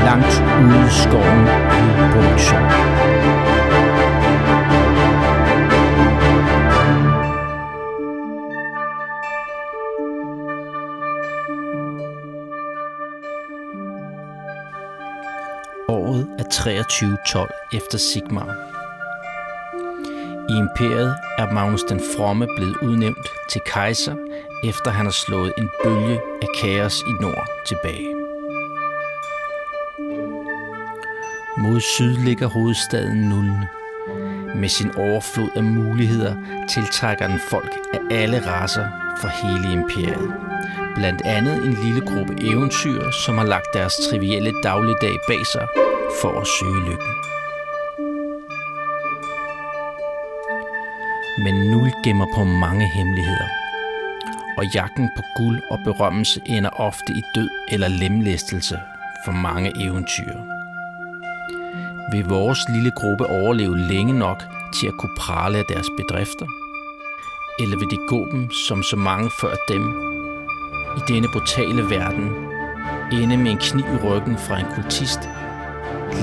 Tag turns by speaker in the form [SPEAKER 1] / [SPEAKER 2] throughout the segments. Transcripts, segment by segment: [SPEAKER 1] Ude i skoven produktion. Året er 2312 efter Sigmar. I imperiet er Magnus den Fromme blevet udnævnt til kejser, efter han har slået en bølge af kaos i nord tilbage. Mod syd ligger hovedstaden Nuln. Med sin overflod af muligheder tiltrækker den folk af alle raser fra hele imperiet. Blandt andet en lille gruppe eventyr, som har lagt deres trivielle dagligdag bag sig for at søge lykken. Men Nul gemmer på mange hemmeligheder. Og jagten på guld og berømmelse ender ofte i død eller lemlæstelse for mange eventyr vil vores lille gruppe overleve længe nok til at kunne prale af deres bedrifter? Eller vil det gå dem, som så mange før dem, i denne brutale verden, ende med en kniv i ryggen fra en kultist,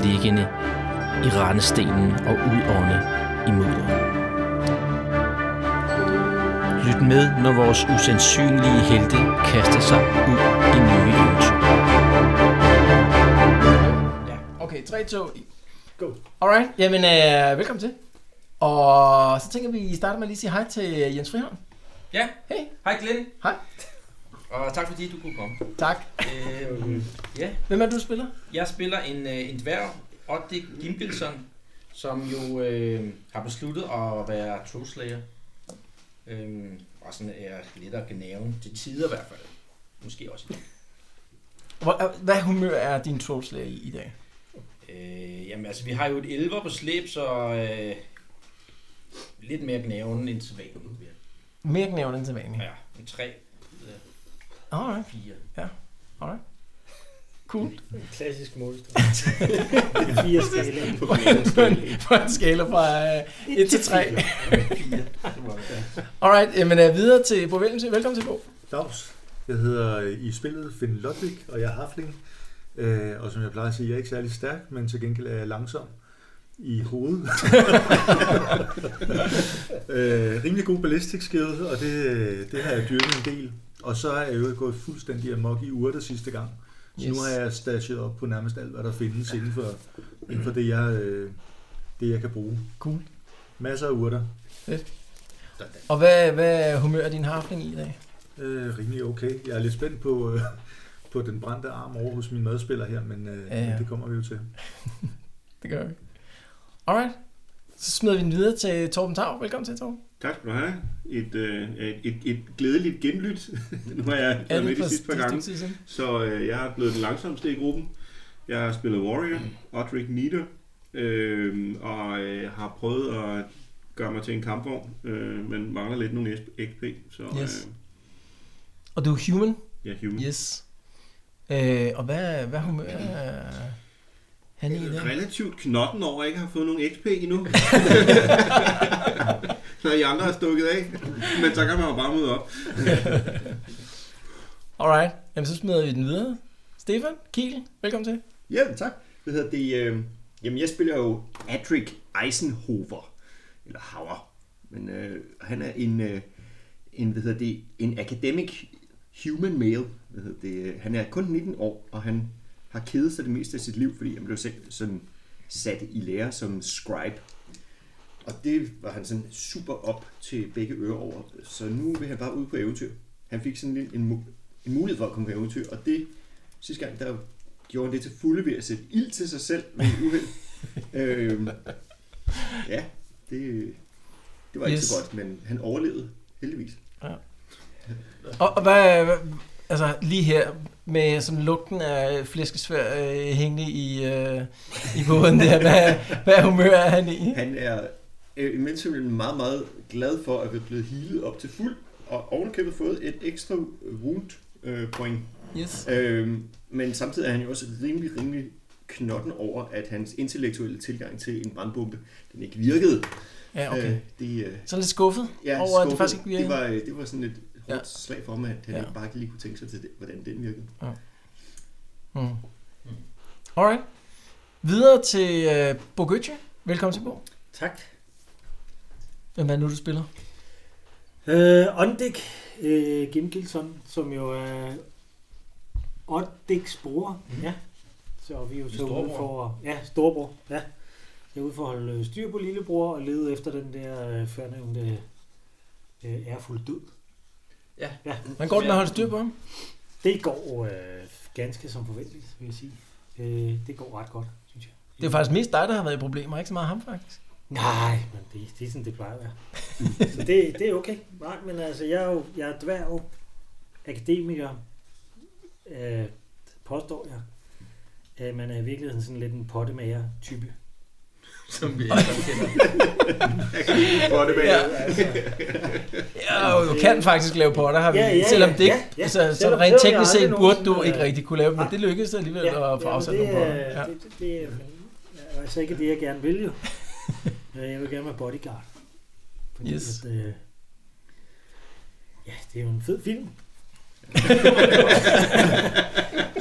[SPEAKER 1] liggende i rendestenen og udånde i mudderet? Lyt med, når vores usandsynlige helte kaster sig ud i nye eventyr.
[SPEAKER 2] Ja, okay, 3, 2, 1. Go. Alright, jamen øh, velkommen til. Og så tænker vi, I starter med lige at sige hej til Jens Frihavn.
[SPEAKER 3] Ja,
[SPEAKER 2] Hey,
[SPEAKER 3] hej Glenn.
[SPEAKER 2] Hej.
[SPEAKER 3] Og tak fordi du kunne komme.
[SPEAKER 2] tak.
[SPEAKER 3] Øh, ja,
[SPEAKER 2] Hvem er det, du spiller?
[SPEAKER 3] jeg spiller en, øh, en dværg, Oddik Gimbelson, som jo øh, har besluttet at være troslayer. Øh, og sådan er lidt af gnaven, til tider i hvert fald. Måske også. i dag.
[SPEAKER 2] Hvor, øh, hvad humør er din trollslæge i i dag?
[SPEAKER 3] Øh, jamen altså, vi har jo et elver på slæb, så øh, lidt mere gnaven end til vanen. vil jeg-
[SPEAKER 2] Mere knævn end til vanlig.
[SPEAKER 3] Ja, en øh, 3
[SPEAKER 2] Alright,
[SPEAKER 3] 4.
[SPEAKER 2] cool.
[SPEAKER 4] Klassisk målestrik. Fire skala.
[SPEAKER 2] På en, på en skala fra øh, 1 til 3.
[SPEAKER 3] 4. Det var det.
[SPEAKER 2] Alright, jamen øh, videre til Bo Vellemse. Velkommen til Bo.
[SPEAKER 5] Dags. Jeg hedder i spillet Finn Lodvig, og jeg er hafling. Øh, og som jeg plejer at sige, jeg er ikke særlig stærk, men til gengæld er jeg langsom i hovedet. øh, rimelig god ballistisk skill, og det, øh, det har jeg dyrket en del. Og så har jeg jo gået fuldstændig amok i urter sidste gang. Så yes. nu har jeg stashet op på nærmest alt, hvad der findes inden for, inden for det, jeg, øh, det, jeg kan bruge.
[SPEAKER 2] Cool.
[SPEAKER 5] Masser af urter.
[SPEAKER 2] Og hvad, hvad humør er din harfling i i dag?
[SPEAKER 5] Øh, rimelig okay. Jeg er lidt spændt på, øh, på den brændte arm over hos min medspiller her, men øh,
[SPEAKER 2] Ja, ja.
[SPEAKER 5] ja, ja. det kommer vi jo til.
[SPEAKER 2] Det gør vi. Alright. Så smider vi den videre til Torben Tav. Velkommen til, Torben.
[SPEAKER 6] Tak skal du have. Et, øh, et, et, et glædeligt genlyt. nu har jeg været med
[SPEAKER 2] for
[SPEAKER 6] de sidste par
[SPEAKER 2] det
[SPEAKER 6] gange.
[SPEAKER 2] stykke tid siden.
[SPEAKER 6] Så øh, jeg er blevet den langsomste i gruppen. Jeg har spillet Warrior, Odrick Nieder, øh, og øh, har prøvet at gøre mig til en kampvogn, øh, men mangler lidt nogle XP, så
[SPEAKER 2] Yes.
[SPEAKER 6] yes. øh,
[SPEAKER 2] Og du er human.
[SPEAKER 6] jeg er human.
[SPEAKER 2] Yes. Øh, og hvad, hvad humør er Øh, han i i dag?
[SPEAKER 6] Relativt knotten over, at jeg ikke har fået nogen XP endnu. Når I andre er stukket af. Men så kan man jo bare møde op.
[SPEAKER 2] Alright. Jamen, så smider vi den videre. Stefan, Kiel, velkommen til.
[SPEAKER 7] Ja, tak. Hvad hedder det? Øh, jamen, jeg spiller jo Adric Eisenhower, eller Hauer. Men øh, han er en, øh, en, hvad hedder det, en academic human male. Hvad hedder det? øh, Han er kun 19 år, og han har kedet sig det meste af sit liv, fordi han blev selv sådan sat i lære som scribe. Og det var han sådan super op til begge ører over. Så nu vil han bare ud på eventyr. Han fik sådan lidt en, mu- en mulighed for at komme på eventyr, og det sidste gang, der gjorde han det til fulde ved at sætte ild til sig selv med et uheld. øhm, ja, det, det var ikke yes. så
[SPEAKER 2] Yes.
[SPEAKER 7] godt, men han overlevede heldigvis.
[SPEAKER 2] Og, og hvad, hvad, altså lige her, med sådan lugten af flæskesvær øh, hængende i, øh, i båden der, hvad, hvad humør er han i?
[SPEAKER 7] Han er øh, imens meget, meget glad for at være blevet healet op til fuld, og ovenkøbet fået et ekstra wound øh, point.
[SPEAKER 2] Yes.
[SPEAKER 7] Øh, men samtidig er han jo også rimelig, rimelig knotten over, at hans intellektuelle tilgang til en brandbombe, den ikke virkede.
[SPEAKER 2] Ja, okay.
[SPEAKER 7] Øh, det, øh,
[SPEAKER 2] Så lidt skuffet
[SPEAKER 7] ja,
[SPEAKER 2] over, at
[SPEAKER 7] skuffet.
[SPEAKER 2] det faktisk ikke
[SPEAKER 7] det
[SPEAKER 2] virker.
[SPEAKER 7] var, øh, det var sådan et hårdt
[SPEAKER 2] Ja.
[SPEAKER 7] ja. slag for mig, at han
[SPEAKER 2] Ja.
[SPEAKER 7] ja. ikke bare lige kunne tænke sig til, det, hvordan den virkede.
[SPEAKER 2] Mm. Alright. Videre til øh, Bogøtje. Velkommen til Bo.
[SPEAKER 8] Tak.
[SPEAKER 2] Hvem er det nu, du spiller?
[SPEAKER 8] Øh, Ondik øh, Gimgilson, som jo er Ondiks bror. Mm. Ja. Så vi er jo så ude
[SPEAKER 1] storebror.
[SPEAKER 8] for... at- Ja, storbror. Ja. Jeg er ude for at holde styr på lillebror og lede efter den der øh, førnævnte øh, ærfuld død.
[SPEAKER 1] Ja.
[SPEAKER 8] ja.
[SPEAKER 2] Hvordan går det med at holde styr på ham?
[SPEAKER 8] Det går øh, ganske som forventeligt, vil jeg sige. Øh, det går ret godt, synes jeg.
[SPEAKER 2] Det er faktisk mest dig, der har været i problemer, ikke så meget ham faktisk.
[SPEAKER 8] Nej, men det, det er sådan, det plejer at være. så det, det er okay. Nej, men altså, jeg er jo jeg er dværg, akademiker, øh, påstår jeg. Øh, man er i virkeligheden sådan lidt en pottemager-type.
[SPEAKER 1] Som vi alle sammen kender.
[SPEAKER 9] For det
[SPEAKER 2] Ja. Ja, du kan faktisk lave potter, har vi.
[SPEAKER 8] Ja, ja,
[SPEAKER 2] selvom
[SPEAKER 8] ja,
[SPEAKER 2] det ikke,
[SPEAKER 8] ja, ja.
[SPEAKER 2] Så, så rent
[SPEAKER 8] Selvom- selvom jeg
[SPEAKER 2] teknisk set
[SPEAKER 8] aldrig
[SPEAKER 2] burde du
[SPEAKER 8] nogensinde,
[SPEAKER 2] ikke
[SPEAKER 8] øh,
[SPEAKER 2] rigtig kunne lave dem, men
[SPEAKER 8] nej.
[SPEAKER 2] det lykkedes alligevel at få afsat
[SPEAKER 8] men
[SPEAKER 2] nogle
[SPEAKER 8] det,
[SPEAKER 2] potter.
[SPEAKER 8] er-
[SPEAKER 2] Ja.
[SPEAKER 8] Det, det, det er ja, altså ikke det, jeg gerne vil jo. Øh, Jeg vil gerne være bodyguard. Fordi
[SPEAKER 2] Yes.
[SPEAKER 8] at, øh, ja, det er jo en fed film.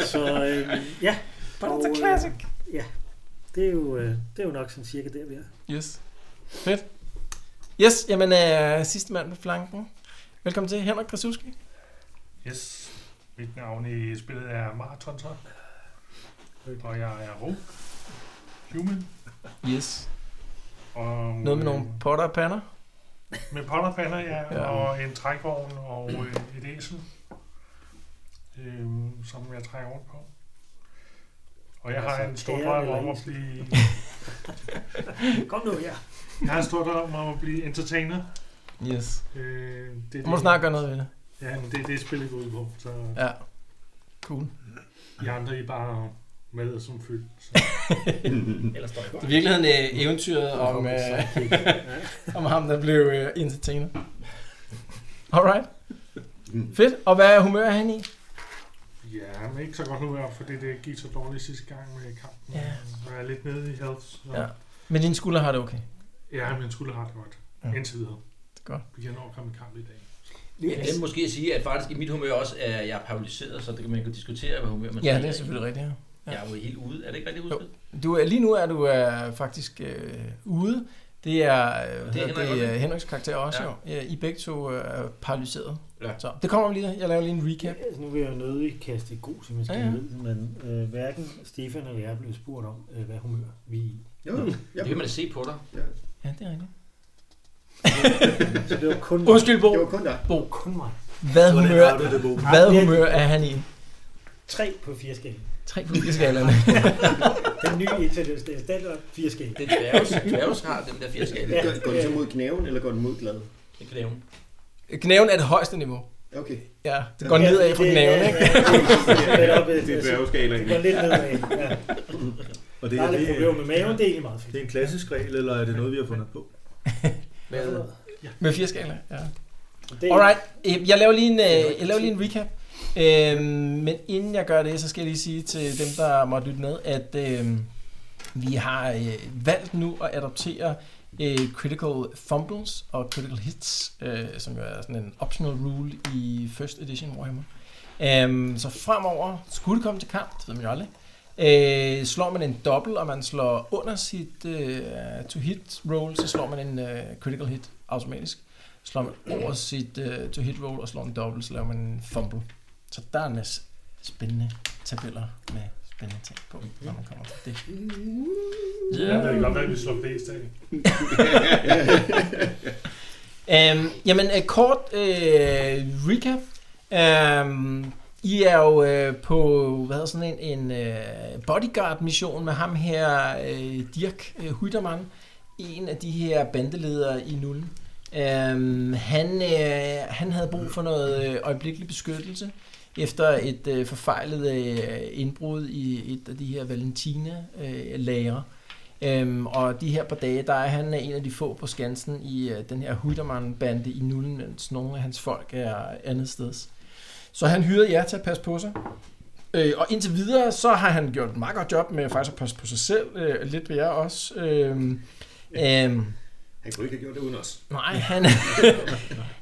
[SPEAKER 8] så øh, ja.
[SPEAKER 2] But
[SPEAKER 8] Og,
[SPEAKER 2] it's a
[SPEAKER 8] øh,
[SPEAKER 2] classic.
[SPEAKER 8] Ja, det er jo, øh, det er jo nok sådan cirka der, vi er.
[SPEAKER 2] Yes. Fedt. Yes, jamen øh, sidste mand på flanken. Velkommen til Henrik Krasuski.
[SPEAKER 5] Yes. Mit navn i spillet er Marathon så. Og jeg er Ro. Human.
[SPEAKER 2] Yes.
[SPEAKER 5] Og, øh,
[SPEAKER 2] Noget med nogle potter og pander.
[SPEAKER 5] Med potterpander, ja,
[SPEAKER 2] Ja.
[SPEAKER 5] ja. Og en trækvogn og øh, et æsel. Øh, som jeg trækker rundt på. Og jeg har
[SPEAKER 8] Altså,
[SPEAKER 5] en stor
[SPEAKER 8] pære
[SPEAKER 5] drøm
[SPEAKER 8] eller
[SPEAKER 5] om at
[SPEAKER 8] æsel?
[SPEAKER 5] blive...
[SPEAKER 8] Kom nu her.
[SPEAKER 5] Jeg har en stor drøm om at blive entertainer.
[SPEAKER 2] Yes.
[SPEAKER 5] Øh, det, er
[SPEAKER 2] Du må du snart gøre noget ved det.
[SPEAKER 5] Ja, men det er det, spillet går ud på. Så
[SPEAKER 2] Ja. Cool.
[SPEAKER 5] I andre, I bare med som fyld. Så.
[SPEAKER 1] Ellers står jeg godt.
[SPEAKER 2] I virkeligheden øh, eventyret om, øh, om ham, der blev øh, entertainer. Alright. Fedt. Og hvad humør er han i?
[SPEAKER 5] Ja, men ikke så godt nu her, fordi det gik så dårligt sidste gang med kampen.
[SPEAKER 2] Ja.
[SPEAKER 5] Og Jeg er lidt nede i health. Så
[SPEAKER 2] Ja.
[SPEAKER 5] ja.
[SPEAKER 2] Men din skulder har det okay.
[SPEAKER 5] ja, min skulder har det godt.
[SPEAKER 2] Ja.
[SPEAKER 5] Ja. Indtil videre.
[SPEAKER 2] Godt.
[SPEAKER 5] Vi kan nå at komme i kamp i dag.
[SPEAKER 1] Jeg glemte måske at sige, at faktisk i mit humør også er jeg er paralyseret, så det kan man kan diskutere, hvad humør man
[SPEAKER 2] Ja,
[SPEAKER 1] skal
[SPEAKER 2] det er
[SPEAKER 1] være i.
[SPEAKER 2] selvfølgelig rigtigt. Ja.
[SPEAKER 1] Jeg er jo helt ude. Er det ikke rigtigt
[SPEAKER 2] Jo.
[SPEAKER 1] udskudt?
[SPEAKER 2] Du, er- lige nu er du øh, faktisk øh, ude. Det er, øh, det
[SPEAKER 1] Henrik
[SPEAKER 2] er det,
[SPEAKER 1] også.
[SPEAKER 2] øh, Henriks karakter også, ja.
[SPEAKER 1] Ja.
[SPEAKER 2] jo. Ja, I begge to øh, er paralyseret.
[SPEAKER 1] Ja.
[SPEAKER 2] Så, det kommer om lige. Jeg laver lige en recap.
[SPEAKER 8] Altså, nu vil jeg jo nødig kaste god som jeg skal
[SPEAKER 2] Ja,
[SPEAKER 8] ja,
[SPEAKER 2] ja.
[SPEAKER 8] ja. men øh, hverken Stefan eller jeg blev spurgt om, øh, hvad humør vi er i.
[SPEAKER 7] Jo,
[SPEAKER 1] Det kan man da se på dig.
[SPEAKER 2] Ja, det er rigtigt.
[SPEAKER 8] Så det var kun
[SPEAKER 2] Undskyld, Bo.
[SPEAKER 7] det var kun dig.
[SPEAKER 8] Bo. Kun mig.
[SPEAKER 2] Hvad humør,
[SPEAKER 10] Sådan er det, Bo.
[SPEAKER 2] hvad humør er han i?
[SPEAKER 8] 3 på 4 skala.
[SPEAKER 2] Tre skalaerne.
[SPEAKER 8] Den nye internationale standard, 4 skala.
[SPEAKER 1] Det er dværges, dværges har dem der fire skala.
[SPEAKER 7] Går, går den så mod knæven, eller går den mod glad?
[SPEAKER 1] Det kan nævne.
[SPEAKER 2] Knæven er det højeste niveau.
[SPEAKER 7] Okay.
[SPEAKER 2] Ja, det går nedad fra knæven, ikke?
[SPEAKER 8] Ja, det, er op, øh,
[SPEAKER 9] Det er
[SPEAKER 8] altså, det
[SPEAKER 9] dværgeskalaen.
[SPEAKER 8] går lidt nedad. Ja.
[SPEAKER 10] Og det øh,
[SPEAKER 8] Der
[SPEAKER 10] er,
[SPEAKER 8] er lidt problemer med
[SPEAKER 10] det,
[SPEAKER 8] maven, det er egentlig meget
[SPEAKER 10] det er
[SPEAKER 8] fedt.
[SPEAKER 10] en klassisk regel, eller er det noget, vi har fundet på?
[SPEAKER 2] Med, med fire skala, ja.
[SPEAKER 8] Det er,
[SPEAKER 2] Alright, øh, jeg laver lige en, øh, jeg laver lige en recap. Øhm, men inden jeg gør det, så skal jeg lige sige til dem, der måtte lytte med, at øhm, vi har øh, valgt nu at adoptere øh, Critical Fumbles og Critical Hits, øh, som jo er sådan en optional rule i First Edition Warhammer. Øhm, så fremover, skulle det komme til kamp, det ved man jo aldrig, øh, slår man en dobbelt, og man slår under sit øh, to-hit roll, så slår man en øh, critical hit automatisk slår man over sit uh, to hit roll og slår en dobbelt, så laver man en fumble. Så der er en masse spændende tabeller med spændende ting på, når man kommer til det.
[SPEAKER 5] Ja, det kan godt være, at vi slår flest af.
[SPEAKER 2] Um, jamen, uh, kort uh, recap. Um, I er jo øh, på hvad hedder sådan en, en øh, bodyguard-mission med ham her, øh, Dirk øh, Hydermann, en af de her bandeledere i Nullen. Øhm, han, øh, han havde brug for noget øh, øjeblikkelig beskyttelse efter et øh, forfejlet øh, indbrud i et af de her øh, Valentina-lager. Øhm, og de her par dage, der er han en af de få på Skansen i øh, den her Hydermann-bande i Nullen, mens nogle af hans folk er andet steds. Så han hyrede jer til at passe på sig. Øh, og indtil videre, så har han gjort et Øhm, meget godt job med faktisk at passe på sig selv, øh, lidt ved jer også. Øh, øh,
[SPEAKER 7] Han kunne ikke have gjort det uden os.
[SPEAKER 2] Nej, han,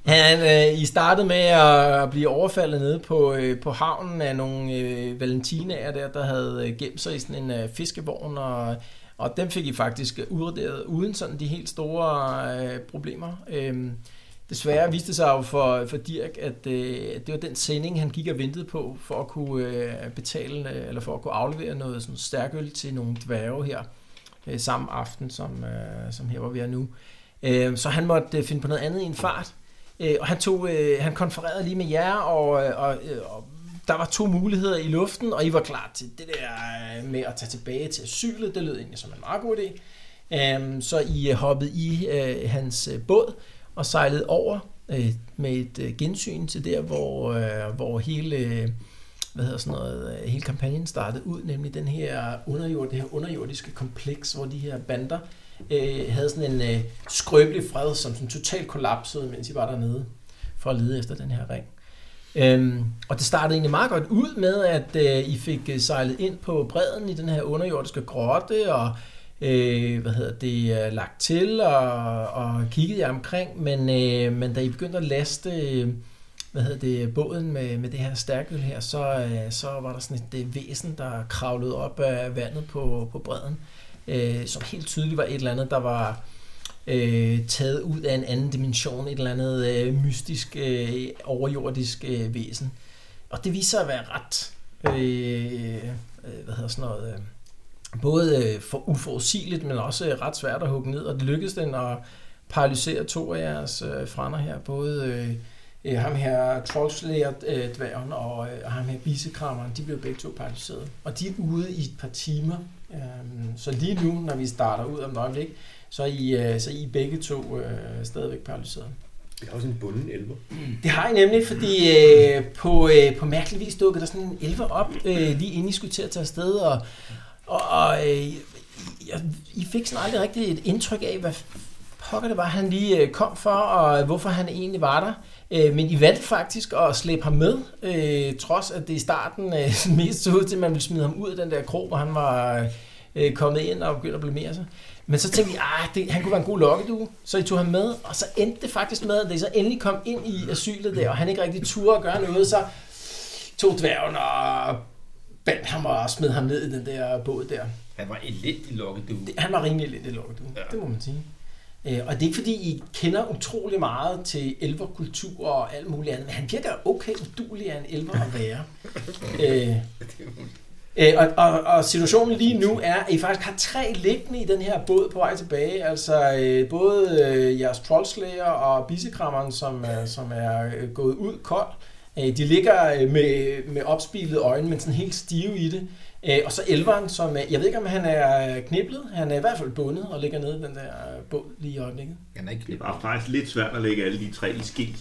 [SPEAKER 2] han øh, I startede med at blive overfaldet nede på, øh, på havnen af nogle øh, valentinaer der, der havde øh, gemt sig i sådan en øh, fiskevogn, og, og dem fik I faktisk udraderet uden sådan de helt store øh, problemer. Øhm, desværre viste det sig jo for, for Dirk, at øh, at det var den sending, han gik og ventede på, for at kunne øh, betale, øh, eller for at kunne aflevere noget sådan stærkøl til nogle dværge her øh, samme aften, som, øh, som her, hvor vi er nu. Øh, så han måtte øh, finde på noget andet i en fart. Øh, og han, tog, øh, han konfererede lige med jer, og, øh, og, øh, og der var to muligheder i luften, og I var klar til det der øh, med at tage tilbage til asylet. Det lød egentlig som en meget god idé. Øh, så I øh, hoppede i øh, hans øh, båd og sejlede over øh, med et øh, gensyn til der, hvor, øh, hvor hele... Øh, hvad hedder sådan noget, øh, hele kampagnen startede ud, nemlig den her underjord, det her underjordiske kompleks, hvor de her bander øh, havde sådan en øh, skrøbelig fred, som sådan totalt kollapsede, mens I var dernede for at lede efter den her ring. Øhm, og det startede egentlig meget godt ud med, at øh, I fik øh, sejlet ind på bredden i den her underjordiske grotte, og øh, hvad hedder det, øh, lagt til og, og kigget jer omkring, men, øh, men da I begyndte at laste øh, hvad hedder det, båden med, med det her stærkøl her, så, øh, så var der sådan et øh, væsen, der kravlede op af vandet på, på bredden øh, som helt tydeligt var et eller andet, der var øh, taget ud af en anden dimension, et eller andet øh, mystisk, øh, overjordisk øh, væsen. Og det viser sig at være ret, øh, øh, hvad hedder sådan noget, øh, både øh, for uforudsigeligt, men også øh, ret svært at hugge ned, og det lykkedes den at paralysere to af jeres øh, frænder her, både øh, øh, ham her trollslæger øh, dværgen og, øh, og ham her bisekrammeren, de blev begge to paralyseret. Og de er ude i et par timer, Øhm, Så lige nu, når vi starter ud om et øjeblik, så er I, øh, så er I begge to øh, stadigvæk paralyseret.
[SPEAKER 7] Vi har også en bunden elver.
[SPEAKER 2] Det har I nemlig, fordi øh, på, øh, på mærkelig vis dukkede der sådan en elver op, øh, lige inden I skulle til at tage afsted, og, og, og øh, I, I fik sådan aldrig rigtig et indtryk af, hvad pokker det var, han lige øh, kom for, og hvorfor han egentlig var der. Øh, men I valgte faktisk at slæbe ham med, øh, trods at det i starten øh, mest så ud til, at man ville smide ham ud af den der krog, hvor han var øh, kommet ind og begyndt at blamere sig. Men så tænkte jeg, ah, det, han kunne være en god lokkedue, så I tog ham med, og så endte det faktisk med, at det så endelig kom ind i asylet der, og han ikke rigtig turde at gøre noget, så tog dværgen og bandt ham og smed ham ned i den der båd der.
[SPEAKER 1] Han var elendig lukket, du.
[SPEAKER 2] Det, han var rimelig lidt lukket, ja.
[SPEAKER 1] Ja.
[SPEAKER 2] det må man sige. Øh, og det er ikke fordi, I kender utrolig meget til elverkultur og alt muligt andet, men han virker okay udulig af en elver at være. øh, øh, og, og, og situationen lige nu er, at I faktisk har tre liggende i den her båd på vej tilbage, altså øh, både øh, jeres troldslager og bisekrammeren, som, øh, som er øh, gået ud kold, øh, de ligger øh, med, med opspilede øjne, men sådan helt stive i det. Øh, og så elveren, som er, jeg ved ikke om han er kniblet, han er i hvert fald bundet og ligger nede i den der øh, båd lige i øjeblikket.
[SPEAKER 1] Han er ikke
[SPEAKER 11] Det
[SPEAKER 1] knæppet.
[SPEAKER 11] var faktisk lidt svært at lægge alle de tre i ske.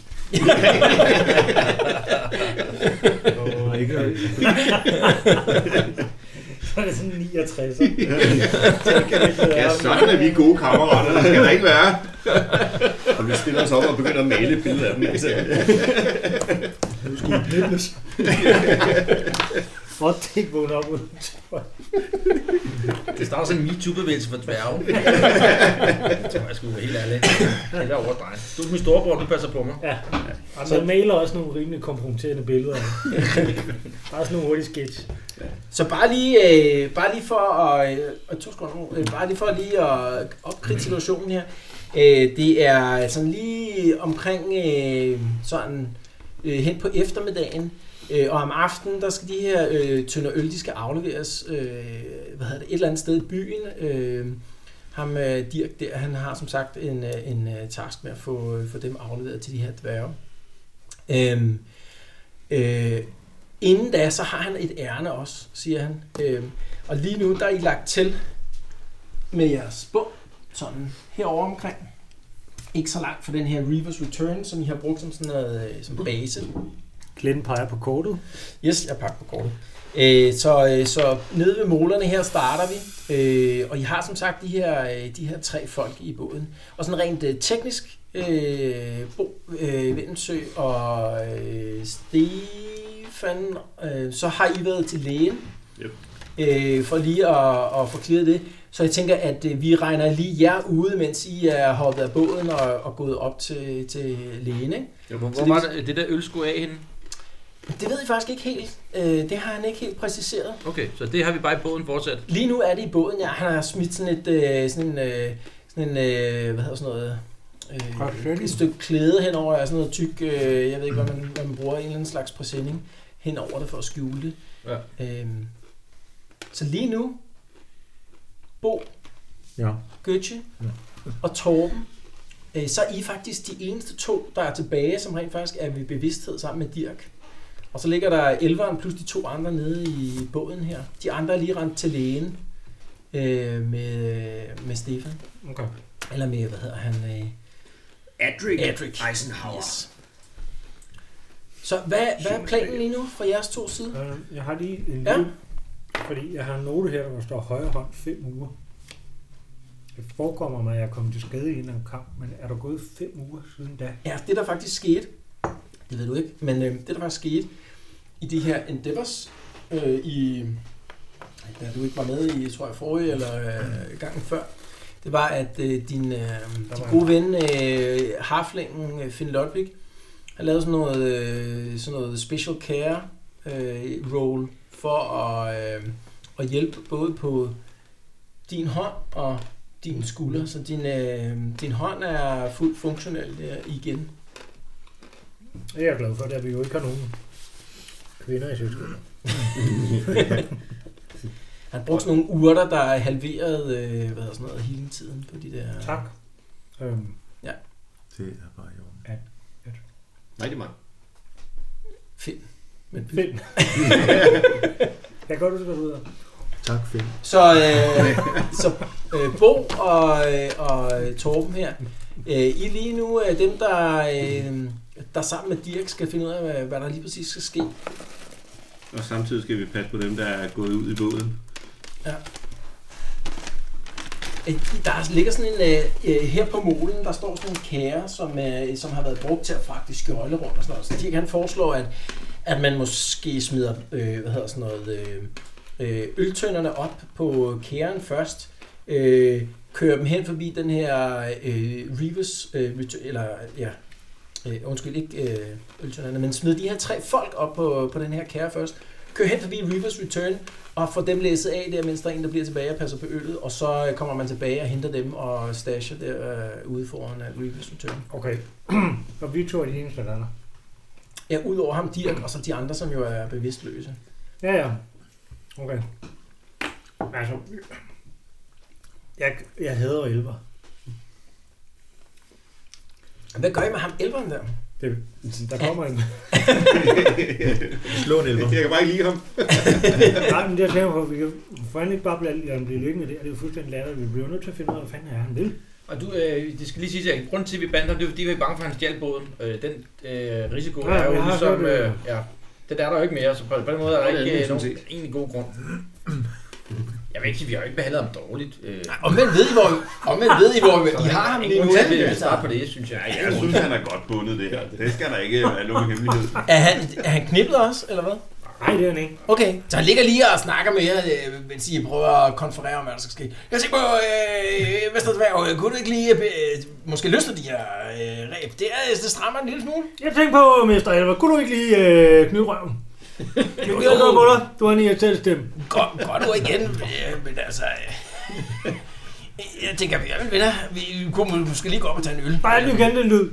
[SPEAKER 8] Og ikke,
[SPEAKER 5] Så er det sådan 69. Det kan ikke
[SPEAKER 7] Ja,
[SPEAKER 5] være.
[SPEAKER 7] sådan er vi gode kammerater. Det skal der ikke være. og vi stiller os op og begynder at male et billede af dem. Altså.
[SPEAKER 8] nu skulle den knibles.
[SPEAKER 5] Hvor det ikke vågner op uden tøj.
[SPEAKER 1] Det starter sådan en MeToo-bevægelse for dværge. det tror jeg skulle være helt ærlig. Det er over dig. Du er min storebror, du passer på mig.
[SPEAKER 5] Ja. Og så maler også nogle rimelig kompromitterende billeder. Bare sådan nogle hurtige sketch.
[SPEAKER 2] Så bare lige, øh, bare lige for at, øh, og to sekunder, nu, øh, bare lige for lige at opkridte situationen her. Øh, det er sådan lige omkring øh, sådan øh, hen på eftermiddagen, øh, og om aftenen, der skal de her øh, tønder øl, de skal afleveres øh, hvad hedder det, et eller andet sted i byen. Øh, ham øh, Dirk der, han har som sagt en, øh, en øh, task med at få, øh, få dem afleveret til de her dværge. Øh, øh, Inden da, så har han et ærne også, siger han. Øhm, og lige nu, der er I lagt til med jeres bog, sådan herover omkring. Ikke så langt fra den her Reavers Return, som I har brugt som sådan noget, øh, som base.
[SPEAKER 5] Glenn peger på kortet.
[SPEAKER 2] Yes, jeg pakker på kortet. Øh, så, øh, så nede ved målerne her starter vi, øh, og I har som sagt de her, øh, de her tre folk i båden. Og sådan rent øh, teknisk, øh, Bo øh, Vindensø og øh, Stefan, øh, så har I været til lægen.
[SPEAKER 11] Yep.
[SPEAKER 2] øh, for lige at, at få klaret det. Så jeg tænker, at øh, vi regner lige jer ude, mens I er hoppet af båden og, og gået op til, til lægen. Ikke?
[SPEAKER 1] Ja, hvor,
[SPEAKER 2] Så
[SPEAKER 1] hvor
[SPEAKER 2] det-
[SPEAKER 1] var det, det der øl skulle af henne?
[SPEAKER 2] Det ved jeg faktisk ikke helt. Øh, det har han ikke helt præciseret.
[SPEAKER 1] Okay, så det har vi bare i båden fortsat.
[SPEAKER 2] Lige nu er det i båden. Ja, han har smidt sådan et, øh, sådan en, øh, sådan en øh, hvad hedder sådan noget, øh,
[SPEAKER 5] Presenning.
[SPEAKER 2] et stykke klæde henover, ja, sådan noget tyk, øh, jeg ved ikke, hvad man, hvad man bruger, en eller anden slags præsending henover det for at skjule det.
[SPEAKER 1] Ja.
[SPEAKER 2] Øhm, så lige nu, Bo,
[SPEAKER 8] Ja.
[SPEAKER 2] Gøtje
[SPEAKER 8] Ja.
[SPEAKER 2] og Torben, øh, så er I faktisk de eneste to, der er tilbage, som rent faktisk er ved bevidsthed sammen med Dirk. Og så ligger der elveren plus de to andre nede i båden her. De andre er lige rent til lægen øh, med, med Stefan.
[SPEAKER 12] Okay.
[SPEAKER 2] Eller med, hvad hedder han? Øh,
[SPEAKER 7] Adric,
[SPEAKER 2] Adric.
[SPEAKER 7] Eisenhower.
[SPEAKER 2] yes. Så hvad, hvad er planen lige nu fra jeres to side?
[SPEAKER 5] Øh, Jeg har lige en lille...
[SPEAKER 2] Ja.
[SPEAKER 5] Fordi jeg har en note her, hvor der står højre hånd 5 uger. Det forekommer mig, at jeg er kommet til skade i en eller anden kamp, men er der gået 5 uger siden da?
[SPEAKER 2] Ja, det der faktisk skete, det ved du ikke, men øh, det der faktisk skete i de her endeavors, øh, i, da du ikke var med i, tror jeg, forrige eller øh, gangen før, det var, at øh, din, øh, din
[SPEAKER 12] var
[SPEAKER 2] gode ven, øh, harflingen øh, Finn Lodvig, han lavede sådan noget, øh, sådan noget special care øh, role for at, øh, at hjælpe både på din hånd og din skulder, så din, øh, din hånd er fuldt funktionel der igen.
[SPEAKER 5] Det er jeg glad for, da vi jo ikke har nogen kvinder i selskabet.
[SPEAKER 2] Han brugte sådan nogle urter, der er halveret øh, hvad hedder sådan noget, hele tiden på de der...
[SPEAKER 5] Tak. Øhm,
[SPEAKER 8] Det er bare jo.
[SPEAKER 7] Nej, det er mig.
[SPEAKER 2] Finn. Men Finn.
[SPEAKER 5] Finn. jeg kan godt huske, hvad du hedder.
[SPEAKER 8] Tak, Finn.
[SPEAKER 2] Så, øh, så øh, Bo og, øh, og øh, Torben her, øh, I er lige nu øh, dem, der, øh, der sammen med Dirk skal finde ud af, hvad, hvad der lige præcis skal ske.
[SPEAKER 11] Og samtidig skal vi passe på dem, der er gået ud i båden.
[SPEAKER 2] Øh, Der ligger sådan en, øh, øh, her på molen, der står sådan en kære, som, øh, som har været brugt til at fragte skjolde rundt og sådan noget. Så Dirk han foreslår, at, at man måske smider øh, hvad hedder sådan noget, øh, øh, øltønderne op på kæren først, øh, kører dem hen forbi den her øh, Reeves, øh, retu- eller ja, øh, undskyld, ikke øh, øltønderne, men smider de her tre folk op på, på den her kære først, kører hen forbi Reeves Return, og får dem læsset af der, mens der er en, der bliver tilbage og passer på øllet, og så øh, kommer man tilbage og henter dem og stasher der øh, ude foran øh, Reeves Return.
[SPEAKER 5] Okay. og vi to er de eneste, der er der.
[SPEAKER 2] Ja, udover ham Dirk, og så de andre, som jo er bevidstløse.
[SPEAKER 5] Ja, ja. Okay. Altså, jeg, jeg hader elver.
[SPEAKER 2] Hvad gør I med ham elveren der?
[SPEAKER 5] Der kommer en.
[SPEAKER 8] Slå en elver.
[SPEAKER 11] Jeg kan bare ikke lide ham.
[SPEAKER 5] Nej, men det jeg tænker på, vi kan fanden ikke bare blive, han blive liggende der. Det er jo fuldstændig latterligt. Vi bliver nødt til at finde ud af, hvad fanden er han vil.
[SPEAKER 1] Og du, øh, det skal lige sige, at grunden til, at vi bandt ham, det er, fordi vi er bange for, at han stjal båden. Øh, den øh, risiko
[SPEAKER 5] Ja,
[SPEAKER 1] ja, er jo
[SPEAKER 5] jeg har
[SPEAKER 1] ligesom...
[SPEAKER 5] hørt det.
[SPEAKER 1] Øh, ja, det er der jo ikke mere, så på, på den måde er
[SPEAKER 7] Ja,
[SPEAKER 1] der
[SPEAKER 7] det er
[SPEAKER 1] ikke
[SPEAKER 7] det,
[SPEAKER 1] øh,
[SPEAKER 7] sådan
[SPEAKER 1] nogen egentlig god grund. Jeg vil ikke sige, vi har jo ikke behandlet ham dårligt. Øh,
[SPEAKER 2] Omvendt ved I, hvor, omvendt ved I, hvor I har ham lige
[SPEAKER 1] ingen
[SPEAKER 2] nu.
[SPEAKER 1] grund til, at vi
[SPEAKER 2] altså.
[SPEAKER 1] starte på det, synes jeg.
[SPEAKER 11] Jeg synes, han er godt bundet det her. Det skal der ikke være nogen hemmelighed.
[SPEAKER 2] Er han, er han knippet også, eller hvad?
[SPEAKER 5] Nej, det er han ikke.
[SPEAKER 2] Okay, så han ligger lige og snakker med jer, øh, mens I prøver at konferere om, hvad der skal ske. Jeg tænker på, øh, Vesterdværg, kunne du ikke lige øh, måske løsne de her øh, ræb? Det, er, det strammer en lille smule.
[SPEAKER 5] Jeg tænkte på, Mester Elver, kunne du ikke lige øh, knyde røven? Jo, jo, jo, på dig. Du har en irriterende stemme.
[SPEAKER 2] Godt, godt ord igen, øh, men altså... Øh, jeg tænker, vi er vel venner. Vi kunne må- måske lige gå op og tage en øl.
[SPEAKER 5] Bare at du kan den lyd.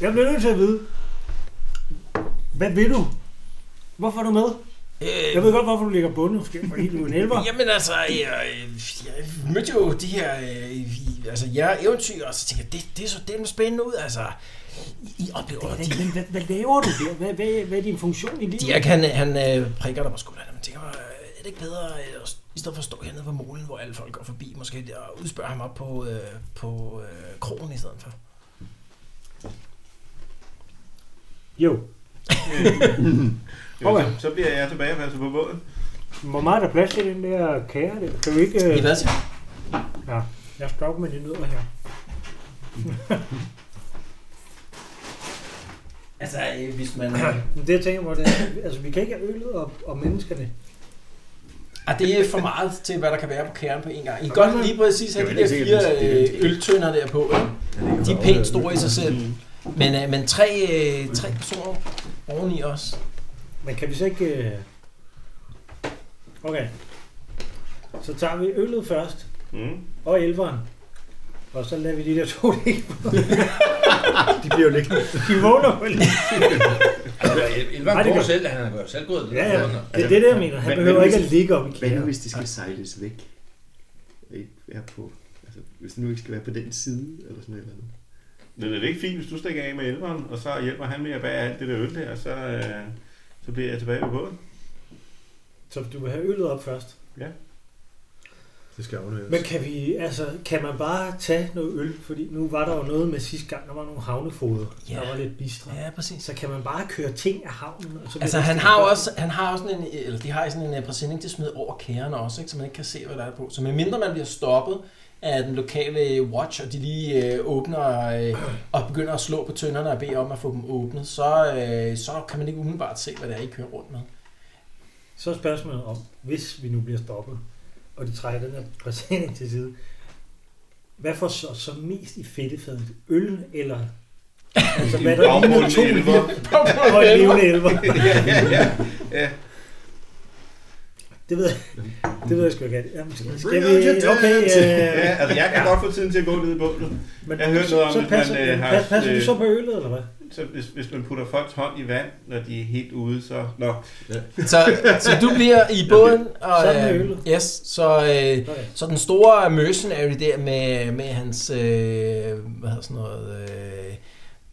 [SPEAKER 5] jeg bliver nødt til at vide. Hvad vil du? Hvorfor er du med?
[SPEAKER 2] Øh,
[SPEAKER 5] Jeg ved godt, hvorfor du ligger bundet. Skal jeg helt uden elver?
[SPEAKER 2] Jamen altså, jeg, jeg mødte jo de her, øh, i- altså jer eventyr, og så tænkte jeg, det, det så det spændende ud, altså. I, I oplever
[SPEAKER 5] Hvad,
[SPEAKER 2] de
[SPEAKER 5] hvad, hvad, hvad laver du der? Hvad, hvad, hvad er din funktion i livet?
[SPEAKER 2] Dirk, han, han øh, prikker dig på skulderen, og man tænker, øh, er det ikke bedre, øh, at- i stedet for at stå hernede på molen, hvor alle folk går forbi, måske der, og udspørge ham op på, øh, på øh, krogen i stedet for?
[SPEAKER 5] Jo.
[SPEAKER 11] Jo, så, så bliver jeg tilbage og passer på båden.
[SPEAKER 5] Hvor meget er der plads til den der kære der? Kan vi ikke... Øh...
[SPEAKER 2] hvad siger
[SPEAKER 5] Jeg stopper med de nødder her.
[SPEAKER 2] Altså, øh, hvis man...
[SPEAKER 5] Men det jeg tænker på, det er, altså vi kan ikke have øllet og, og menneskerne.
[SPEAKER 2] Ah, det er for meget til, hvad der kan være på kernen på en gang. I kan godt lige præcis have
[SPEAKER 7] Det
[SPEAKER 2] de
[SPEAKER 7] er
[SPEAKER 2] der
[SPEAKER 7] jo helt sikkert,
[SPEAKER 2] fire
[SPEAKER 7] det er- det
[SPEAKER 2] øh, øltønder der på. ikke?
[SPEAKER 1] Altså,
[SPEAKER 2] De er pænt store i sig selv.
[SPEAKER 11] Mm.
[SPEAKER 2] Men, øh, men tre, øh, tre personer oveni os.
[SPEAKER 5] Men kan vi så ikke... øh, Okay. Så tager vi øllet først,
[SPEAKER 11] Mm.
[SPEAKER 5] og elveren. Og så lader vi de der to ligge.
[SPEAKER 8] De bliver jo liggende.
[SPEAKER 5] De vågner vel. Nej,
[SPEAKER 1] Elvand
[SPEAKER 5] det
[SPEAKER 1] går
[SPEAKER 5] gør-
[SPEAKER 1] selv, han har jo selv gået. Altså,
[SPEAKER 5] Ja, ja. Det er det, der jeg mener. Han
[SPEAKER 7] Hvad-
[SPEAKER 5] behøver
[SPEAKER 7] hvad
[SPEAKER 5] ikke at
[SPEAKER 7] hvis-
[SPEAKER 5] ligge op i
[SPEAKER 7] Hvad nu,
[SPEAKER 5] kæden.
[SPEAKER 7] hvis det skal sejles væk? Ikke Være på, altså, hvis det nu ikke skal være på den side, eller sådan et eller andet.
[SPEAKER 11] Men er det ikke fint, hvis du stikker af med elveren, og så hjælper han med at bære alt det der øl der, så, øh, så bliver jeg tilbage ved båden?
[SPEAKER 5] Så du vil have øllet op først.
[SPEAKER 8] Det skal afleveres.
[SPEAKER 5] Men kan vi, altså, kan man bare tage noget øl? Fordi nu var der jo noget med sidste gang, der var nogle havnefoder,
[SPEAKER 2] Ja.
[SPEAKER 5] der var lidt bistre.
[SPEAKER 2] Ja, præcis.
[SPEAKER 5] Så kan man bare køre ting af havnen? Og så bliver
[SPEAKER 2] Altså,
[SPEAKER 5] det
[SPEAKER 2] han
[SPEAKER 5] sådan-
[SPEAKER 2] har jo også, han har også sådan en, eller de har sådan en øh, præsending til at smide over kærerne også, ikke, så man ikke kan se, hvad der er på. Så medmindre man bliver stoppet af den lokale watch, og de lige øh, åbner øh, og begynder at slå på tønderne og bede om at få dem åbnet, så, øh, så kan man ikke umiddelbart se, hvad det er, I kører rundt med.
[SPEAKER 5] Så er spørgsmålet om, hvis vi nu bliver stoppet, og de trækker den her præsending til side, hvad får så, så mest i fedtefadet? Øl eller... Altså, hvad der ligner to
[SPEAKER 11] elver.
[SPEAKER 5] og et levende elver.
[SPEAKER 11] ja, ja.
[SPEAKER 5] Det ved jeg, det ved jeg sgu ikke. alt. Jamen, skal, skal
[SPEAKER 11] Bring on your
[SPEAKER 5] vi... Okay, øh,
[SPEAKER 11] ja, altså jeg kan godt få tiden til at gå ned i båden.
[SPEAKER 5] men
[SPEAKER 11] Jeg hørte noget om,
[SPEAKER 5] så
[SPEAKER 11] hvis man,
[SPEAKER 5] passer,
[SPEAKER 11] øh, har-
[SPEAKER 5] pas- passer vi
[SPEAKER 11] øh,
[SPEAKER 5] så på øllet, eller hvad?
[SPEAKER 11] Så hvis, hvis man putter folks hånd i vand, når de er helt ude, så... Nå,
[SPEAKER 2] Så, så du bliver i båden, og
[SPEAKER 5] Sådan er
[SPEAKER 2] øh,
[SPEAKER 5] ølet.
[SPEAKER 2] yes, så, øh,
[SPEAKER 5] Okay.
[SPEAKER 2] så den store mercenary der med, med hans, øh, hvad hedder sådan noget, øh,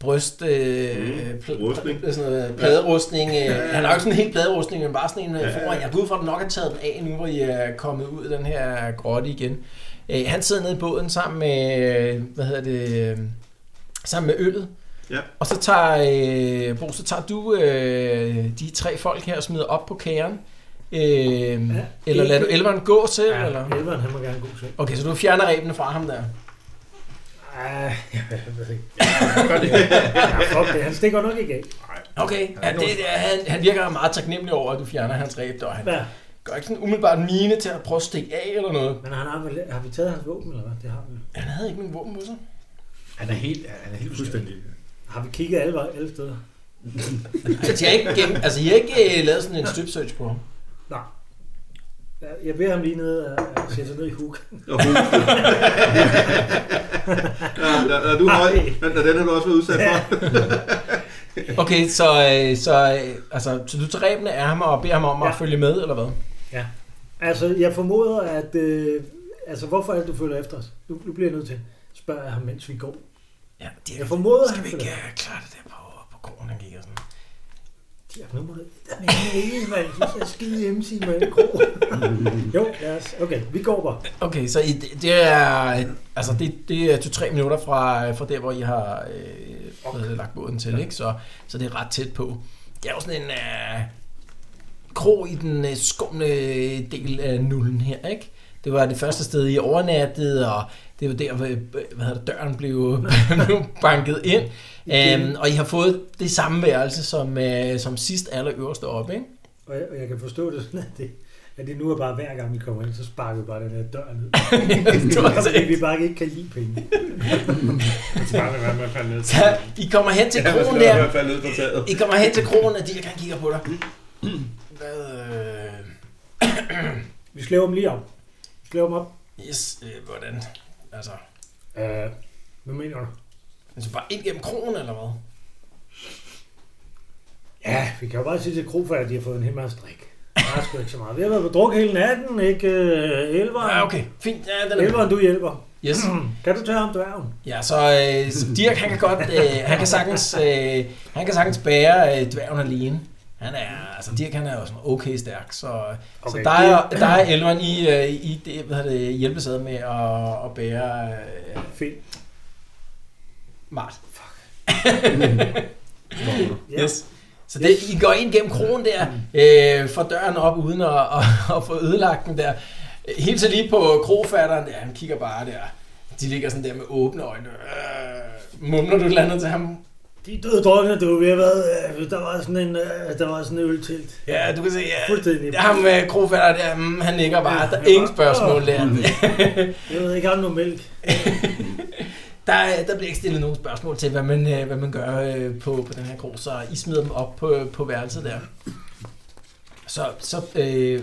[SPEAKER 2] bryst, øh,
[SPEAKER 11] Mm,
[SPEAKER 2] pl-
[SPEAKER 11] rustning.
[SPEAKER 2] pl- sådan noget pladerustning. Øh, han har jo ikke sådan en helt pladerustning, men bare sådan en øh,
[SPEAKER 11] Ja.
[SPEAKER 2] foran. Jeg går ud fra, at den nok har taget den af, nu hvor I er kommet ud af den her grotte igen. Øh, han sidder nede i båden sammen med, øh, hvad hedder det, øh, sammen med øllet.
[SPEAKER 11] Ja.
[SPEAKER 2] Og så tager, øh, Bo, så tager du øh, de tre folk her og smider op på kæren. Øh, ja. Eller lader du elveren gå selv, ja. eller?
[SPEAKER 5] Ja, elveren, han må gerne gå selv.
[SPEAKER 2] Okay, så du fjerner rebene fra ham der.
[SPEAKER 5] Ah, jeg ved ikke. Ja, fuck det. Han stikker nok ikke af.
[SPEAKER 2] Okay, ja, det, det, er- han, han virker meget taknemmelig over, at du fjerner hans ræb, og han
[SPEAKER 5] Ja,
[SPEAKER 2] gør ikke sådan umiddelbart mine til at prøve at stikke af eller noget.
[SPEAKER 5] men han har, vel- har vi taget hans våben, eller hvad? Det har vi.
[SPEAKER 2] Han havde ikke nogen våben på sig.
[SPEAKER 1] Han er helt, han er helt
[SPEAKER 8] Fuldstændig.
[SPEAKER 5] Har vi kigget alle, vej- alle steder?
[SPEAKER 2] Altså, jeg har ikke, gennem, altså, jeg har ikke øh, lavet sådan en strip search på ham.
[SPEAKER 5] Nej. Jeg- Jeg beder ham lige ned og og sætter sig ned i huk.
[SPEAKER 11] og hovedet. Nå, når, når, du er høj, når, når den har du også været udsat for.
[SPEAKER 2] Okay, så, øh, så, øh, altså, så du tager rebene af ham og beder ham om ja. at
[SPEAKER 5] Ja.
[SPEAKER 2] følge med, eller hvad?
[SPEAKER 5] Altså, jeg formoder, at... Øh, altså, hvorfor er det, du følger efter os? Nu, nu bliver jeg nødt til at spørge ham, mens vi går.
[SPEAKER 2] Ja, det
[SPEAKER 5] Jeg formoder, at
[SPEAKER 2] Skal
[SPEAKER 5] han
[SPEAKER 2] vi
[SPEAKER 5] følger
[SPEAKER 2] ikke øh, klare det der på, på gården, han gik og sådan?
[SPEAKER 5] efter. Nu må du... Jamen, ikke, mand. Du skal skide hjemme, sige mig en krog. Jo, lad os. Okay, vi går bare.
[SPEAKER 2] Okay, så I, det, det er, altså det, det er 2-3 minutter fra, fra der, hvor I har øh, hvad hedder det, lagt båden til, ikke? Så, så det er ret tæt på. Det er jo sådan en øh, krog i den øh, skumle del af nullen her, ikke? Det var det første sted, I overnattede, og det var der, hvor øh, hvad hedder det, døren blev, blev banket ind. Um, og I har fået det samme værelse som, øh, som sidst allerøverste op, ikke?
[SPEAKER 5] Og jeg, og jeg kan forstå det sådan, at det, at det nu er bare hver gang vi kommer ind, så sparker vi bare den her dør ned.
[SPEAKER 2] Det var altså
[SPEAKER 5] Fordi
[SPEAKER 2] ikke-
[SPEAKER 5] vi bare ikke kan lide penge.
[SPEAKER 12] Det skal aldrig være med at falde ned.
[SPEAKER 2] så I kommer hen til
[SPEAKER 11] Ja, man
[SPEAKER 2] krogen
[SPEAKER 11] skal i
[SPEAKER 2] der,
[SPEAKER 11] hvert fald ned på taget.
[SPEAKER 2] I kommer hen til krogen, og de her kan kigger på dig. Hvad, øh,
[SPEAKER 5] Vi slæver dem lige op. Vi slæver dem op.
[SPEAKER 2] yes, øh, hvordan? Altså,
[SPEAKER 5] Øh, hvad mener du?
[SPEAKER 2] altså bare ind gennem krogen, eller hvad?
[SPEAKER 5] Ja, vi kan jo bare sige til Krofald, at de har fået en hel masse drik. Der er sgu ikke så meget. Vi har været på druk hele natten, ikke? Øh, Elveren.
[SPEAKER 2] Ja, okay, fint. Ja, den er
[SPEAKER 5] Elveren, du hjælper.
[SPEAKER 2] Yes.
[SPEAKER 5] Kan du tage ham dværgen?
[SPEAKER 2] Ja, så, øh, så Dirk, han kan godt, øh, han kan sagtens, øh, han kan sagtens bære øh, dværgen alene. Han er, altså Dirk, han er jo sådan okay stærk, så, okay, så
[SPEAKER 5] Okay,
[SPEAKER 2] der er, der er Elveren i, øh, i det, hvad hedder det, hjælpes ad med at, at bære øh,
[SPEAKER 5] Fint.
[SPEAKER 2] Mart.
[SPEAKER 5] Ja.
[SPEAKER 2] Yes. Så det, I går ind gennem krogen der, øh, får døren op uden at, at, at få ødelagt den der. Helt så lige på krofatteren der, han kigger bare der. De ligger sådan der med åbne øjne. Øh, mumler du et eller andet til ham?
[SPEAKER 5] De døde drukne, du. Vi har været, øh, der var sådan en, øh, der var sådan en øltelt.
[SPEAKER 2] Ja, du kan se, ja.
[SPEAKER 5] Fuldstændig.
[SPEAKER 2] Ham med krofatter der, mm, han nikker bare. Der er ingen spørgsmål der.
[SPEAKER 5] Jeg ved ikke, har du noget mælk?
[SPEAKER 2] Der, er- der bliver ikke stillet nogen spørgsmål til, hvad man, øh, hvad man gør øh, på, på den her krog, så I smider dem op på, på værelset der. Så, så øh,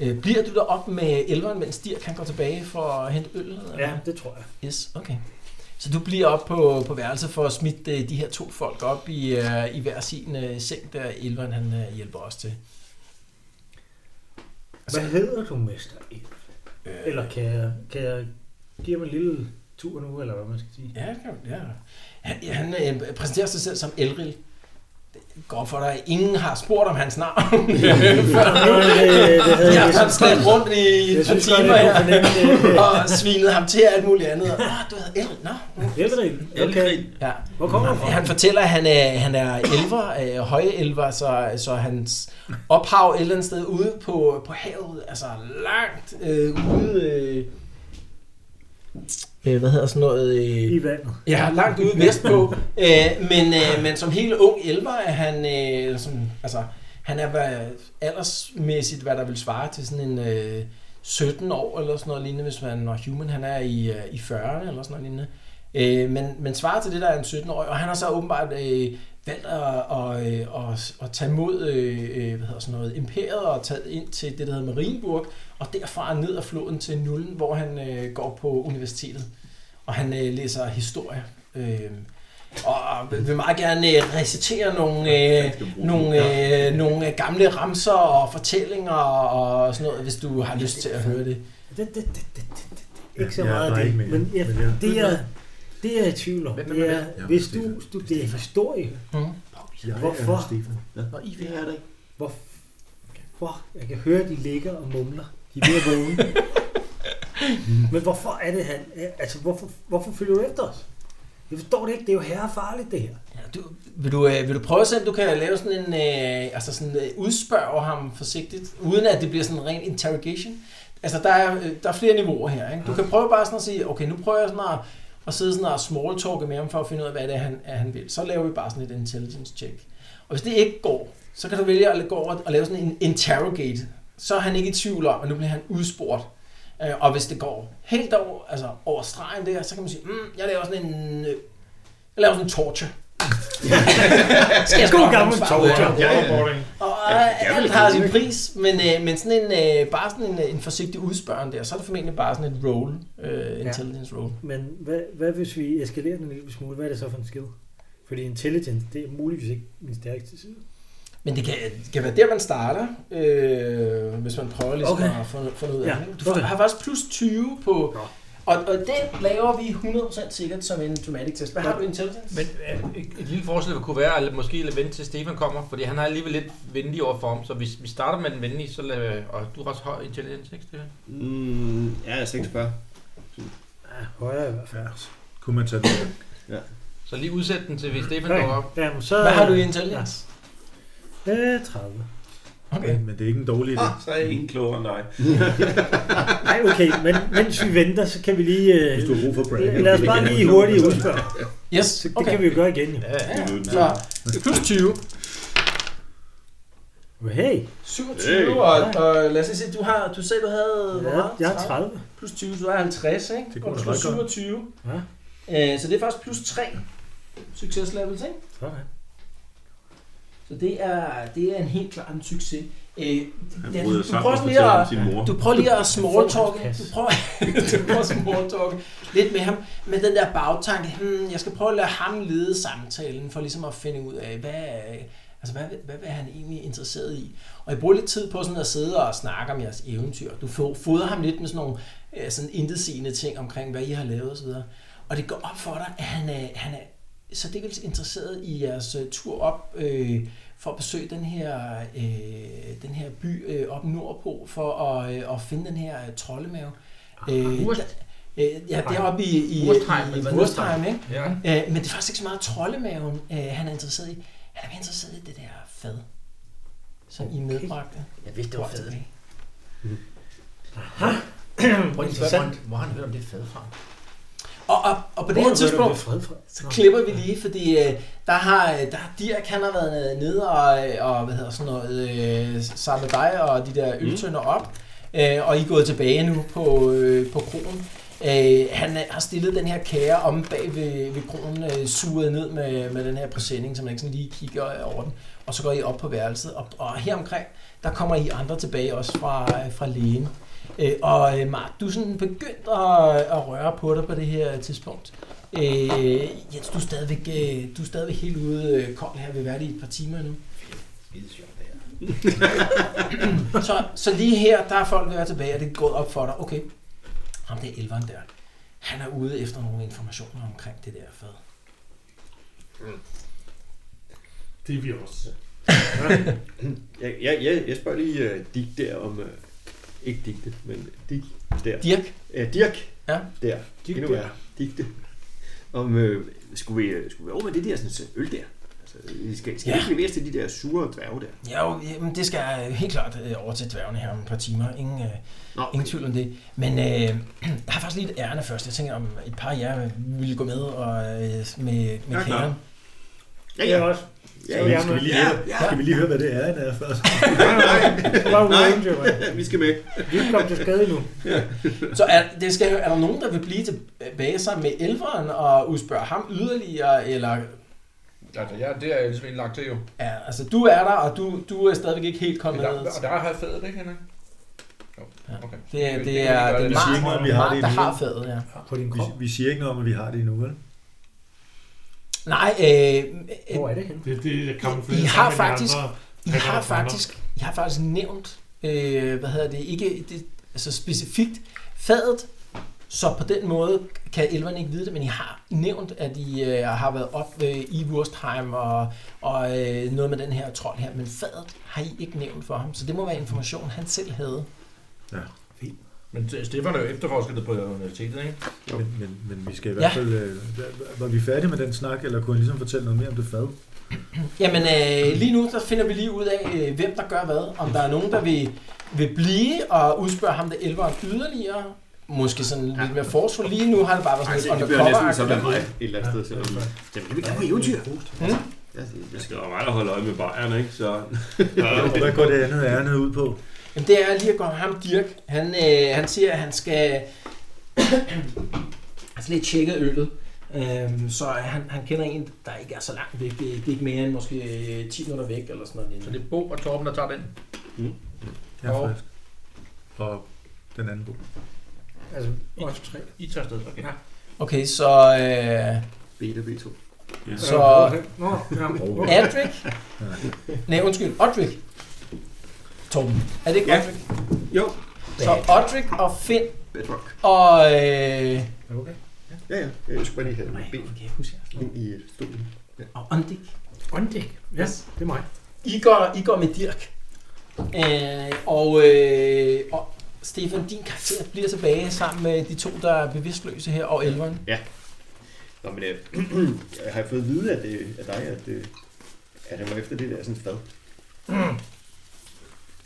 [SPEAKER 2] øh, bliver du derop med elveren, mens Dirk han går tilbage for at hente øl? eller hvad?
[SPEAKER 5] Ja, det tror jeg.
[SPEAKER 2] Yes, okay. Så du bliver op på, på værelset for at smitte øh, de her to folk op i, øh, i hver sin øh, seng, der elveren han øh, hjælper os til.
[SPEAKER 8] Altså-
[SPEAKER 5] Hvad hedder du, Mester Elf?
[SPEAKER 2] Øh,
[SPEAKER 5] Eller kan jeg, kan jeg give ham en lille tur nu, eller hvad man skal sige?
[SPEAKER 2] Ja, det kan man- ja. Han, han øh, præsenterer sig selv som Elril. Det går for dig. Ingen har spurgt om hans navn. Før nu.
[SPEAKER 5] det
[SPEAKER 2] Jeg har haft slæbt rundt i et
[SPEAKER 5] Jeg
[SPEAKER 2] par
[SPEAKER 5] synes godt,
[SPEAKER 2] timer
[SPEAKER 5] jeg
[SPEAKER 2] her.
[SPEAKER 5] kunne fornemme øh, det.
[SPEAKER 2] Og svinet ham til og alt muligt andet. Nå, du hedder Elril. Nå.
[SPEAKER 5] Elril. Okay.
[SPEAKER 1] Elgrin.
[SPEAKER 2] Ja.
[SPEAKER 5] Hvor kommer du fra?
[SPEAKER 2] Han fortæller, at han er, han er elver, øh, høje elver, så, så hans ophav et eller andet sted ude på, på havet, altså langt øh, ude... Øh, øh, hvad hedder sådan noget? Øh,
[SPEAKER 5] I vandet.
[SPEAKER 2] Ja, langt ude vestpå. Æ, men, øh, men som helt ung elver er han, øh, som, altså, han er hvad, aldersmæssigt, hvad der vil svare til sådan en øh, 17 år eller sådan noget lignende, hvis man når human, han er i, øh, i 40'erne eller sådan noget lignende. Æ, men, men svarer til det, der er en 17-årig, og han har så åbenbart øh, valgt at, og, øh, at, at tage mod øh, øh, hvad hedder sådan noget, imperiet og taget ind til det, der hedder Marienburg, og derfra ned ad floden til Nullen, hvor han øh, går på universitetet og han øh, læser historie. Øh, og vil meget gerne øh, recitere nogle, øh, nogle, øh, nogle øh, gamle ramser og fortællinger og sådan noget, hvis du har lyst til at høre det.
[SPEAKER 5] Det, det, det, det, det, det. Ikke så
[SPEAKER 8] Ja,
[SPEAKER 5] meget
[SPEAKER 8] der er
[SPEAKER 5] af det,
[SPEAKER 8] ikke mere.
[SPEAKER 5] men jeg,
[SPEAKER 8] Men ja.
[SPEAKER 5] det, jeg, det jeg er i tvivl om, det er, hvis du studerer historie,
[SPEAKER 2] Mm.
[SPEAKER 8] Jeg
[SPEAKER 5] Hvorfor?
[SPEAKER 8] Er Stefan.
[SPEAKER 7] Nå, I vil have det.
[SPEAKER 5] hvorfor? Jeg kan høre, de ligger og mumler. De er ved at vågne. Men hvorfor er det han? Altså, hvorfor, hvorfor følger du efter os? Jeg forstår det ikke. Det er jo herrefarligt, det her.
[SPEAKER 2] Ja, du, vil, du, øh, vil du prøve at se, om du kan lave sådan en, øh, altså sådan, øh, udspørge ham forsigtigt, uden at det bliver sådan en ren interrogation? Altså, der er, øh, der er flere niveauer her, ikke? Du kan prøve bare sådan at sige, okay, nu prøver jeg sådan at, at sidde sådan og smalltalke med ham for at finde ud af, hvad det er, han, er, han vil. Så laver vi bare sådan et intelligence check. Og hvis det ikke går, så kan du vælge at gå over og lave sådan en interrogate. Så er han ikke i tvivl om, at nu bliver han udspurgt. Øh, Og hvis det går helt over, altså over stregen der, så kan man sige, mm, jeg laver sådan en, øh, jeg laver sådan en torture. Skal jeg
[SPEAKER 5] God
[SPEAKER 2] spørge
[SPEAKER 5] gammel
[SPEAKER 2] om svaret?
[SPEAKER 5] torture.
[SPEAKER 12] Ja, ja,
[SPEAKER 2] Og
[SPEAKER 7] Ja,
[SPEAKER 2] ja,
[SPEAKER 7] jeg vil
[SPEAKER 2] alt har
[SPEAKER 7] gerne,
[SPEAKER 2] sin pris, men, øh, men sådan en, øh, bare sådan en, øh, en forsigtig udspørgen der, så er det formentlig bare sådan et roll, øh, intelligence roll.
[SPEAKER 5] Men hvad, hvad hvis vi eskalerer den en lille smule? Hvad er det så for en skill? Fordi intelligence, det er muligvis ikke min stærkeste side.
[SPEAKER 2] Men det kan, det kan være der, man starter, øh, hvis man prøver ligesom
[SPEAKER 5] Okay.
[SPEAKER 2] okay. at få, få noget
[SPEAKER 5] Ja,
[SPEAKER 2] af det. Du
[SPEAKER 5] okay.
[SPEAKER 2] har faktisk plus 20 på...
[SPEAKER 5] Nå.
[SPEAKER 2] Og, og det laver vi 100% sikkert som en dramatic test. Hvad har du i intelligence?
[SPEAKER 1] Men øh, et- et lille forslag kunne være at måske lade vente til Stefan kommer, fordi han er alligevel lidt venlig over for ham, så hvis vi starter med den venlige, så lad, og du har også høj intelligens, ikke Stefan?
[SPEAKER 7] Mm, ja, jeg er 46.
[SPEAKER 5] Ja, højere i hvert fald.
[SPEAKER 8] Ja, så kunne man tage det.
[SPEAKER 1] Så lige udsæt den til, hvis Stefan
[SPEAKER 5] Okay.
[SPEAKER 1] går op.
[SPEAKER 5] Jamen, så...
[SPEAKER 2] Hvad har du i intelligence?
[SPEAKER 5] Øh, 30.
[SPEAKER 2] Okay.
[SPEAKER 8] Men det er ikke en dårlig idé.
[SPEAKER 11] Så er jeg ingen klogere end dig.
[SPEAKER 5] Nej, okay, men mens vi venter, så kan vi lige... Øh,
[SPEAKER 8] Hvis du har brug for brand.
[SPEAKER 5] lad os bare lige hurtigt udspørge.
[SPEAKER 2] Yes,
[SPEAKER 5] Så det
[SPEAKER 2] okay.
[SPEAKER 5] kan vi jo gøre igen, jo.
[SPEAKER 1] Ja, ja.
[SPEAKER 2] Så plus 20.
[SPEAKER 5] Hey,
[SPEAKER 2] 27, hey. og, og lad os lige se, du har, du sagde, du havde... hvor
[SPEAKER 5] jeg,
[SPEAKER 2] meget?
[SPEAKER 5] jeg er 30.
[SPEAKER 2] Plus 20, så er 50, ikke?
[SPEAKER 8] Det kunne
[SPEAKER 2] og
[SPEAKER 8] da
[SPEAKER 2] plus
[SPEAKER 8] godt gå.
[SPEAKER 2] 27. Ja. Øh, så det er faktisk plus 3 succes levels, ikke?
[SPEAKER 5] Sådan.
[SPEAKER 2] Så det er, det er en helt klar en succes. Øh,
[SPEAKER 11] Han
[SPEAKER 2] ja,
[SPEAKER 11] bryder
[SPEAKER 2] du,
[SPEAKER 11] sammen og
[SPEAKER 2] prøver lige
[SPEAKER 11] fortæller om
[SPEAKER 2] at,
[SPEAKER 11] sin mor.
[SPEAKER 2] du prøver lige at
[SPEAKER 5] Får
[SPEAKER 2] smalltalke,
[SPEAKER 5] hans
[SPEAKER 2] du
[SPEAKER 5] plads.
[SPEAKER 2] prøver, du prøver at smalltalke lidt med ham, med den der bagtanke, hmm, jeg skal prøve at lade ham lede samtalen, for ligesom at finde ud af, hvad, altså, hvad, hvad, hvad er han egentlig interesseret i? Og jeg bruger lidt tid på sådan at sidde og snakke om jeres eventyr. Du fo- fodrer ham lidt med sådan nogle øh, sådan intetsigende ting omkring, hvad I har lavet osv. Og det går op for dig, at han er, han er så det er interesseret i jeres øh, tur op øh, for at besøge den her, øh, den her by øh, op nordpå for at, øh, at finde den her øh, troldemave. Øh,
[SPEAKER 1] Wurst-
[SPEAKER 2] der- øh, ja, deroppe i, i, i,
[SPEAKER 1] Wurstheim, eller
[SPEAKER 2] i
[SPEAKER 1] hvad?
[SPEAKER 2] Wurstheim, ikke?
[SPEAKER 1] ja.
[SPEAKER 2] Øh, men det er faktisk ikke så meget troldemaven, øh, han er interesseret i. Han er mere interesseret i det der fad, som I medbragte.
[SPEAKER 1] Jeg vidste, det var fedt.
[SPEAKER 2] Prøv lige at spørge,
[SPEAKER 1] Hvor har han hørt om det fad fra?
[SPEAKER 2] Og, og, og på det her tidspunkt,
[SPEAKER 5] Fred for?
[SPEAKER 2] så klipper vi lige, fordi øh, der har, øh, der har Dirk, han har været nede og, øh, og hvad hedder sådan noget, øh, samle dig og de der øltønder op, øh, og I er gået tilbage nu på, øh, på kronen. Øh, han øh, har stillet den her kære om bag ved, ved kronen, øh, suget ned med, med den her præsending, så man ikke sådan lige kigger øh, over den. Og så går I op på værelset, og, og her omkring, der kommer I andre tilbage også fra, øh, fra lægen. Øh, og øh, Mark, du er sådan begyndt at, at røre på dig på det her tidspunkt. Øh, Jens, du er stadigvæk, øh, du er stadigvæk helt ude øh, kold her. Vi være det i et par timer nu.
[SPEAKER 1] Skide sjovt det her.
[SPEAKER 2] Så, så lige her, der er folk ved at være tilbage, og det er gået op for dig. Okay, ham der elveren der, han er ude efter nogle informationer omkring det der fad.
[SPEAKER 12] Det er vi også.
[SPEAKER 7] Jeg, jeg, jeg, jeg spørger lige uh, Dick der om... Uh, ikke digte, men Dick der.
[SPEAKER 2] Dirk,
[SPEAKER 7] Uh, Dirk.
[SPEAKER 2] Ja.
[SPEAKER 7] Der. Dirk Endnu der. Digte. Om, uh, skulle, vi, øh, skulle vi over med det der sådan, så øl der? Altså, vi skal, skal ja.
[SPEAKER 2] Ja.
[SPEAKER 7] vi ikke levere til de der sure dværge der?
[SPEAKER 2] ja, jo, jamen, det skal øh, helt klart øh, over til dværgene her om et par timer. Ingen, øh,
[SPEAKER 7] Nå,
[SPEAKER 2] ingen tvivl om det. Men øh, der er faktisk lige et ærne først. Jeg tænker, om et par af jer ville gå med og, øh, med, med
[SPEAKER 11] Ja,
[SPEAKER 2] ja,
[SPEAKER 11] klar.
[SPEAKER 2] kæren.
[SPEAKER 7] ja,
[SPEAKER 5] Jeg
[SPEAKER 7] ja.
[SPEAKER 5] også.
[SPEAKER 7] ja,
[SPEAKER 5] Så
[SPEAKER 7] ja.
[SPEAKER 5] jeg
[SPEAKER 8] Skal
[SPEAKER 5] med.
[SPEAKER 8] vi lige høre, skal vi lige høre hvad det er, der er først?
[SPEAKER 11] Nej, nej,
[SPEAKER 5] Bare
[SPEAKER 11] Nej.
[SPEAKER 5] ude jo. mand.
[SPEAKER 11] vi skal med.
[SPEAKER 5] Vi er kommet til skade nu.
[SPEAKER 2] Så er, det skal, er der nogen, der vil blive tilbage sammen med elveren og udspørge ham yderligere, eller
[SPEAKER 1] Altså, ja, det er jeg ligesom lagt til jo.
[SPEAKER 2] ja, altså, du er der, og du, du er stadigvæk ikke helt kommet
[SPEAKER 1] Der,
[SPEAKER 2] ned.
[SPEAKER 1] der, der har jeg fadet, ikke Henrik? Jo, okay.
[SPEAKER 2] Det, det er, det er
[SPEAKER 8] Vi siger ikke noget, om vi
[SPEAKER 2] Mark,
[SPEAKER 8] har det
[SPEAKER 2] Mark, der
[SPEAKER 8] endnu.
[SPEAKER 2] har fadet, ja.
[SPEAKER 5] På din
[SPEAKER 8] Vi,
[SPEAKER 5] krop.
[SPEAKER 8] vi siger ikke noget om, at vi har det endnu, vel?
[SPEAKER 2] Nej, øh, øh,
[SPEAKER 5] Hvor er det henne?
[SPEAKER 12] Det, det er kamufleret
[SPEAKER 2] I har
[SPEAKER 12] sammen med de
[SPEAKER 2] faktisk-
[SPEAKER 12] andre.
[SPEAKER 2] I
[SPEAKER 12] Hvad er
[SPEAKER 2] har
[SPEAKER 12] der for andre?
[SPEAKER 2] faktisk, I har faktisk nævnt, øh, hvad hedder det, ikke det, altså specifikt fadet, så på den måde kan elverne ikke vide det, men I har nævnt, at I øh, har været op øh, i Wurstheim og, og øh, noget med den her trold her, men fadet har I ikke nævnt for ham, så det må være information, han selv havde.
[SPEAKER 1] Men Ste- Stefan er jo efterforsket på universitetet, ikke?
[SPEAKER 8] Men, men, men vi skal i hvert
[SPEAKER 2] Ja.
[SPEAKER 8] fald... Øh, hva- var vi færdige med den snak, eller kunne jeg ligesom fortælle noget mere om det fad?
[SPEAKER 2] Jamen øh, lige nu, der finder vi lige ud af, øh, hvem der gør hvad, om der er nogen, der vil, vil blive og udspørge ham, der elveren yderligere, Måske sådan lidt mere forsvar. Lige nu har det bare været sådan
[SPEAKER 7] Altså,
[SPEAKER 2] lidt
[SPEAKER 7] det bliver næsten
[SPEAKER 2] undercover
[SPEAKER 7] som med mig et eller andet sted, selvom... Jamen, jeg vil gerne på eventyr.
[SPEAKER 2] Mm.
[SPEAKER 7] Ja, det-
[SPEAKER 11] Det
[SPEAKER 7] det-
[SPEAKER 11] skal være mig, der holder øje med bajerne, ikke? Så...
[SPEAKER 8] Og hvad går det andet ærne ud på?
[SPEAKER 2] Jamen, det er lige at gå ham, Dirk. Han, øh, han siger, at han skal... altså lige tjekke øllet. Øhm, så han, han kender en, der ikke er så langt væk. Det, det er ikke mere end måske øh, 10 minutter væk eller sådan noget.
[SPEAKER 1] Så det er Bo og Torben, der tager den. Mm.
[SPEAKER 8] Ja,
[SPEAKER 1] Og-
[SPEAKER 8] frisk. Og den anden bog.
[SPEAKER 5] Altså, os tre.
[SPEAKER 1] I tager afsted. Okay. Ja.
[SPEAKER 2] Okay, så... Øh,
[SPEAKER 7] Beta B2.
[SPEAKER 2] så
[SPEAKER 5] Nå, jamen,
[SPEAKER 2] Adric... Nej, undskyld. Odrik. Torben. Er det ikke
[SPEAKER 11] Ja.
[SPEAKER 2] Odrik?
[SPEAKER 11] Jo.
[SPEAKER 2] Så Odrik og Finn
[SPEAKER 7] Bedrock.
[SPEAKER 2] og... Øh,
[SPEAKER 8] Okay.
[SPEAKER 7] Ja, ja. Jeg skulle bare lige have
[SPEAKER 2] nej,
[SPEAKER 7] ben
[SPEAKER 2] kan jeg huske jer?
[SPEAKER 7] ind i øh, stolen.
[SPEAKER 2] Og Ondik.
[SPEAKER 5] Åndæk. Ja, det er mig.
[SPEAKER 2] I går, I går med Dirk. Øh, og, øh, og Stefan, din karakter bliver tilbage sammen med de to, der er bevidstløse her, og elveren.
[SPEAKER 7] Nå, men øh, jeg har fået at vide af, det, af dig, at, øh, at han var efter det der sådan fad.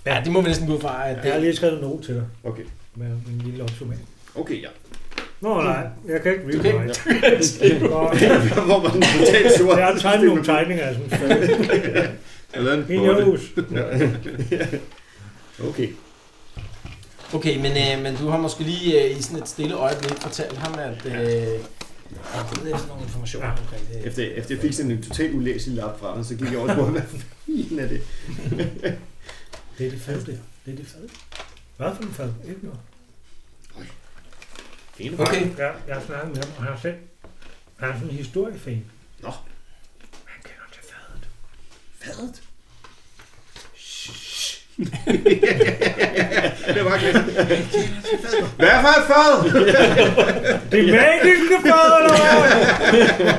[SPEAKER 2] Ja, det må vi næsten gå ud fra. At
[SPEAKER 5] Jeg har
[SPEAKER 2] det,
[SPEAKER 5] lige skrevet en note til dig
[SPEAKER 7] Okay,
[SPEAKER 5] med min lille opsummering.
[SPEAKER 7] okay, ja.
[SPEAKER 5] Nå, nej. Jeg kan ikke
[SPEAKER 2] Du
[SPEAKER 5] vide
[SPEAKER 2] kan
[SPEAKER 5] mig.
[SPEAKER 7] Hvor var den totalt sur?
[SPEAKER 5] Jeg har tegnet nogle tegninger af sådan fad.
[SPEAKER 11] Jeg lavede en
[SPEAKER 5] Min
[SPEAKER 11] potte.
[SPEAKER 5] hus.
[SPEAKER 7] Okay.
[SPEAKER 2] okay, men, øh, men du har måske lige øh, i sådan et stille øjeblik fortalt ham, at øh, han er ude efter nogle informationer omkring det.
[SPEAKER 7] Efter, efter jeg fik sådan en totalt ulæselig lap fra ham, så gik jeg over på, hvad fanden er det?
[SPEAKER 5] Det er det fad, det. Det er det fad. Hvad for en fad? Ikke noget.
[SPEAKER 7] Fint,
[SPEAKER 2] Okay,
[SPEAKER 5] Ja, jeg har snakket med ham, og han har selv. Han er sådan en historiefan.
[SPEAKER 7] Nå.
[SPEAKER 5] Han kender til fadet.
[SPEAKER 7] Fadet. det var klasse. Hvad for et fad?
[SPEAKER 5] Det er magiske fad, eller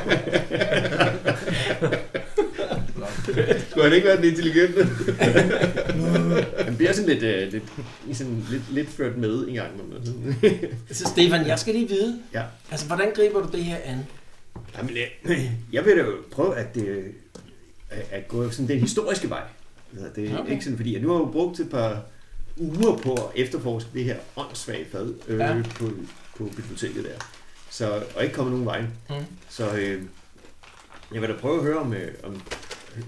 [SPEAKER 5] hvad?
[SPEAKER 7] Skulle han ikke være den intelligente? han bliver sådan lidt, øh, lidt, sådan lidt, lidt ført med en gang. imellem.
[SPEAKER 2] så Stefan, jeg skal lige vide,
[SPEAKER 7] Ja.
[SPEAKER 2] altså hvordan griber du det her an?
[SPEAKER 7] Jamen, øh, jeg vil da jo prøve at, øh, at at gå sådan den historiske vej. Altså, Det er
[SPEAKER 2] Okay.
[SPEAKER 7] okay. ikke sådan, fordi at nu har jeg jo brugt et par uger på at efterforske det her åndssvage fad øh,
[SPEAKER 2] Ja.
[SPEAKER 7] ja. på, på biblioteket der. Så, og ikke kommet nogen vej. Mm. Så øh, jeg vil da prøve at høre om, øh, om hø-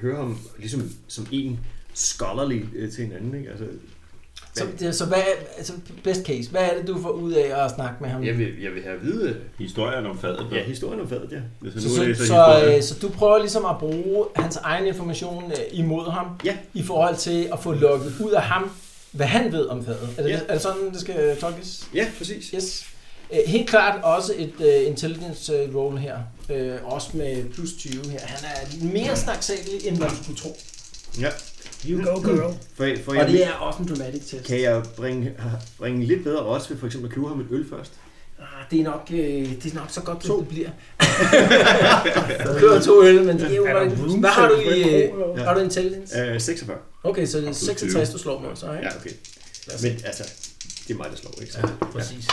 [SPEAKER 7] høre om ligesom som en scholarly øh, til en anden, ikke? Altså,
[SPEAKER 2] Så, det- så hvad, altså best case, hvad er det, du får ud af at snakke med ham?
[SPEAKER 7] jeg, vil, jeg vil have at vide øh,
[SPEAKER 11] Historien om fadet.
[SPEAKER 7] ja, historien om fadet, ja.
[SPEAKER 11] Hvis
[SPEAKER 2] Så,
[SPEAKER 11] han nu
[SPEAKER 2] så,
[SPEAKER 11] læser
[SPEAKER 2] så,
[SPEAKER 11] historien.
[SPEAKER 2] øh, så du prøver ligesom at bruge hans egen information øh, imod ham,
[SPEAKER 7] Ja.
[SPEAKER 2] i forhold til at få lukket ud af ham, hvad han ved om fadet. Er det,
[SPEAKER 7] Ja.
[SPEAKER 2] er det sådan, det skal tolkes?
[SPEAKER 7] Ja, præcis.
[SPEAKER 2] Yes. Øh, Helt klart også et uh, intelligence øh, roll her. Uh, også med plus 20 her. Han er mere snaksagelig, end man skulle tro.
[SPEAKER 7] Ja.
[SPEAKER 2] You go, girl.
[SPEAKER 7] For, for
[SPEAKER 2] Og
[SPEAKER 7] jeg,
[SPEAKER 2] det er også en dramatic test.
[SPEAKER 7] kan jeg bringe, bringe lidt bedre også ved for eksempel at købe ham et øl først?
[SPEAKER 2] Ah, det, er nok, øh, det er nok så godt, to. det bliver. Kører to øl, men det er jo...
[SPEAKER 12] Er der room
[SPEAKER 2] Hvad har du i...
[SPEAKER 12] temperatur,
[SPEAKER 2] øh,
[SPEAKER 12] eller hvad?
[SPEAKER 7] Ja.
[SPEAKER 2] Har du intelligence?
[SPEAKER 7] Øh, 46.
[SPEAKER 2] Okay, så det er
[SPEAKER 11] plus
[SPEAKER 2] 66, du slår med, så ikke?
[SPEAKER 7] Ja, okay.
[SPEAKER 2] Lad os
[SPEAKER 7] Men altså, det er mig, der slår, ikke? Så.
[SPEAKER 2] Ja, præcis.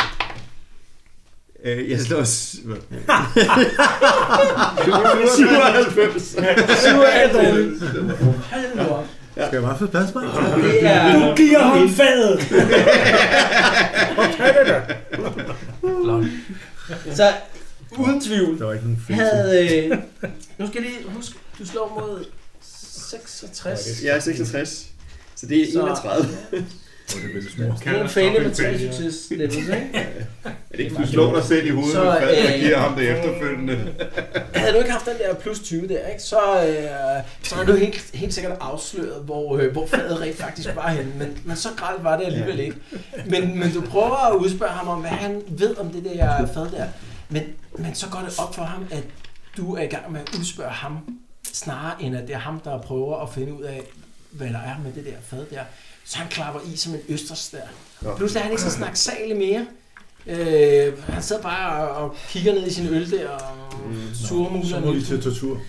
[SPEAKER 7] Øh, jeg slår... s- hvad? 97.
[SPEAKER 2] Hallo.
[SPEAKER 8] Skal jeg bare få plads, mand?
[SPEAKER 2] Det er...
[SPEAKER 5] Giver ham fadet!
[SPEAKER 2] Så uden tvivl,
[SPEAKER 8] Der var ikke nogen fisse.
[SPEAKER 2] havde... Øh, nu skal jeg lige huske, du slår mod 66.
[SPEAKER 7] Jeg er 66. Så det er
[SPEAKER 2] Så-
[SPEAKER 7] 31.
[SPEAKER 2] Det er en fane med tre succes levels, ikke?
[SPEAKER 7] Er det ikke
[SPEAKER 11] Du
[SPEAKER 7] meget?
[SPEAKER 11] slår dig selv i hovedet,
[SPEAKER 2] Så,
[SPEAKER 11] med fadet, og
[SPEAKER 2] øh,
[SPEAKER 11] giver ham det efterfølgende.
[SPEAKER 2] Havde du ikke haft den der plus 20 der, ikke? Så, øh, så var du helt, helt sikkert afsløret, hvor, øh, hvor fadet rent faktisk var henne. Men, men så grædt var det alligevel ikke. Men, men du prøver at udspørge ham om, hvad han ved om det der fad der. Men, men så går det op for ham, at du er i gang med at udspørge ham, snarere end at det er ham, der prøver at finde ud af, hvad der er med det der fad der. Så han klapper i som en østers der.
[SPEAKER 7] Nå.
[SPEAKER 2] Pludselig er han ikke så snaksalig mere. Øh, han sidder bare og, og kigger ned i sin øl der og
[SPEAKER 8] Mm. Så må vi
[SPEAKER 2] surmuler
[SPEAKER 8] til tortur.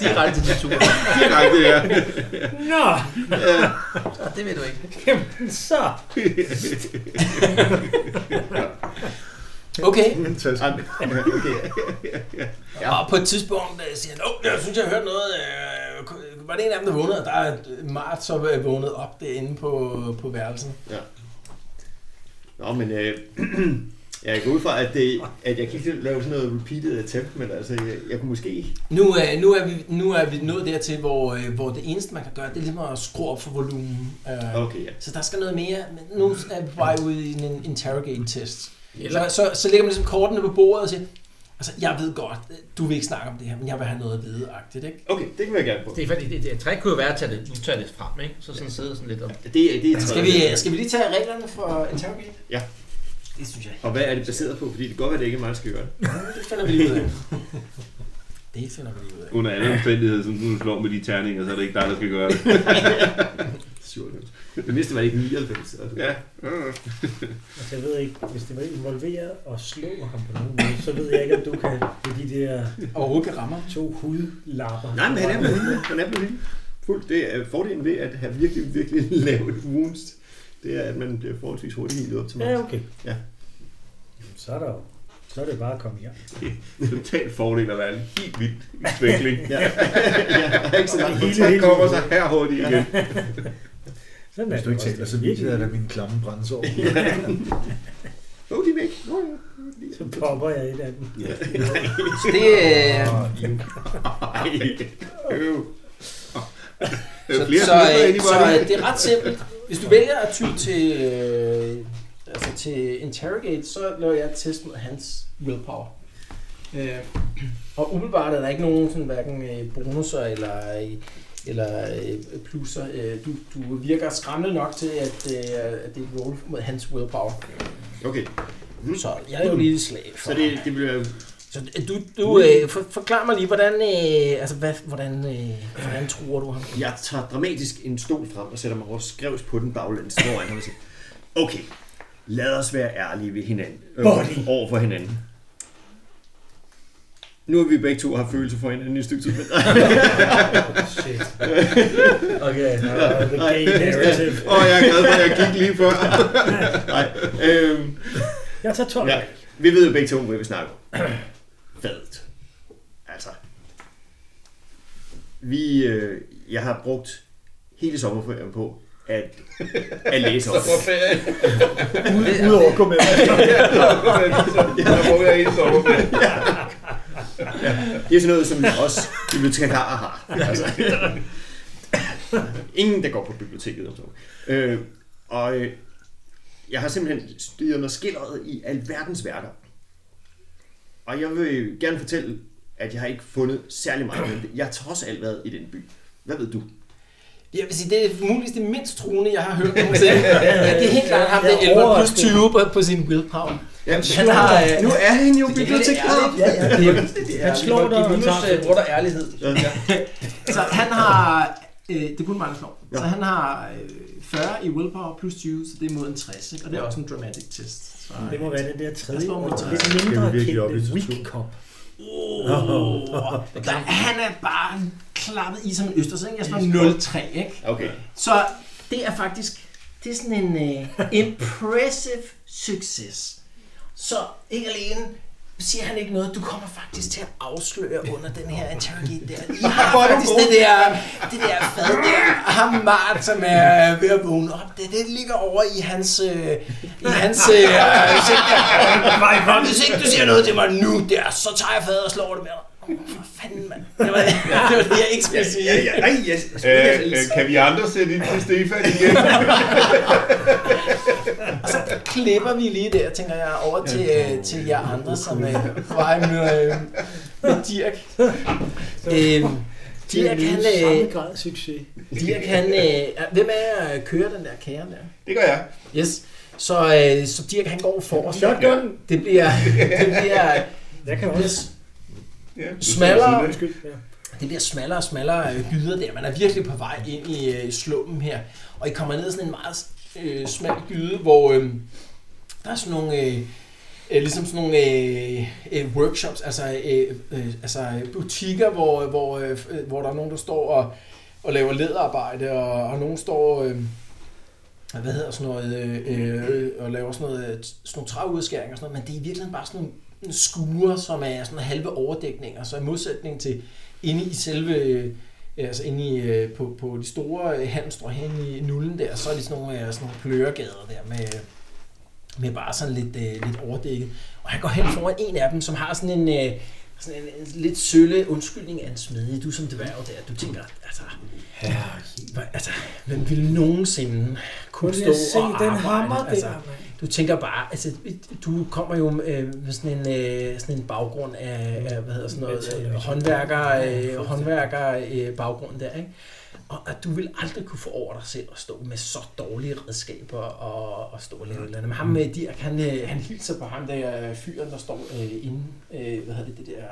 [SPEAKER 2] direkte til tur.
[SPEAKER 11] Direkte, ja.
[SPEAKER 5] Nå,
[SPEAKER 2] Det ved du ikke.
[SPEAKER 5] jamen så.
[SPEAKER 2] Okay,
[SPEAKER 8] En taske.
[SPEAKER 2] og på et tidspunkt øh, siger han, åh, jeg synes, jeg hørte noget. Øh, ku- var det en af dem, der vågnede? Og Der er øh, Mart, så øh, vågnet op derinde på, på værelsen.
[SPEAKER 7] Nå, men øh, jeg går ud fra, at, det, at jeg kan ikke lave sådan noget repeated attempt, men altså, jeg, jeg kunne måske...
[SPEAKER 2] Nu, øh, nu, er vi, nu er vi nået dertil, hvor, øh, hvor det eneste, man kan gøre, det er ligesom at skrue op for volumen. Øh,
[SPEAKER 7] Okay, ja.
[SPEAKER 2] så der skal noget mere. Men nu er vi på vej ud i en interrogate-test. Så, så, så lægger man ligesom kortene på bordet og siger, altså, jeg ved godt, øh, du vil ikke snakke om det her, men jeg vil have noget at vide, agtigt, ikke?
[SPEAKER 7] Okay, det kan jeg gerne på.
[SPEAKER 1] Det er fordi, det, det, trick kunne jo være at tage det, du tager det frem, ikke? Så sådan sidder sådan lidt om.
[SPEAKER 7] Det, det er tredje.
[SPEAKER 2] Skal vi, øh, skal vi lige tage reglerne for interrogate?
[SPEAKER 7] Ja.
[SPEAKER 2] Det synes jeg
[SPEAKER 7] Og hvad er det baseret på? Fordi det kan godt være, at det ikke er mig, der skal gøre det.
[SPEAKER 2] Det finder vi lige ud af. Det finder vi lige ud af.
[SPEAKER 11] Under alle omstændigheder, som du slår med de terninger, så er det ikke dig, der skal gøre det.
[SPEAKER 7] 97. Men hvis det var ikke 99. så-
[SPEAKER 11] Ja. øh.
[SPEAKER 5] Altså, jeg ved ikke, hvis det var involveret og slå ham på nogen måde, så ved jeg ikke, om du kan med de der
[SPEAKER 2] Og Rukke rammer.
[SPEAKER 5] to hudlapper.
[SPEAKER 7] Nej, men han er på linje. Han er på linje. Fuldt. Det er fordelen ved at have virkelig, virkelig lavet wounds. Det er, at man bliver forholdsvis hurtigt healet op til mig.
[SPEAKER 5] Ja, okay.
[SPEAKER 7] Ja.
[SPEAKER 5] Jamen, så er der jo så er det bare at komme hjem.
[SPEAKER 11] Total fordel at være en helt vild udvikling.
[SPEAKER 7] Ja. ja, ikke så langt.
[SPEAKER 11] Så kommer så her hurtigt igen.
[SPEAKER 5] Sådan
[SPEAKER 8] Hvis du ikke
[SPEAKER 5] også.
[SPEAKER 8] taler, så viser jeg dig mine klamme brændsår.
[SPEAKER 7] Åh, de er væk. Nå, ja.
[SPEAKER 5] Så popper jeg et af dem.
[SPEAKER 2] Så det, øh,
[SPEAKER 7] Ej. Øv.
[SPEAKER 11] Der
[SPEAKER 2] så,
[SPEAKER 11] er flere
[SPEAKER 2] så,
[SPEAKER 11] smider ind
[SPEAKER 2] øh,
[SPEAKER 11] i
[SPEAKER 2] så
[SPEAKER 11] bolden.
[SPEAKER 2] øh, det er ret simpelt. Hvis du vælger at ty til, øh, altså til interrogate, så laver jeg et test mod hans willpower. Øh, og umiddelbart er der ikke nogen sådan, hverken øh, bonusser eller, øh, eller øh, plusser. Øh, du, du virker skræmmende nok til, at, øh, at det er et roll mod hans willpower.
[SPEAKER 7] Okay,
[SPEAKER 2] Så jeg er jo lige et slag for
[SPEAKER 7] så det, det bliver...
[SPEAKER 2] Så du, du øh, for, forklar mig lige, hvordan, øh, altså, hvad, hvordan, øh, hvordan tror du ham?
[SPEAKER 7] Jeg tager dramatisk en stol frem og sætter mig over skrevs på den baglæns foran ham og siger, okay, lad os være ærlige ved hinanden. Øh,
[SPEAKER 5] Body.
[SPEAKER 7] Over for hinanden. Nu har vi begge to haft følelser for hinanden i et stykke tid, men
[SPEAKER 5] Shit. Okay, nå, Ah, the gay narrative.
[SPEAKER 11] Åh, jeg er glad for, at jeg gik lige før.
[SPEAKER 7] nej. Øhm,
[SPEAKER 5] Jeg tager 12.
[SPEAKER 7] Ja, vi ved jo begge to, hvad vi snakker om. Fadet. Altså. Vi, øh, jeg har brugt hele sommerferien på at, at læse op.
[SPEAKER 1] Sommerferie.
[SPEAKER 8] Udover at komme med.
[SPEAKER 11] Jeg bruger jeg en sommerferie.
[SPEAKER 7] Det er sådan noget, som også bibliotekarer har. Altså. Ingen, der går på biblioteket. Og, øh, og øh, jeg har simpelthen styret mig skildret i alverdens værker. Og jeg vil gerne fortælle, at jeg har ikke fundet særlig meget. Men jeg har trods alt været i den by. Hvad ved du?
[SPEAKER 2] Jeg vil sige, det er muligvis det mindst truende, jeg har hørt nogensinde. Ja, det er helt klart ham, der 11 plus 20 på, på sin willpower.
[SPEAKER 7] Jamen,
[SPEAKER 2] Han har... Øh,
[SPEAKER 7] nu er han jo
[SPEAKER 2] bibliotekar.
[SPEAKER 7] bibliotekar.
[SPEAKER 2] Ja, ja, det er-
[SPEAKER 5] Han slår dig og
[SPEAKER 1] minus
[SPEAKER 5] tager
[SPEAKER 1] øh, bruger der ærlighed. Ja.
[SPEAKER 2] Så han har... Øh, det er kun Magnus Lov.
[SPEAKER 7] Ja.
[SPEAKER 2] Så han har øh, 40 i willpower plus 20, så det er mod en 60. Ikke? Og det er også en dramatic test. Så,
[SPEAKER 5] Det må være den der tredje,
[SPEAKER 2] Jeg slår mig
[SPEAKER 5] og
[SPEAKER 2] til.
[SPEAKER 5] lidt
[SPEAKER 8] Skal vi
[SPEAKER 5] mindre
[SPEAKER 8] virkelig op i
[SPEAKER 5] kendte
[SPEAKER 8] tortur?
[SPEAKER 5] weak cop.
[SPEAKER 2] Oh, der, han er bare klappet i som en østers. Ikke? Jeg slår 0-3, ikke?
[SPEAKER 7] Okay.
[SPEAKER 2] Så det er faktisk... Det er sådan en øh, impressive succes. Så ikke alene siger han ikke noget. Du kommer faktisk til at afsløre under den her interrogate der. I har faktisk det der, det der fad der. Ham Mart, som er ved at vågne op. Det, det ligger over i hans... Øh, I hans... Øh, hvis, ikke, der, hvis ikke du siger noget til mig nu der, så tager jeg fadet og slår det med dig. Åh, for fanden, mand. Det var det, var det jeg ikke skulle sige.
[SPEAKER 7] Ja, ja, nej, jeg,
[SPEAKER 11] Øh, øh, kan vi andre sætte ind til Stefan igen?
[SPEAKER 2] klipper vi lige der, tænker jeg, over til, øh, til jer andre, som øh, var med, øh, med Dirk. Øh,
[SPEAKER 5] Det er
[SPEAKER 2] Dirk,
[SPEAKER 5] i
[SPEAKER 2] han,
[SPEAKER 5] samme
[SPEAKER 2] øh,
[SPEAKER 5] grad succes.
[SPEAKER 2] Dirk, han øh, er- hvem er jer, øh, kører den der kære der?
[SPEAKER 11] Det gør jeg.
[SPEAKER 2] Yes. Så, øh, så Dirk, han går forrest.
[SPEAKER 5] Shotgun!
[SPEAKER 2] Det bliver, det bliver,
[SPEAKER 5] Jeg kan
[SPEAKER 2] det
[SPEAKER 5] også.
[SPEAKER 2] bliver,
[SPEAKER 11] Ja, du
[SPEAKER 2] Smallere.
[SPEAKER 11] skal sidde
[SPEAKER 5] Undskyld. Ja.
[SPEAKER 2] det bliver smallere og smallere øh, gyder der. Man er virkelig på vej ind i øh, slummen her. Og I kommer ned i sådan en meget øh, smal gyde, hvor øh, der er sådan nogle... Øh, øh, ligesom sådan nogle øh, øh, workshops, altså, øh, øh, altså øh, butikker, hvor, øh, hvor, øh, f- øh, hvor der er nogen, der står og, og laver lederarbejde, og, og nogen står... Øh, hvad hedder sådan noget, øh, øh, og laver sådan noget, øh, sådan nogle træudskæringer og sådan noget, men det er i virkeligheden bare sådan nogle skure, som er sådan halve overdækninger, så i modsætning til inde i selve, øh, altså inde i, øh, på, på de store øh, handelsstrå hen i nullen der, så er det sådan nogle, øh, sådan nogle pløregader der med, med bare sådan lidt, øh, lidt overdækket. Og han går hen foran en af dem, som har sådan en, øh, sådan en, en lidt sølle undskyldning af en smedje. Du som dværg der, du tænker, altså, ja, altså hvem ville nogensinde
[SPEAKER 5] Kunne
[SPEAKER 2] kunne
[SPEAKER 5] jeg se
[SPEAKER 2] stå og
[SPEAKER 5] den
[SPEAKER 2] arbejde?
[SPEAKER 5] hammer
[SPEAKER 2] altså,
[SPEAKER 5] der, mand?
[SPEAKER 2] du tænker bare, altså, du kommer jo øh, med sådan en, øh, sådan en baggrund af, af, hvad hedder sådan noget, øh, håndværker, øh, håndværker øh, baggrund der, ikke? Og at du vil aldrig kunne få over dig selv at stå med så dårlige redskaber og, og stå og lave et eller andet. Men ham med Dirk, han, øh, han hilser på ham der øh, fyren, der står øh, inde, øh, hvad hedder det, det der,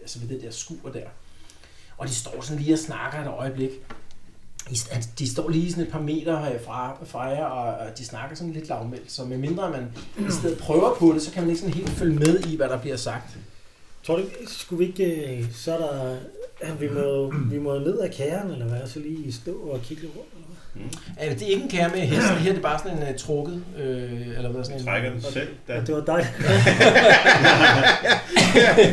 [SPEAKER 2] altså ved det der skur der. Og de står sådan lige og snakker et øjeblik. I- han- De står lige sådan et par meter øh, fra, fra jer, og og de snakker sådan lidt lavmældt. Så medmindre man i stedet prøver på det, så kan man ikke sådan helt følge med i, hvad der bliver sagt.
[SPEAKER 5] Tror du, ikke- skulle vi ikke, øh, så er der, ja, vi må, vi må ned ad kæren, eller hvad, så lige stå og kigge lidt rundt, eller hvad?
[SPEAKER 2] Øh, Det er ikke en kære med hesten. Her er det bare sådan en uh, trukket, øh, eller hvad sådan
[SPEAKER 11] Jeg
[SPEAKER 2] en...
[SPEAKER 11] trækker den selv. Da.
[SPEAKER 5] Ja. Det var dig.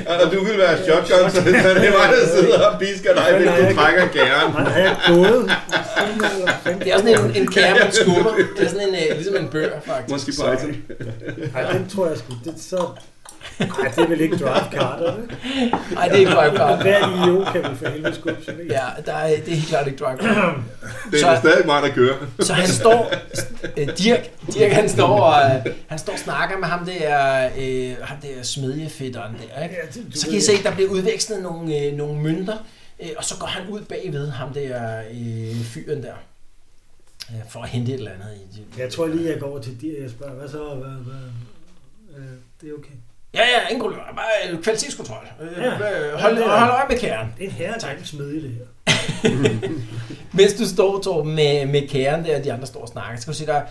[SPEAKER 11] Og du vil være shotgun, så det er mig, der sidder og pisker dig, hvis du trækker gæren.
[SPEAKER 5] Han havde gået.
[SPEAKER 2] Det er sådan en, en kære, man skubber. Det er sådan en, øh, ligesom en bør, faktisk.
[SPEAKER 11] Måske Python.
[SPEAKER 5] Ej, den tror jeg sgu, det så... Ej, det er vel ikke drive carter, vel?
[SPEAKER 2] Nej, det er ikke drive card.
[SPEAKER 5] Hver IO kan vel for helvede skubbe sådan en.
[SPEAKER 2] Ja, der er, det er helt klart ikke drive card.
[SPEAKER 11] Det er
[SPEAKER 2] Så-
[SPEAKER 11] stadig mig, der kører.
[SPEAKER 2] Så han står, øh, Dirk, Dirk han står og, øh, han står og snakker med ham der, øh, ham der smedjefætteren der, ikke?
[SPEAKER 5] Ja, det, du
[SPEAKER 2] Så kan
[SPEAKER 5] ved
[SPEAKER 2] I se, der bliver udvekslet nogle, øh, nogle mønter, øh, og så går han ud bagved ham der øh, fyren der, øh, for at hente et eller andet. i det.
[SPEAKER 5] Jeg tror lige, jeg går over til de, jeg spørger, hvad så, hvad, hvad, øh, det er okay.
[SPEAKER 2] Ja, ja, ingen problem. Bare øh, kvalitetskontrol. Øh,
[SPEAKER 5] Ja.
[SPEAKER 2] øh, hold, hold øje med kæren.
[SPEAKER 5] Det er en herre, der smide det her.
[SPEAKER 2] Mens du står, Torben, med, med kæren der, og de andre står og snakker, så kan du se, der,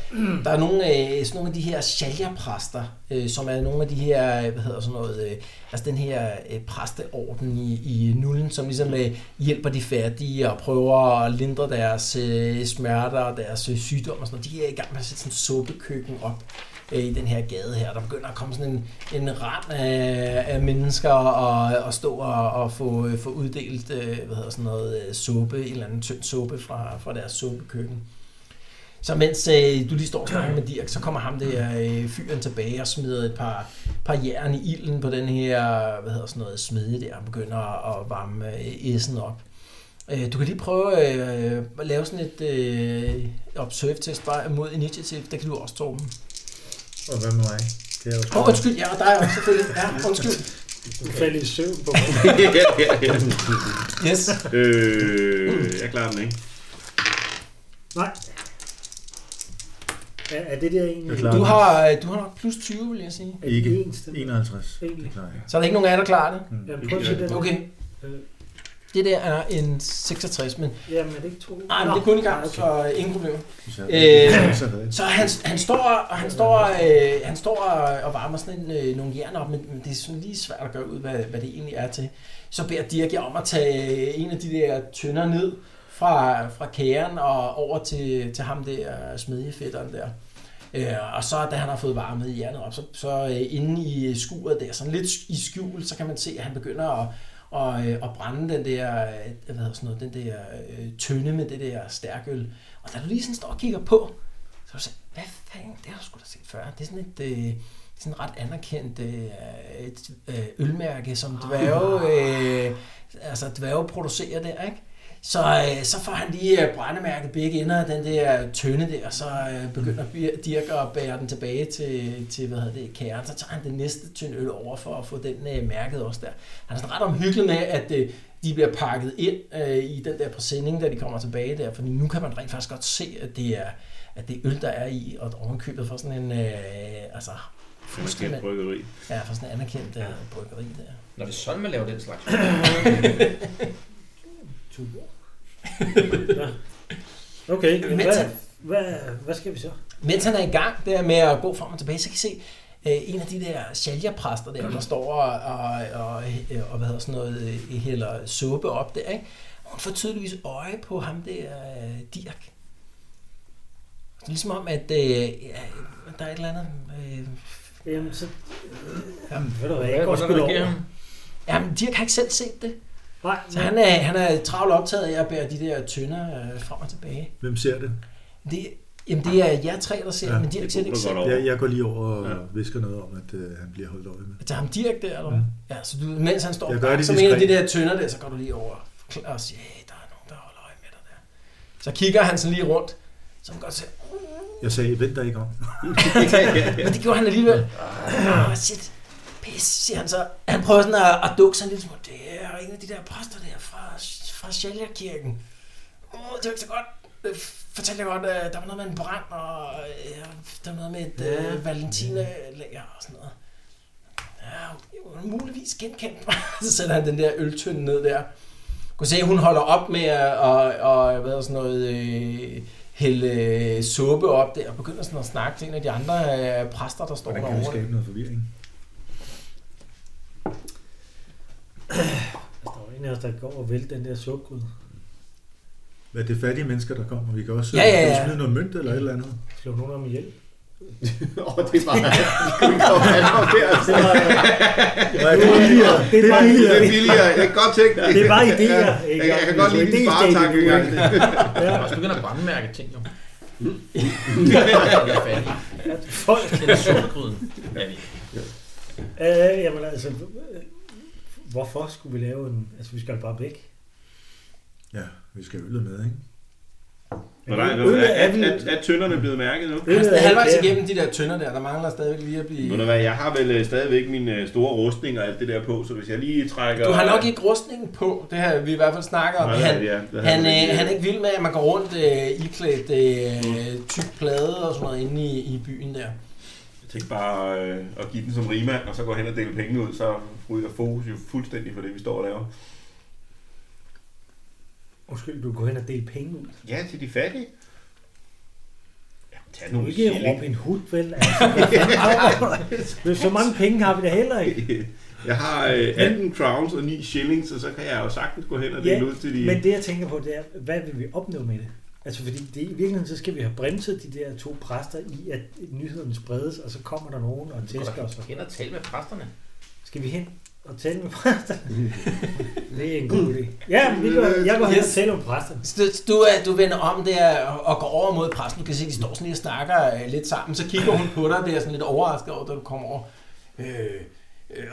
[SPEAKER 2] der er nogle, øh, sådan nogle af de her shalja-præster, øh, som er nogle af de her, øh, hvad hedder sådan noget, øh, altså den her øh, præsteorden i, i nullen, som ligesom øh, hjælper de fattige og prøver at lindre deres øh, smerter og deres øh, sygdom og sådan noget. De er i gang med at sætte sådan et suppekøkken op øh, i den her gade her. Der begynder at komme sådan en, en rand af, af mennesker og, og stå og, og få, øh, få uddelt øh, hvad hedder sådan noget, øh, suppe, en eller anden tynd suppe fra, fra deres suppekøkken. Så mens øh, du lige står og snakker med Dirk, så kommer ham der øh, fyren tilbage og smider et par, par jern i ilden på den her, hvad hedder sådan noget, smede der, og begynder at, at varme øh, essen op. Øh, du kan lige prøve øh, at lave sådan et øh, observe-test bare mod initiativ, der kan du også, Torben.
[SPEAKER 8] Og hvad med mig? Kan jeg også
[SPEAKER 2] Åh, oh, undskyld, ja, og dig også selvfølgelig. Ja, undskyld.
[SPEAKER 5] Du faldt i søvn på mig.
[SPEAKER 2] Yes.
[SPEAKER 11] øh, jeg klarer den ikke.
[SPEAKER 5] Nej. Er, er det der egentlig?
[SPEAKER 8] Jeg klarer
[SPEAKER 2] Du har, øh, du har nok plus 20, vil jeg sige.
[SPEAKER 5] er
[SPEAKER 8] Ikke.
[SPEAKER 5] det en stemme?
[SPEAKER 8] 51. Det klarer jeg.
[SPEAKER 2] Så er der ikke nogen af jer, der klarer det.
[SPEAKER 8] Mm.
[SPEAKER 5] Jamen, prøv at se den.
[SPEAKER 2] Okay. Det der er en 66, men,
[SPEAKER 5] Jamen, er det ikke to?
[SPEAKER 2] nej, men det er kun i gang, så øh, ingen problemer.
[SPEAKER 8] Hvis jeg-
[SPEAKER 2] Øh,
[SPEAKER 8] Så er det-
[SPEAKER 2] Så han, han står, og han står, øh, han står og- og varmer sådan en, øh, nogle jern op, men, men det er sådan lige svært at gøre ud, hvad, hvad det egentlig er til. Så beder Dirk jer om at tage øh, en af de der tønder ned fra, fra kæren og over til, til ham der øh, smedjefætteren der. Øh, og så da han har fået varmet jernet op, så, så øh, inde i skuret der, sådan lidt i skjul, så kan man se, at han begynder at, og, øh, og brænde den der, øh, hvad hedder sådan noget, den der øh, tønde med det der stærkøl. Og da du lige sådan står og kigger på, så er du sådan, hvad fanden, det har du sgu da set før. Det er sådan et, øh, sådan et ret anerkendt øh, et, øh, ølmærke, som dværge, øh, altså dværge producerer der, ikke? Så, øh, så får han lige øh, brændemærket begge ender af den der tønde der, og så øh, begynder Bir- Dirk at bære den tilbage til, til hvad hedder det, kæren. Så tager han den næste tynde øl over for at få den øh, mærket også der. Han er sådan ret omhyggelig med, at øh, de bliver pakket ind øh, i den der præsending, da de kommer tilbage der, fordi nu kan man rent faktisk godt se, at det er, at det er øl, der er i, og ovenkøbet for sådan en, øh, altså,
[SPEAKER 11] Man skal have et
[SPEAKER 2] fuldstændig,
[SPEAKER 11] bryggeri.
[SPEAKER 2] ja, for sådan en anerkendt øh, bryggeri der.
[SPEAKER 1] Når det er sådan, man laver den slags.
[SPEAKER 5] Okay, men
[SPEAKER 2] Men
[SPEAKER 5] hvad,
[SPEAKER 2] så-
[SPEAKER 5] hvad, hvad skal vi så?
[SPEAKER 2] Mens han er i gang der med at gå frem og tilbage, så kan I se øh, en af de der shalja-præster der, der står og, og, og, og hvad hedder sådan noget, øh, hælder suppe op der, ikke? Og hun får tydeligvis øje på ham der, øh, Dirk. Så ligesom om, at øh, ja, der er et eller andet... Øh,
[SPEAKER 5] Jamen, så... Jamen, ved du hvad, jeg
[SPEAKER 1] Hvad
[SPEAKER 5] går
[SPEAKER 1] går
[SPEAKER 5] sgu
[SPEAKER 1] der
[SPEAKER 5] over.
[SPEAKER 1] igennem?
[SPEAKER 2] jamen, Dirk har ikke selv set det.
[SPEAKER 5] Nej,
[SPEAKER 2] Så han er, han er travlt optaget af at bære de der tønder øh, frem og tilbage.
[SPEAKER 8] Hvem ser det?
[SPEAKER 2] Det, jamen, det er jer tre, der ser ja,
[SPEAKER 8] Ja,
[SPEAKER 2] men Dirk
[SPEAKER 11] Det
[SPEAKER 2] ser det
[SPEAKER 11] kunne
[SPEAKER 2] ikke
[SPEAKER 11] du
[SPEAKER 2] selv.
[SPEAKER 11] godt over.
[SPEAKER 8] Jeg, jeg går lige over og
[SPEAKER 11] Ja.
[SPEAKER 8] visker noget om, at øh, han bliver holdt øje med.
[SPEAKER 2] Til ham Dirk der, eller hvad? Ja. ja, så du, mens han står
[SPEAKER 8] Mm. Jeg
[SPEAKER 2] og
[SPEAKER 8] gør
[SPEAKER 2] bakker
[SPEAKER 8] det
[SPEAKER 2] som en af de
[SPEAKER 8] diskret.
[SPEAKER 2] der tønder der, så går du lige over og siger, hey, der er nogen, der holder øje med dig der. Så kigger han sådan lige rundt, så kan man godt se,
[SPEAKER 8] Jeg sagde, vent dig ikke om.
[SPEAKER 2] men det gjorde han alligevel. Ah, shit, pis, siger han så. Han prøver sådan at, at dukke sig en lille smule. Det er en af de der præster der fra, fra Sjælgerkirken. Åh, oh, det var ikke så godt. Øh, Fortalte jeg godt, at der var noget med en brand, og øh, der var noget med et øh, valentinelager og sådan noget. Ja, hun er muligvis genkendt mig. så sætter han den der øltønde ned der. Kunne se, at hun holder op med at, og, og, hvad er sådan noget, øh, hælde øh, suppe op der, og begynder sådan at snakke til en af de andre øh, præster, der står
[SPEAKER 8] Hvordan kan vi
[SPEAKER 2] derovre.
[SPEAKER 8] skabe noget forvirring?
[SPEAKER 5] Der er jo en af os, der går og vælter den der sukkud.
[SPEAKER 8] Hvad er det fattige mennesker, der kommer? Vi kan også øh,
[SPEAKER 2] Ja, ja,
[SPEAKER 8] kan vi
[SPEAKER 2] ja.
[SPEAKER 8] smide noget mønt eller et eller andet.
[SPEAKER 5] Slå nogen om ihjel.
[SPEAKER 7] Åh, det var... Vi kunne ikke komme alle op der.
[SPEAKER 5] Det var,
[SPEAKER 8] Ja, det er billigere.
[SPEAKER 5] det
[SPEAKER 8] Det
[SPEAKER 5] var-
[SPEAKER 8] er
[SPEAKER 11] Det er
[SPEAKER 8] billigere.
[SPEAKER 11] billigere. Jeg kan godt tænke
[SPEAKER 5] det er bare idéer. Ikke?
[SPEAKER 11] Jeg, jeg kan godt lide
[SPEAKER 5] Det
[SPEAKER 11] din
[SPEAKER 5] er stadig
[SPEAKER 11] sparetanke
[SPEAKER 5] nu,
[SPEAKER 11] engang.
[SPEAKER 5] ikke?
[SPEAKER 1] Jeg
[SPEAKER 5] Ja,
[SPEAKER 1] kan også begynde at brændmærke ting, jo.
[SPEAKER 5] folk.
[SPEAKER 1] Det er sukkergryden. Ja, vi.
[SPEAKER 5] Øh, jamen altså, øh, hvorfor skulle vi lave en... Altså, vi skal bare væk.
[SPEAKER 8] Ja, vi skal have øllet med, ikke?
[SPEAKER 11] Hvor der- hvor-
[SPEAKER 5] Øl
[SPEAKER 11] Er,
[SPEAKER 5] er
[SPEAKER 11] er,
[SPEAKER 5] vel-
[SPEAKER 11] er, er tønderne blevet mærket nu?
[SPEAKER 5] Øl
[SPEAKER 2] Han er sådan
[SPEAKER 5] er
[SPEAKER 2] halvvejs
[SPEAKER 5] ikke-
[SPEAKER 2] igennem de der tønder der, der mangler stadigvæk lige at
[SPEAKER 11] Ved du
[SPEAKER 2] blive...
[SPEAKER 11] hvad, jeg har vel øh, stadigvæk min øh, store rustning og alt det der på, så hvis jeg lige trækker...
[SPEAKER 2] Du har nok ikke rustningen på, det her vi i hvert fald snakker om.
[SPEAKER 11] Nej,
[SPEAKER 2] Han,
[SPEAKER 11] ja, det har
[SPEAKER 2] Han,
[SPEAKER 11] jeg ikke.
[SPEAKER 2] øh, han er ikke vild med, at man går rundt øh, iklædt øh, tyk plade og sådan noget inde i, i byen der.
[SPEAKER 11] Jeg tænkte bare øh, at give den som rima, og så gå hen og dele penge ud, så ryger fokus jo fuldstændig for det, vi står og laver.
[SPEAKER 5] Undskyld, du går hen og deler penge ud.
[SPEAKER 11] Ja, til de fattige. Ja, tag
[SPEAKER 5] Du er
[SPEAKER 11] nogle
[SPEAKER 5] ikke
[SPEAKER 11] shilling.
[SPEAKER 5] Robin Hood, vel? Altså, hvad fanden arbejder- Men så mange penge har vi da heller ikke.
[SPEAKER 11] Jeg har øh, 18 crowns og 9 shillings, og så kan jeg jo sagtens gå hen og dele
[SPEAKER 5] Ja,
[SPEAKER 11] ud til de...
[SPEAKER 5] Men det jeg tænker på, det er, hvad vil vi opnå med det? Altså fordi det, i virkeligheden så skal vi have bremset de der to præster i, at nyheden spredes, og så kommer der nogen og tæsker os.
[SPEAKER 1] Hen og tale med præsterne.
[SPEAKER 5] Skal vi hen? Og tale med præster. det er en god idé. Ja, men vi går, jeg går hen og
[SPEAKER 2] Yes.
[SPEAKER 5] taler med præsterne.
[SPEAKER 2] Så du, du, øh, du vender om der og- og går over mod præsten. Du kan se, de står sådan lige og snakker øh, lidt sammen. Så kigger hun på dig og bliver sådan lidt overrasket over, da du kommer over. Øh, øh, øh,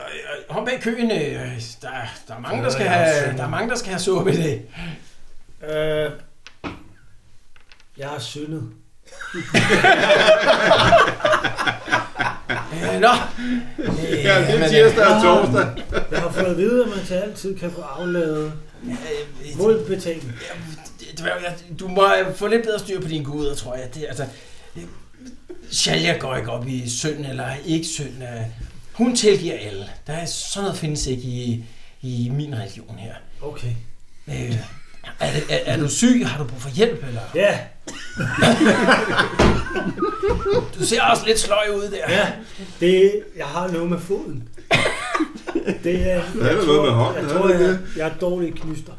[SPEAKER 2] om bag køen, øh, der, der, er mange, der, skal have, der er mange, der skal have suppe i dag.
[SPEAKER 5] Øh, jeg har syndet.
[SPEAKER 2] Øh, nå, øh,
[SPEAKER 11] Ja, det er
[SPEAKER 2] men,
[SPEAKER 11] tirsdag og torsdag.
[SPEAKER 5] Jeg har fået at vide, at man til altid kan få afladet
[SPEAKER 2] øh, øh,
[SPEAKER 5] mod betaling.
[SPEAKER 2] Dværg, jeg- du må øh, få lidt bedre styr på dine guder, tror jeg. Det, er altså, øh, Shalja går ikke op i synd eller ikke synd. øh. Hun tilgiver alle. Der er sådan noget findes ikke i, i min religion her.
[SPEAKER 5] Okay.
[SPEAKER 2] Øh, er, det- er, er, du syg? Har du brug for hjælp? Eller?
[SPEAKER 5] Ja,
[SPEAKER 2] Du ser også lidt sløj ud der.
[SPEAKER 5] ja. Det, jeg har noget med foden. Det er...
[SPEAKER 11] Der er da noget med hånden,
[SPEAKER 5] Jeg
[SPEAKER 11] er
[SPEAKER 5] tror,
[SPEAKER 11] der
[SPEAKER 5] jeg,
[SPEAKER 11] ikke
[SPEAKER 5] jeg, jeg er dårlig i knyster.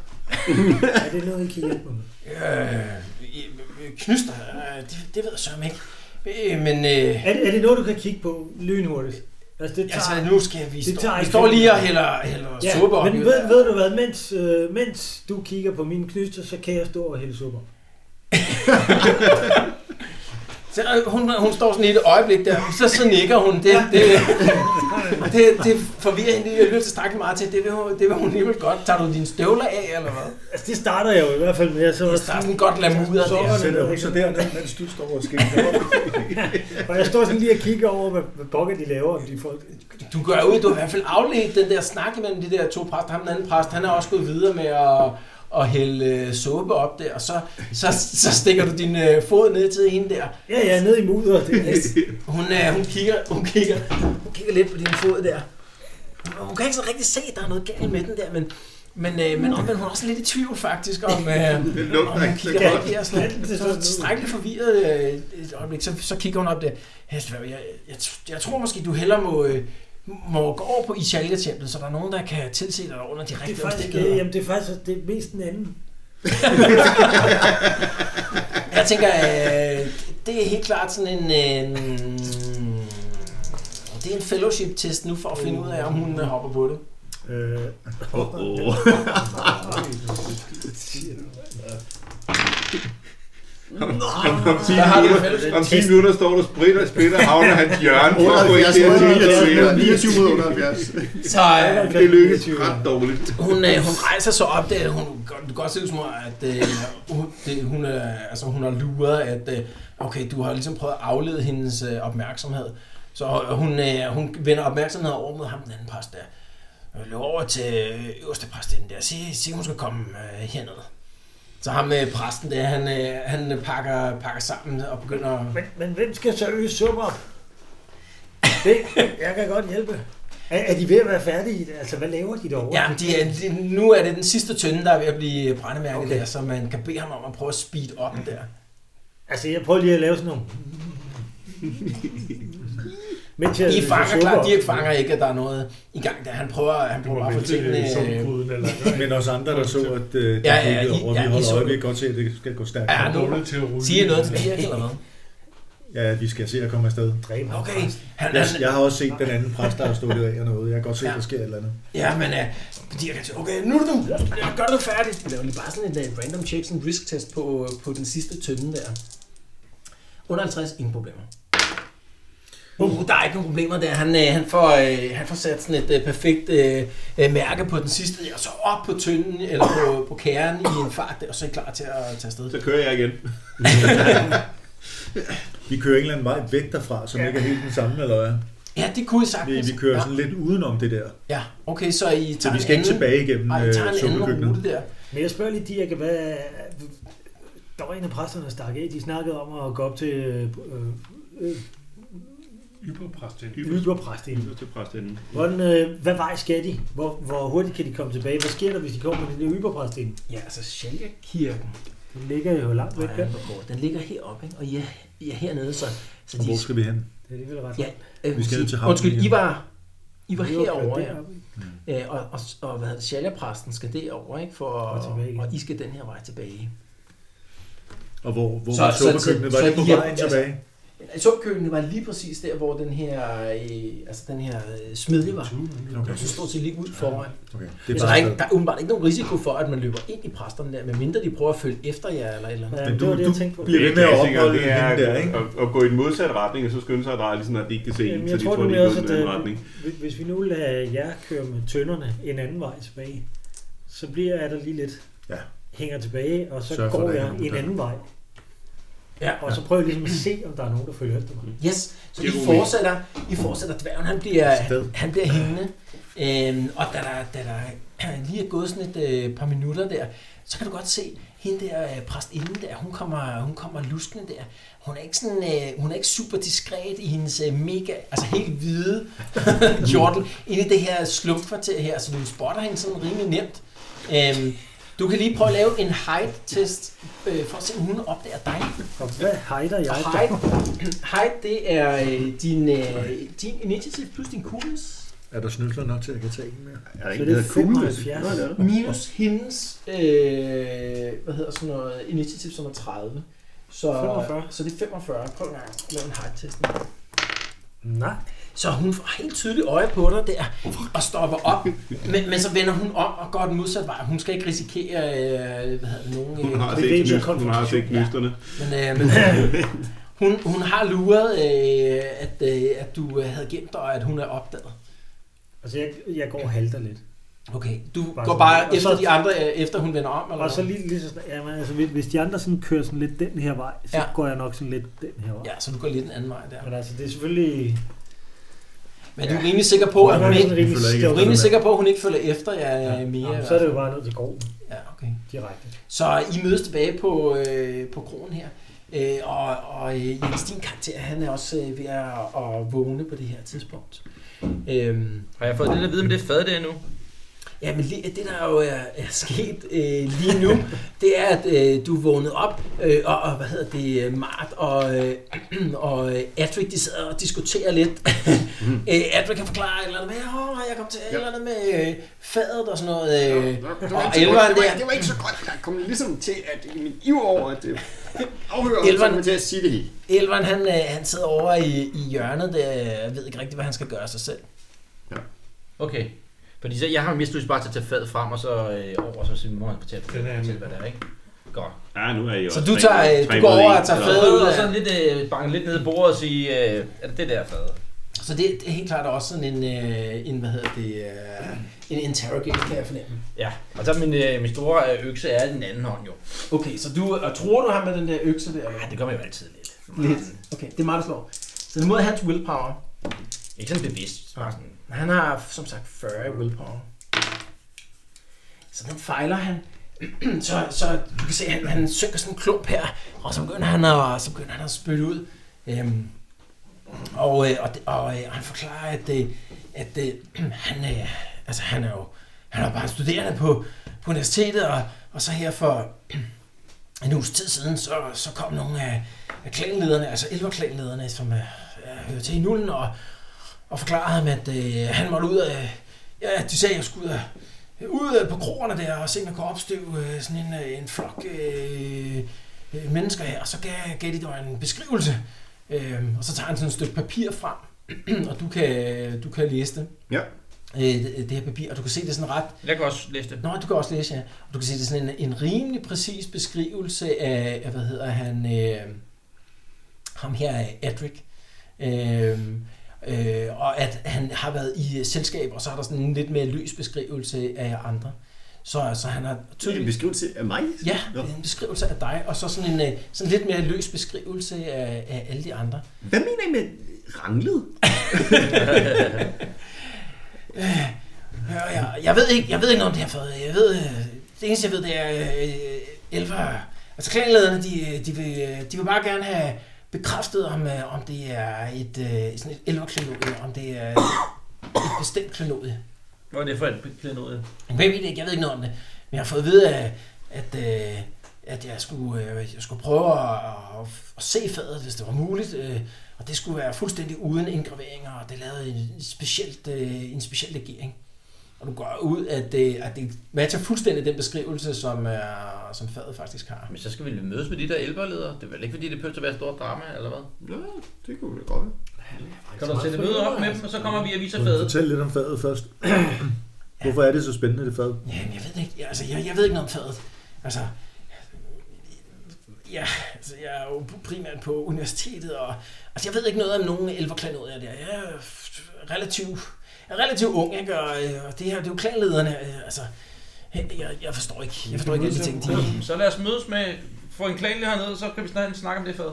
[SPEAKER 5] er det noget, I kan hjælpe mig med?
[SPEAKER 2] Øh, øh, knyster, øh, det, det ved jeg sørme ikke. Øh, men øh,
[SPEAKER 5] Er, det- er det noget, du kan kigge på lynhurtigt? Altså, det tager...
[SPEAKER 2] altså, nu skal vi
[SPEAKER 5] Det
[SPEAKER 2] stå.
[SPEAKER 5] tager
[SPEAKER 2] Vi
[SPEAKER 5] ikke
[SPEAKER 2] står
[SPEAKER 5] fem
[SPEAKER 2] lige og
[SPEAKER 5] minutter.
[SPEAKER 2] hælder, hælder
[SPEAKER 5] Ja,
[SPEAKER 2] suppe op. i
[SPEAKER 5] men
[SPEAKER 2] det
[SPEAKER 5] ved,
[SPEAKER 2] der.
[SPEAKER 5] ved du hvad, mens, øh, mens du kigger på mine knyster, så kan jeg stå og hælde suppe. op.
[SPEAKER 2] Så øh, hun, hun står sådan i et øjeblik der, så, så nikker hun. Det, det, det, det forvirrer hende, jeg lytter tilstrækkeligt meget til. Det vil, hun- det vil hun alligevel godt. Tager du dine støvler af, eller hvad?
[SPEAKER 5] Altså, det starter jeg jo i hvert fald med. Så,
[SPEAKER 2] Der er sådan godt lamuder der.
[SPEAKER 8] Sætter hun så dernede, mens du står og skiller
[SPEAKER 5] og jeg står sådan lige og kigger over, hvad, hvad pokker de laver, om de folk...
[SPEAKER 2] Du gør ud, du har i hvert fald afledt den der snak imellem de der to præster. Ham den anden præst, han er også gået videre med at, at hælde øh, suppe op der, og så, så, så stikker du din øh, fod ned til hende der.
[SPEAKER 5] Ja, ja, ned i mudder. Det, er-
[SPEAKER 2] Hun, øh, hun, kigger, hun, kigger, hun kigger lidt på din fod der. Hun, hun kan ikke så rigtig se, at der er noget galt med den der, men, men, øh, men omvendt hun er også lidt i tvivl faktisk om, øh, om
[SPEAKER 11] Det lugter
[SPEAKER 2] hun
[SPEAKER 11] ikke så
[SPEAKER 2] kigger
[SPEAKER 11] godt.
[SPEAKER 2] op der. Sådan,
[SPEAKER 5] Ja, det
[SPEAKER 2] så er
[SPEAKER 5] er
[SPEAKER 2] hun
[SPEAKER 5] sådan.
[SPEAKER 2] tilstrækkeligt forvirret øh, et øjeblik, så, så kigger hun op der. Jeg, jeg, jeg, tr- jeg tror måske, du hellere må, øh, må gå over på Ishalja-templet, så der er nogen, der kan tilse dig under de
[SPEAKER 5] det, er
[SPEAKER 2] rigtige
[SPEAKER 5] faktisk, det,
[SPEAKER 2] omstændigheder.
[SPEAKER 5] jamen, det er faktisk det er mest den anden.
[SPEAKER 2] Jeg tænker, øh, det er helt klart sådan en... Øh, det er en fellowship-test nu for at finde ud af, om hun øh, hopper på det.
[SPEAKER 5] Øh,
[SPEAKER 7] Åh, åh.
[SPEAKER 2] Der har du en
[SPEAKER 11] Om
[SPEAKER 2] fellowship.
[SPEAKER 11] 10 minutter står der spritter og splitter, havner hans hjørne for at gå ind til at
[SPEAKER 7] 78, 29
[SPEAKER 11] tilfælde.
[SPEAKER 7] mod 78.
[SPEAKER 2] Så øh,
[SPEAKER 11] Det lykkes ret dårligt.
[SPEAKER 2] hun, øh, hun rejser sig op, det, hun det kan godt se ud som om, at øh, hun- det, hun, øh, altså, hun har luret, at øh, okay, du har ligesom prøvet at aflede hendes øh, opmærksomhed. Så øh, hun, øh, hun vender opmærksomheden over mod ham, den anden præst der. Øh, Løb over til øh, øverste præstinden der, sig, sig hun skal komme øh, herned. Så ham med øh, præsten der, han, øh, han øh, pakker, pakker sammen og begynder at
[SPEAKER 5] men, men hvem skal så øge suppe op? Det, jeg kan godt hjælpe. Er, er de ved at være færdige? Altså, hvad laver de derovre?
[SPEAKER 2] Ja, men de er, de, nu er det den sidste tønde, der er ved at blive brændemærket okay.
[SPEAKER 5] Okay.
[SPEAKER 2] der, så man kan bede ham om at prøve at speed op der.
[SPEAKER 5] Altså, jeg prøver lige at lave sådan nogle... Mens jeg
[SPEAKER 2] De fanger
[SPEAKER 5] suppe
[SPEAKER 2] klart,
[SPEAKER 5] op.
[SPEAKER 2] Dirk fanger ikke, at der er noget i gang der. Han prøver, han prøver bare at få tingene... øh,
[SPEAKER 12] eller
[SPEAKER 8] Men også andre, der så, at øh,
[SPEAKER 2] Ja,
[SPEAKER 8] ja,
[SPEAKER 2] ja,
[SPEAKER 8] ja,
[SPEAKER 2] I-
[SPEAKER 8] over,
[SPEAKER 2] ja,
[SPEAKER 8] vi
[SPEAKER 2] I så
[SPEAKER 8] holder øje, vi
[SPEAKER 2] det.
[SPEAKER 8] kan godt se, at det skal gå stærkt.
[SPEAKER 2] Ja, nu
[SPEAKER 12] til at rulle.
[SPEAKER 2] siger I noget til Dirk eller hvad?
[SPEAKER 8] Ja, vi skal se at komme afsted.
[SPEAKER 5] Dræber
[SPEAKER 2] Okay,
[SPEAKER 5] ham.
[SPEAKER 2] han,
[SPEAKER 8] Jeg,
[SPEAKER 2] han,
[SPEAKER 8] jeg har også set den anden præst, der har stukket af og noget. Jeg kan godt se, at der sker et eller andet.
[SPEAKER 2] ja, men uh, Dirk han siger, okay, nu er du, jeg gør det færdigt. Vi laver lige bare sådan en øh, random check, sådan en risk test på, øh, på den sidste tønde der. Under 50, ingen problemer. Uh, der er ikke nogen problemer der. Han, øh, han, får, øh, han får sat sådan et øh, perfekt øh, øh, mærke på den sidste, og så op på tønden, eller på, på kæren i en fart der, og så er I klar til at tage afsted.
[SPEAKER 11] Så kører jeg igen.
[SPEAKER 8] Vi kører en eller anden vej væk derfra, som ikke er helt den samme, eller hvad?
[SPEAKER 2] Ja, det kunne I
[SPEAKER 8] Vi,
[SPEAKER 2] sagtens.
[SPEAKER 8] vi kører
[SPEAKER 2] ja.
[SPEAKER 8] sådan lidt udenom det der.
[SPEAKER 2] Ja, okay, så I tager
[SPEAKER 8] Så vi skal
[SPEAKER 2] en
[SPEAKER 8] ikke
[SPEAKER 2] anden,
[SPEAKER 8] tilbage igennem
[SPEAKER 2] Nej, I
[SPEAKER 8] øh,
[SPEAKER 2] tager en anden
[SPEAKER 8] suppekøkkenet.
[SPEAKER 2] rute der.
[SPEAKER 5] Men jeg spørger lige Dirk, hvad der var en af præsterne, der stak af. De snakkede om at gå op til øh, øh,
[SPEAKER 12] Yberpræst.
[SPEAKER 5] yberpræsten.
[SPEAKER 11] Til præstinden.
[SPEAKER 5] Hvordan, øh, hvad vej skal de? Hvor, hvor hurtigt kan de komme tilbage? Hvad sker der, hvis de kommer med den der yberpræsten?
[SPEAKER 2] Ja, altså Shalja-kirken,
[SPEAKER 5] Den ligger jo langt væk,
[SPEAKER 2] hvordan
[SPEAKER 5] der.
[SPEAKER 2] den går, den ligger heroppe, ikke? og I er, I er hernede, så, så
[SPEAKER 8] Og
[SPEAKER 2] de...
[SPEAKER 8] hvor skal vi hen?
[SPEAKER 5] Det er alligevel ret
[SPEAKER 2] Ja, øh,
[SPEAKER 8] Vi skal
[SPEAKER 2] sige-
[SPEAKER 8] ned til havnen
[SPEAKER 2] Undskyld,
[SPEAKER 8] igen.
[SPEAKER 2] I var, I var herovre, ja.
[SPEAKER 5] deroppe.
[SPEAKER 2] Øh, og, og, og hvad hedder det, Shalja-præsten skal derover, ikke? For,
[SPEAKER 5] Og
[SPEAKER 2] og,
[SPEAKER 5] tilbage igen.
[SPEAKER 2] og I skal den her vej tilbage.
[SPEAKER 8] Og hvor, hvor
[SPEAKER 2] Så-
[SPEAKER 8] var
[SPEAKER 2] så-
[SPEAKER 8] suppekøkkenet?
[SPEAKER 2] så-
[SPEAKER 8] Var
[SPEAKER 2] så
[SPEAKER 8] det på
[SPEAKER 2] I er-
[SPEAKER 8] vejen tilbage?
[SPEAKER 2] Sumpkøkkenet var lige præcis der, hvor den her, øh, altså den her øh, smedje var.
[SPEAKER 8] Okay.
[SPEAKER 2] Så stod til lige ud foran.
[SPEAKER 8] okay.
[SPEAKER 2] Det er så der, er ikke, der er åbenbart ikke nogen risiko for, at man løber ind i præsterne der, medmindre de prøver at følge efter jer eller et eller andet.
[SPEAKER 5] Ja,
[SPEAKER 8] Men
[SPEAKER 5] det
[SPEAKER 8] du-
[SPEAKER 5] var det, jeg
[SPEAKER 8] du
[SPEAKER 5] tænkte på.
[SPEAKER 8] bliver-
[SPEAKER 11] Det er
[SPEAKER 8] ved med at
[SPEAKER 11] klassiker,
[SPEAKER 8] opholde
[SPEAKER 11] det er
[SPEAKER 8] hende der, ikke?
[SPEAKER 11] at, at, gå i den modsatte retning, og så skynde sig at dreje, lige sådan, at de ikke kan se
[SPEAKER 5] Jamen,
[SPEAKER 11] en, så
[SPEAKER 5] jeg
[SPEAKER 11] de
[SPEAKER 5] tror
[SPEAKER 11] tror, de
[SPEAKER 5] nemlig
[SPEAKER 11] er gået
[SPEAKER 5] også,
[SPEAKER 11] i den anden
[SPEAKER 5] at, øh,
[SPEAKER 11] retning.
[SPEAKER 5] Hvis- Hvis vi nu lader jer køre med tønderne en anden vej tilbage, så bliver jeg der lige lidt
[SPEAKER 8] Ja.
[SPEAKER 5] hænger tilbage, og så
[SPEAKER 8] Sørg for,
[SPEAKER 5] går
[SPEAKER 8] der ikke er
[SPEAKER 5] jeg
[SPEAKER 8] nogen
[SPEAKER 5] en
[SPEAKER 8] der-
[SPEAKER 5] anden vej.
[SPEAKER 2] Ja.
[SPEAKER 5] Og så prøver jeg ligesom at se, om der er nogen, der følger efter mig.
[SPEAKER 2] Mm. Yes, så
[SPEAKER 11] Det er
[SPEAKER 2] I
[SPEAKER 11] god
[SPEAKER 2] fortsætter, I fortsætter dværgen, han bliver,
[SPEAKER 8] Sted.
[SPEAKER 2] han bliver hængende. Øhm, og da der, da der lige er gået sådan et øh, par minutter der, så kan du godt se, hende der øh, præstinden der, hun kommer, hun kommer luskende der. Hun er ikke, sådan, øh, hun er ikke super diskret i hendes øh, mega, altså helt hvide kjortel, inde i det her slumkvarter her, så du spotter hende sådan rimelig nemt. Øhm, du kan lige prøve at lave en height-test, øh, for at se, om hun opdager dig.
[SPEAKER 5] Og hvad hejder jeg?
[SPEAKER 2] Og height, height det er øh, din, øh, din initiativ plus din coolness.
[SPEAKER 8] Er der snylter nok til, at jeg kan tage en mere?
[SPEAKER 7] Er der
[SPEAKER 5] Så
[SPEAKER 7] ikke
[SPEAKER 5] det er
[SPEAKER 7] noget coolness?
[SPEAKER 5] 75.
[SPEAKER 7] Nå, det er der.
[SPEAKER 2] Minus hendes, øh, hvad hedder sådan noget, initiativ som er 30. Så,
[SPEAKER 5] 45.
[SPEAKER 2] så det er 45. Prøv en gang at lave en height test.
[SPEAKER 5] Nej.
[SPEAKER 2] Så hun får helt tydeligt øje på dig der, og stopper op. Men, men så vender hun om og går den modsatte vej. Hun skal ikke risikere, øh, hvad hedder det, nogen...
[SPEAKER 11] Hun
[SPEAKER 2] øh,
[SPEAKER 11] har
[SPEAKER 5] det er
[SPEAKER 11] set
[SPEAKER 5] en
[SPEAKER 11] nysterne. Hun har set
[SPEAKER 2] konfrontation, ja.
[SPEAKER 11] nysterne.
[SPEAKER 2] Men, øh, men øh, hun, hun har luret, øh, at, øh, at du øh, havde gemt dig, og at hun er opdaget.
[SPEAKER 5] Altså, jeg, jeg går og halter lidt.
[SPEAKER 2] Okay, du
[SPEAKER 5] Bare
[SPEAKER 2] bare går
[SPEAKER 5] sådan.
[SPEAKER 2] bare
[SPEAKER 5] Og
[SPEAKER 2] efter
[SPEAKER 5] så-
[SPEAKER 2] de andre, øh, efter hun vender om? Eller
[SPEAKER 5] Og så
[SPEAKER 2] hvad?
[SPEAKER 5] lige, lige så sådan, jamen, altså, hvis- hvis de andre sådan kører sådan lidt den her vej, så
[SPEAKER 2] Ja.
[SPEAKER 5] går jeg nok sådan lidt den her vej.
[SPEAKER 2] Ja, så du går lidt en anden vej der.
[SPEAKER 5] Men altså, det er selvfølgelig...
[SPEAKER 2] Men du er rimelig sikker på, at hun ikke,
[SPEAKER 8] følger ikke
[SPEAKER 2] du er
[SPEAKER 8] efter
[SPEAKER 2] rimelig
[SPEAKER 8] dem.
[SPEAKER 2] sikker på, at hun ikke følger efter jer ja. mere?
[SPEAKER 5] Ja, så er det jo bare nødt til gården
[SPEAKER 2] Ja, okay.
[SPEAKER 5] direkte.
[SPEAKER 2] Så I mødes tilbage på, øh, på kronen her. Øh, og og øh, Jens, din karakter, han er også øh, ved at, at vågne på det her tidspunkt. Øhm,
[SPEAKER 1] Har jeg fået det der at vide med det fad der nu?
[SPEAKER 2] Ja, men lige- det der jo er, er sket øh, lige nu, det er, at øh, du er vågnet op, øh, og, og hvad hedder det, øh, Mart og, øh, og øh, Adric, de sidder og diskuterer lidt. mm. øh, Adric kan forklare et eller andet med, åh, jeg kom til et eller andet med øh, fadet og sådan noget. Øh, og elveren
[SPEAKER 7] det, var,
[SPEAKER 2] der,
[SPEAKER 7] det var ikke så godt. Jeg kom ligesom til at i min iver over at øh, afhøre,
[SPEAKER 2] Elveren-
[SPEAKER 7] så kom jeg til at sige det hele.
[SPEAKER 2] elveren han, øh, han sidder over i, i hjørnet der, øh, ved ikke rigtigt, hvad han skal gøre af sig selv.
[SPEAKER 1] Okay. Fordi så, jeg har mest lyst bare til at tage fadet frem, og så øh, over, og så siger mor til at
[SPEAKER 12] Den er-
[SPEAKER 1] fortælle, hvad der er, ikke? Godt.
[SPEAKER 11] Ja, nu er jeg
[SPEAKER 2] Så du tager, øh, du går over og tager
[SPEAKER 1] Fad
[SPEAKER 2] fadet
[SPEAKER 1] ud
[SPEAKER 2] ud
[SPEAKER 1] og
[SPEAKER 2] af,
[SPEAKER 1] sådan lidt, øh, banke lidt ned i bordet og sige, øh, er det det der fad?
[SPEAKER 2] så det, det er helt klart også sådan en, øh, en hvad hedder det, øh, en interrogate, kan jeg fornemme.
[SPEAKER 1] Ja, og så min, øh, min store øh, økse er i den anden hånd jo.
[SPEAKER 2] Okay, så du og tror du ham med den der økse der?
[SPEAKER 1] Ja,
[SPEAKER 2] Eller?
[SPEAKER 1] det gør man jo altid lidt.
[SPEAKER 2] Lidt. Okay, det er mig, der slår. Så det er mod hans willpower.
[SPEAKER 1] Ikke sådan bevidst. Bare sådan.
[SPEAKER 2] Han har som sagt 40 i willpower. Så den fejler han. så, så du kan se, at han, han synker sådan en klump her, og så begynder han at, så begynder han at spytte ud. Øhm, og, øh, og, det- og, øh, han forklarer, at, øh, at øh, han, øh, altså, han er jo han er bare studerende på, på universitetet, og, og så her for en uges tid siden, så, så kom nogle af, af klanlederne, altså elverklanlederne, som øh, øh, hører til i nullen, og, og forklarede ham, at øh, han måtte ud af... Ja, de sagde, at jeg skulle ud af, ud af på kroerne der, og se, om jeg kunne opstøve øh, sådan en, øh, en flok øh, øh, mennesker her. Og så gav, gav de dig en beskrivelse, øh, og så tager han sådan et stykke papir frem, og du kan, du kan læse det.
[SPEAKER 7] Ja.
[SPEAKER 2] Øh, det, det her papir, og du kan se, det er sådan ret
[SPEAKER 1] Jeg kan også læse det.
[SPEAKER 2] Nå, du kan også læse, ja. Og du kan se, det er sådan en, en rimelig præcis beskrivelse af, af hvad hedder han, øh, ham her, øh, Adric. Øh, øh, og at han har været i øh, selskab, og så er der sådan en lidt mere løs beskrivelse af andre. Så, så han har
[SPEAKER 7] Det er en
[SPEAKER 2] tydeligt...
[SPEAKER 7] beskrivelse af mig.
[SPEAKER 2] Ja,
[SPEAKER 7] Nå.
[SPEAKER 2] en beskrivelse af dig, og så sådan en øh, sådan lidt mere løs beskrivelse af, af alle de andre.
[SPEAKER 7] Hvad mener I med ranglet?
[SPEAKER 2] Hør, jeg, jeg, ved ikke, jeg ved ikke noget om det her fad. Jeg ved, øh, det eneste jeg ved, det er øh, elver. Altså klanlederne, de, øh, de, vil, øh, de vil bare gerne have bekræftet, om, øh, om det er et, øh, sådan et elverklenodie, om det er et bestemt klenodie.
[SPEAKER 1] Hvor er det for et klæde ud?
[SPEAKER 2] Jeg ved det ikke, jeg ved ikke noget om det. Men jeg har fået at vide, at, at, øh, at jeg, skulle, øh, jeg skulle prøve at, at, at se fadet, hvis det var muligt. øh, Og det skulle være fuldstændig uden indgraveringer, og det lavede en speciel, en speciel øh, legering. Og du går ud, at det, at det matcher fuldstændig den beskrivelse, som, er, som faget faktisk har.
[SPEAKER 1] Men så skal vi mødes med de der elverledere. Det er vel ikke, fordi det behøver at være et stort drama, eller hvad?
[SPEAKER 11] Nå, det kunne vi da godt. være.
[SPEAKER 1] Kan du sætte møde op
[SPEAKER 12] altså-
[SPEAKER 1] med dem, og så kommer vi og viser
[SPEAKER 8] Fadet.
[SPEAKER 1] fadet.
[SPEAKER 8] Fortæl lidt om fadet først. Hvorfor er det så spændende, det fad?
[SPEAKER 2] Jamen, jeg ved det ikke, altså, jeg, jeg ved ikke noget om faget. Altså, ja, altså, jeg er jo primært på universitetet, og altså, jeg ved ikke noget om nogen elverklanodier der. Jeg er relativt jeg er relativt ung, ikke? Og, øh, og det her, det er jo klanlederne, øh, altså, jeg, jeg forstår ikke, jeg forstår ikke alle de ting, de...
[SPEAKER 1] Så lad os mødes med, få en klanlig hernede, så kan vi snart snakke om det fad.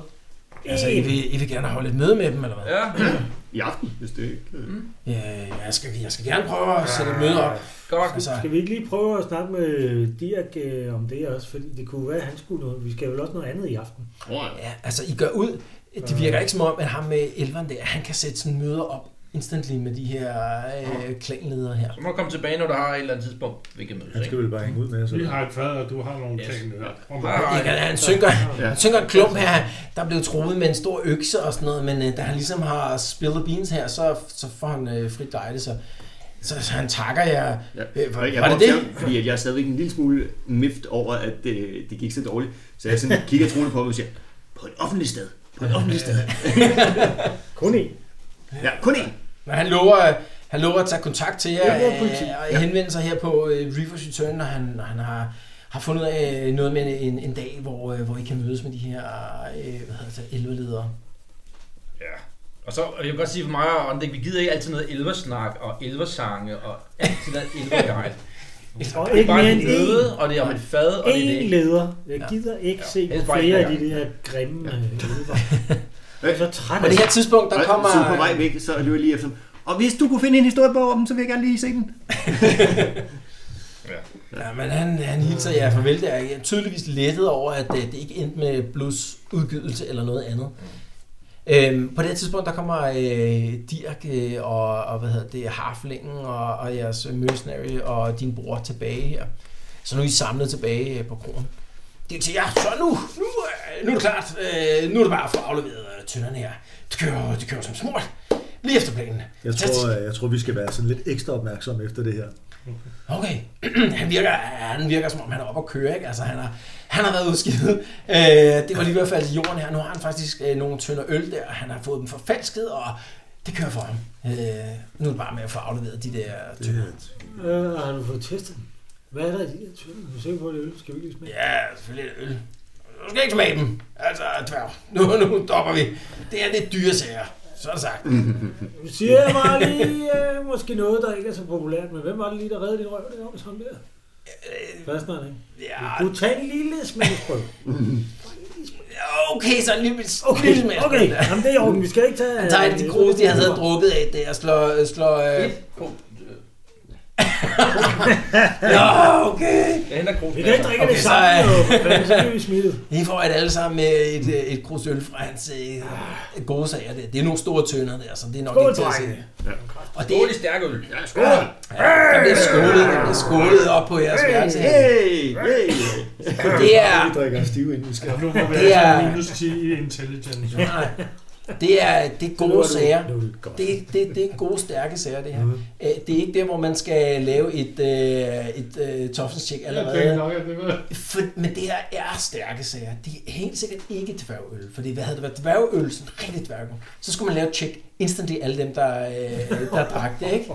[SPEAKER 2] Altså, I vil, I vil gerne holde et møde med dem, eller hvad?
[SPEAKER 1] Ja,
[SPEAKER 11] I aften, hvis det ikke... Øh.
[SPEAKER 2] Ja, jeg skal, jeg skal gerne prøve at sætte et møde op.
[SPEAKER 1] godt.
[SPEAKER 2] Altså,
[SPEAKER 5] Skal vi ikke lige prøve at snakke med Dirk øh, om det også? Fordi det kunne være, at han skulle noget. Vi skal vel også noget andet i aften.
[SPEAKER 2] ja, altså, I gør ud. Det virker ikke som om, at ham med elveren der, han kan sætte sådan møder op instantly med de her øh, klanledere her.
[SPEAKER 1] Så må du komme tilbage, når du har et eller andet tidspunkt, vi kan mødes.
[SPEAKER 8] Han skal
[SPEAKER 1] Ikke?
[SPEAKER 8] vel bare hænge ud med os.
[SPEAKER 12] Vi har et fad, og du har nogle
[SPEAKER 1] Yes.
[SPEAKER 12] ting der. Om
[SPEAKER 2] Jeg kan, altså, han synker, han synker en klump her, der er blevet troet med en stor økse og sådan noget, men øh, da han ligesom har spillet beans her, så, så får han øh, frit lejde, så, så, så han takker jer.
[SPEAKER 7] Ja.
[SPEAKER 2] Øh, var,
[SPEAKER 7] Og jeg
[SPEAKER 2] var det det?
[SPEAKER 7] Fordi at jeg er stadigvæk en lille smule mift over, at øh, det, det gik så dårligt. Så jeg sådan kigger troende på mig og siger, på et offentligt sted. På et offentligt sted.
[SPEAKER 5] Kun en.
[SPEAKER 7] Ja, kun én.
[SPEAKER 2] Men han lover, han lover at tage kontakt til jer
[SPEAKER 7] Ja, det
[SPEAKER 2] øh,
[SPEAKER 7] var politi.
[SPEAKER 2] og henvende sig her på øh, Reefers Return, når han, når han har, har fundet ud af noget med en, en dag, hvor, øh, hvor I kan mødes med de her øh, hvad hedder det, elveledere.
[SPEAKER 1] Ja. Og så, og jeg vil godt sige for mig og Ondek, vi gider ikke altid noget elversnak og elversange og alt det der elvergejl.
[SPEAKER 5] Og
[SPEAKER 1] Det er
[SPEAKER 5] ikke
[SPEAKER 1] bare
[SPEAKER 5] mere
[SPEAKER 1] en
[SPEAKER 5] end en.
[SPEAKER 1] møde, og det er om et fad, og det er
[SPEAKER 5] En
[SPEAKER 1] det.
[SPEAKER 5] leder. Jeg
[SPEAKER 1] Ja.
[SPEAKER 5] gider ikke
[SPEAKER 1] Ja.
[SPEAKER 5] se
[SPEAKER 1] Helst bare
[SPEAKER 5] flere
[SPEAKER 1] ikke
[SPEAKER 5] af de der grimme øh, elver. Jeg er så træt
[SPEAKER 2] På
[SPEAKER 5] af
[SPEAKER 2] det her
[SPEAKER 7] altså,
[SPEAKER 2] tidspunkt, der kommer...
[SPEAKER 7] Så på vej væk, så løber jeg lige efter dem. Og hvis du kunne finde en historiebog om dem, så vil jeg gerne lige se den.
[SPEAKER 2] Ja, men han, han hilser jer farvel der. Jeg er tydeligvis lettet over, at øh, det ikke endte med blodsudgydelse eller noget andet. Øhm, på det her tidspunkt, der kommer øh, Dirk øh, og, og, hvad hedder det, Harflingen og, og jeres mercenary og din bror tilbage her. Så nu er I samlet tilbage øh, på kronen. Det er til jer, så nu, nu, øh, nu er det klart. Øh, nu er det bare at få afleveret øh, tønderne her. Det kører, det kører som smurt. Lige efter planen.
[SPEAKER 8] Jeg tror, øh, jeg tror, vi skal være sådan lidt ekstra opmærksomme efter det her.
[SPEAKER 2] Okay, han virker, han virker som om han er oppe at køre, ikke? Altså, han har, han har været udskidet. Øh, det var lige ved at falde i jorden her. Nu har han faktisk øh, nogle tønder øl der, og han har fået dem forfalsket, og det kører for ham. Øh, nu er det bare med at få afleveret de der tønder.
[SPEAKER 5] Øh, har du fået testet dem? Hvad er der i de her tønder? Er du sikker på, at det er øl? Skal vi ikke lige smage?
[SPEAKER 2] Ja, selvfølgelig er det øl. Du skal ikke smage dem. Altså, dværg. Nu, nu stopper vi. Det er lidt dyre sager. Så er det sagt.
[SPEAKER 5] Du siger jeg bare lige, øh, måske noget, der ikke er så populært, men hvem var det lige, der reddede din røv deroppe sådan der?
[SPEAKER 2] Øh,
[SPEAKER 5] Fastner ikke?
[SPEAKER 2] Ja,
[SPEAKER 5] Du tager en lille smagsprøve.
[SPEAKER 2] okay, så en lille,
[SPEAKER 5] Okay,
[SPEAKER 2] lille smags.
[SPEAKER 5] okay. Jamen, det er jo, vi skal ikke tage... øh,
[SPEAKER 2] Han tager en af de grus, de har siddet og drukket af, det er slår... slår øh... Nå, okay.
[SPEAKER 1] Jeg henter krog.
[SPEAKER 5] Vi kan ikke drikke
[SPEAKER 2] Okay, så,
[SPEAKER 5] det samme,
[SPEAKER 2] øh.
[SPEAKER 5] jo. for fanden, Så bliver vi smittet.
[SPEAKER 2] I får et alle sammen med et, øh, et krus øl fra hans øh, gode sager. Det, det er nogle store tønder der, så det er nok
[SPEAKER 5] Skål,
[SPEAKER 2] ikke til at
[SPEAKER 5] drenge.
[SPEAKER 2] se. Og det,
[SPEAKER 1] Dårlig stærk øl. Ja, skål.
[SPEAKER 2] der bliver skålet, der bliver skålet op på jeres værelse.
[SPEAKER 7] Hey, hey.
[SPEAKER 2] Det er,
[SPEAKER 8] Vi drikker en stiv inden vi skal.
[SPEAKER 12] Du må
[SPEAKER 2] Det
[SPEAKER 12] være
[SPEAKER 2] er-
[SPEAKER 12] til minus 10 i intelligence.
[SPEAKER 2] nej, det er, det er
[SPEAKER 5] Nu er
[SPEAKER 2] gode
[SPEAKER 5] du-
[SPEAKER 2] sager.
[SPEAKER 5] nu er du godt.
[SPEAKER 2] Det, det, det er gode, stærke sager, det her. Mm. Det er ikke der, hvor man skal lave et, øh, et øh, toffelstjek allerede.
[SPEAKER 12] nok, at det var...
[SPEAKER 2] For, men det her er stærke sager. Det er helt sikkert ikke dværgøl. Fordi hvad havde det været dværgøl, sådan rigtig dværgøl, så skulle man lave et tjek instantly alle dem, der, øh, der drak det. Ikke?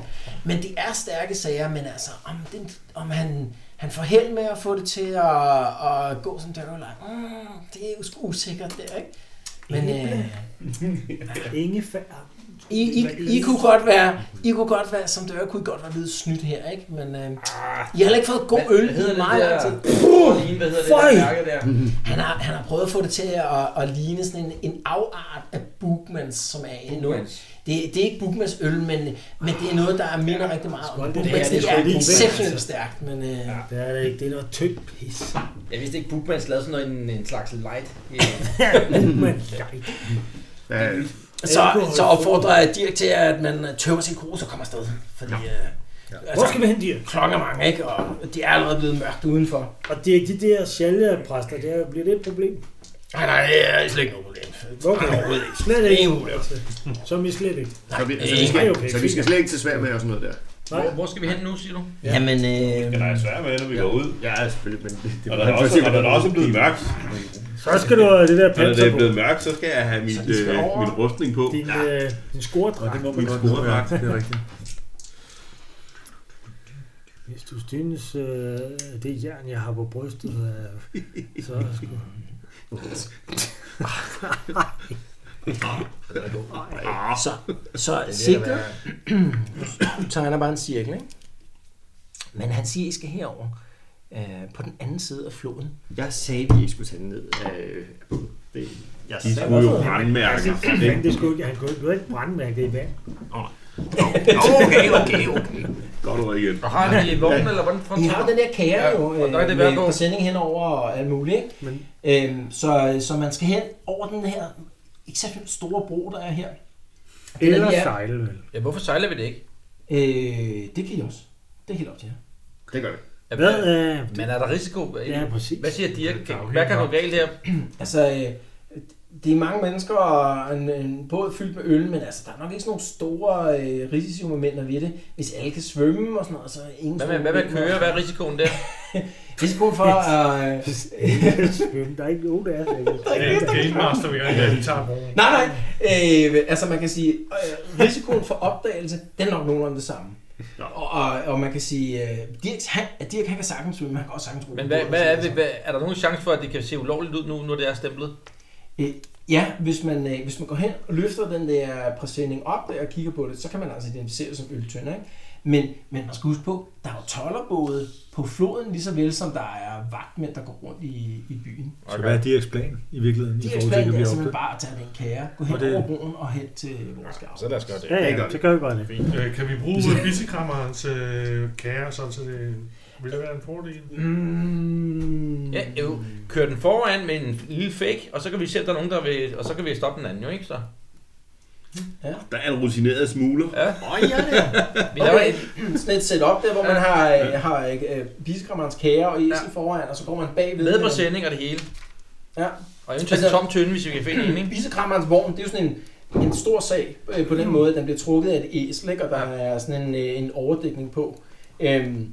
[SPEAKER 2] Men det er stærke sager, men altså, om, den, om han, han får held med at få det til at, at gå som dværgøl, mm, det er jo sgu usikkert der, ikke? Men øh,
[SPEAKER 5] Ingefær.
[SPEAKER 2] I, I, I, kunne godt være, I kunne godt være, som dværge kunne I godt være blevet snydt her, ikke? Men øh,
[SPEAKER 1] Ah.
[SPEAKER 2] I har heller ikke fået god øl i meget lang tid.
[SPEAKER 1] Puh, hvad hedder det
[SPEAKER 5] Føj!
[SPEAKER 1] der mærke der?
[SPEAKER 2] Han har, han har prøvet at få det til at, at ligne sådan en, en afart af Bookmans, som er endnu. Det,
[SPEAKER 1] Bookmans.
[SPEAKER 2] det er ikke Bookmans øl, men, men det er noget, der minder rigtig meget om
[SPEAKER 5] Skål, det
[SPEAKER 2] Bookmans.
[SPEAKER 5] er-
[SPEAKER 2] Det er,
[SPEAKER 5] det er-
[SPEAKER 2] exceptionelt
[SPEAKER 5] altså.
[SPEAKER 2] stærkt, men øh, ja.
[SPEAKER 5] Det er det ikke. Det er noget tyndt pis.
[SPEAKER 1] Jeg vidste ikke, Bookmans lavede sådan noget, en, en slags light. Yeah.
[SPEAKER 5] Men
[SPEAKER 11] Ja,
[SPEAKER 2] så,
[SPEAKER 5] Alkohol-
[SPEAKER 2] så opfordrer jeg Dirk til, at man tømmer sin krus og kommer afsted. Fordi øh,
[SPEAKER 5] Hvor
[SPEAKER 2] altså,
[SPEAKER 5] skal vi hen, Dirk?
[SPEAKER 2] klokken er mange, ikke? og det er allerede blevet mørkt udenfor.
[SPEAKER 5] Og det er de der sjalgepræster, det er- bliver det et problem.
[SPEAKER 2] Nej, nej, det er slet ikke noget problem.
[SPEAKER 5] Okay.
[SPEAKER 2] Nej, overhovedet ikke.
[SPEAKER 5] Slet
[SPEAKER 2] Det er
[SPEAKER 5] ikke.
[SPEAKER 2] ingen problem.
[SPEAKER 5] Altså, Som I slet ikke.
[SPEAKER 7] Så vi, altså, vi, skal, så vi skal slet ikke til Sverige med og sådan noget der.
[SPEAKER 1] Hvor, hvor skal vi hen nu, siger du?
[SPEAKER 2] Jamen,
[SPEAKER 13] Det
[SPEAKER 2] øh,
[SPEAKER 13] er svært med, når vi går ud.
[SPEAKER 7] Ja, selvfølgelig, men det, det
[SPEAKER 13] Og der er også, og der er også blevet mørkt.
[SPEAKER 5] Så skal du have det der
[SPEAKER 13] Og når
[SPEAKER 5] panser
[SPEAKER 13] det er
[SPEAKER 5] på.
[SPEAKER 13] blevet mørkt, så skal jeg have mit,
[SPEAKER 1] Så vi skal
[SPEAKER 13] øh,
[SPEAKER 1] over.
[SPEAKER 13] min rustning på.
[SPEAKER 5] Din, øh, din
[SPEAKER 8] Og det
[SPEAKER 5] scoredragt.
[SPEAKER 8] må man
[SPEAKER 13] Mit
[SPEAKER 8] godt nå, ja.
[SPEAKER 13] scorevagt.
[SPEAKER 8] Det er rigtigt.
[SPEAKER 5] Hvis du synes, øh, det jern, jeg har på brystet, øh, så er det sgu...
[SPEAKER 2] så, så sigter. Nu tegner bare en cirkel, ikke? Men han siger, I skal herover øh, på den anden side af floden.
[SPEAKER 7] Jeg sagde, at I skulle tage den ned øh, af båden. Det, jeg
[SPEAKER 13] De
[SPEAKER 7] sagde,
[SPEAKER 13] skulle jo brandmærke.
[SPEAKER 5] Men det skulle ikke, han kunne ikke, du ikke brandmærke det i vand.
[SPEAKER 7] okay, okay, okay.
[SPEAKER 13] Godt råd igen.
[SPEAKER 1] Og har de vogn, eller hvordan
[SPEAKER 2] Vi har den der kære
[SPEAKER 1] Ja,
[SPEAKER 2] ja, jo,
[SPEAKER 1] og der er det
[SPEAKER 2] øh,
[SPEAKER 1] hver
[SPEAKER 2] med
[SPEAKER 1] dag.
[SPEAKER 2] præsending hen over alt muligt. Ikke?
[SPEAKER 5] Men-
[SPEAKER 2] Øhm, så, så man skal hen over den her exceptionelt store bro, der er her. Den er
[SPEAKER 5] Eller
[SPEAKER 2] lige her.
[SPEAKER 5] sejle, vel.
[SPEAKER 1] Ja, hvorfor sejler vi det ikke?
[SPEAKER 2] Øh, det kan I også. Det er helt op til jer.
[SPEAKER 7] Det gør vi.
[SPEAKER 1] Ja,
[SPEAKER 5] Hvad, øh,
[SPEAKER 1] Men er der risiko?
[SPEAKER 5] ja, præcis.
[SPEAKER 1] Hvad siger Dirk?
[SPEAKER 12] Der er jo
[SPEAKER 1] Hvad
[SPEAKER 12] helt
[SPEAKER 1] kan gå
[SPEAKER 12] nok.
[SPEAKER 1] galt her?
[SPEAKER 2] Altså, øh, det er mange mennesker og en, en båd fyldt med øl, men altså, der er nok ikke sådan nogle store øh, risikomomenter ved det. Hvis alle kan svømme og sådan noget, så er ingen
[SPEAKER 1] Hvad
[SPEAKER 2] store
[SPEAKER 1] med, hvad med at
[SPEAKER 2] problemer.
[SPEAKER 1] køre? Hvad er risikoen der?
[SPEAKER 2] Risikoen for at... Øh,
[SPEAKER 5] Svømme, der er ikke nogen, der er
[SPEAKER 12] Det er en game master, vi har i Tarbogen.
[SPEAKER 2] Nej, nej. Øh, altså man kan sige, øh, risikoen for opdagelse, den er nok nogenlunde det samme. Og, og, og, man kan sige, øh, Dirk, han, at Dirk han kan sagtens svømme, han kan også sagtens
[SPEAKER 1] Men hvad, hvad er, vi, hvad, er der nogen chance for, at det kan se ulovligt ud nu, når det er stemplet?
[SPEAKER 2] Øh, ja, hvis man, øh, hvis man går hen og løfter den der præsending op der og kigger på det, så kan man altså identificere det som øltønder, ikke? Men, men man skal huske på, der er jo tollerbåde på floden, lige så vel som der er vagtmænd, der går rundt i, i byen.
[SPEAKER 8] Så hvad er Dirks plan i virkeligheden? i
[SPEAKER 2] De
[SPEAKER 8] forhold til, at
[SPEAKER 2] eksplaner
[SPEAKER 8] vi
[SPEAKER 2] er
[SPEAKER 8] er
[SPEAKER 2] simpelthen
[SPEAKER 8] oppe?
[SPEAKER 2] bare at tage den kære, gå hen
[SPEAKER 8] Og det-
[SPEAKER 2] over broen og hen til vores gav.
[SPEAKER 13] Så lad os gøre det.
[SPEAKER 5] Ja,
[SPEAKER 7] Det gør
[SPEAKER 5] ja,
[SPEAKER 7] vi.
[SPEAKER 5] så gør vi bare det.
[SPEAKER 12] Øh, kan vi bruge visekrammerens øh, kære, sådan så det vil det være en fordel?
[SPEAKER 2] Mm.
[SPEAKER 1] Ja, jo. Kør den foran med en lille fake, og så kan vi se, at der er nogen, der vil... Og så kan vi stoppe den anden jo, ikke så?
[SPEAKER 13] Der er en rutineret smugler.
[SPEAKER 1] Ja.
[SPEAKER 7] Åh, ja, det er.
[SPEAKER 1] Vi laver
[SPEAKER 2] Okay,
[SPEAKER 1] et.
[SPEAKER 2] sådan et setup der, hvor man
[SPEAKER 1] Ja.
[SPEAKER 2] har, øh, har øh, biskrammerens kære og æsel foran, og så går man bagved.
[SPEAKER 1] Med præsending og det hele.
[SPEAKER 2] Ja.
[SPEAKER 1] Og eventuelt en
[SPEAKER 2] Altså-
[SPEAKER 1] tom tynde, hvis vi kan finde en, ikke?
[SPEAKER 2] Bisekrammerens vogn, det er jo sådan en, en stor sag øh, på den
[SPEAKER 1] Mm.
[SPEAKER 2] måde, at den bliver trukket af et æsel, ikke? og der er sådan en, øh, en overdækning på. Øhm,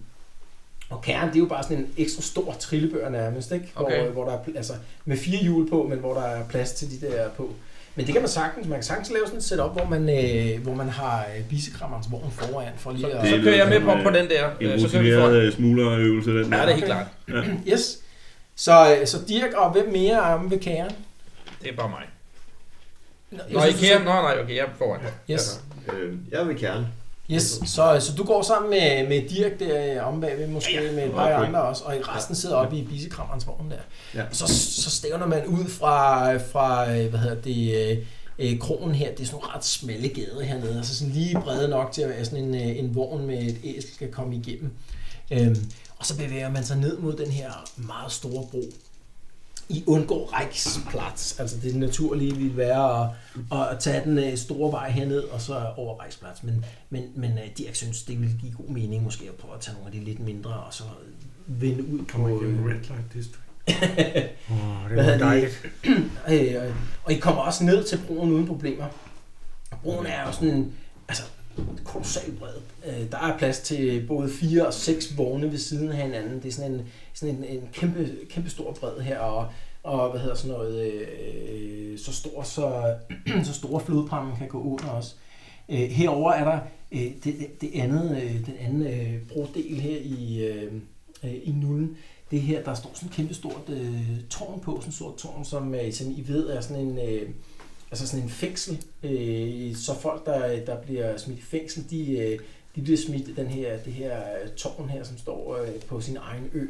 [SPEAKER 2] og kæren, det er jo bare sådan en ekstra stor trillebør nærmest, ikke? Hvor,
[SPEAKER 1] Okay.
[SPEAKER 2] øh, hvor der er, pl- altså, med fire hjul på, men hvor der er plads til de der på. Men det kan man sagtens. Man kan sagtens lave sådan et setup, hvor man, øh, hvor man har øh, bisekrammerens vogn foran, for lige at...
[SPEAKER 1] Så kører jeg med på, på den der.
[SPEAKER 13] En
[SPEAKER 1] øh, Så kører vi foran.
[SPEAKER 13] rutineret øh, smuglerøvelse, den
[SPEAKER 1] Ja,
[SPEAKER 13] der.
[SPEAKER 1] det er helt klart.
[SPEAKER 2] Yes. Så, øh, så Dirk og hvem mere er om ved kæren?
[SPEAKER 1] Det er bare mig.
[SPEAKER 2] Nå,
[SPEAKER 1] Nå, I Altså, kære? Nå, nej, okay, jeg er foran.
[SPEAKER 2] Yes,
[SPEAKER 7] Øh, jeg vil gerne.
[SPEAKER 2] yes. Så, så du går sammen med, med Dirk der øh, om bagved, måske ja, ja. med et par
[SPEAKER 7] Okay.
[SPEAKER 2] andre også, og i resten sidder oppe i bisekrammerens vogn der.
[SPEAKER 7] Ja.
[SPEAKER 2] Og så, så stævner man ud fra, fra øh, hvad hedder det, øh, øh, krogen her. Det er sådan nogle ret smalle gader hernede, altså sådan lige brede nok til at være sådan en, øh, en vogn med et æsel skal komme igennem. Øhm, og så bevæger man sig ned mod den her meget store bro. I undgår Reichsplatz, altså det naturlige ville være at, at tage den øh, store vej herned og så over Reichsplatz. Men, men, men øh, Dirk synes, det ville give god mening måske at prøve at tage nogle af de lidt mindre og så vende ud på...
[SPEAKER 12] Kommer igennem
[SPEAKER 2] øh,
[SPEAKER 12] Red Light District.
[SPEAKER 5] Åh, det
[SPEAKER 2] Hvad
[SPEAKER 5] var
[SPEAKER 2] hedder det?
[SPEAKER 5] dejligt.
[SPEAKER 2] Øh, og- og I kommer også ned til broen uden problemer. Broen er jo sådan, altså, kolossalt bred. Øh, der er plads til både fire og seks vogne ved siden af hinanden. Det er sådan en, sådan en, en kæmpe, kæmpe stor bred her, og, og hvad hedder sådan noget, øh, så stor, så, så store flodprammen kan gå under også. Øh, herover er der øh, det, det, det andet, øh, den anden øh, brodel her i, øh, øh, i nullen, det her, der står sådan et kæmpestort øh, tårn på, sådan et sort tårn, som, øh, som I ved er sådan en, øh, altså sådan en fængsel. Øh, så folk, der, der bliver smidt i fængsel, de, øh, de bliver smidt i den her, det her øh, tårn her, som står øh, på sin egen ø.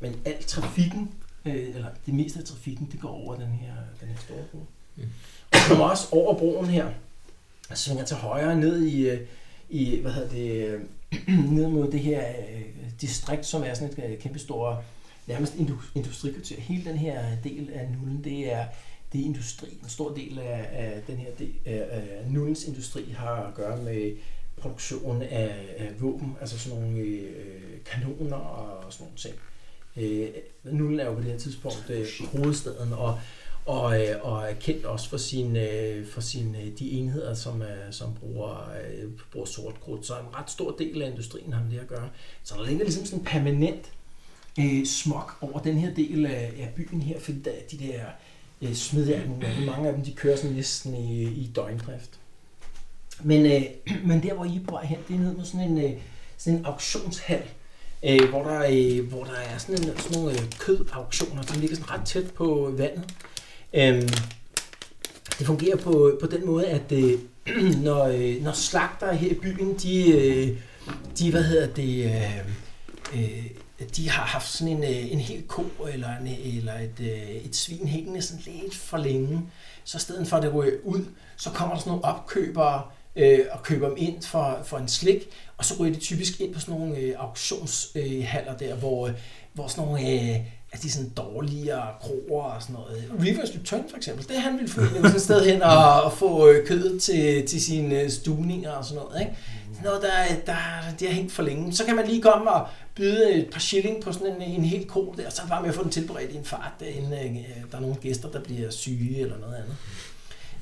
[SPEAKER 2] Men al trafikken, øh, eller det meste af trafikken, det går over den her, den her store bro.
[SPEAKER 1] Mm.
[SPEAKER 2] Og så kommer også over broen her, og svinger til højre ned i, øh, i hvad hedder det, øh, ned mod det her øh, distrikt, som er sådan et øh, kæmpestort nærmest indu- industrikvarter. Hele den her del af nullen, det er, det er industri. En stor del af, af den her del af, af nullens industri har at gøre med produktion af, af våben, altså sådan nogle øh, kanoner og sådan nogle ting. Øh, nullen er jo på det her tidspunkt øh, hovedstaden, og, og, øh, og er kendt også for, sin, øh, for sin, øh, de enheder, som, øh, som bruger, øh, bruger sort krudt. Så en ret stor del af industrien har med det at gøre. Så der ligger ligesom sådan en permanent øh, smog over den her del af, af byen her, fordi der, er de der øh, smedjern, mange af dem, de kører sådan næsten i, i døgndrift. Men, øh, men der, hvor I er på vej hen, det er ned mod sådan en, øh, sådan en auktionshal, øh, hvor, der, øh, hvor der er sådan, en, sådan nogle øh, kødauktioner, som ligger sådan ret tæt på vandet. Øhm, det fungerer på, på den måde, at øh, når, øh, når slagter her i byen, de, øh, de hvad hedder det, øh, øh, de har haft sådan en, øh, en hel ko eller, en, eller et, øh, et svin hængende sådan lidt for længe, så i stedet for at det ryger ud, så kommer der sådan nogle opkøbere øh, og køber dem ind for, for en slik, og så ryger de typisk ind på sådan nogle øh, auktionshaller øh, haller der, hvor, øh, hvor sådan nogle øh, af de sådan dårligere kroer og sådan noget. Reverse Return for eksempel, det han ville få sådan et sted hen og, og få øh, kødet til, til sine øh, stuninger og sådan noget. Ikke? Sådan noget, der, der, der er hængt for længe. Så kan man lige komme og byde et par shilling på sådan en, en hel ko der, og så bare med at få den tilberedt i en fart, inden øh, der er nogle gæster, der bliver syge eller noget andet.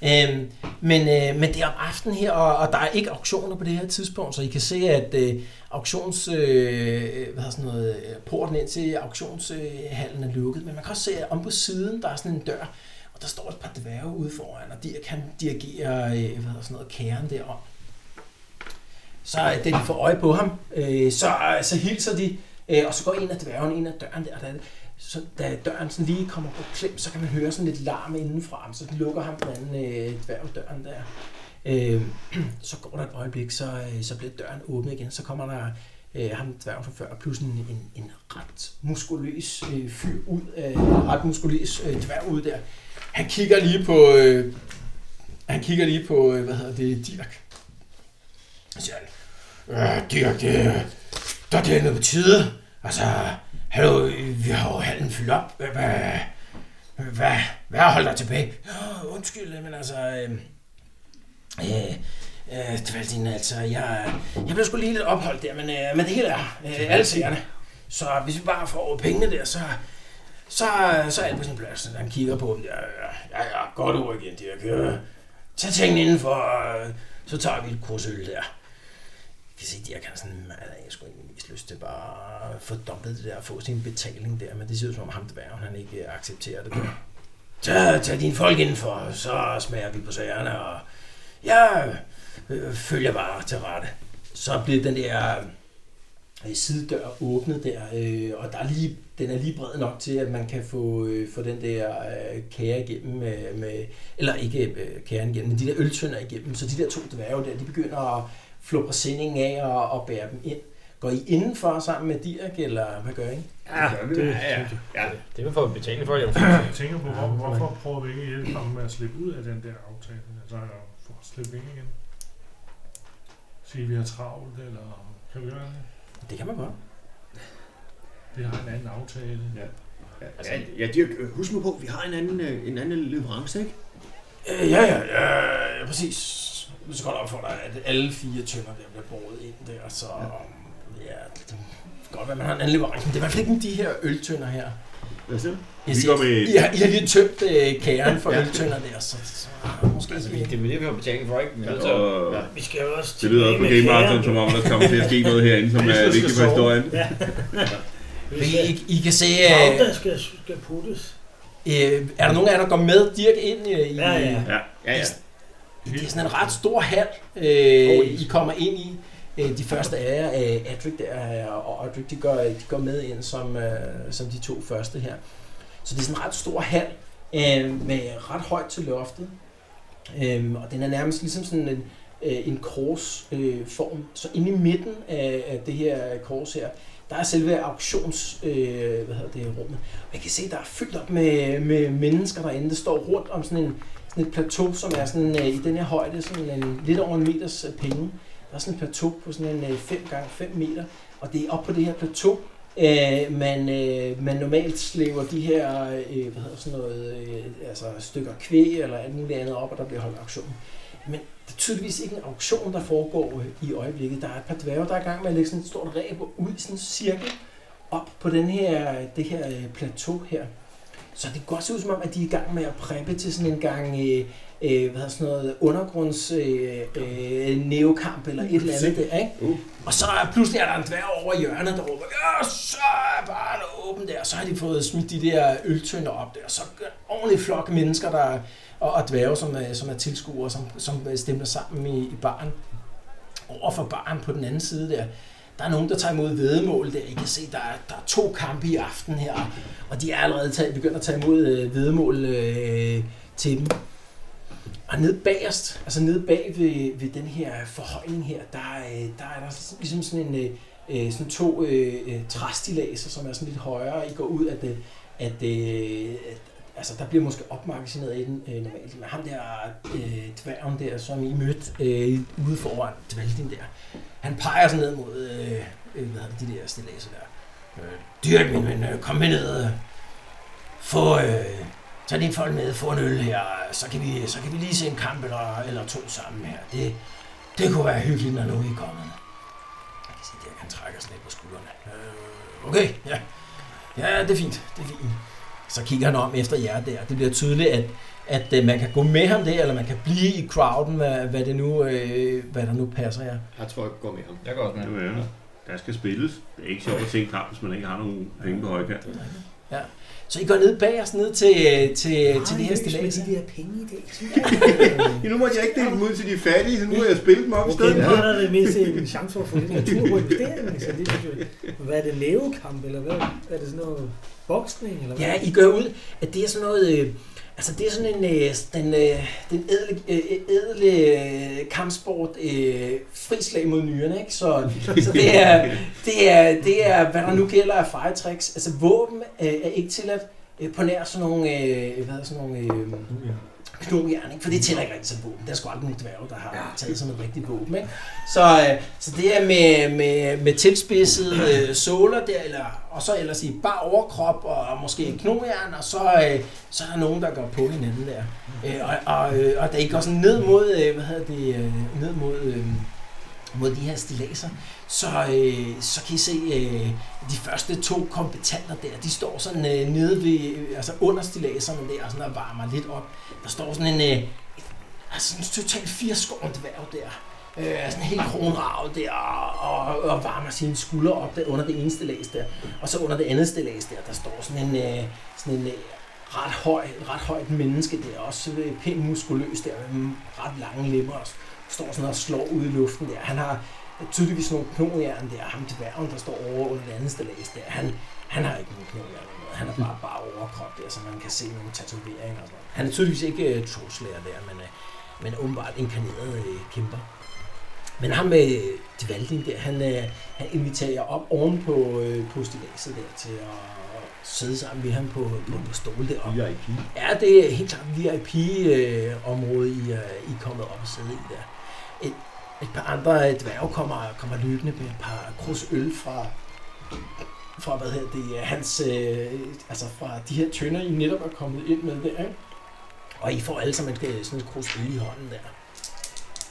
[SPEAKER 2] Øhm, men, øh, men det er om aftenen her, og, og der er ikke auktioner på det her tidspunkt, så I kan se, at øh, auktions, øh, hvad hedder sådan noget, øh, porten ind til auktionshallen er lukket, men man kan også se, at om på siden, der er sådan en dør, og der står et par dværge ude foran, og de kan dirigere øh, hvad hedder sådan noget, kæren derom. Så øh, da de får øje på ham, øh, så, så hilser de, øh, og så går en af dværgene ind ad døren der, og der er så da døren sådan lige kommer på klem, så kan man høre sådan lidt larm indenfra ham, så lukker ham den anden øh, dværg døren der. Øh, så går der et øjeblik, så, øh, så bliver døren åbnet igen, så kommer der øh, ham dværgen fra før, plus en, en, en ret muskuløs øh, fyr ud, øh, en ret muskuløs øh, dværg ud der. Han kigger lige på, øh, han kigger lige på, øh, hvad hedder det, Dirk. Så siger han, øh, Dirk, det, der det er noget på tide. Altså, Hallo, vi har jo halen fyldt op. Hvad, hvad, hvad, hvad holder dig tilbage? Oh, undskyld, men altså... Øh, øh, øh, Tvaldin, altså, jeg, jeg blev sgu lige lidt opholdt der, men, øh, men det hele er øh, alle sagerne. Så hvis vi bare får over pengene der, så, så, så er alt på sin plads. Han kigger på dem. Ja, ja, ja, godt ord igen, Dirk. Øh, Tag tingene indenfor, og så tager vi et kursøl der kan se, de er kan sådan, altså, jeg skulle egentlig mest lyst til bare at få dumpet det der, og få sin betaling der, men det ser ud som om ham dværgen, han ikke accepterer det der. Tag, tag dine folk indenfor, så smager vi på sagerne, og jeg øh, følger bare til rette. Så bliver den der øh, sidedør åbnet der, øh, og der er lige, den er lige bred nok til, at man kan få, øh, få den der øh, kære igennem, øh, med, eller ikke øh, kæren igennem, men de der øltønder igennem. Så de der to dværge der, de begynder at flå præsendingen af og, og bære dem ind. Går I indenfor sammen med Dirk, eller hvad gør I?
[SPEAKER 5] Ja, det,
[SPEAKER 1] Ja,
[SPEAKER 14] Det vil få betaling for, jo.
[SPEAKER 12] Jeg tænker på, hvor, hvorfor prøver vi ikke at hjælpe ham med at slippe ud af den der aftale? Altså, for at slippe ind igen? Sige, vi har travlt, eller kan vi gøre det?
[SPEAKER 2] Det kan man godt.
[SPEAKER 12] Vi har en anden aftale.
[SPEAKER 7] Ja. Ja, altså, ja, Dirk, husk nu på, vi har en anden, øh, en anden leverance, ikke?
[SPEAKER 2] Øh, ja, ja, ja, ja, præcis. Nu skal jeg godt opfordre dig, at alle fire tønder der bliver båret ind der, så... Ja, det kan godt være, man har en anden leverance, men det er i hvert fald ikke de her øltønder her.
[SPEAKER 7] Hvad siger du?
[SPEAKER 2] Jeg
[SPEAKER 13] Vi
[SPEAKER 2] siger,
[SPEAKER 13] går med-
[SPEAKER 2] I, har, I har lige tømt øh, kæren for øltønder der, så, så måske
[SPEAKER 1] altså,
[SPEAKER 2] altså,
[SPEAKER 1] vi, det er jo det, vi har betaling for, ikke? Vi er nødt til at-
[SPEAKER 13] Og
[SPEAKER 1] Ja.
[SPEAKER 7] Ja.
[SPEAKER 5] vi skal jo også
[SPEAKER 13] det lyder på Game Marathon, som om der kommer til at ske noget herinde, som
[SPEAKER 5] Jeg
[SPEAKER 13] er
[SPEAKER 5] synes,
[SPEAKER 13] vigtigt
[SPEAKER 5] jeg
[SPEAKER 13] for
[SPEAKER 5] skal
[SPEAKER 13] historien.
[SPEAKER 2] I, I, I kan se, øh,
[SPEAKER 5] Magda skal, skal puttes.
[SPEAKER 2] øh, er der nogen af jer, der går med Dirk ind øh, i,
[SPEAKER 5] Ja, ja.
[SPEAKER 7] Ja, ja, ja.
[SPEAKER 2] Det er sådan en ret stor hal, øh, I kommer ind i. Øh, de første af jer, øh, Adric der, øh, og Adric, de går, de går med ind som, øh, som de to første her. Så det er sådan en ret stor hal, øh, med ret højt til loftet. Øh, og den er nærmest ligesom sådan en, øh, en korsform. Øh, form. så inde i midten af, af det her kors her, der er selve auktions, øh, hvad hedder det, rummet. Og jeg kan se, der er fyldt op med, med mennesker derinde. Det står rundt om sådan en sådan et plateau, som er sådan øh, i den her højde, sådan en, lidt over en meters øh, penge. Der er sådan et plateau på sådan en øh, 5 gange 5 meter, og det er op på det her plateau, øh, man, øh, man normalt slæver de her øh, hvad hedder sådan noget, øh, altså stykker kvæg eller alt muligt andet op, og der bliver holdt auktion. Men der er tydeligvis ikke en auktion, der foregår øh, i øjeblikket. Der er et par dværge, der er i gang med at lægge sådan et stort ræb ud i sådan en cirkel op på den her, det her øh, plateau her. Så det kan godt se ud som om, at de er i gang med at preppe til sådan en gang øh, øh, hvad hedder sådan noget, undergrunds øh, øh, neokamp eller et eller andet der, ikke?
[SPEAKER 7] Uh.
[SPEAKER 2] Og så er- pludselig er der en dværg over i hjørnet, der råber, ja, så er bare åben der. Så har de fået smidt de der øltønder op der, så er der en ordentlig flok mennesker, der og, og dværge, som, er- som er tilskuere, som, som stemmer sammen i, i baren. Over for baren på den anden side der, der er nogen, der tager imod vedemål der. I kan se, der er, der er to kampe i aften her, og de er allerede taget, begyndt at tage imod øh, vedemål øh, til dem. Og nede bagerst, altså nede bag ved, ved den her forhøjning her, der, øh, der er der sådan- ligesom sådan en, øh, øh, sådan to øh, øh, træstilaser, som er sådan lidt højere. I går ud, at, øh, at, øh, at altså, der bliver måske opmagasineret i den øh, normalt. Men ham der øh, dværgen der, som I mødte øh, ude foran dvælgen der, han peger sådan ned mod øh, øh, hvad hedder det, de der stilaser der. Øh, dyrt, min ven, øh, kom med ned. øh. Få, øh, Tag din folk med, få en øl her, så kan vi, så kan vi lige se en kamp eller, eller to sammen her. Det, det kunne være hyggeligt, når nu I er kommet. Jeg kan se, der han trækker sådan lidt på skuldrene. Øh, okay, ja. Ja, det er fint, det er fint. Så kigger han om efter jer der. Det bliver tydeligt, at, at øh, man kan gå med ham der, eller man kan blive i crowden, hvad, hvad, det nu, øh, hvad der nu passer jer.
[SPEAKER 7] Jeg tror, jeg går med ham.
[SPEAKER 1] Jeg går også med.
[SPEAKER 11] Det var ærgerligt. Der skal spilles. Det er ikke sjovt at se en kamp, hvis man ikke har nogen penge på højkant.
[SPEAKER 2] Så I går ned bag os, ned til, øh, til, til det her stillads.
[SPEAKER 5] de der penge i dag.
[SPEAKER 7] Ja, nu måtte jeg ikke dele dem ud til de fattige, så nu må jeg spille dem op i
[SPEAKER 5] Okay,
[SPEAKER 7] stedet.
[SPEAKER 5] det
[SPEAKER 7] for.
[SPEAKER 5] er det mindste en chance for at få en naturryktering. Så altså, det synes jeg. Hvad er det, nævekamp, eller hvad? Er det sådan noget boksning, eller hvad?
[SPEAKER 2] Ja, I gør ud, at det er sådan noget... Øh, altså, det er sådan en... Øh, den, øh, den edle, øh, edle øh, kampsport øh, frislag mod nyrerne, ikke? Så, så det, er, det, er, det er, hvad der nu gælder af fejretricks. Altså, våben øh, er ikke tilladt øh, på nær sådan nogle... Øh, hvad er sådan nogle... Øh, knogjern, ikke? for det tæller ikke rigtig som våben. Der er sgu aldrig nogen dværge, der har taget sådan et rigtigt våben. Ikke? Så, øh, så det er med, med, med tilspidsede øh, såler der, eller, og så ellers i bare overkrop og, og måske en knogjern, og så, øh, så er der nogen, der går på hinanden der. Øh, og, og, øh, og da I går sådan ned mod, øh, hvad hedder det, øh, ned mod, øh, mod de her stilaser, så, øh, så kan I se øh, de første to kompetenter der, de står sådan øh, nede ved, øh, altså under stilaserne der, og sådan og varmer lidt op. Der står sådan en, øh, altså en totalt firskåret dværg der. Øh, sådan helt kronravet der, og, og, og varmer sine skuldre op der under det ene stilas der. Og så under det andet stilas der, der står sådan en, øh, sådan en øh, ret, høj, et ret højt menneske der, også øh, pænt muskuløs der, med ret lange lemmer, og står sådan og slår ud i luften der. Han har tydeligvis nogle knogjern der, ham dværgen, der står over under det andet stilas der, han, han har ikke nogen knogjern eller noget. Han er bare bare overkrop der, så man kan se nogle tatoveringer og sådan noget. Han er tydeligvis ikke uh, troslærer der, men, uh, men åbenbart inkarneret uh, kæmper. Men ham med uh, Divaldin der, han, uh, han inviterer jer op oven på, uh, på stilaset der til at sidde sammen med ham på, på, på stol deroppe.
[SPEAKER 8] VIP.
[SPEAKER 2] Ja, det er helt klart VIP-område, I, øh, I er kommet op og sidde i der. Et, et par andre øh, dværge kommer, kommer løbende med et par krus øl fra, fra hvad hedder det, øh, hans, øh, altså fra de her tønder, I netop er kommet ind med der, ikke? Og I får alle sammen et, øh, sådan et krus øl i hånden der.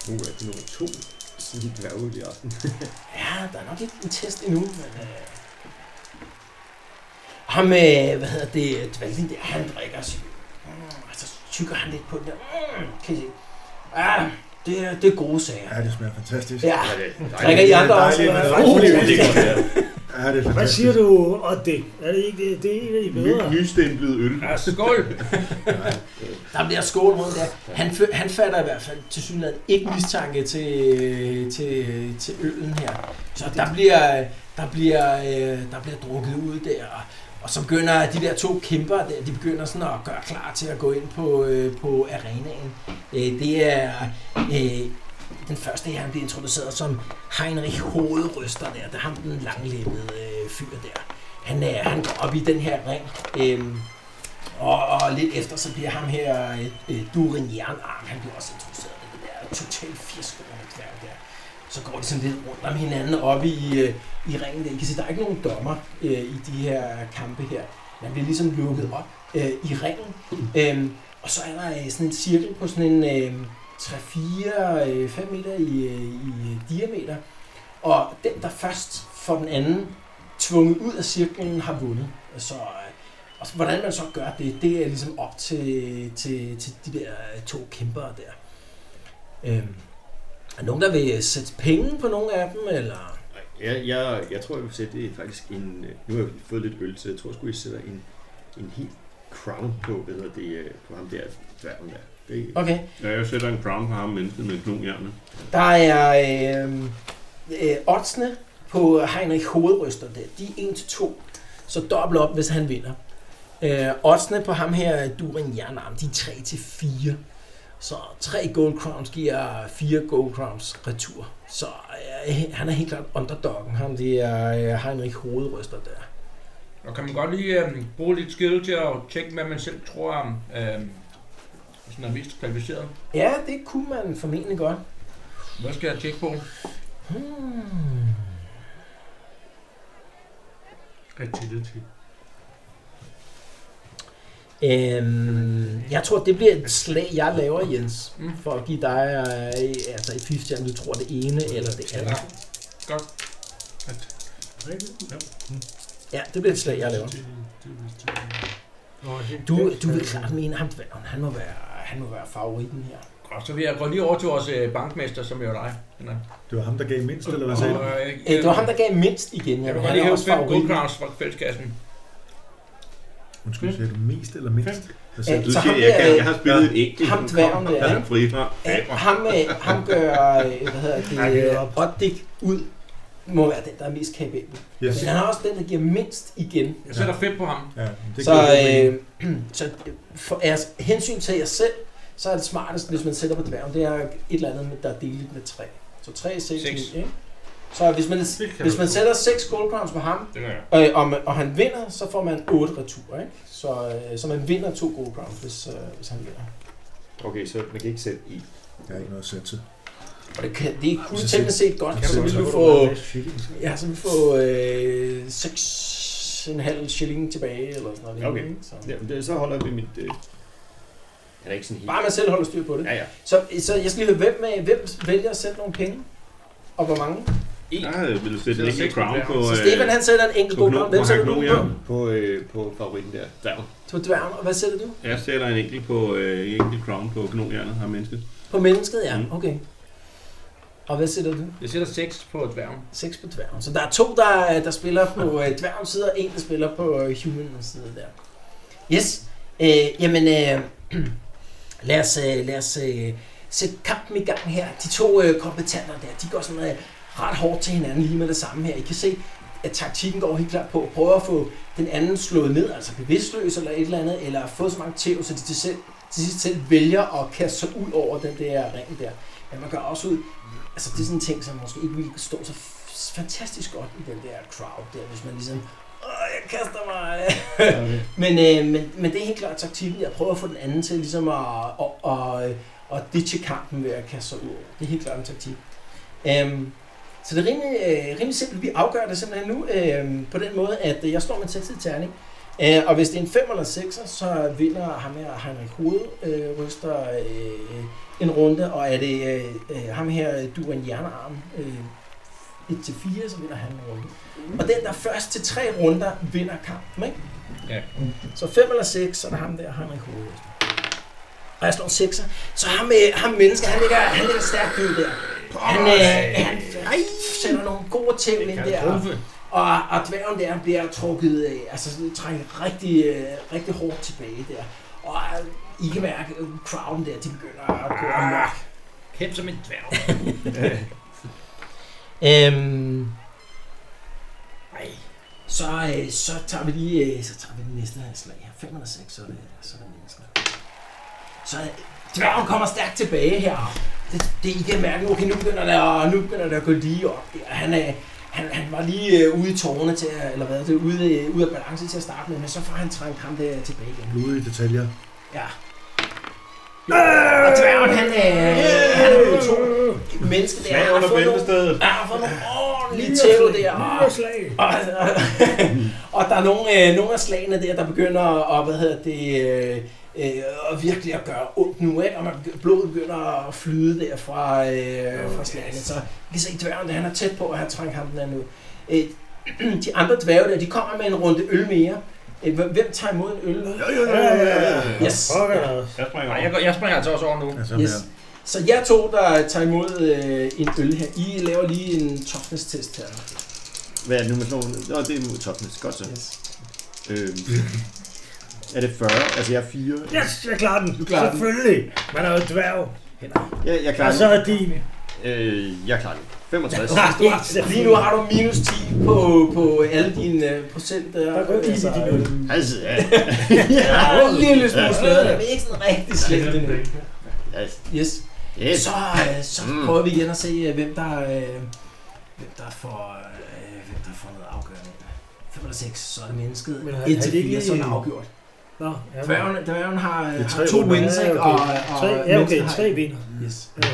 [SPEAKER 7] Nu er det nummer to. Sådan de dværge i aften.
[SPEAKER 2] Ja, der er nok ikke en test endnu, men... Øh... Ham, øh, hvad hedder det, Dvalin der, han drikker sig. Mm, og så tykker han lidt på den der. Mm, kan I se? Ja, det, er- det er gode sager.
[SPEAKER 8] Ja, det smager fantastisk.
[SPEAKER 2] Ja,
[SPEAKER 7] det er
[SPEAKER 2] drikker I andre også?
[SPEAKER 8] dejligt,
[SPEAKER 2] eller hvad?
[SPEAKER 8] men
[SPEAKER 2] Uh,
[SPEAKER 8] dejligt.
[SPEAKER 2] det er godt.
[SPEAKER 8] Ja, det er
[SPEAKER 5] Hvad
[SPEAKER 8] fantastisk.
[SPEAKER 5] siger du, Otte? Er det ikke det? Det er en af de bedre.
[SPEAKER 11] Ny, nystemplet øl.
[SPEAKER 1] Ja, skål!
[SPEAKER 2] Der bliver skål rundt der. Han, fø- han fatter i hvert fald til synligheden ikke mistanke til, til, til øllen her. Så der bliver, der bliver, øh, der bliver drukket ud der. Og så begynder de der to kæmper der, de begynder sådan at gøre klar til at gå ind på, øh, på arenaen. Øh, det er øh, den første her, han bliver introduceret som Heinrich Hovedryster der. Det er ham den langlemmede øh, fyr der. Han, er, han går op i den her ring. Øh, og, og lidt efter, så bliver ham her, øh, øh, Durin Jernarm, han bliver også introduceret i det der totalt firskående dværg der. Så går de sådan lidt rundt om hinanden oppe i, øh, i ringen der. I kan se, der er ikke nogen dommer øh, i de her kampe her. Man bliver ligesom lukket op øh, i ringen. Øhm, og så er der øh, sådan en cirkel på sådan en øh, 3-4-5 meter i, øh, i øh, diameter. Og den, der først får den anden tvunget ud af cirklen, har vundet. Så øh, Og så, hvordan man så gør det, det er ligesom op til, til, til de der øh, to kæmpere der. Øhm, er nogen, der vil sætte penge på nogle af dem, eller?
[SPEAKER 7] Jeg, jeg, jeg tror, jeg vil sætte det er faktisk en... øh, Nu har jeg fået lidt øl, så jeg tror sgu, jeg sætter en, en helt crown på, hvad hedder det, øh, på ham der dværgen der. Det,
[SPEAKER 2] Okay.
[SPEAKER 11] Ja, jeg sætter en crown på ham mennesket med knohjernet.
[SPEAKER 2] Der er øh, øh, oddsene på Heinrich Hovedryster der. De er 1-2. Så dobbelt op, hvis han vinder. Øh, oddsene på ham her, Durin Jernarm, de er 3-4. Så 3 gold crowns giver 4 gold crowns retur. Så øh, han er helt klart underdoggen, ham det er øh, Heinrich Hovedryster der.
[SPEAKER 1] Og kan man godt lige øh, bruge lidt skill til at tjekke, hvad man selv tror, øh, sådan er mest kvalificeret?
[SPEAKER 2] Ja, det kunne man formentlig godt.
[SPEAKER 1] Hvad skal jeg tjekke på?
[SPEAKER 2] Hmm.
[SPEAKER 12] Agility.
[SPEAKER 2] Øhm, jeg tror, det bliver et slag, jeg laver, Jens,
[SPEAKER 1] Mm.
[SPEAKER 2] for at give dig øh, altså et fifty, om du tror det ene eller det andet.
[SPEAKER 12] Rigtigt? Ja.
[SPEAKER 2] Ja, det bliver et slag, jeg laver.
[SPEAKER 12] Det, det, det, det. Nå, helt
[SPEAKER 2] Du,
[SPEAKER 12] galt.
[SPEAKER 2] du vil klart mene, ham dværgen, han må være, han må være favoritten her.
[SPEAKER 1] Og så vil jeg gå lige over til vores øh, bankmester, som jo er dig. Henrik.
[SPEAKER 8] Det var ham, der gav mindst, eller hvad
[SPEAKER 1] Og,
[SPEAKER 8] sagde du?
[SPEAKER 1] øh,
[SPEAKER 2] Øh, det var ham, der gav mindst igen.
[SPEAKER 1] Jeg
[SPEAKER 2] Ja,
[SPEAKER 1] vil
[SPEAKER 2] men
[SPEAKER 1] bare
[SPEAKER 2] han
[SPEAKER 1] lige
[SPEAKER 2] er
[SPEAKER 1] hæve
[SPEAKER 2] også
[SPEAKER 1] fem gold
[SPEAKER 2] favoritten.
[SPEAKER 1] crowns fra fælleskassen.
[SPEAKER 8] Undskyld, sagde du mest eller mindst? Hvad
[SPEAKER 2] Øh,
[SPEAKER 8] sagde du?
[SPEAKER 2] så
[SPEAKER 11] Du
[SPEAKER 2] ham
[SPEAKER 11] siger, jeg, kan,
[SPEAKER 2] der- øh,
[SPEAKER 11] jeg har spillet et ægte.
[SPEAKER 2] ham dværgen der,
[SPEAKER 11] Jeg er
[SPEAKER 2] ikke?
[SPEAKER 11] fri fra.
[SPEAKER 2] Øh, ham, øh, ham gør, øh, hvad hedder
[SPEAKER 5] Han giver
[SPEAKER 2] det, øh, Oddik ud, må være den, der er mest kapabel.
[SPEAKER 8] Yes.
[SPEAKER 2] Men han er også den, der giver mindst igen.
[SPEAKER 1] Jeg sætter fem på ham.
[SPEAKER 8] Ja, det
[SPEAKER 2] så,
[SPEAKER 8] giver god mening.
[SPEAKER 2] øh, så for jeres hensyn til jer selv, så er det smarteste, hvis man sætter på dværgen, det er et eller andet, med, der er delt med 3. Så 3, 6, 6.
[SPEAKER 1] Seks.
[SPEAKER 2] ikke? Så hvis man,
[SPEAKER 12] kan
[SPEAKER 2] hvis
[SPEAKER 12] du
[SPEAKER 2] man
[SPEAKER 12] få.
[SPEAKER 2] sætter 6 gold crowns på ham,
[SPEAKER 1] Det gør jeg.
[SPEAKER 2] øh, og, man, og han vinder, så får man 8 retur, ikke? Så, øh, så man vinder 2 gold crowns, hvis, øh, hvis han vinder. øh,
[SPEAKER 7] okay, så man kan ikke sætte i.
[SPEAKER 8] Jeg har ikke noget at sætte til.
[SPEAKER 2] Og det, kan, det er kun
[SPEAKER 8] Så
[SPEAKER 2] teknisk set godt,
[SPEAKER 8] så-
[SPEAKER 2] så
[SPEAKER 8] så
[SPEAKER 2] vil
[SPEAKER 8] Altså, kan
[SPEAKER 2] du
[SPEAKER 8] du
[SPEAKER 2] få, ja, så vil du få øh, 6 en halv shilling tilbage, eller sådan noget.
[SPEAKER 7] Okay.
[SPEAKER 2] ikke? Så.
[SPEAKER 7] Jamen, det, så holder vi mit... Øh, er der ikke sådan helt...
[SPEAKER 2] Bare man selv holder styr på det.
[SPEAKER 7] Ja, ja.
[SPEAKER 2] Så, så jeg skal lige høre, hvem, øh, hvem vælger at sætte nogle penge? Og hvor mange?
[SPEAKER 11] Jeg vil sætte en
[SPEAKER 1] Sætter
[SPEAKER 11] ægte
[SPEAKER 1] seks
[SPEAKER 11] crown
[SPEAKER 1] på
[SPEAKER 11] på...
[SPEAKER 7] øh,
[SPEAKER 2] Så Stefan han sætter en enkelt
[SPEAKER 11] på
[SPEAKER 2] god
[SPEAKER 11] kno-
[SPEAKER 2] navn. Hvem
[SPEAKER 11] på
[SPEAKER 2] sætter du på?
[SPEAKER 11] Hagno, ja.
[SPEAKER 7] På, øh, på favoritten der. Der.
[SPEAKER 2] På dværgen, og hvad sætter du?
[SPEAKER 11] Jeg sætter en enkelt på øh, en enkelt crown på knohjernet ham mennesket.
[SPEAKER 2] På mennesket, ja.
[SPEAKER 11] Mm.
[SPEAKER 2] Okay. Og hvad sætter du?
[SPEAKER 1] Jeg sætter seks på dværgen.
[SPEAKER 2] 6 på dværgen. Så der er to, der, der spiller på øh, dværgens side, og en, der spiller på øh, humanens side der. Yes. Øh, jamen, øh, lad os, øh, lad os øh, sætte kampen i gang her. De to øh, kompetenter der, de går sådan øh, ret hårdt til hinanden lige med det samme her. I kan se, at taktikken går helt klart på at prøve at få den anden slået ned, altså bevidstløs eller et eller andet, eller få så mange tæv, så de til, selv, til sidst selv vælger at kaste sig ud over den der ring der. Men man gør også ud, altså det er sådan en ting, som måske ikke ville stå så f- fantastisk godt i den der crowd der, hvis man ligesom, åh, jeg kaster mig, men, øh, men, men det er helt klart taktikken. Jeg prøver at få den anden til ligesom at, at, at, at, at ditche kampen ved at kaste sig ud. over. Det er helt klart en taktik. Øhm, så det er rimelig, øh, rimelig simpelt. Vi afgør det simpelthen nu øh, på den måde, at øh, jeg står med en 6 terning. Øh, og hvis det er en 5 eller 6, så vinder ham her Henrik Hoved, øh, ryster øh, en runde. Og er det øh, øh, ham her Duran Hjernearm, øh, 1-4, så vinder han en runde. Og den, der først til tre runder, vinder kampen, ikke?
[SPEAKER 1] Ja.
[SPEAKER 2] Så 5 eller 6, så er der ham der, Henrik Hovedet. Og jeg slår en 6'er. Så ham, øh, ham mennesker, han ligger, han ligger stærkt ud der. Han, øh, han sætter nogle gode ting ind der. Og, og dværgen der bliver trukket, øh, altså trækker rigtig, øh, rigtig hårdt tilbage der. Og øh, I kan mærke, at crowden der, de begynder at gå amok.
[SPEAKER 1] Kæmpe som en dværg.
[SPEAKER 2] Øhm. Ej. Så, øh, så tager vi lige øh, så tager vi den næste her slag her. 506, så er det, så er det mennesker. Så øh, dværgen kommer stærkt tilbage her. Det, det, I kan mærke, okay, nu begynder det, at, nu begynder det at gå lige op. Der. Han, er, han, han var lige øh, ude i tårne til, at- eller hvad er det, ude, øh, ude af balance til at starte med, men så får han trængt ham der tilbage igen.
[SPEAKER 8] Ude i detaljer.
[SPEAKER 2] Ja. Og dværgen, han er... Han er på to mennesker der. Han har fået nogle, han har fået nogle ordentlige tæv der. Og, og, og, og der er nogle, øh, nogle af slagene der, der begynder at, hvad hedder det, øh, øh, og virkelig at gøre ondt nu, ikke? Og man, begy- blodet begynder at flyde der fra, øh, fra slagene. Så vi kan se dværgen, der, han er tæt på, og han trænger ham den anden ud. Øh, de andre dværge der, de kommer med en runde øl mere. Øh, hvem- Hvem tager imod en øl nu?
[SPEAKER 8] Jo, jo, jo, jo, jo, jo.
[SPEAKER 2] Yes.
[SPEAKER 5] Fuck, eller-
[SPEAKER 11] Jeg springer
[SPEAKER 1] Nej,
[SPEAKER 11] over.
[SPEAKER 1] jeg, går, jeg springer altså også over nu.
[SPEAKER 8] Altså,
[SPEAKER 2] Yes.
[SPEAKER 8] yes.
[SPEAKER 2] Så jeg to, der tager imod øh, en øl her, I laver lige en toughness-test her.
[SPEAKER 7] Hvad er det nu med sådan nogle? Nå, det er mod toughness. Godt så.
[SPEAKER 2] Yes.
[SPEAKER 7] Øhm, er det 40? Altså, jeg er 4.
[SPEAKER 5] Yes, jeg klarer den.
[SPEAKER 2] Du klarer den.
[SPEAKER 5] Selvfølgelig. Man er jo dværg.
[SPEAKER 7] Jeg, jeg klarer
[SPEAKER 5] Og så er din.
[SPEAKER 7] den. Øh, jeg klarer den. 65.
[SPEAKER 2] Lige nu har du minus 10 på, på alle dine øh, procent der.
[SPEAKER 5] Der går is i din øl.
[SPEAKER 2] øhm,
[SPEAKER 7] Altså, ja.
[SPEAKER 2] Ja, en lille smule steder. Det er ikke sådan rigtig slemt. endnu.
[SPEAKER 7] Altså,
[SPEAKER 2] Yes.
[SPEAKER 7] yes.
[SPEAKER 2] Så, øh, så
[SPEAKER 7] Mm.
[SPEAKER 2] prøver vi igen at se, øh, hvem der, øh, hvem der får, øh, hvem der får noget afgørende. 5 eller 6, så er det mennesket.
[SPEAKER 5] Men har-
[SPEAKER 2] 1
[SPEAKER 5] har
[SPEAKER 2] til
[SPEAKER 5] de ikke
[SPEAKER 2] 4, så er det
[SPEAKER 5] lige-
[SPEAKER 2] afgjort.
[SPEAKER 5] Nå, ja.
[SPEAKER 2] Dværgen, dværgen har, øh,
[SPEAKER 8] Det er
[SPEAKER 2] har
[SPEAKER 8] tre
[SPEAKER 2] to
[SPEAKER 8] runder.
[SPEAKER 2] wins,
[SPEAKER 5] Ja,
[SPEAKER 2] ikke? Og,
[SPEAKER 5] okay.
[SPEAKER 2] og
[SPEAKER 5] Tre, ja,
[SPEAKER 2] mennesket
[SPEAKER 5] okay.
[SPEAKER 2] har
[SPEAKER 5] Tre
[SPEAKER 2] en.
[SPEAKER 5] vinder.
[SPEAKER 2] Yes.
[SPEAKER 5] Ja.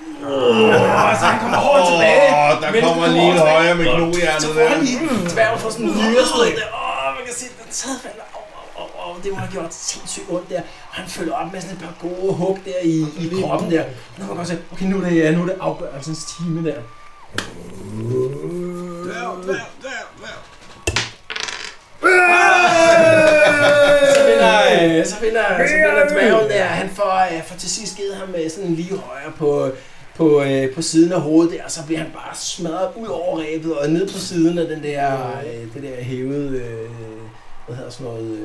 [SPEAKER 2] Åh, så han kommer hårdt tilbage.
[SPEAKER 13] Åh, der
[SPEAKER 2] Men
[SPEAKER 13] kommer
[SPEAKER 2] du
[SPEAKER 13] lige en
[SPEAKER 2] også-
[SPEAKER 13] højre med
[SPEAKER 2] Så
[SPEAKER 13] knohjernet
[SPEAKER 2] får
[SPEAKER 13] der.
[SPEAKER 2] han lige den. Dværgen får sådan en nyrestrid der. Mm. Åh, man kan se, den sad falder. Åh, åh, åh, åh, det må have gjort sindssygt ondt der. Og han følger op med sådan et par gode hug der i, i kroppen der. Nu kan man godt se, okay, nu er det, nu er det afgørelsens time der. Så vinder, øh, så vinder, så vinder dværgen der. Han får, øh, får til sidst givet ham øh, sådan lige højre på, på, øh, på siden af hovedet der, og så bliver han bare smadret ud over ræbet og ned på siden af den der, øh, det der hævede, øh, hvad hedder sådan noget,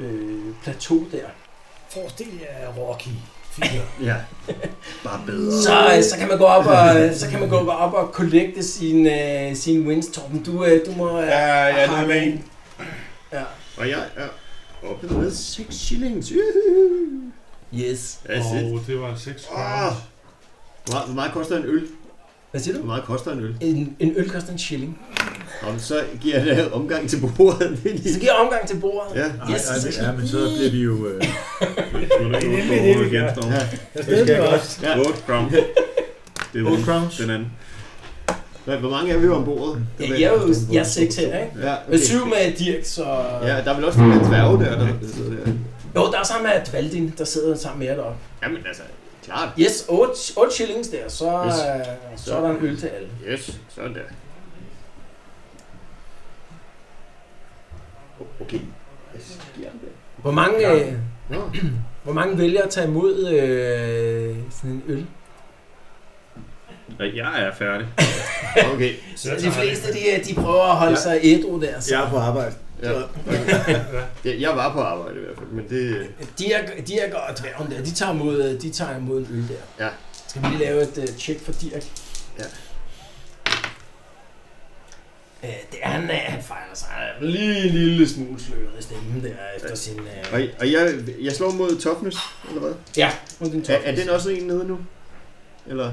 [SPEAKER 2] øh, øh, plateau der.
[SPEAKER 5] Forestil jer Rocky.
[SPEAKER 7] Ja. Bare bedre.
[SPEAKER 2] Så, øh, så kan man gå op og, øh, så kan man gå op og collecte sin, øh, sin wins, Torben. Du, øh, du må... Øh,
[SPEAKER 13] Ja, ja, det er
[SPEAKER 2] have
[SPEAKER 13] med en.
[SPEAKER 2] en- Ja.
[SPEAKER 7] Og jeg er oppe med 6 shillings. Uhuhu.
[SPEAKER 2] Yes.
[SPEAKER 7] Altså,
[SPEAKER 12] Og det var 6
[SPEAKER 7] Ah. hvor meget- hvor meget koster en øl?
[SPEAKER 2] Hvad siger
[SPEAKER 7] Hvor
[SPEAKER 2] du?
[SPEAKER 7] meget koster en øl?
[SPEAKER 2] En, en øl koster en shilling.
[SPEAKER 7] Og så giver jeg en omgang til bordet. Det er
[SPEAKER 2] Så
[SPEAKER 7] lige-
[SPEAKER 2] giver jeg omgang til bordet.
[SPEAKER 7] Ja.
[SPEAKER 2] Yes,
[SPEAKER 8] Ej, ej,
[SPEAKER 2] så skal
[SPEAKER 8] ja, men så bliver vi jo... Øh,
[SPEAKER 5] Det er nemlig det, vi gør.
[SPEAKER 7] Ja.
[SPEAKER 5] Jeg
[SPEAKER 8] det skal
[SPEAKER 5] stiller
[SPEAKER 8] jeg
[SPEAKER 5] mig
[SPEAKER 8] godt.
[SPEAKER 5] også.
[SPEAKER 7] Ja.
[SPEAKER 13] 8 crown. Det var
[SPEAKER 8] Old Crowns.
[SPEAKER 13] den anden.
[SPEAKER 7] Hvad- Hvor mange er vi om bordet?
[SPEAKER 2] Ja, jeg er jo jeg er seks her, ikke?
[SPEAKER 7] Ja,
[SPEAKER 2] Men
[SPEAKER 7] okay.
[SPEAKER 2] syv med Dirk, så...
[SPEAKER 7] Ja, der er vel også nogle dværge der, der sidder der.
[SPEAKER 2] Jo, der er sammen med Dvaldin, der sidder sammen med jer deroppe.
[SPEAKER 7] Jamen altså, klart.
[SPEAKER 2] Yes, 8, 8 shillings der, så,
[SPEAKER 7] Yes.
[SPEAKER 2] yes. så er der en øl til alle.
[SPEAKER 7] Yes, sådan der. Okay. Hvad sker der?
[SPEAKER 2] Hvor mange, ja. øh,
[SPEAKER 7] Nå,
[SPEAKER 2] hvor mange vælger at tage imod øh, sådan en øl?
[SPEAKER 13] Ja, jeg er færdig.
[SPEAKER 7] okay.
[SPEAKER 2] Så de fleste, de, de prøver at holde ja. sig
[SPEAKER 8] Ja.
[SPEAKER 2] ædru der. Så.
[SPEAKER 8] jeg er på arbejde.
[SPEAKER 7] Ja. Ja, Jeg var på arbejde i hvert fald, men det...
[SPEAKER 2] Dirk, Dirk og dværgen der, de tager imod, øh, de tager imod en øl der.
[SPEAKER 7] Ja.
[SPEAKER 2] Skal vi lige lave et øh, check for Dirk?
[SPEAKER 7] Ja.
[SPEAKER 2] Øh, det er han, øh, han fejler sig lige en lille smule sløret i stemmen der efter sin... Øh,
[SPEAKER 7] Og, og jeg, jeg slår mod toughness, eller hvad?
[SPEAKER 2] Ja, mod din
[SPEAKER 7] Er,
[SPEAKER 2] toughness.
[SPEAKER 7] er den også en nede nu? Eller,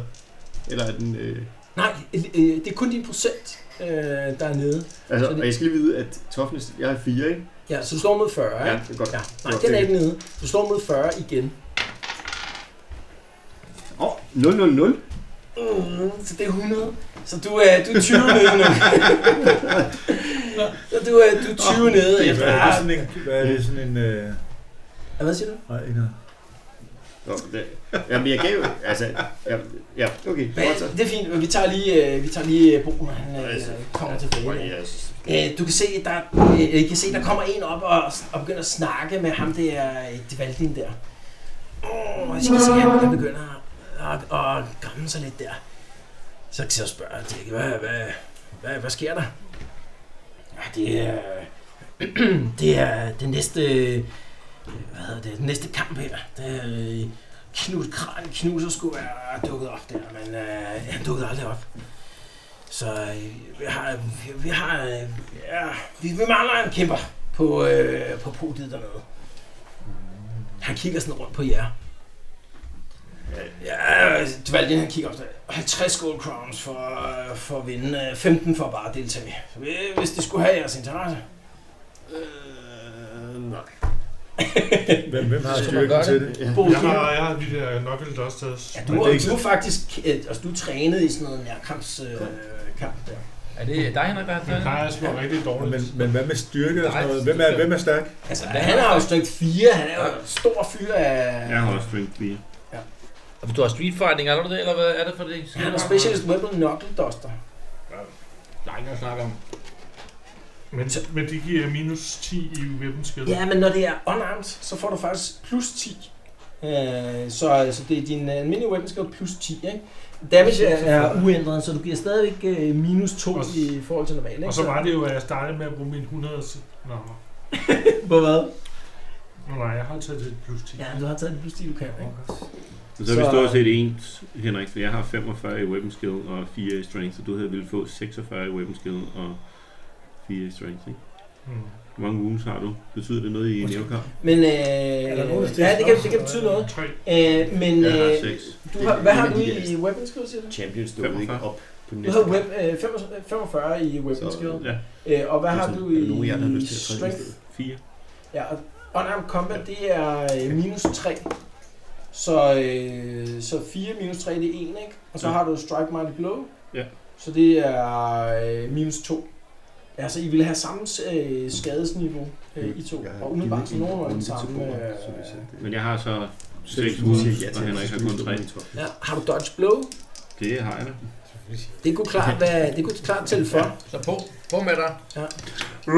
[SPEAKER 7] eller er den... Øh,
[SPEAKER 2] Nej, øh, det er kun din procent, øh, der er nede.
[SPEAKER 7] altså,
[SPEAKER 2] Så det-
[SPEAKER 7] og jeg skal lige vide, at toughness... Jeg er 4, ikke?
[SPEAKER 2] Ja, så du slår mod 40, ikke?
[SPEAKER 7] Ja, det er godt.
[SPEAKER 2] Ja, nej,
[SPEAKER 7] Godt,
[SPEAKER 2] den er
[SPEAKER 7] det-
[SPEAKER 2] ikke nede. Du slår mod 40 igen.
[SPEAKER 7] Åh, oh, 0, 0, 0.
[SPEAKER 2] Mm, så det er 100. Så du er, du er 20 nede nu. så du er, du er 20 nede efter.
[SPEAKER 8] Hvad er det
[SPEAKER 2] Ja,
[SPEAKER 8] sådan en... Hvad er det sådan en... Øh,
[SPEAKER 2] hvad siger du?
[SPEAKER 8] nej, ikke noget.
[SPEAKER 7] Nå, det, jamen, jeg gav... Altså, ja, ja okay.
[SPEAKER 2] Men,
[SPEAKER 7] Godt så.
[SPEAKER 2] det er fint, men vi tager lige, øh, vi tager lige øh, Bo, når han øh,
[SPEAKER 7] Altså,
[SPEAKER 2] kommer
[SPEAKER 7] Åh,
[SPEAKER 2] tilbage. der.
[SPEAKER 7] ja, så-
[SPEAKER 2] Øh, du kan se, der, øh, I kan se, der kommer en op og, og begynder at snakke med ham der, øh, Devaldin der. Åh, oh, så kan I se, at han der begynder at, at, at gamme sig lidt der. Så, så spørger jeg Dirk, hvad, hvad, hvad, hvad sker der? Ja, det er, det er det næste, hvad hedder det, den næste kamp her. Det er, øh, Knut Kran Knuser skulle være dukket op der, men øh, han dukkede aldrig op. Så øh, vi har, vi- vi har, øh, ja, vi, vi mangler en kæmper på, øh, på podiet dernede. Han kigger sådan rundt på jer. Ja, Dvaljen han kigger op der. 50 gold crowns for, øh, for at vinde, øh, 15 for at bare at deltage. Så vi- Hvis det skulle have jeres interesse.
[SPEAKER 7] Øh, nej.
[SPEAKER 8] Hvem, hvem har
[SPEAKER 2] Så skal man
[SPEAKER 8] styrken
[SPEAKER 2] gøre
[SPEAKER 8] til det?
[SPEAKER 7] Ja.
[SPEAKER 2] Bo,
[SPEAKER 12] Jeg
[SPEAKER 2] du-
[SPEAKER 12] har, jeg har de der knuckle dusters.
[SPEAKER 2] Ja,
[SPEAKER 8] Men
[SPEAKER 2] du,
[SPEAKER 8] det er ikke
[SPEAKER 2] er, du er faktisk øh, altså, du er trænet i sådan noget nærkampskamp øh, kamp der.
[SPEAKER 1] Er det dig, Henrik, der har
[SPEAKER 12] Den
[SPEAKER 1] taget den?
[SPEAKER 12] plejer at slå rigtig
[SPEAKER 8] Men,
[SPEAKER 12] dårligt.
[SPEAKER 8] men hvad med styrke og sådan noget? Hvem er, hvem er stærk?
[SPEAKER 2] Altså, han er jo styrke 4, han er jo en stor fyr af...
[SPEAKER 13] Jeg har også drink 4.
[SPEAKER 1] Du har street fighting, er du det, eller hvad er det for det?
[SPEAKER 2] Han er specialist weapon knuckle duster.
[SPEAKER 1] Der er ikke noget at snakke om.
[SPEAKER 12] Men, men det giver minus 10 i weapon skill.
[SPEAKER 2] Ja, men når det er unarmed, så får du faktisk plus 10. Øh, så altså, det er din øh, almindelige weapon skill plus 10, ikke? Damage er, er uændret, så du giver stadigvæk øh, minus 2
[SPEAKER 12] Og s-
[SPEAKER 2] i forhold til normalt, ikke?
[SPEAKER 12] Og så var det jo, at jeg startede med at bruge min 100... s- Nå,
[SPEAKER 2] På hvad?
[SPEAKER 12] nå nej, jeg har taget det plus 10.
[SPEAKER 2] Ja, du har taget en plus 10, du kan, ikke?
[SPEAKER 13] Så er vi
[SPEAKER 2] Så-
[SPEAKER 13] stort set ens, Henrik, for jeg har 45 i weapon skill og 4 i strength, så du havde ville få 46 i weapon skill og 4 i strength, ikke?
[SPEAKER 12] Mm.
[SPEAKER 13] Hvor mange wounds har du? Betyder det noget i en nævekamp?
[SPEAKER 2] Men øh,
[SPEAKER 5] der nogen, der
[SPEAKER 2] ja, det kan, det kan
[SPEAKER 5] stiller
[SPEAKER 2] betyde noget.
[SPEAKER 12] 3.
[SPEAKER 2] Øh, men
[SPEAKER 13] Jeg har
[SPEAKER 2] øh,
[SPEAKER 13] 6.
[SPEAKER 2] du har, hvad har du i weapon skill, siger du?
[SPEAKER 7] Champions stod ikke
[SPEAKER 13] 45.
[SPEAKER 7] op på den
[SPEAKER 2] Du
[SPEAKER 7] næste
[SPEAKER 2] har
[SPEAKER 7] kamp.
[SPEAKER 2] web, øh, 45 45 i weapon
[SPEAKER 7] Så-
[SPEAKER 2] skill.
[SPEAKER 13] Ja,
[SPEAKER 2] Øh, og hvad
[SPEAKER 7] Det er
[SPEAKER 2] har
[SPEAKER 7] sådan,
[SPEAKER 2] du
[SPEAKER 7] er der nogen af
[SPEAKER 2] i
[SPEAKER 7] jer, der har lyst til at træde i
[SPEAKER 2] strength?
[SPEAKER 7] stedet?
[SPEAKER 13] 4.
[SPEAKER 2] Ja, og unarmed combat, det er øh, minus 3. Så, øh, så 4 minus 3, det er 1, ikke? Og så
[SPEAKER 13] Ja.
[SPEAKER 2] har du strike mighty blow.
[SPEAKER 13] Ja.
[SPEAKER 2] Så det er øh, minus 2. Altså, I ville have samme øh, skadesniveau,
[SPEAKER 13] Mm.
[SPEAKER 2] øh, I to.
[SPEAKER 7] Jeg har
[SPEAKER 2] Og umiddelbart
[SPEAKER 7] givet
[SPEAKER 2] så
[SPEAKER 7] en
[SPEAKER 2] nogenlunde
[SPEAKER 7] runde
[SPEAKER 2] den
[SPEAKER 7] til
[SPEAKER 2] samme.
[SPEAKER 7] bordet,
[SPEAKER 2] Øh,
[SPEAKER 7] så hvis jeg-
[SPEAKER 13] Men jeg har så 6
[SPEAKER 7] Så du siger
[SPEAKER 13] wounds,
[SPEAKER 7] ja til,
[SPEAKER 13] og Henrik
[SPEAKER 7] at
[SPEAKER 13] har
[SPEAKER 7] du
[SPEAKER 13] kun 3.
[SPEAKER 7] skal stå i top.
[SPEAKER 2] ja, har du dodge blow?
[SPEAKER 13] Det har jeg da.
[SPEAKER 2] Det kunne klart, være, det kunne klart tælle for.
[SPEAKER 1] Så på, på med dig.
[SPEAKER 2] Ja.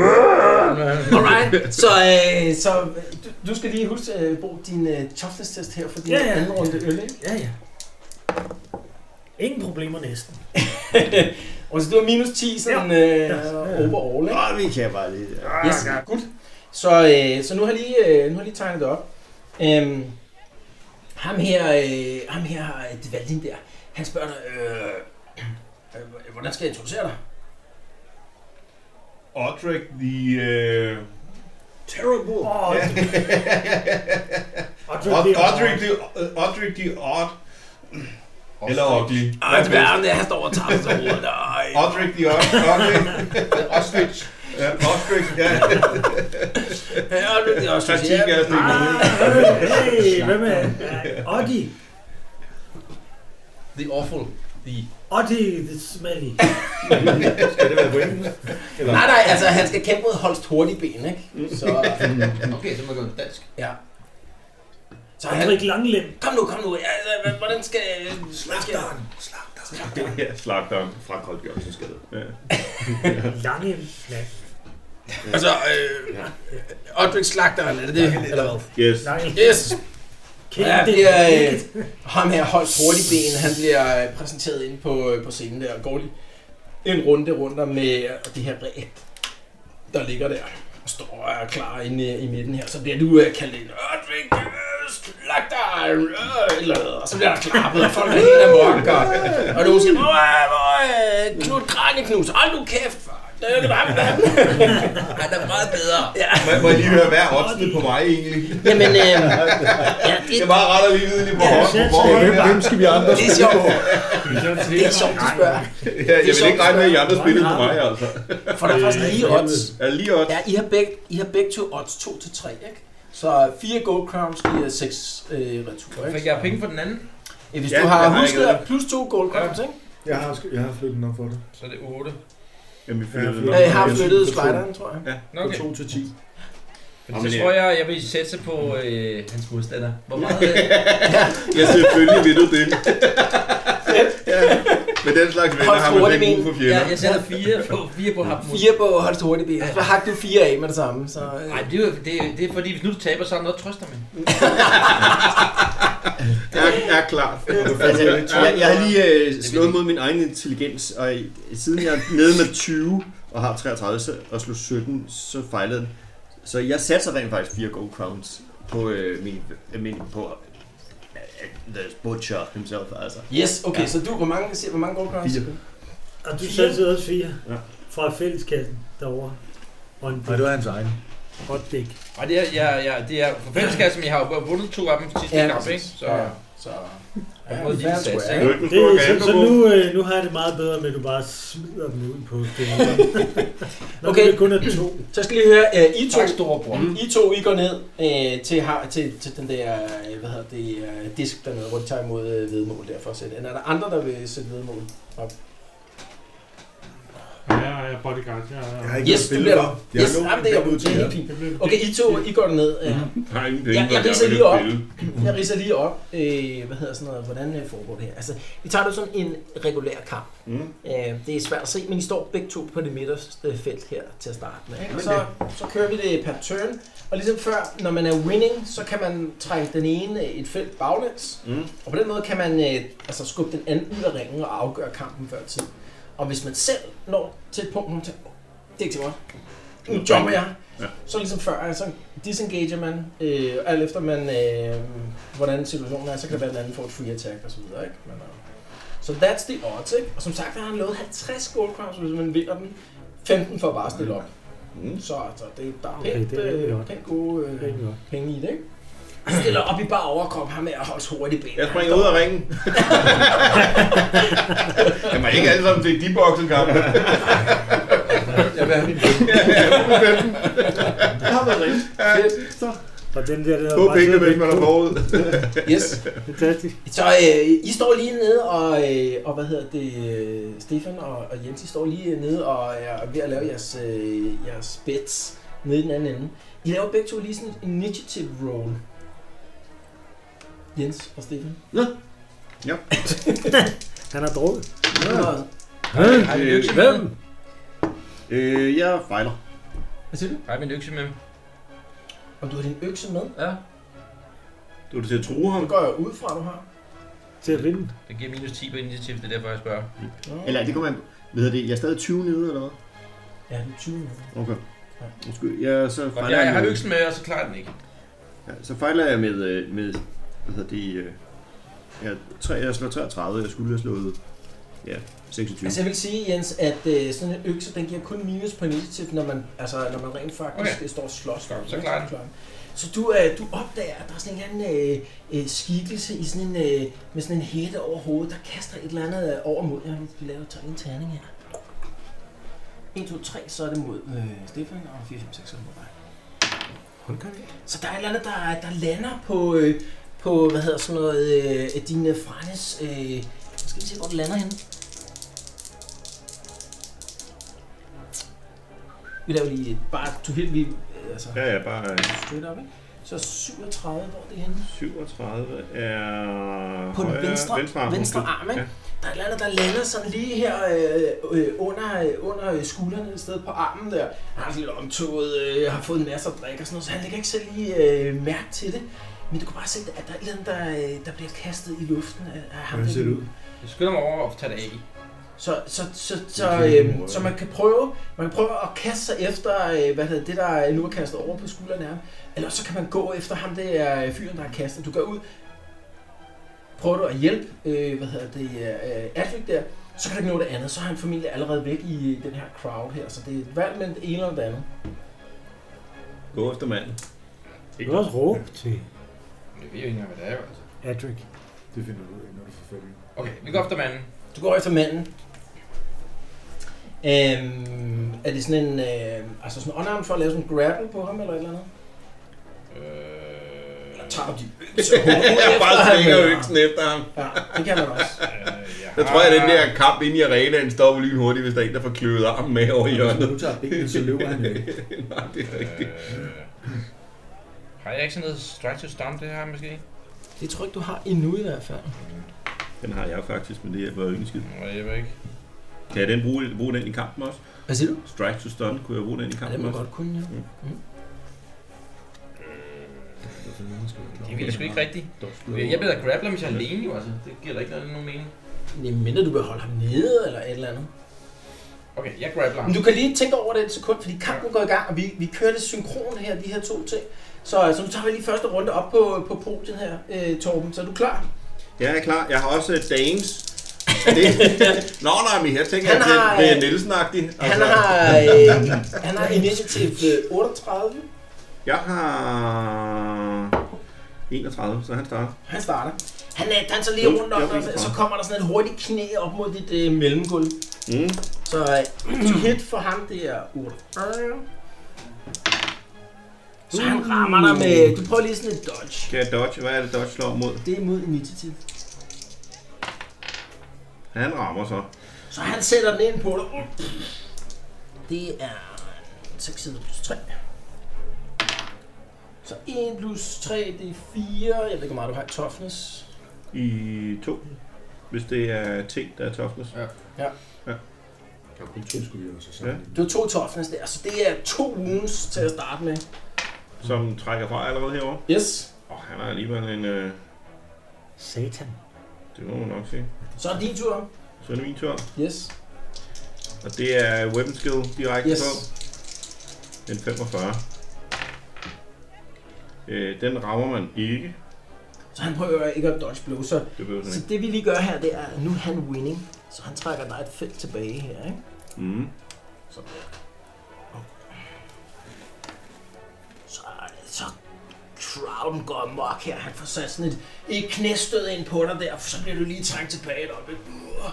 [SPEAKER 1] Ja.
[SPEAKER 2] Alright, så, øh, så øh, du, du skal lige huske at øh, bruge din øh, toughness test her for din
[SPEAKER 5] Ja, ja.
[SPEAKER 2] anden runde øl, ikke?
[SPEAKER 5] Ja, ja. Ingen problemer næsten.
[SPEAKER 2] Og så det var minus 10 sådan øh, overall, ikke?
[SPEAKER 7] Åh, vi kan bare lige...
[SPEAKER 2] Yes, godt. Så, øh, så nu har jeg lige, øh, nu har jeg lige tegnet det op. Øhm, ham her, øh, ham her, øh, det valgte der. Han spørger dig, øh, øh, hvordan skal jeg introducere dig?
[SPEAKER 11] Odrik, the... Øh,
[SPEAKER 5] Terrible. Oh,
[SPEAKER 11] Od- Odrik, the, øh, Odrik, the odd. Eller ugly.
[SPEAKER 2] Ej, det er ham der, han står og tager sig hovedet. Ej.
[SPEAKER 11] Odrik, the odd. Odrik. Ostrich. Ja, Ostrich, ja.
[SPEAKER 2] Ja, det er også
[SPEAKER 11] Kritik er
[SPEAKER 7] altså.
[SPEAKER 11] sådan en måde.
[SPEAKER 5] Ah, hey, hvad med Oddi?
[SPEAKER 1] The awful. The...
[SPEAKER 5] Oddi, det smelly.
[SPEAKER 8] Skal det være pointen? Eller?
[SPEAKER 2] Ah. Nej, nej, altså han skal kæmpe mod Holst hurtige ben, ikke? Så,
[SPEAKER 1] Okay, så må jeg gå til dansk.
[SPEAKER 2] ja. Så han,
[SPEAKER 5] Odrik Langlem.
[SPEAKER 2] kom nu, kom nu. Altså, h- hvordan skal... Slap skal...
[SPEAKER 11] Ja, slagteren fra Kold Jørgensen skade. Ja.
[SPEAKER 5] Langlem. Ja.
[SPEAKER 2] Altså, øh... Odrik slagteren, er det det? Eller hvad?
[SPEAKER 13] Yes.
[SPEAKER 5] Langlem.
[SPEAKER 2] Yes!
[SPEAKER 5] Kæmpe.
[SPEAKER 2] Ja, det er, øh, ham her holdt hurtigt ben, han bliver øh, præsenteret inde på, øh, på scenen der, og går lige en runde rundt om med øh, det her bræ, der ligger der, og står og er klar inde i, i midten her. Så bliver du øh, kaldt ind, Ørtvig, slag dig, øh, eller hvad, og så bliver der klappet, og folk er helt amok, og, og nogen siger, hvor er, hvor er Knud Kranjeknus, hold nu kæft, far. Det er jo ikke ham, der er."
[SPEAKER 1] Han er meget bedre.
[SPEAKER 2] Ja,
[SPEAKER 11] Må, må jeg lige høre, hvad er oddsene på mig egentlig?
[SPEAKER 2] jamen, øh, ja,
[SPEAKER 11] Det er
[SPEAKER 2] det,
[SPEAKER 11] bare ret at lige vide lige på
[SPEAKER 5] Ja,
[SPEAKER 11] hånden.
[SPEAKER 5] selv-
[SPEAKER 11] Hvor
[SPEAKER 5] selv-
[SPEAKER 11] er
[SPEAKER 8] Hvem,
[SPEAKER 11] det
[SPEAKER 8] hvem skal vi andre
[SPEAKER 2] det er sjovt, det
[SPEAKER 12] Det
[SPEAKER 2] er sjovt, du spørger.
[SPEAKER 11] Ja, jeg vil ikke regne med, at I andre spillede på mig, altså.
[SPEAKER 2] For der er faktisk lige odds.
[SPEAKER 11] Er det lige odds?
[SPEAKER 2] Ja, I har begge, I har begge to odds 2 til 3, ikke? Så 4 gold crowns giver 6 øh, retur,
[SPEAKER 1] Fik
[SPEAKER 2] ikke?
[SPEAKER 1] jeg penge for den anden,
[SPEAKER 2] Ja, Hvis
[SPEAKER 11] Ja,
[SPEAKER 2] du
[SPEAKER 11] det
[SPEAKER 2] har
[SPEAKER 11] har jeg
[SPEAKER 2] husket
[SPEAKER 11] ikke.
[SPEAKER 2] at plus 2 gold crowns, ikke?
[SPEAKER 8] Jeg har, jeg har flyttet den op for dig.
[SPEAKER 1] så er det 8.
[SPEAKER 11] Jamen, vi
[SPEAKER 8] Ja,
[SPEAKER 11] flytter den
[SPEAKER 8] Nå,
[SPEAKER 2] Øh,
[SPEAKER 11] op.
[SPEAKER 2] jeg har
[SPEAKER 8] jeg
[SPEAKER 2] flyttet
[SPEAKER 8] synes, det er
[SPEAKER 2] slideren, tror jeg.
[SPEAKER 1] Nå, Okay.
[SPEAKER 8] Fra 2 til 10.
[SPEAKER 1] Fordi
[SPEAKER 13] Nå,
[SPEAKER 1] så
[SPEAKER 13] men
[SPEAKER 1] tror jeg, jeg vil sætte på øh, hans modstander. Hvor meget... Øh,
[SPEAKER 11] Ja, selvfølgelig vil du det. ja. Med den slags venner har man
[SPEAKER 2] Hold
[SPEAKER 11] slet ikke brug for
[SPEAKER 1] ja,
[SPEAKER 11] fjender.
[SPEAKER 1] jeg sætter 4 på, 4 på ham.
[SPEAKER 2] 4 på holdt hurtigt ben. Så hak du 4 af med det samme, så... øh.
[SPEAKER 1] Nej, det er, jo- det, er- det er fordi, hvis nu du taber, så er der noget at trøste dig med.
[SPEAKER 11] Er, er klar.
[SPEAKER 7] Altså, jeg, jeg har lige øh, slået
[SPEAKER 1] det.
[SPEAKER 7] mod min egen intelligens, og i- siden jeg er nede med 20 og har 33 så, og slog 17, så fejlede den. Så jeg satser rent faktisk 4 gold crowns på øh, min, øh, min på øh, øh, the butcher himself, altså.
[SPEAKER 2] Yes, okay, så du, hvor mange, se, hvor mange gold crowns?
[SPEAKER 7] Fire.
[SPEAKER 5] Og du
[SPEAKER 2] Fire.
[SPEAKER 5] satte også fire
[SPEAKER 11] Ja.
[SPEAKER 5] fra fælleskassen derovre. Og en
[SPEAKER 8] Nej, det var hans egen.
[SPEAKER 5] hotdæk.
[SPEAKER 1] Og det er, ja, ja, det er for fællesskab, som jeg har jo vundet to af dem sidste
[SPEAKER 2] Ja,
[SPEAKER 1] kamp, ikke?
[SPEAKER 2] præcis.
[SPEAKER 1] Så
[SPEAKER 2] Ja, så...
[SPEAKER 1] jeg prøvede lige sats,
[SPEAKER 2] square,
[SPEAKER 1] ikke?
[SPEAKER 2] ikke?
[SPEAKER 5] Det, så, så nu, øh, nu har jeg det meget bedre med, at du bare smider dem ud på det. Når
[SPEAKER 2] Okay.
[SPEAKER 5] okay. det kun er to.
[SPEAKER 2] Så skal jeg lige høre, øh, I to...
[SPEAKER 1] Tak, store bror.
[SPEAKER 2] I to, I går ned øh, til, har, til, til den der, øh, hvad hedder det, øh, disk dernede, hvor de tager imod øh, vedmål der for at sætte. Er der andre, der vil sætte vedmål?
[SPEAKER 12] Jeg jeg er bodyguard. Jeg er,
[SPEAKER 8] Jeg har ikke
[SPEAKER 2] Yes, det
[SPEAKER 8] noget billede
[SPEAKER 2] bliver
[SPEAKER 8] op.
[SPEAKER 2] der.
[SPEAKER 8] Jeg har
[SPEAKER 2] Yes,
[SPEAKER 8] lånt
[SPEAKER 2] jamen,
[SPEAKER 8] et
[SPEAKER 2] det er jo
[SPEAKER 8] billede ud til
[SPEAKER 2] helt
[SPEAKER 8] jer.
[SPEAKER 2] fint.
[SPEAKER 12] det blev det.
[SPEAKER 2] Okay, I to, I går ned. Øh,
[SPEAKER 13] Jeg har ingen penge,
[SPEAKER 2] Jeg- jeg
[SPEAKER 13] for
[SPEAKER 2] ridser
[SPEAKER 13] vil
[SPEAKER 2] lige op.
[SPEAKER 13] spille.
[SPEAKER 2] Jeg riser lige op, øh, hvad hedder sådan noget, hvordan øh, foregår det her. Altså, vi tager det som en regulær kamp.
[SPEAKER 11] Mm.
[SPEAKER 2] Øh, det er svært at se, men I står begge to på det midterste felt her til at starte med. Ikke? Og
[SPEAKER 7] Men
[SPEAKER 2] så, så kører vi det per turn, og ligesom før, når man er winning, så kan man trække den ene øh, et felt baglæns,
[SPEAKER 7] Mm.
[SPEAKER 2] og på den måde kan man øh, altså skubbe den anden ud af ringen og afgøre kampen før tid. Og hvis man selv når til et punkt, hvor man tænker, "Åh, det er ikke til mig, nu jumper jeg,
[SPEAKER 11] Ja.
[SPEAKER 2] så ligesom før, altså disengager man, øh, alt efter man, øh, hvordan situationen er, så kan det være, at den anden får et free attack og så videre, ikke? Men, øh, så that's the odds, ikke? Og som sagt, der har han lovet 50 gold crowns, hvis man vinder den. 15 for bare at stille op.
[SPEAKER 11] Mm.
[SPEAKER 2] Så altså, det er bare
[SPEAKER 5] Okay,
[SPEAKER 2] pænt,
[SPEAKER 5] det er rimelig
[SPEAKER 2] øh,
[SPEAKER 5] godt.
[SPEAKER 2] pænt gode øh,
[SPEAKER 5] Rigtig godt.
[SPEAKER 2] penge i det, ikke? Stiller op i bare overkrop, ham med at holde hurtigt ben.
[SPEAKER 7] Jeg springer ud af ringen. jeg må ikke alle sammen til de boksekampe.
[SPEAKER 2] Jeg vil have min penge.
[SPEAKER 11] Det har været rigtigt.
[SPEAKER 5] Og den der, den er
[SPEAKER 7] Håb ikke,
[SPEAKER 5] siddet
[SPEAKER 7] mens man
[SPEAKER 5] lidt
[SPEAKER 7] er
[SPEAKER 5] på.
[SPEAKER 7] forud.
[SPEAKER 2] Yes.
[SPEAKER 5] Fantastisk.
[SPEAKER 2] Så øh, I står lige nede, og, øh, og hvad hedder det, øh, Stefan og, og Jens, I står lige nede og er ved at lave jeres, øh, jeres bets nede i den anden ende. I laver begge to lige sådan en initiative roll. Jens og Stefan.
[SPEAKER 5] Han har drukket.
[SPEAKER 2] Ja.
[SPEAKER 1] Har vi økse med?
[SPEAKER 5] Hvem?
[SPEAKER 7] Øh, jeg fejler.
[SPEAKER 2] Hvad siger du?
[SPEAKER 1] Har vi en økse med?
[SPEAKER 2] Og du har din økse med.
[SPEAKER 1] Ja,
[SPEAKER 11] Du er til at true ham.
[SPEAKER 2] Det går jeg ud fra, du har.
[SPEAKER 5] Til at vinde.
[SPEAKER 1] det giver minus 10 på initiativ, det er derfor, jeg spørger.
[SPEAKER 2] Nå.
[SPEAKER 7] Eller det kommer an på- Hvad hedder det? Jeg er stadig 20 nede, eller hvad?
[SPEAKER 2] Ja, du er 20 nu.
[SPEAKER 7] Okay.
[SPEAKER 2] Ja.
[SPEAKER 7] Undskyld. Jeg, så
[SPEAKER 1] Og
[SPEAKER 7] fejler
[SPEAKER 1] jeg,
[SPEAKER 7] jeg,
[SPEAKER 1] jeg har
[SPEAKER 7] med,
[SPEAKER 1] øksen med, og så klarer jeg den ikke.
[SPEAKER 7] ja, så fejler jeg med, øh, med hvad hedder det, øh, jeg, tre, jeg slår 33, jeg skulle have slået ja, 26.
[SPEAKER 2] Altså jeg vil sige, Jens, at øh, sådan en økse, den giver kun minus på initiativ, når man, altså, når man rent faktisk okay. står og slås.
[SPEAKER 1] så klarer den.
[SPEAKER 2] Så du, øh, du opdager, at der er sådan en eller anden øh, øh, skikkelse i sådan en, øh, med sådan en hætte over hovedet, der kaster et eller andet øh, over mod. Jeg laver tager en terning her. 1, 2, 3, så er det mod øh, Stefan, og 4, 5, 6 er det mod dig. Så der er et eller andet, der, der lander på, øh, på hvad hedder sådan noget, øh, din øh, Franes, øh, skal vi se, hvor det lander henne? Vi laver lige et bare to hit, vi, øh, altså,
[SPEAKER 11] Ja, ja, bare øh,
[SPEAKER 2] straight up, ikke? Så 37, hvor er det henne?
[SPEAKER 11] 37 er...
[SPEAKER 2] På den
[SPEAKER 11] højre-
[SPEAKER 2] venstre-
[SPEAKER 11] arm.
[SPEAKER 2] venstre arm, ikke? Der er et eller andet, der lander sådan lige her øh, øh, under, øh, under øh, skuldrene et sted på armen der. Han er sådan lidt omtoget, øh, har fået en masse at drikke og sådan noget, så han lægger ikke selv lige øh, mærke til det. Men du kan bare se, at der er et eller andet, der, øh, der bliver kastet i luften af, af ham.
[SPEAKER 8] Hvordan ser det ud?
[SPEAKER 1] Jeg skynder mig over og tager det af.
[SPEAKER 2] Så, så, så, så,
[SPEAKER 8] Okay.
[SPEAKER 2] øhm, så man kan prøve man kan prøve at kaste sig efter øh, hvad hedder det, der nu er kastet over på skulderen af ham. Eller så kan man gå efter ham, det er øh, fyren, der har kastet. Du går ud, prøver du at hjælpe øh, hvad hedder det, øh, Adric der, så kan du ikke nå det andet. Så er han formentlig allerede væk i øh, den her crowd her. Så det er et valg mellem det ene og det andet.
[SPEAKER 11] Gå efter manden.
[SPEAKER 5] Du kan også råbe til
[SPEAKER 1] Men det ved jeg ikke engang, hvad det er, jo, altså.
[SPEAKER 5] Adric.
[SPEAKER 8] Det finder du ud af, når du får fat i.
[SPEAKER 1] Okay, vi går efter manden.
[SPEAKER 2] Du går efter manden. Øhm, er det sådan en, øh, altså sådan en for at lave sådan en grapple på ham eller et eller andet?
[SPEAKER 1] Øh,
[SPEAKER 2] Eller tager du de økser Jeg
[SPEAKER 7] bare svinger
[SPEAKER 2] øh,
[SPEAKER 7] øksen efter ham.
[SPEAKER 2] Ja, det kan man også.
[SPEAKER 1] øh, jeg
[SPEAKER 7] Jeg tror, at den der kamp inde i arenaen stopper lynhurtigt, hvis der er en, der får kløvet armen med over i
[SPEAKER 8] Hvis
[SPEAKER 7] hjørnet.
[SPEAKER 8] du tager benene, så løber han jo ikke.
[SPEAKER 7] Nej, det er rigtigt.
[SPEAKER 1] Øh, har jeg ikke sådan noget strike to stomp, det her måske?
[SPEAKER 2] Det tror jeg ikke, du har endnu i hvert fald.
[SPEAKER 11] Den har jeg faktisk, men det her var jo ikke en skid.
[SPEAKER 1] Nej, jeg ved ikke.
[SPEAKER 11] Kan jeg den bruge, bruge den i kampen også?
[SPEAKER 2] Hvad siger du?
[SPEAKER 11] Strike to stun, kunne jeg bruge den i
[SPEAKER 2] Ja, det
[SPEAKER 11] kampen
[SPEAKER 2] må
[SPEAKER 11] også?
[SPEAKER 2] godt kunne, ja. Øh,
[SPEAKER 1] Det ved jeg sgu ikke rigtigt. Jeg bliver da grappler, hvis jeg er alene, jo altså. Det giver da ikke noget- nogen mening.
[SPEAKER 2] Jamen, mindre du vil holde ham nede eller et eller andet.
[SPEAKER 1] Okay, jeg grappler ham.
[SPEAKER 2] Men du kan lige tænke over det et sekund, fordi kampen går i gang, og vi, vi kører det synkron her, de her to ting. Så, så nu tager vi lige første runde op på, på podiet her, øh, Torben. Så er du klar?
[SPEAKER 7] Ja, jeg er klar. Jeg har også øh, Danes. Det... Nå, nej, men jeg tænker,
[SPEAKER 2] Han
[SPEAKER 7] at det
[SPEAKER 2] har,
[SPEAKER 7] det er
[SPEAKER 2] øh,
[SPEAKER 7] Nielsen-agtig.
[SPEAKER 2] Han
[SPEAKER 11] Altså,
[SPEAKER 2] har, øh, han har initiativ øh, 38.
[SPEAKER 11] Jeg har 31, så han starter.
[SPEAKER 2] Han starter. Han øh, danser lige
[SPEAKER 11] Jo,
[SPEAKER 2] rundt om,
[SPEAKER 11] jeg vil
[SPEAKER 2] og
[SPEAKER 11] ikke
[SPEAKER 2] så- så
[SPEAKER 11] svare.
[SPEAKER 2] kommer der sådan et hurtigt knæ op mod dit øh, mellemgulv.
[SPEAKER 11] Mm.
[SPEAKER 2] Så øh, hit for ham, det er 48. Så han rammer dig med... Du prøver lige sådan et dodge.
[SPEAKER 11] Kan jeg dodge? Hvad er det, dodge slår mod?
[SPEAKER 2] Det er mod initiativ.
[SPEAKER 11] Han rammer så.
[SPEAKER 2] Så han sætter den ind på dig. Det er 6 sider plus 3. Så 1 plus 3, det er 4. Jeg ved ikke, hvor meget du har i toughness.
[SPEAKER 13] I to. Hvis det er ting, der er toughness.
[SPEAKER 14] Der er kun to skyer, så
[SPEAKER 13] Ja.
[SPEAKER 14] sammen.
[SPEAKER 2] Du har to toughness der, så det er to wounds til at starte med.
[SPEAKER 13] Som trækker fra allerede herovre.
[SPEAKER 2] Yes.
[SPEAKER 13] Og han har alligevel en... Øh,
[SPEAKER 5] Satan.
[SPEAKER 13] det må man nok sige.
[SPEAKER 2] Så er det din tur.
[SPEAKER 13] Så er det min tur.
[SPEAKER 2] Yes.
[SPEAKER 13] Og det er weapon skill direkte yes.
[SPEAKER 2] Yes.
[SPEAKER 13] på. En 45. Øh, den rammer man ikke.
[SPEAKER 2] Så han prøver ikke at dodge blow. Så,
[SPEAKER 13] Det behøver
[SPEAKER 2] så
[SPEAKER 13] sådan ikke.
[SPEAKER 2] det vi lige gør her, det er, at nu er han winning. Så han trækker dig et felt tilbage her, ikke?
[SPEAKER 13] Mm.
[SPEAKER 2] Så, så crowden går amok her. Han får sat sådan et, et knæstød ind på dig der, så bliver du lige trængt tilbage et øjeblik. Uh.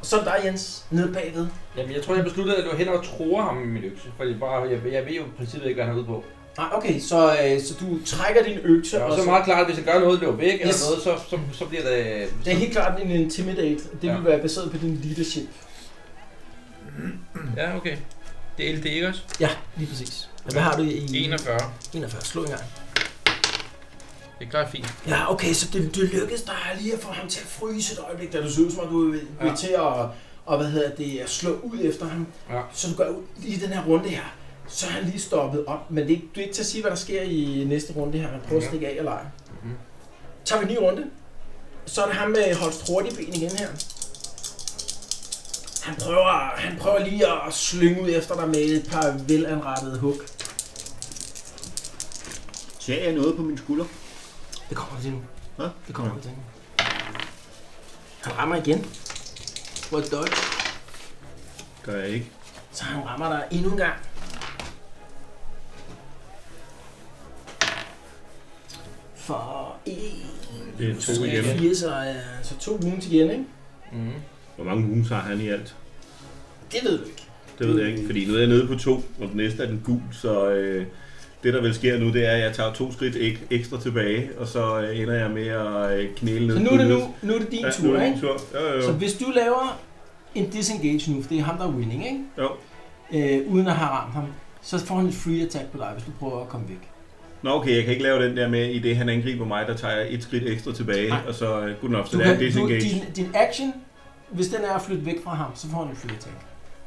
[SPEAKER 2] Og så er der Jens, nede bagved.
[SPEAKER 1] Jamen, jeg tror, jeg besluttede, at det var hellere at troe ham med min økse. For jeg, bare, jeg, jeg ved jo i princippet ikke, hvad han er ude på.
[SPEAKER 2] Nej, okay, så, øh, så du trækker din økse,
[SPEAKER 1] Ja,
[SPEAKER 2] og
[SPEAKER 1] og så er
[SPEAKER 2] så,
[SPEAKER 1] det meget klart, at hvis jeg gør noget, løber væk eller
[SPEAKER 2] Yes.
[SPEAKER 1] noget, så, så, så bliver det...
[SPEAKER 2] det er helt klart en intimidate. Det
[SPEAKER 1] Ja.
[SPEAKER 2] vil være baseret på din leadership.
[SPEAKER 1] Ja, okay. Det er LD, ikke også?
[SPEAKER 2] Ja, lige præcis. Hvad har du i
[SPEAKER 1] 41.
[SPEAKER 2] 41. Slå en gang.
[SPEAKER 1] Det klarer fint.
[SPEAKER 2] Ja, okay, så det, det lykkedes dig lige at få ham til at fryse et øjeblik, da du så ud, som om du ville ja.
[SPEAKER 1] Ja.
[SPEAKER 2] til at, og, hvad hedder det, at slå ud efter ham.
[SPEAKER 1] Ja.
[SPEAKER 2] Så du gør ud lige i den her runde her, så er han lige stoppet op. Men det, er ikke- du er ikke til at sige, hvad der sker i næste runde her. Man prøver at
[SPEAKER 1] Mhm.
[SPEAKER 2] stikke af eller ej.
[SPEAKER 1] Mhm.
[SPEAKER 2] Tager vi en ny runde. Så er det ham med Holst Hurtigben igen her. Han prøver, han prøver lige at slynge ud efter dig med et par velanrettede hug.
[SPEAKER 7] Tager jeg noget på min skulder?
[SPEAKER 2] Det kommer vi til nu.
[SPEAKER 7] Hvad?
[SPEAKER 2] Det kommer vi til nu. Han rammer igen. Prøv at dodge.
[SPEAKER 13] Gør jeg ikke.
[SPEAKER 2] Så han rammer dig endnu en gang. For en...
[SPEAKER 13] Det er to
[SPEAKER 2] tre,
[SPEAKER 13] igen.
[SPEAKER 2] Fire, så, øh, så to wounds igen, ikke?
[SPEAKER 1] Mm.
[SPEAKER 13] Hvor mange wounds har han i alt?
[SPEAKER 2] Det ved du ikke.
[SPEAKER 13] Det ved jeg ikke, fordi nu er jeg nede på to, og den næste er den gul, så øh, det der vil sker nu, det er, at jeg tager to skridt ek- ekstra tilbage, og så øh, ender jeg med at øh, knæle ned.
[SPEAKER 2] Så nu er det,
[SPEAKER 13] på
[SPEAKER 2] nu, nu er det din
[SPEAKER 13] Ja, nu
[SPEAKER 2] tur,
[SPEAKER 13] er det min
[SPEAKER 2] ikke?
[SPEAKER 13] tur. Jo, jo,
[SPEAKER 2] Så
[SPEAKER 13] jo.
[SPEAKER 2] hvis du laver en disengage nu, for det er ham, der er winning, ikke?
[SPEAKER 13] jo.
[SPEAKER 2] Øh, uden at have ramt ham, så får han et free attack på dig, hvis du prøver at komme væk.
[SPEAKER 13] Nå okay, jeg kan ikke lave den der med, i det han angriber mig, der tager jeg et skridt ekstra tilbage,
[SPEAKER 2] Nej.
[SPEAKER 13] og så øh, good enough, så
[SPEAKER 2] Du
[SPEAKER 13] det er
[SPEAKER 2] kan,
[SPEAKER 13] en
[SPEAKER 2] du,
[SPEAKER 13] disengage.
[SPEAKER 2] din, din action, hvis den er at flytte væk fra ham, så får han et free attack.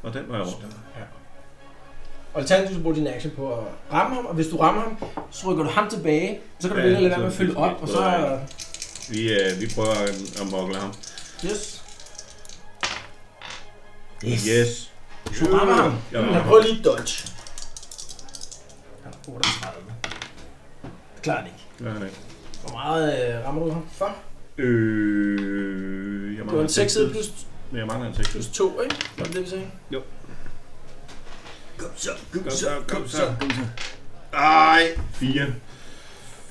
[SPEAKER 13] Og den var jeg over.
[SPEAKER 2] Og alternativt så bruger du din action på at ramme ham, og hvis du rammer ham, så rykker du ham tilbage, så kan du vælge at lade være med at fylde op, og så...
[SPEAKER 13] Vi, øh, vi prøver at, at mokle ham.
[SPEAKER 2] Yes.
[SPEAKER 13] Yes.
[SPEAKER 7] Øh.
[SPEAKER 2] Du rammer ham.
[SPEAKER 13] Jeg
[SPEAKER 2] Han
[SPEAKER 13] rammer.
[SPEAKER 2] prøver lige at dodge. Han er 38. Det klarer han ikke.
[SPEAKER 13] Ja, nej.
[SPEAKER 2] Hvor meget øh, rammer du ham for?
[SPEAKER 13] Øh, jeg
[SPEAKER 2] Det var
[SPEAKER 13] mangler
[SPEAKER 2] en 6
[SPEAKER 13] side.
[SPEAKER 2] plus,
[SPEAKER 13] Nej, jeg mangler en 6
[SPEAKER 2] plus 2, ikke? Var det det, vi sagde?
[SPEAKER 7] Kom så, kom,
[SPEAKER 13] Kom
[SPEAKER 7] så,
[SPEAKER 13] så,
[SPEAKER 7] kom,
[SPEAKER 13] kom
[SPEAKER 7] så,
[SPEAKER 13] så.
[SPEAKER 7] kom så.
[SPEAKER 13] Ej, 4.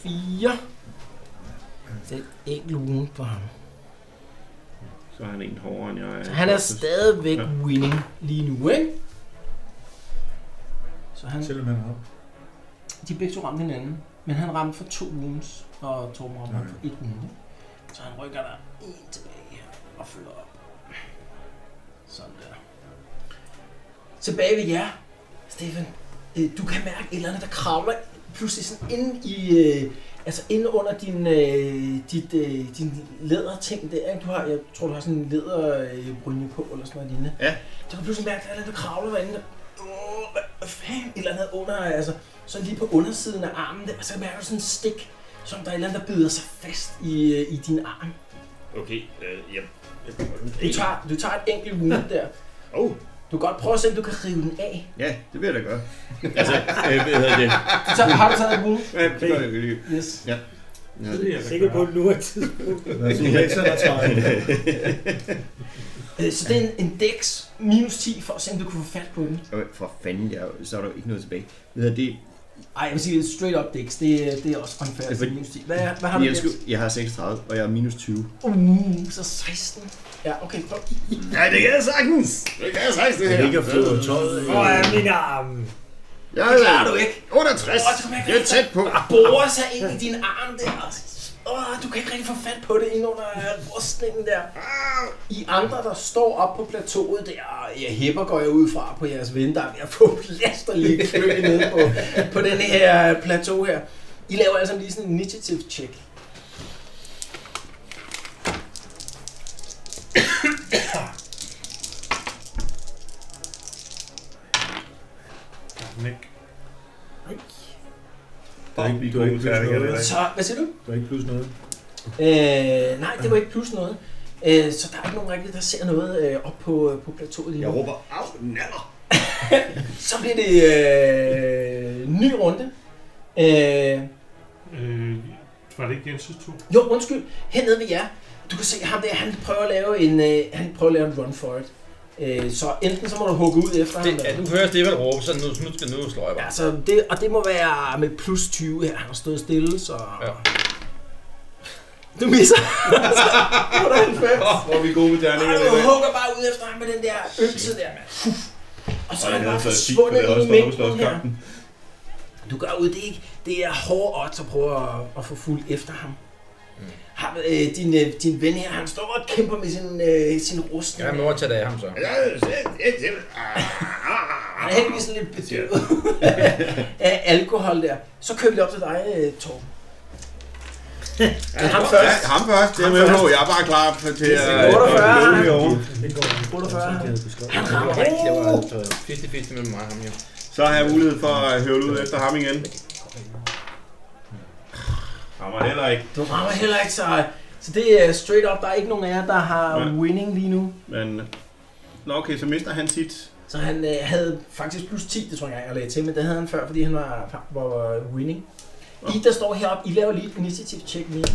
[SPEAKER 2] 4. Det er enkelt ugen på ham.
[SPEAKER 13] Så er han en hårdere end jeg.
[SPEAKER 2] Så han er stadigvæk
[SPEAKER 13] Ja.
[SPEAKER 2] winning lige nu, ikke? Så han,
[SPEAKER 8] Selvom han har
[SPEAKER 2] de begge to ramte hinanden, men han ramte for to wounds, og Torben ramte
[SPEAKER 8] Okay.
[SPEAKER 2] for et wound. ikke? Så han rykker der en tilbage her, og fylder op. Sådan der. Tilbage ved jer, Stefan. Øh, Du kan mærke et eller andet, der kravler pludselig sådan inde i... øh, Altså inde under din, øh, dit, øh, din læderting der, ikke? Du har, jeg tror, du har sådan en læderbrynje på, eller sådan noget lignende.
[SPEAKER 7] Ja.
[SPEAKER 2] Du kan pludselig mærke, at der er noget, der kravler derinde. Åh, hvad- hvad fanden? Et eller andet under, altså så lige på undersiden af armen der, så mærker du sådan en stik, som der er et eller andet, der bider sig fast i, øh, i din arm.
[SPEAKER 13] Okay, øh, jeg...
[SPEAKER 2] Du tager, du tager et enkelt wound der.
[SPEAKER 7] Oh,
[SPEAKER 2] Du kan godt prøve at se, om du kan rive den af.
[SPEAKER 7] ja, det vil jeg da gøre.
[SPEAKER 13] Altså, øh, hvad hedder det?
[SPEAKER 2] Du tager, har du taget et wound?
[SPEAKER 7] Ja, det gør jeg lige.
[SPEAKER 2] Yes.
[SPEAKER 7] Ja,
[SPEAKER 12] Det
[SPEAKER 7] det-
[SPEAKER 12] er jeg da
[SPEAKER 5] Sikker på,
[SPEAKER 12] klar.
[SPEAKER 5] at nu er tidspunkt.
[SPEAKER 8] været sådan der træet.
[SPEAKER 2] Øh, Så det er en, en dex minus 10, for at se, om du kunne få fat på den.
[SPEAKER 7] Øh, For fanden, jeg, så er der jo ikke noget tilbage. Hvad hedder det?
[SPEAKER 2] Ej, jeg vil sige, straight up dex, det, er- det er også unfair. Altså,
[SPEAKER 7] Altså,
[SPEAKER 2] minus 10. Hvad, hvad har du
[SPEAKER 7] jeg,
[SPEAKER 2] der?
[SPEAKER 7] skulle, jeg har 36, og jeg er minus 20.
[SPEAKER 2] Uh, så 16. Ja, okay, prøv.
[SPEAKER 7] Nej, det kan jeg sagtens! Det kan jeg sagtens, det
[SPEAKER 8] Det ligger fløde og tøjet.
[SPEAKER 5] Hvor er min arm?
[SPEAKER 7] Jeg
[SPEAKER 2] Det klarer du ikke.
[SPEAKER 7] 68!
[SPEAKER 2] Åh, det kan man ikke. Ah,
[SPEAKER 7] Jeg er tæt på.
[SPEAKER 2] Borer sig ind i din arm der. og Åh, du kan ikke rigtig få fat på det ind under øh, rustningen der. I andre, der står op på plateauet der, og jeg hæpper går jeg ud fra på jeres ven, der er ved at få plasterlige klø ned på, på den her plateau her. I laver altså lige sådan en initiative check.
[SPEAKER 12] Nick.
[SPEAKER 11] Der er ikke,
[SPEAKER 8] Du har ikke plus noget.
[SPEAKER 2] Så, hvad siger du?
[SPEAKER 8] Du har ikke plus noget.
[SPEAKER 2] Øh, nej, det var ikke plus noget. Øh, så der er ikke nogen rigtig, der ser noget øh, op på, øh, på plateauet lige
[SPEAKER 7] Jeg
[SPEAKER 2] nu.
[SPEAKER 7] råber, af, naller!
[SPEAKER 2] Så bliver det øh, ny runde. Øh,
[SPEAKER 12] Øh, var det ikke Jens' tur?
[SPEAKER 2] jo, undskyld. Hernede ved jer. Du kan se ham der, han prøver at lave en, øh, han prøver at lave en run for it. Øh, så enten så må du hugge ud efter ham.
[SPEAKER 1] Det, ja,
[SPEAKER 2] eller-
[SPEAKER 1] du hører Stefan råbe, så nu, nu, skal, nu slår jeg bare.
[SPEAKER 2] Ja, så det, og det må være med plus 20 her. Han har stået stille, så...
[SPEAKER 1] Ja.
[SPEAKER 2] Du misser. Så får du en fem.
[SPEAKER 11] Hvor er vi gode med terninger
[SPEAKER 2] Ej,
[SPEAKER 11] i
[SPEAKER 2] du
[SPEAKER 11] dag.
[SPEAKER 2] hugger bare ud efter ham med den der økse der, mand. Puh. Og så
[SPEAKER 11] Og
[SPEAKER 2] er
[SPEAKER 11] jeg
[SPEAKER 2] han
[SPEAKER 11] havde
[SPEAKER 2] bare
[SPEAKER 11] taget fint, for
[SPEAKER 2] forsvundet
[SPEAKER 11] det havde
[SPEAKER 2] i
[SPEAKER 11] stået på
[SPEAKER 2] mængden her.
[SPEAKER 11] kampen.
[SPEAKER 2] Du gør ud, det er, ikke, det er hårde odds at prøve at, at få fuld efter ham. Ham, øh, din, øh, din ven her, han står og kæmper med sin, øh, sin rust.
[SPEAKER 1] Ja, men nu tager det af ham så.
[SPEAKER 7] Ah.
[SPEAKER 2] Han er heldigvis sådan lidt bedøvet af alkohol der. Så kører vi det op til dig, øh, Torben. Men ham først.
[SPEAKER 11] Ham først, det er med på. Jeg er bare klar for- til at...
[SPEAKER 2] 48.
[SPEAKER 11] Øh, over.
[SPEAKER 2] Prøv at høre. Han
[SPEAKER 1] Det
[SPEAKER 2] rammer
[SPEAKER 1] var
[SPEAKER 2] Oh,
[SPEAKER 1] rigtig, det var fiste fiste mellem mig og ham, jo.
[SPEAKER 11] Så har jeg mulighed for at høvle ud efter ham igen. Han var heller ikke,
[SPEAKER 2] Du rammer heller ikke, så, så det er straight up. Der er ikke nogen af jer, der har
[SPEAKER 11] Nej.
[SPEAKER 2] winning lige nu.
[SPEAKER 11] men... Nå okay, så mister han sit.
[SPEAKER 2] Så han øh, havde faktisk plus 10, det tror jeg, jeg lagde til, men det havde han før, fordi han var, var winning. I, der står heroppe, I laver lige et initiativ check mere.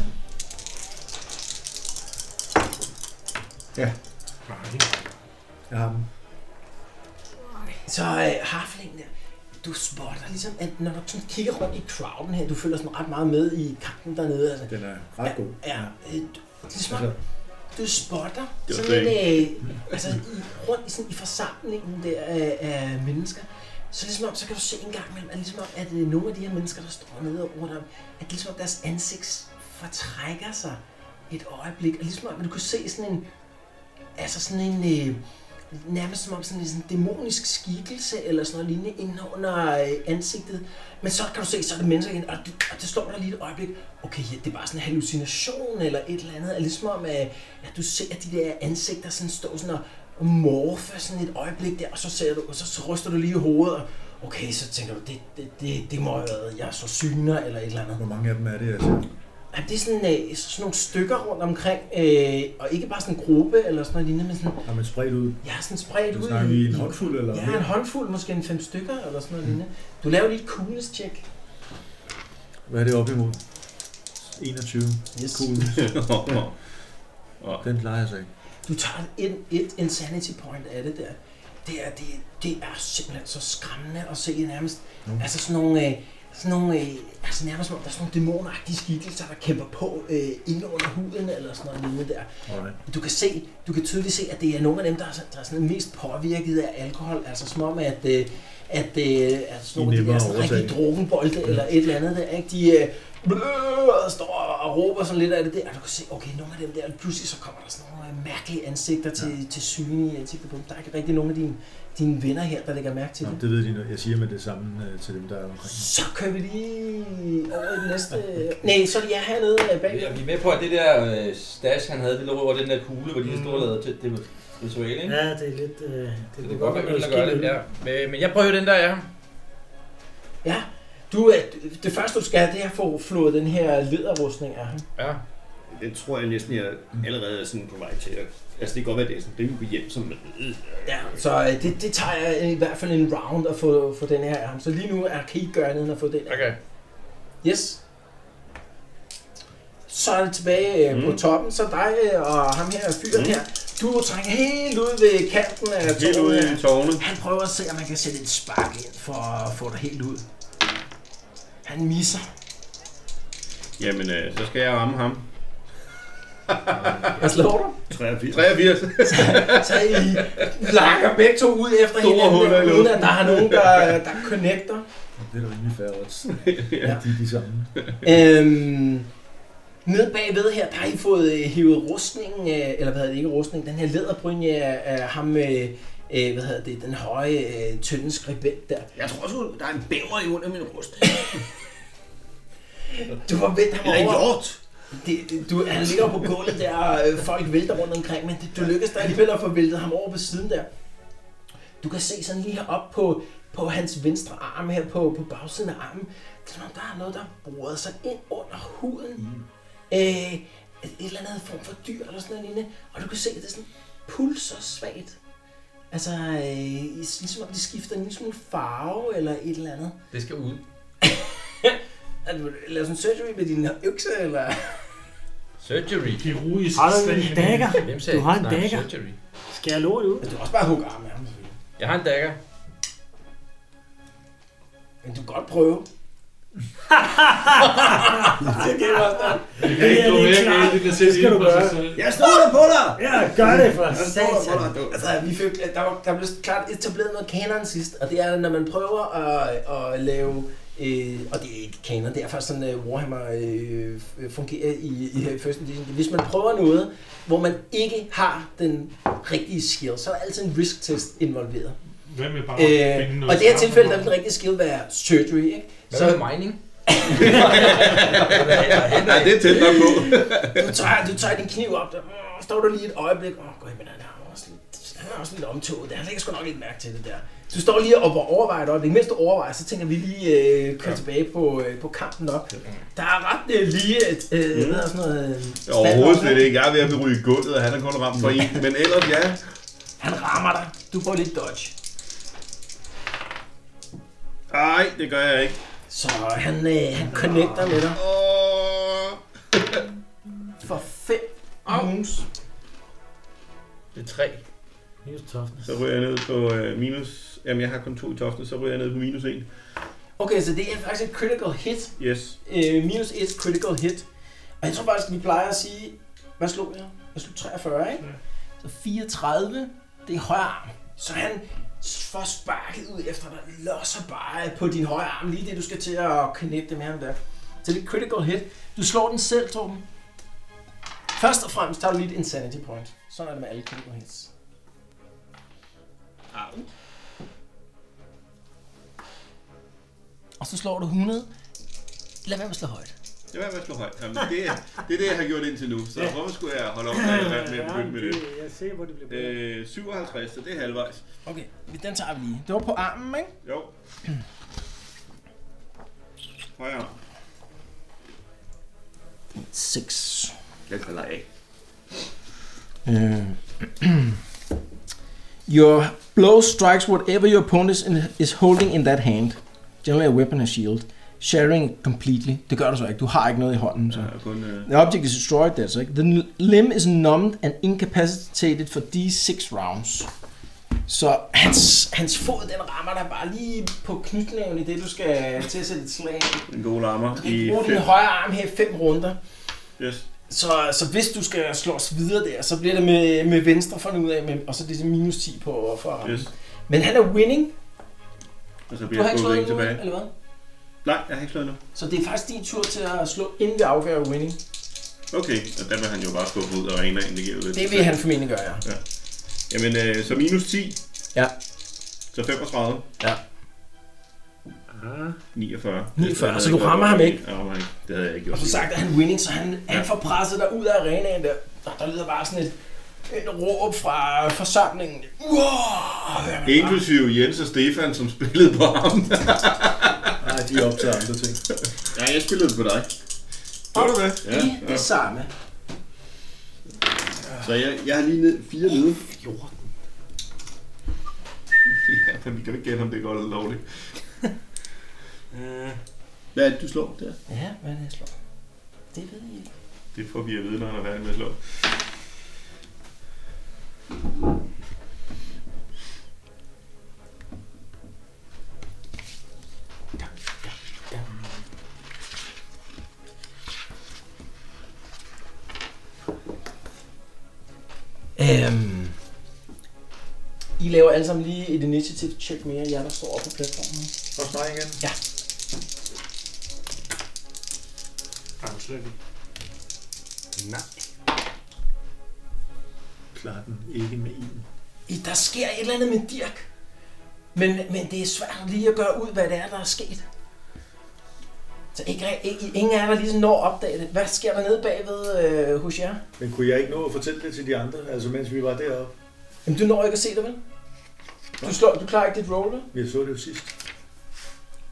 [SPEAKER 8] Jeg har dem.
[SPEAKER 2] Så øh, harfling der, du spotter ligesom, at når du sådan kigger rundt i crowden her, du følger sådan ret meget med i kampen dernede. Altså,
[SPEAKER 8] Den er ret god. Altså-
[SPEAKER 2] er, øh, du, ligesom, om du spotter
[SPEAKER 11] Det var
[SPEAKER 2] sådan en, øh, altså, i, rundt i, sådan, i forsamlingen der af, af mennesker, så ligesom om, så kan du se en gang imellem, at, ligesom om, at øh, nogle af de her mennesker, der står nede rundt om, at ligesom om deres ansigt fortrækker sig et øjeblik, og ligesom om, at du kan se sådan en, altså sådan en, øh, nærmest som om sådan en sådan dæmonisk skikkelse eller sådan noget lignende inde under øh, ansigtet. Men så kan du se, så er det mennesker igen, og det, og det står der lige et øjeblik. Okay, ja, det er bare sådan en hallucination eller et eller andet. Er ligesom om, at, at du ser de der ansigter sådan stå sådan og, og morfe sådan et øjeblik der, og så, ser du, og så, så ryster du lige i hovedet, og okay, så tænker du, det, det, det, det må have været, jeg så syner eller et eller andet.
[SPEAKER 8] Hvor mange af dem er det, jeg ser?
[SPEAKER 2] Jamen, det er sådan, øh, sådan nogle stykker rundt omkring, øh, og ikke bare sådan en gruppe eller sådan noget lignende, men sådan,
[SPEAKER 8] Har man spredt ud?
[SPEAKER 2] jeg er sådan spredt
[SPEAKER 8] Du
[SPEAKER 2] ud
[SPEAKER 8] snakker vi en håndfuld eller
[SPEAKER 2] Ja,
[SPEAKER 8] mere?
[SPEAKER 2] en håndfuld, måske en fem stykker eller sådan noget lignende. Du laver lige et coolness check.
[SPEAKER 8] Hvad er det op imod? 21.
[SPEAKER 2] Yes.
[SPEAKER 8] Cool. Den plejer jeg så ikke.
[SPEAKER 2] Du tager et, et insanity point af det der. Det er, det, det er simpelthen så skræmmende at se nærmest. Mm. Altså sådan nogle, øh, sådan nogle øh, altså nærmest som om der er sådan nogle dæmonagtige skikkelser, der kæmper på øh, ind under huden eller sådan noget lignende der.
[SPEAKER 8] Alright.
[SPEAKER 2] Du kan, se, du kan tydeligt se, at det er nogle af dem, der er, så- der er sådan mest påvirket af alkohol. Altså som om, at, øh, at, øh, at sådan nogle af de
[SPEAKER 8] nemmere
[SPEAKER 2] der
[SPEAKER 8] at
[SPEAKER 2] sådan
[SPEAKER 8] overtage.
[SPEAKER 2] rigtige drukkenbolde eller et eller andet der, ikke? de øh, bløh, og står og råber sådan lidt af det der, og du kan se, okay, nogle af dem der, pludselig så kommer der sådan nogle øh, mærkelige ansigter til, ja. til syne i ansigtet på dem. Der er ikke rigtig nogen af dine, dine venner her, der lægger mærke til
[SPEAKER 8] Nå,
[SPEAKER 2] det.
[SPEAKER 8] det ved de, når jeg siger med det samme øh, til dem, der er omkring. Ah,
[SPEAKER 2] Så kører vi lige over i den næste... Nej, så er det jer hernede øh, bag.
[SPEAKER 1] Vi er med på, at det der øh, stash, han havde, det lå over den der kugle, hvor de stod og lavede det, det var ritual, ikke?
[SPEAKER 5] Ja, det er lidt... Øh,
[SPEAKER 1] Så det
[SPEAKER 5] kunne
[SPEAKER 1] kan godt være, øl,
[SPEAKER 5] noget
[SPEAKER 1] der gør
[SPEAKER 5] skidt
[SPEAKER 1] det.
[SPEAKER 5] øl.
[SPEAKER 1] Ja. Men- Men jeg prøver den der, ja.
[SPEAKER 2] Ja, du, øh, det første du skal have, det er at få flået den her lederrustning af ham.
[SPEAKER 1] Ja.
[SPEAKER 7] Det tror jeg næsten, jeg allerede er sådan på vej til. Altså, det kan godt være, at det er sådan rimelig hjem, som
[SPEAKER 2] Ja, så øh, det, det tager jeg i hvert fald en round at få, få den her af ham. Så lige nu er, kan I ikke gøre andet end at få den af
[SPEAKER 1] Okay.
[SPEAKER 2] Yes. Så er det tilbage mm. på toppen, så dig øh, og ham her fyren mm. her. Du trænger helt ud ved kanten af
[SPEAKER 11] Helt ude
[SPEAKER 2] tårnet
[SPEAKER 11] i
[SPEAKER 2] her.
[SPEAKER 11] tårne.
[SPEAKER 2] Han prøver at se, om man kan sætte et spark ind for at få dig helt ud. Han misser.
[SPEAKER 11] Jamen, øh, så skal jeg ramme ham.
[SPEAKER 2] Hvad slår du?
[SPEAKER 7] 83.
[SPEAKER 11] 83.
[SPEAKER 2] Så I lakker begge to ud efter
[SPEAKER 11] Store
[SPEAKER 2] hinanden,
[SPEAKER 11] huller i
[SPEAKER 2] der, uden
[SPEAKER 11] luften.
[SPEAKER 2] at der er nogen, der, der connecter.
[SPEAKER 8] Det er da rimelig færre odds. ja. De er de samme.
[SPEAKER 2] Øhm, Nede bagved her, der har I fået øh, hivet rustningen, øh, eller hvad hedder det, ikke rustning, den her læderbrynje af, af ham, øh, øh, hvad hedder det, den høje, øh, tynde skribent der.
[SPEAKER 7] Jeg tror sgu, der er en bæver i under min rust.
[SPEAKER 2] Du var vendt ham
[SPEAKER 7] Eller en
[SPEAKER 2] over.
[SPEAKER 7] hjort.
[SPEAKER 2] Det, det- du, han ligger på gulvet der, og øh, folk vælter rundt omkring, men det, du lykkes da alligevel at få væltet ham over på siden der. Du kan se sådan lige heroppe på, på hans venstre arm her på, på bagsiden af armen. Det er som om, der er noget, der har boret sig ind under huden. Mm. Øh, et eller andet form for dyr eller sådan noget lignende. Og du kan se, at det er sådan pulser svagt. Altså, øh, ligesom om de skifter en lille smule farve eller et eller andet.
[SPEAKER 1] Det skal ud.
[SPEAKER 2] Er du- Laver du en surgery med din økse, eller?
[SPEAKER 1] Surgery.
[SPEAKER 12] Kirurgisk
[SPEAKER 5] Har du en
[SPEAKER 12] slag.
[SPEAKER 5] dagger?
[SPEAKER 1] Hvem sagde,
[SPEAKER 5] Du har en
[SPEAKER 1] snakke
[SPEAKER 5] dagger.
[SPEAKER 1] Surgery.
[SPEAKER 5] Skal jeg lort ud?
[SPEAKER 2] Men du kan også bare hugge armen af ham, selvfølgelig.
[SPEAKER 1] Jeg har en dagger.
[SPEAKER 2] Men du kan godt prøve.
[SPEAKER 12] Det kan ikke
[SPEAKER 5] er
[SPEAKER 12] gå
[SPEAKER 5] lige
[SPEAKER 12] mere
[SPEAKER 5] klart.
[SPEAKER 12] galt, det kan sætte
[SPEAKER 5] Det skal
[SPEAKER 12] ind
[SPEAKER 5] du
[SPEAKER 12] på sig
[SPEAKER 5] gøre.
[SPEAKER 12] selv.
[SPEAKER 7] Jeg stoler på dig!
[SPEAKER 5] Ja, gør det for
[SPEAKER 7] Jeg stoler på
[SPEAKER 5] satan.
[SPEAKER 7] dig, du.
[SPEAKER 2] Altså, vi fik, der, var, der blev klart etableret noget kanon sidst, og det er, når man prøver at, at lave... Øh, og det er ikke kanon, det er faktisk sådan, uh, Warhammer øh, øh, fungerer i, i First Edition. Hvis man prøver noget, hvor man ikke har den rigtige skill, så er der altid en risk test involveret.
[SPEAKER 12] Hvad med bare at
[SPEAKER 2] Øh,
[SPEAKER 12] finde
[SPEAKER 2] og
[SPEAKER 12] noget
[SPEAKER 2] i det her
[SPEAKER 12] sammen?
[SPEAKER 2] tilfælde, der vil den rigtige skill være surgery, ikke?
[SPEAKER 1] Hvad med
[SPEAKER 2] Så
[SPEAKER 1] mining?
[SPEAKER 11] Ja, det Altså, er tæt nok på.
[SPEAKER 2] du tager, du tager din kniv op, der mm, står du lige et øjeblik, åh, oh, gud, men han er også lidt, han er også lidt omtoget, der. han lægger sgu nok ikke mærke til det der. Du står lige og overvejer et øjeblik, mens du overvejer, så tænker vi lige øh, køre ja. tilbage på, øh, på kampen op. Der er ret øh, lige et, øh, mm. sådan noget... Øh,
[SPEAKER 11] Ja, Overhovedet
[SPEAKER 2] standoff,
[SPEAKER 11] slet ikke. Jeg er ved at blive ryge i gulvet, og han er kun ramt for en. Men ellers, ja.
[SPEAKER 2] Han rammer dig, du får lidt dodge.
[SPEAKER 11] Nej, det gør jeg ikke.
[SPEAKER 2] Så han, øh, han connecter med dig
[SPEAKER 11] Åh.
[SPEAKER 2] for fem ounce.
[SPEAKER 1] Det er tre.
[SPEAKER 5] Minus toughness.
[SPEAKER 11] Så ryger jeg ned på øh, minus... Jamen, jeg har kun to i toften, så ryger jeg ned på minus en.
[SPEAKER 2] Okay, så det er faktisk et critical hit.
[SPEAKER 11] Yes.
[SPEAKER 2] Øh, minus et critical hit. Og jeg tror faktisk, vi plejer at sige... Hvad slog jeg? Jeg slog 43, ikke?
[SPEAKER 12] Ja.
[SPEAKER 2] Så 34, det er højre arm. Så han får sparket ud efter dig, losser bare på din højre arm, lige det du skal til at knæppe med ham der. Så det er et critical hit. Du slår den selv, Torben. Først og fremmest tager du lige et insanity point. Sådan er det med alle critical hits. Au. Og så slår du 100. Lad være med at slå højt.
[SPEAKER 11] Det var med at slå højt. Jamen, det, er, det er det, jeg har gjort indtil nu. Så hvorfor skulle jeg holde op med at med at begynde med det?
[SPEAKER 5] Jeg ser, hvor det bliver bedre.
[SPEAKER 11] Øh, 57, så det er halvvejs.
[SPEAKER 2] Okay, den tager vi lige. Det var på armen, ikke?
[SPEAKER 11] Jo. Højere.
[SPEAKER 2] 6.
[SPEAKER 7] Den falder af.
[SPEAKER 2] Øh. Your blow strikes whatever your opponent in- is holding in that hand. Generally a weapon and shield. Sharing completely. Det gør du så ikke. Du har ikke noget i hånden. Så.
[SPEAKER 11] Der er kun... Øh,
[SPEAKER 2] The object is destroyed, det er så ikke. The limb is numbed and incapacitated for d6 rounds. Så hans, hans fod, den rammer dig bare lige på knytnæven i det, du skal til at sætte et slag. af.
[SPEAKER 11] en god lammer
[SPEAKER 2] Du kan
[SPEAKER 11] i
[SPEAKER 2] ikke bruge din
[SPEAKER 11] fem.
[SPEAKER 2] højre arm her i fem runder.
[SPEAKER 11] Yes.
[SPEAKER 2] Så, så hvis du skal slås videre der, så bliver det med, med venstre for nu ud af, med, og så er det ligesom minus 10 på for at ramme.
[SPEAKER 11] Yes.
[SPEAKER 2] Men han er winning.
[SPEAKER 11] Og så
[SPEAKER 2] Du
[SPEAKER 11] bliver
[SPEAKER 2] har
[SPEAKER 11] jeg
[SPEAKER 2] ikke
[SPEAKER 11] skubbet
[SPEAKER 2] slået
[SPEAKER 11] en
[SPEAKER 2] endnu,
[SPEAKER 11] tilbage.
[SPEAKER 2] eller hvad?
[SPEAKER 11] Nej, jeg har ikke slået endnu.
[SPEAKER 2] Så det er faktisk din tur til at slå, inden vi afgør winning.
[SPEAKER 11] Okay, og der vil han jo bare skubbe ud af arenaen, det giver jo lidt.
[SPEAKER 2] Det vil han formentlig gøre, ja.
[SPEAKER 11] Jamen, øh, så minus 10.
[SPEAKER 2] Ja.
[SPEAKER 11] Så 35.
[SPEAKER 2] Ja.
[SPEAKER 11] 49.
[SPEAKER 2] 49,
[SPEAKER 11] Det
[SPEAKER 2] så
[SPEAKER 11] havde
[SPEAKER 2] du
[SPEAKER 11] jeg
[SPEAKER 2] rammer
[SPEAKER 11] gjort.
[SPEAKER 2] ham ikke?
[SPEAKER 11] Jeg rammer ham ikke. Det havde jeg ikke
[SPEAKER 2] Og
[SPEAKER 11] gjort.
[SPEAKER 2] så sagt er han winning, så han, han får presset dig ud af arenaen der. Og der lyder bare sådan et, et råb fra forsamlingen. Wow! hører man bare.
[SPEAKER 11] Inklusive Jens og Stefan, som spillede på ham.
[SPEAKER 8] Nej, de optager andre ting.
[SPEAKER 11] ja, jeg spillede på dig. Var du med?
[SPEAKER 2] Ja, I det samme.
[SPEAKER 7] Så jeg, jeg har lige ned, fire nede.
[SPEAKER 11] Ja, men vi kan jo ikke gætte, om det er godt eller lovligt.
[SPEAKER 5] Øh,
[SPEAKER 7] Hvad er det, du slår der?
[SPEAKER 2] Ja, hvad er det, jeg slår? Det ved jeg ikke.
[SPEAKER 11] Det får vi at vide, når han er færdig med at slå.
[SPEAKER 2] Øhm, I laver alle sammen lige et initiative check mere, jer der står oppe på platformen.
[SPEAKER 14] Først mig igen.
[SPEAKER 12] Ej, men slet ikke.
[SPEAKER 5] Nej.
[SPEAKER 8] Klarer den ikke med en.
[SPEAKER 2] I, der sker et eller andet med Dirk. Men, men det er svært lige at gøre ud, hvad det er, der er sket. Så ikke, re- ikke, ingen af jer, der ligesom når at opdage det. Hvad sker der nede bagved øh, hos jer?
[SPEAKER 8] Men kunne jeg ikke nå at fortælle det til de andre, altså mens vi var deroppe?
[SPEAKER 2] Jamen, du når ikke at se det, vel? Du, slår, du klarer ikke dit roll, vel?
[SPEAKER 8] Jeg så det jo sidst.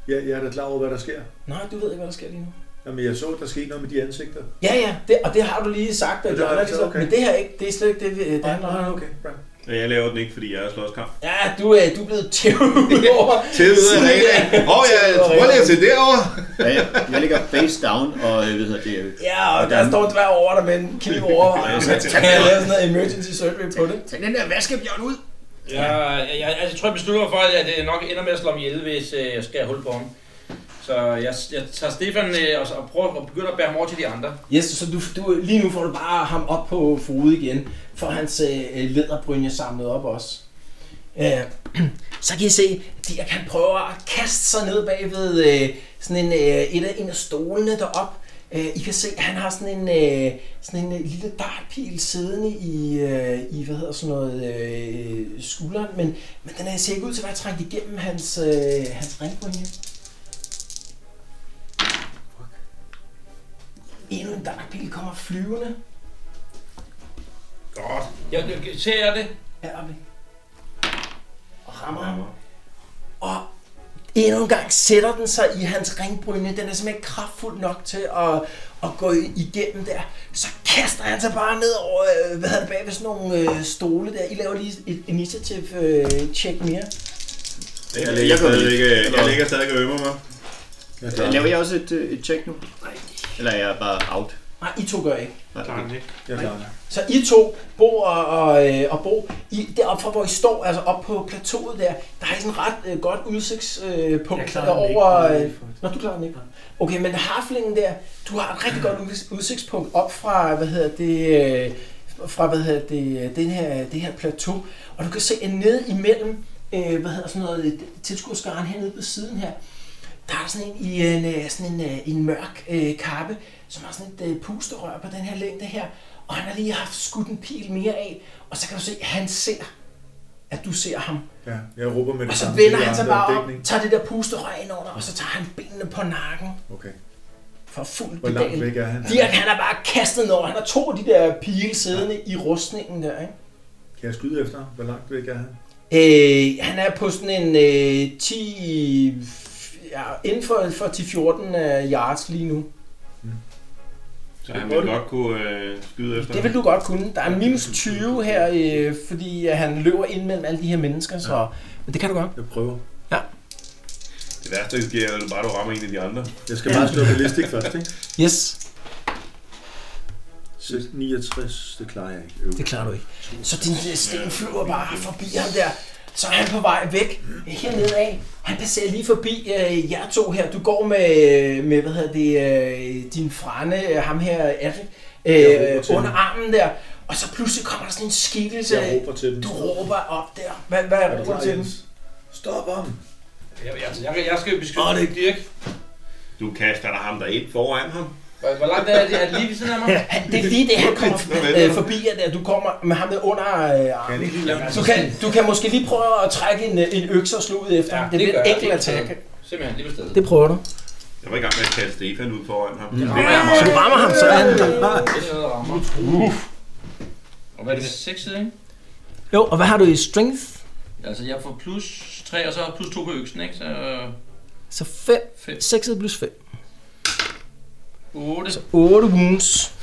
[SPEAKER 8] Jeg, jeg er da klar over, hvad der sker.
[SPEAKER 2] Nej, du ved ikke, hvad der sker lige nu.
[SPEAKER 8] Jamen, jeg så, der skete noget med de ansigter.
[SPEAKER 2] Ja, ja, det, og det har du lige sagt, og
[SPEAKER 8] Ja, det
[SPEAKER 2] det
[SPEAKER 8] har jeg
[SPEAKER 2] er,
[SPEAKER 8] sagt,
[SPEAKER 2] okay.
[SPEAKER 8] okay.
[SPEAKER 2] men det her ikke, det er slet ikke det, vi- det handler om.
[SPEAKER 8] okay. Right.
[SPEAKER 13] Og jeg laver den ikke, fordi jeg er slåskamp.
[SPEAKER 2] Ja, du, er, du er blevet tævet over. øh,
[SPEAKER 7] Til ud af reglerne. Åh, jeg
[SPEAKER 2] prøver lige
[SPEAKER 7] at se derovre.
[SPEAKER 15] Ja, ja. Jeg ligger face down, og øh, hvad hedder det? øh,
[SPEAKER 2] Ja, og der står dværg over dig med en kniv over. Og så kan jeg lave sådan noget emergency surgery på det.
[SPEAKER 7] Tag den der vaskebjørn ud.
[SPEAKER 1] Ja, jeg, jeg, altså, jeg tror, jeg beslutter mig for, at jeg nok ender med at slå mig ihjel, hvis øh, jeg skal have hul på ham. Så jeg, jeg tager Stefan øh, og, så- og prøver at begynde at bære ham over til de andre.
[SPEAKER 2] Yes, så du, du, lige nu får du bare ham op på fode igen, for hans øh, læderbrynje samlet op også. Øh, så kan I se, at Dirk han prøver at kaste sig ned bag ved øh, sådan en, øh, et af, en af stolene derop. Øh, I kan se, at han har sådan en, øh, sådan en øh, lille dartpil siddende i, øh, i hvad hedder sådan noget, øh, skulderen, men, men den er, ser ikke ud til at være trængt igennem hans, øh, hans ringbrynje. Endnu en dartpil kommer flyvende.
[SPEAKER 1] Godt. Jeg, jeg ser jeg det.
[SPEAKER 2] er vi. Og rammer ham. Og endnu en gang sætter den sig i hans ringbrynje. Den er simpelthen kraftfuld nok til at, at gå i- igennem der. Så kaster han sig bare ned over, øh, hvad hedder det, bag ved sådan nogle øh, stole der. I laver lige et initiativ øh, check mere.
[SPEAKER 13] Jeg ligger
[SPEAKER 15] Jeg går
[SPEAKER 13] stadigvæk,
[SPEAKER 15] lige.
[SPEAKER 13] øh, jeg ligger stadig og ømmer mig.
[SPEAKER 15] Øh, Laver jeg også et, øh, et check nu? Nej. Eller er jeg bare out?
[SPEAKER 2] Nej, I to gør ikke.
[SPEAKER 15] Nej, okay.
[SPEAKER 8] Jeg klarer det.
[SPEAKER 2] Så I to, Bo og, og, øh, og Bo, I, deroppe fra, hvor I står, altså op på plateauet der, der er I sådan ret øh, godt udsigtspunkt øh, punkt over... Øh, Nå, du klarer den ikke. Okay, men harflingen der, du har et rigtig godt uds- udsigtspunkt op fra, hvad hedder det, øh, fra, hvad hedder det, øh, den her, det her plateau. Og du kan se, at nede imellem, øh, hvad hedder sådan noget, øh, tilskuerskaren hernede på siden her, der er sådan en i en, øh, sådan en, øh, en mørk øh, kappe, som har sådan et øh, pusterør på den her længde her, og han har lige haft skudt en pil mere af, og så kan du se, at han ser, at du ser ham.
[SPEAKER 8] Ja, jeg råber med det
[SPEAKER 2] Og så
[SPEAKER 8] samme til
[SPEAKER 2] vender
[SPEAKER 8] de
[SPEAKER 2] han sig
[SPEAKER 8] andre om
[SPEAKER 2] bare op,
[SPEAKER 8] dækning.
[SPEAKER 2] tager det der pusterør ind under, og så tager han benene på nakken
[SPEAKER 8] Okay.
[SPEAKER 2] for fuld
[SPEAKER 8] Hvor langt væk er han?
[SPEAKER 2] Dirk, han er bare kastet ned over. Han har to af de der pile siddende i rustningen der, ikke?
[SPEAKER 8] Kan jeg skyde efter ham? Hvor langt væk er han?
[SPEAKER 2] Øh, han er på sådan en øh, 10... Ja, inden for, for 10-14 øh, yards lige nu.
[SPEAKER 13] Så han vil godt kunne øh, skyde efter
[SPEAKER 2] Det vil du godt kunne. Der er minus 20 her, øh, fordi øh, han løber ind mellem alle de her mennesker, så... Men det kan du godt.
[SPEAKER 8] Jeg prøver.
[SPEAKER 13] ham. Det værste, der sker, er jo bare, at du rammer en af de andre.
[SPEAKER 8] Jeg skal bare slå ballistik først, ikke?
[SPEAKER 2] Yes,
[SPEAKER 8] Så 69, det klarer jeg ikke. Øv.
[SPEAKER 2] det klarer du ikke. Så din øh, sten flyver bare forbi ham der. Så er han på vej væk hernede af. Han passerer lige forbi øh, jer to her. Du går med, øh, med hvad hedder det, øh, din frænde, øh, ham her, Erik,
[SPEAKER 8] Jeg
[SPEAKER 2] øh,
[SPEAKER 8] råber til
[SPEAKER 2] under
[SPEAKER 8] ham.
[SPEAKER 2] armen der. Og så pludselig kommer der sådan en skikkelse.
[SPEAKER 8] Jeg råber til dem.
[SPEAKER 2] Du råber op der. Hvad, hvad
[SPEAKER 8] Er du
[SPEAKER 2] råber
[SPEAKER 8] klar,
[SPEAKER 2] du til den?
[SPEAKER 8] Jens? Stop ham!
[SPEAKER 1] Jeg, altså, jeg, jeg, jeg skal jo beskytte oh, det. Dirk.
[SPEAKER 13] Du kaster der ham der ind foran ham.
[SPEAKER 1] Hvor, hvor langt er det? Er det lige ved siden af mig?
[SPEAKER 2] Han, det er lige det, han kommer
[SPEAKER 13] venter
[SPEAKER 2] øh,
[SPEAKER 13] du?
[SPEAKER 2] forbi jer der. Du kommer med ham der under øh, armen.
[SPEAKER 8] Kan jeg ikke lige lade
[SPEAKER 2] Du kan, du kan måske lige prøve at trække en, øh, en økse og slå ud efter
[SPEAKER 1] Ja,
[SPEAKER 2] ham. Det er
[SPEAKER 1] det
[SPEAKER 2] lidt
[SPEAKER 1] gør jeg.
[SPEAKER 2] enkelt
[SPEAKER 1] Det gør
[SPEAKER 2] attack.
[SPEAKER 1] Simpelthen lige ved stedet.
[SPEAKER 2] Det prøver du.
[SPEAKER 13] Jeg var i gang med at kaste Stefan ud foran ham. Det
[SPEAKER 1] rammer
[SPEAKER 13] rammer
[SPEAKER 2] Så du
[SPEAKER 13] ham.
[SPEAKER 2] rammer ham, så er han
[SPEAKER 1] Det er noget, der rammer. Og hvad er det med 6 side, ikke?
[SPEAKER 2] Jo, og hvad har du i strength?
[SPEAKER 1] Altså, jeg får plus 3, og så plus 2 på øksen, ikke? Så øh,
[SPEAKER 2] Så 5.
[SPEAKER 1] 5,
[SPEAKER 2] 6 plus 5.
[SPEAKER 1] 8.
[SPEAKER 2] Så 8 wounds.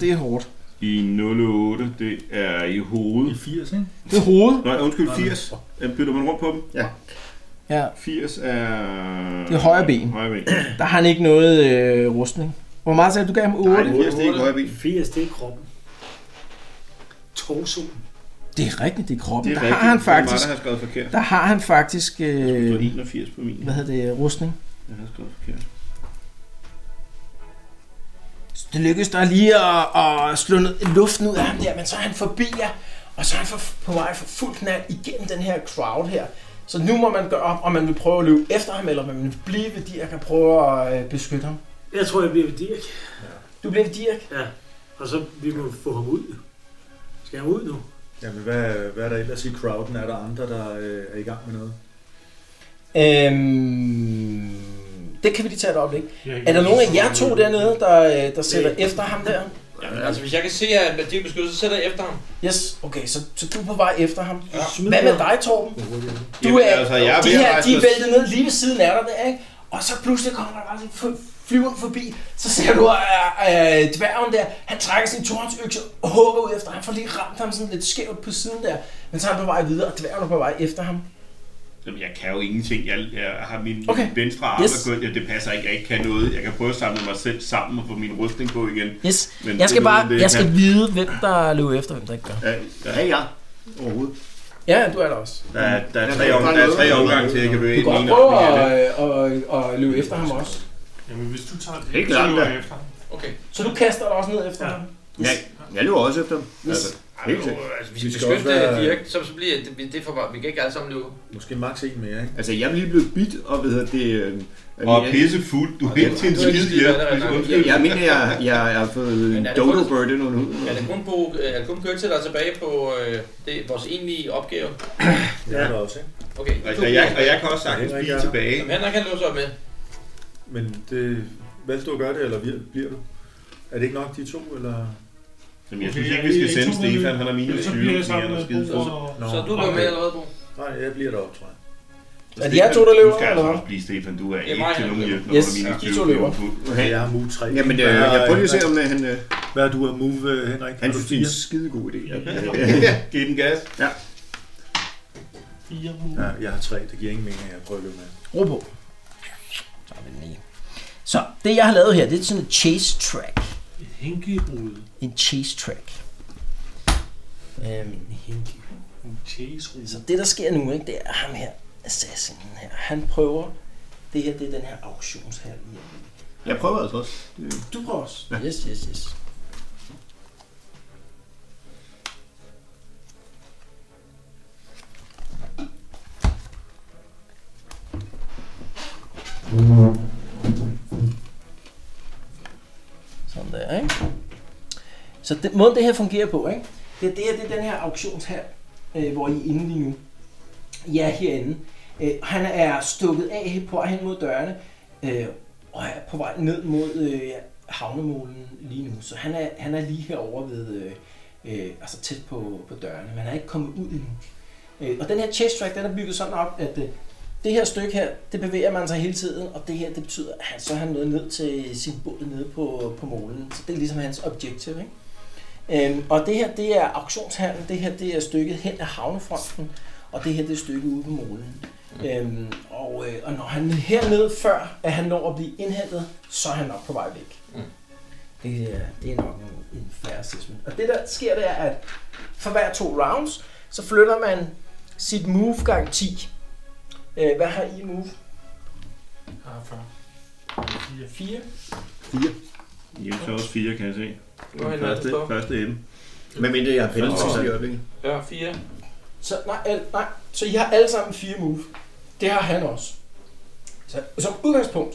[SPEAKER 1] det er hårdt.
[SPEAKER 13] I 08, det er i
[SPEAKER 8] I
[SPEAKER 13] hovedet.
[SPEAKER 8] 80, ikke?
[SPEAKER 2] Det er hovedet.
[SPEAKER 13] Nej, undskyld, 80. Øh, Bytter man rundt på dem?
[SPEAKER 2] Ja,
[SPEAKER 13] 80 er...
[SPEAKER 2] Det er højre ben.
[SPEAKER 13] Højre ben.
[SPEAKER 2] der har han ikke noget øh, rustning. Hvor meget sagde du, du gav ham? 8?
[SPEAKER 7] Nej, 80 det er ikke højre ben.
[SPEAKER 5] 80, det er kroppen. Torsoen.
[SPEAKER 2] Det er rigtigt, det er kroppen.
[SPEAKER 13] Det er
[SPEAKER 2] der
[SPEAKER 13] rigtigt.
[SPEAKER 2] har han
[SPEAKER 13] Det er mig,
[SPEAKER 2] faktisk,
[SPEAKER 13] der har skrevet forkert.
[SPEAKER 2] der har han faktisk,
[SPEAKER 13] Det
[SPEAKER 2] øh,
[SPEAKER 13] er 81 på min.
[SPEAKER 2] hvad hedder det, rustning.
[SPEAKER 13] Jeg har skrevet forkert.
[SPEAKER 2] Så det lykkedes dig lige at, at slå noget, luften ud af ham der, men så er han forbi jer, og så er han for, på vej for fuld knald igennem den her crowd her. Så nu må man gøre op, om man vil prøve at løbe efter ham, eller om man vil blive ved de, der kan prøve at øh, beskytte ham.
[SPEAKER 5] Jeg tror, jeg bliver ved Dirk.
[SPEAKER 2] Du bliver ved Dirk?
[SPEAKER 5] Ja. Og så vi må få ham ud. Skal han ud nu?
[SPEAKER 8] Jamen, hvad, hvad er der ellers i crowden? Er der andre, der øh, er i gang med noget?
[SPEAKER 2] Øhm, det kan vi lige tage et øjeblik. Er der nogen af jer to dernede, der, øh, der sætter efter ham der?
[SPEAKER 1] Jamen, altså, hvis jeg kan se, at Dirk bliver beskyttet, så sætter jeg efter ham.
[SPEAKER 2] Yes, okay, så, så du er på vej efter ham. Hvad med dig, Torben? Du er,
[SPEAKER 11] Jamen, altså, jeg er
[SPEAKER 2] de
[SPEAKER 11] ved at
[SPEAKER 2] her,
[SPEAKER 11] rejse
[SPEAKER 2] de er
[SPEAKER 11] mig-
[SPEAKER 2] væltet ned lige ved siden af dig der, ikke? Og så pludselig kommer der bare sådan en fly- flyver forbi, så ser du øh, øh, dværgen der, han trækker sin tornsøkse og hugger ud efter ham, for lige ramt ham sådan lidt skævt på siden der, men så er han på vej videre, og dværgen er på vej efter ham.
[SPEAKER 11] Jamen, jeg kan jo ingenting. Jeg, jeg har min
[SPEAKER 2] Okay.
[SPEAKER 11] okay. venstre arm,
[SPEAKER 2] Yes.
[SPEAKER 11] yes. og det passer ikke. Jeg ikke kan noget. Jeg kan prøve at samle mig selv sammen og få min rustning på igen.
[SPEAKER 2] Yes,
[SPEAKER 11] Men
[SPEAKER 2] jeg skal
[SPEAKER 11] det er
[SPEAKER 2] bare,
[SPEAKER 11] noget, det
[SPEAKER 2] jeg skal
[SPEAKER 11] kan.
[SPEAKER 2] vide, hvem der løber efter, hvem der ikke gør.
[SPEAKER 11] Ja, ja.
[SPEAKER 7] ja. Overhovedet.
[SPEAKER 2] Ja, du er der også.
[SPEAKER 11] Der er, der er tre, om, der er tre omgange til, jeg kan bevæge
[SPEAKER 2] Du kan godt
[SPEAKER 11] den
[SPEAKER 2] prøve
[SPEAKER 11] arm igen.
[SPEAKER 2] at, at, at, løbe efter ham også.
[SPEAKER 12] Jamen, hvis du tager det,
[SPEAKER 7] Helt
[SPEAKER 12] så
[SPEAKER 7] klart,
[SPEAKER 12] løber
[SPEAKER 7] ja.
[SPEAKER 12] jeg efter ham.
[SPEAKER 1] Okay.
[SPEAKER 2] Så du kaster dig også ned efter ham?
[SPEAKER 7] Ja, jeg løber også efter dem. Altså, helt
[SPEAKER 1] Altså,
[SPEAKER 7] sikkert.
[SPEAKER 1] altså, hvis
[SPEAKER 8] Vi
[SPEAKER 1] vi
[SPEAKER 8] skal
[SPEAKER 1] beskytter
[SPEAKER 8] også være-
[SPEAKER 1] være... Dirk, så, så bliver det, det er for meget. Vi kan ikke alle sammen løbe.
[SPEAKER 8] Måske maks en mere, ikke?
[SPEAKER 7] Altså, jeg er lige blevet bidt, og ved at det... Øh,
[SPEAKER 11] Og
[SPEAKER 7] jeg-
[SPEAKER 11] pisse fuld. Du er
[SPEAKER 7] det-
[SPEAKER 11] helt til en
[SPEAKER 1] det er lige
[SPEAKER 11] skid
[SPEAKER 1] det,
[SPEAKER 11] hjælp.
[SPEAKER 1] der er
[SPEAKER 11] hvis
[SPEAKER 1] nok.
[SPEAKER 11] undskyld.
[SPEAKER 7] Jeg mener, jeg, jeg, jeg har fået
[SPEAKER 1] Men er det
[SPEAKER 7] dodo
[SPEAKER 1] kun-
[SPEAKER 7] bird ind under huden.
[SPEAKER 1] Er det kun, på, er det kun Curtis, der er tilbage på øh, det, vores egentlige opgave?
[SPEAKER 8] Det er der også, ikke?
[SPEAKER 1] Okay,
[SPEAKER 11] Og-
[SPEAKER 1] du
[SPEAKER 11] Og
[SPEAKER 1] bliver-
[SPEAKER 11] jeg, og jeg kan også sagtens
[SPEAKER 8] Ja, det er
[SPEAKER 11] blive
[SPEAKER 8] jeg.
[SPEAKER 11] tilbage.
[SPEAKER 1] Jamen, Henrik kan låse op med.
[SPEAKER 8] Men det, valgte du at gøre det, eller vi- bliver du? Er det ikke nok de to, eller?
[SPEAKER 11] Jamen,
[SPEAKER 12] Okay,
[SPEAKER 11] jeg synes
[SPEAKER 12] jeg
[SPEAKER 11] ikke,
[SPEAKER 12] er
[SPEAKER 11] vi skal
[SPEAKER 12] i- i
[SPEAKER 11] sende
[SPEAKER 12] to minutter.
[SPEAKER 11] Stefan. Han er minus
[SPEAKER 12] Så
[SPEAKER 11] 20.
[SPEAKER 12] bliver jeg
[SPEAKER 11] fordi
[SPEAKER 12] sammen
[SPEAKER 11] han er
[SPEAKER 12] med
[SPEAKER 11] skide
[SPEAKER 12] Bo
[SPEAKER 11] sød.
[SPEAKER 12] og...
[SPEAKER 8] Nå,
[SPEAKER 1] Så du løber med
[SPEAKER 12] okay.
[SPEAKER 1] allerede, Bo.
[SPEAKER 8] Nej, jeg bliver deroppe, tror jeg.
[SPEAKER 2] Er det jer to, der
[SPEAKER 11] Du
[SPEAKER 2] løber,
[SPEAKER 11] skal
[SPEAKER 2] eller
[SPEAKER 11] altså
[SPEAKER 2] hvad?
[SPEAKER 11] også blive, Stefan. Du er
[SPEAKER 1] Det er
[SPEAKER 11] ikke
[SPEAKER 1] mig,
[SPEAKER 11] til
[SPEAKER 1] han
[SPEAKER 11] nogen
[SPEAKER 1] løber.
[SPEAKER 11] hjælp, når
[SPEAKER 2] Yes,
[SPEAKER 11] du er minus
[SPEAKER 2] de to
[SPEAKER 11] 20.
[SPEAKER 2] løber.
[SPEAKER 8] Okay, jeg er move 3.
[SPEAKER 7] Jamen, øh, jeg prøver lige at se, om øh, han, øh,
[SPEAKER 8] Hvad er du af move, øh, Henrik?
[SPEAKER 7] han
[SPEAKER 8] Er du
[SPEAKER 7] synes, det er en
[SPEAKER 8] fire?
[SPEAKER 7] skidegod idé.
[SPEAKER 11] Giv den gas.
[SPEAKER 12] Fire
[SPEAKER 8] Ja,
[SPEAKER 12] uger.
[SPEAKER 8] jeg har tre. Det giver ingen mening, at jeg prøver at løbe med.
[SPEAKER 2] Ro på. Så er vi den lige. Så det, jeg har lavet her, det er sådan et chase track.
[SPEAKER 12] Et hænkerude.
[SPEAKER 2] En chase track. Øhm,
[SPEAKER 12] En chase-rude.
[SPEAKER 2] så det, der sker nu, ikke, det er ham her, assassinen her. Han prøver, det her, det er den her auktionshal her.
[SPEAKER 7] Jeg prøver altså også.
[SPEAKER 2] Du prøver også? Ja. Yes, yes, yes. Sådan der, ikke? Så den måde, det her fungerer på, ikke? Det, er det her det er den her auktionshal, øh, hvor I er inde lige nu. I er herinde. Øh, han er stukket af på hen mod dørene. Øh, og er på vej ned mod øh, havnemålen lige nu. Så han er, han er lige herovre ved, øh, øh, altså tæt på, på dørene, men han er ikke kommet ud endnu. Øh, og den her chest track, den er bygget sådan op, at øh, det her stykke her, det bevæger man sig hele tiden, og det her, det betyder, at han, så er han nået ned til sin båd nede på, på målen. Så det er ligesom hans objective, ikke? Øhm, og det her, det er auktionshandel, det her, det er stykket hen af havnefronten, og det her, det er stykket ude på målen. Øhm, og, øh, og når han er hernede, før at han når at blive indhentet, så er han nok på vej væk.
[SPEAKER 1] Mm.
[SPEAKER 2] Det, er, det er nok en, en fair assessment. Og det der sker, det er, at for hver to rounds, så flytter man sit move gang 10. Øh, hvad har I move?
[SPEAKER 12] Jeg har 40. 4.
[SPEAKER 2] 4.
[SPEAKER 11] Jamen, så også fire, kan jeg se.
[SPEAKER 1] Nu er Henrik
[SPEAKER 11] Første,
[SPEAKER 1] på.
[SPEAKER 11] første ende.
[SPEAKER 7] Men mindre jeg har penalty
[SPEAKER 11] Nå.
[SPEAKER 7] i øjeblikket.
[SPEAKER 1] Ja, fire.
[SPEAKER 2] Så, nej, al, nej, så I har alle sammen fire move. Det har han også. Så som udgangspunkt,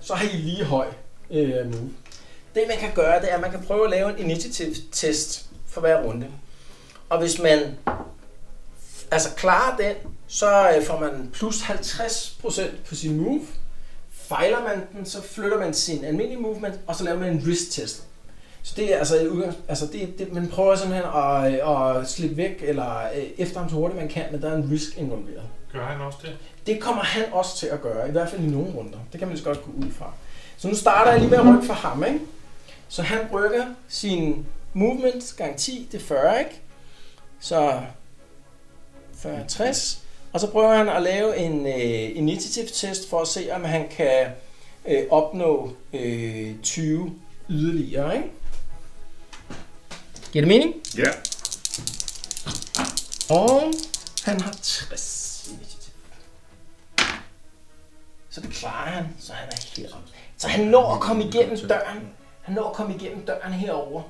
[SPEAKER 2] så har I lige høj øh, move. Det man kan gøre, det er, at man kan prøve at lave en initiativ-test for hver runde. Og hvis man f- altså klarer den, så øh, får man plus 50% på sin move. Fejler man den, så flytter man sin almindelige movement, og så laver man en wrist-test. Så det er altså, et udgangs, altså det, det, man prøver simpelthen at, øh, at slippe væk, eller øh, efter ham så hurtigt man kan, men der er en risk involveret.
[SPEAKER 12] Gør han også det?
[SPEAKER 2] Det kommer han også til at gøre, i hvert fald i nogle runder. Det kan man lige så godt gå ud fra. Så nu starter jeg lige med at rykke for ham, ikke? Så han rykker sin movement gang 10, det er 40, ikke? Så 40, 60. Og så prøver han at lave en øh, initiative test for at se, om han kan øh, opnå øh, 20 yderligere, ikke? Giver det mening?
[SPEAKER 11] Ja.
[SPEAKER 2] Og han har 60 initiativ. Så det klarer han, så han er heroppe. Så han når at komme igennem døren. Han når at komme igennem døren herover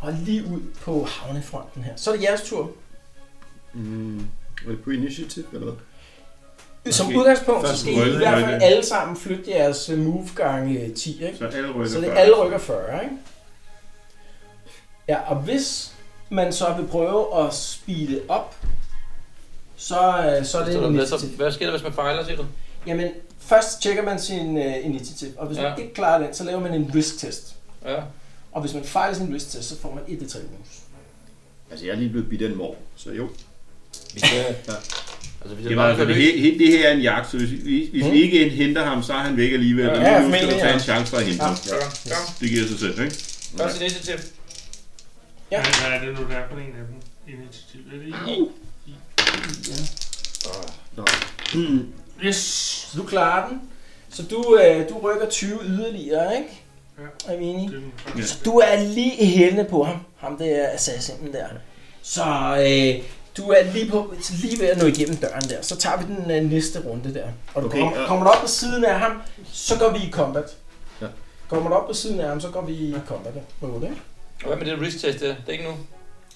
[SPEAKER 2] og lige ud på havnefronten her. Så er det jeres tur.
[SPEAKER 7] Mm. Var det på initiativ, eller hvad?
[SPEAKER 2] Som udgangspunkt, så
[SPEAKER 11] Først
[SPEAKER 2] skal
[SPEAKER 11] rykke,
[SPEAKER 2] I i hvert fald
[SPEAKER 11] rykke.
[SPEAKER 2] alle sammen flytte jeres øh, move gange øh, 10, ikke?
[SPEAKER 11] Så alle rykker
[SPEAKER 2] så det
[SPEAKER 11] 40.
[SPEAKER 2] alle rykker 40, ikke? Ja, og hvis man så vil prøve at speede op, så, øh, så er det
[SPEAKER 1] Så
[SPEAKER 2] en
[SPEAKER 1] der bliver så-
[SPEAKER 2] initiativ.
[SPEAKER 1] Hvad sker der, hvis man fejler, siger du?
[SPEAKER 2] Jamen, først tjekker man sin øh, initiativ, og hvis ja. man
[SPEAKER 1] Ja.
[SPEAKER 2] ikke klarer den, så laver man en risk-test.
[SPEAKER 1] Ja.
[SPEAKER 2] Og hvis man fejler sin risk-test, så får man 1 3 bonus.
[SPEAKER 15] Altså, jeg er lige blevet bidt af en mor, så jo.
[SPEAKER 1] Vi skal...
[SPEAKER 15] Ja.
[SPEAKER 1] Altså, vi
[SPEAKER 11] Det, var, altså, det, he- det her er en jagt, så hvis, vi- hvis vi ikke henter ham, så er han væk alligevel.
[SPEAKER 1] Ja,
[SPEAKER 11] Ja,
[SPEAKER 1] ja,
[SPEAKER 11] ja, nu skal
[SPEAKER 1] formentlig,
[SPEAKER 11] du tage
[SPEAKER 1] ja.
[SPEAKER 11] en chance for at hente
[SPEAKER 1] Ja,
[SPEAKER 11] ham.
[SPEAKER 1] ja, ja.
[SPEAKER 11] Det giver sig selv, ikke?
[SPEAKER 1] Først i næste tip.
[SPEAKER 2] Ja.
[SPEAKER 12] Men hvad er det nu, der er for en af dem? Initiativ. Er det I? I?
[SPEAKER 2] Yes. Så du klarer den. Så du, øh, du rykker 20 yderligere, ikke? Ja. Er vi enige?
[SPEAKER 11] Ja.
[SPEAKER 2] Så du er lige i hælene på ham. Ham der assassinen der. Så øh, du er lige, på, lige ved at nå igennem døren der. Så tager vi den øh, næste runde der. Og du okay,
[SPEAKER 15] Okay,
[SPEAKER 2] kommer,
[SPEAKER 15] ja.
[SPEAKER 2] kommer du op på siden af ham, så går vi i combat.
[SPEAKER 15] Ja.
[SPEAKER 2] Kommer du op på siden af ham, så går vi i combat. Prøv det.
[SPEAKER 1] Og Hvad med det risk test der? Det er ikke nu.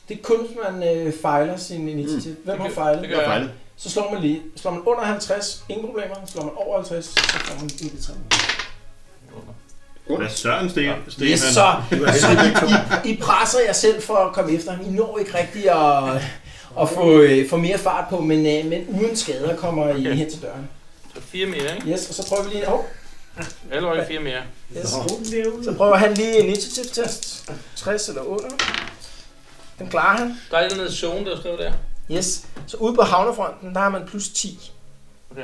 [SPEAKER 2] Det er kun, hvis man øh, fejler sin initiativ. Mm. Hvem
[SPEAKER 1] Det
[SPEAKER 2] har
[SPEAKER 1] gør-
[SPEAKER 2] fejlet?
[SPEAKER 1] det gør jeg. Fejlet.
[SPEAKER 2] Så slår man lige. Slår man under 50, ingen problemer. Slår man over 50, så får man en det træning.
[SPEAKER 11] Hvad søren, Sten? Sten
[SPEAKER 2] Yes, så, så I, I, I presser jer selv for at komme efter ham. I når ikke rigtigt at, at få, øh, få mere fart på, men, øh, men uden skader kommer I hen til døren.
[SPEAKER 1] Så fire mere, ikke?
[SPEAKER 2] Yes, og så prøver vi lige... Oh,
[SPEAKER 1] Alle rykker fire mere.
[SPEAKER 2] yes. Så prøver han lige initiativtest. 60 eller 8. Den klarer han.
[SPEAKER 1] Der er den der zone, der skrev der.
[SPEAKER 2] Yes. Så ude på havnefronten, der har man plus 10.
[SPEAKER 1] Okay.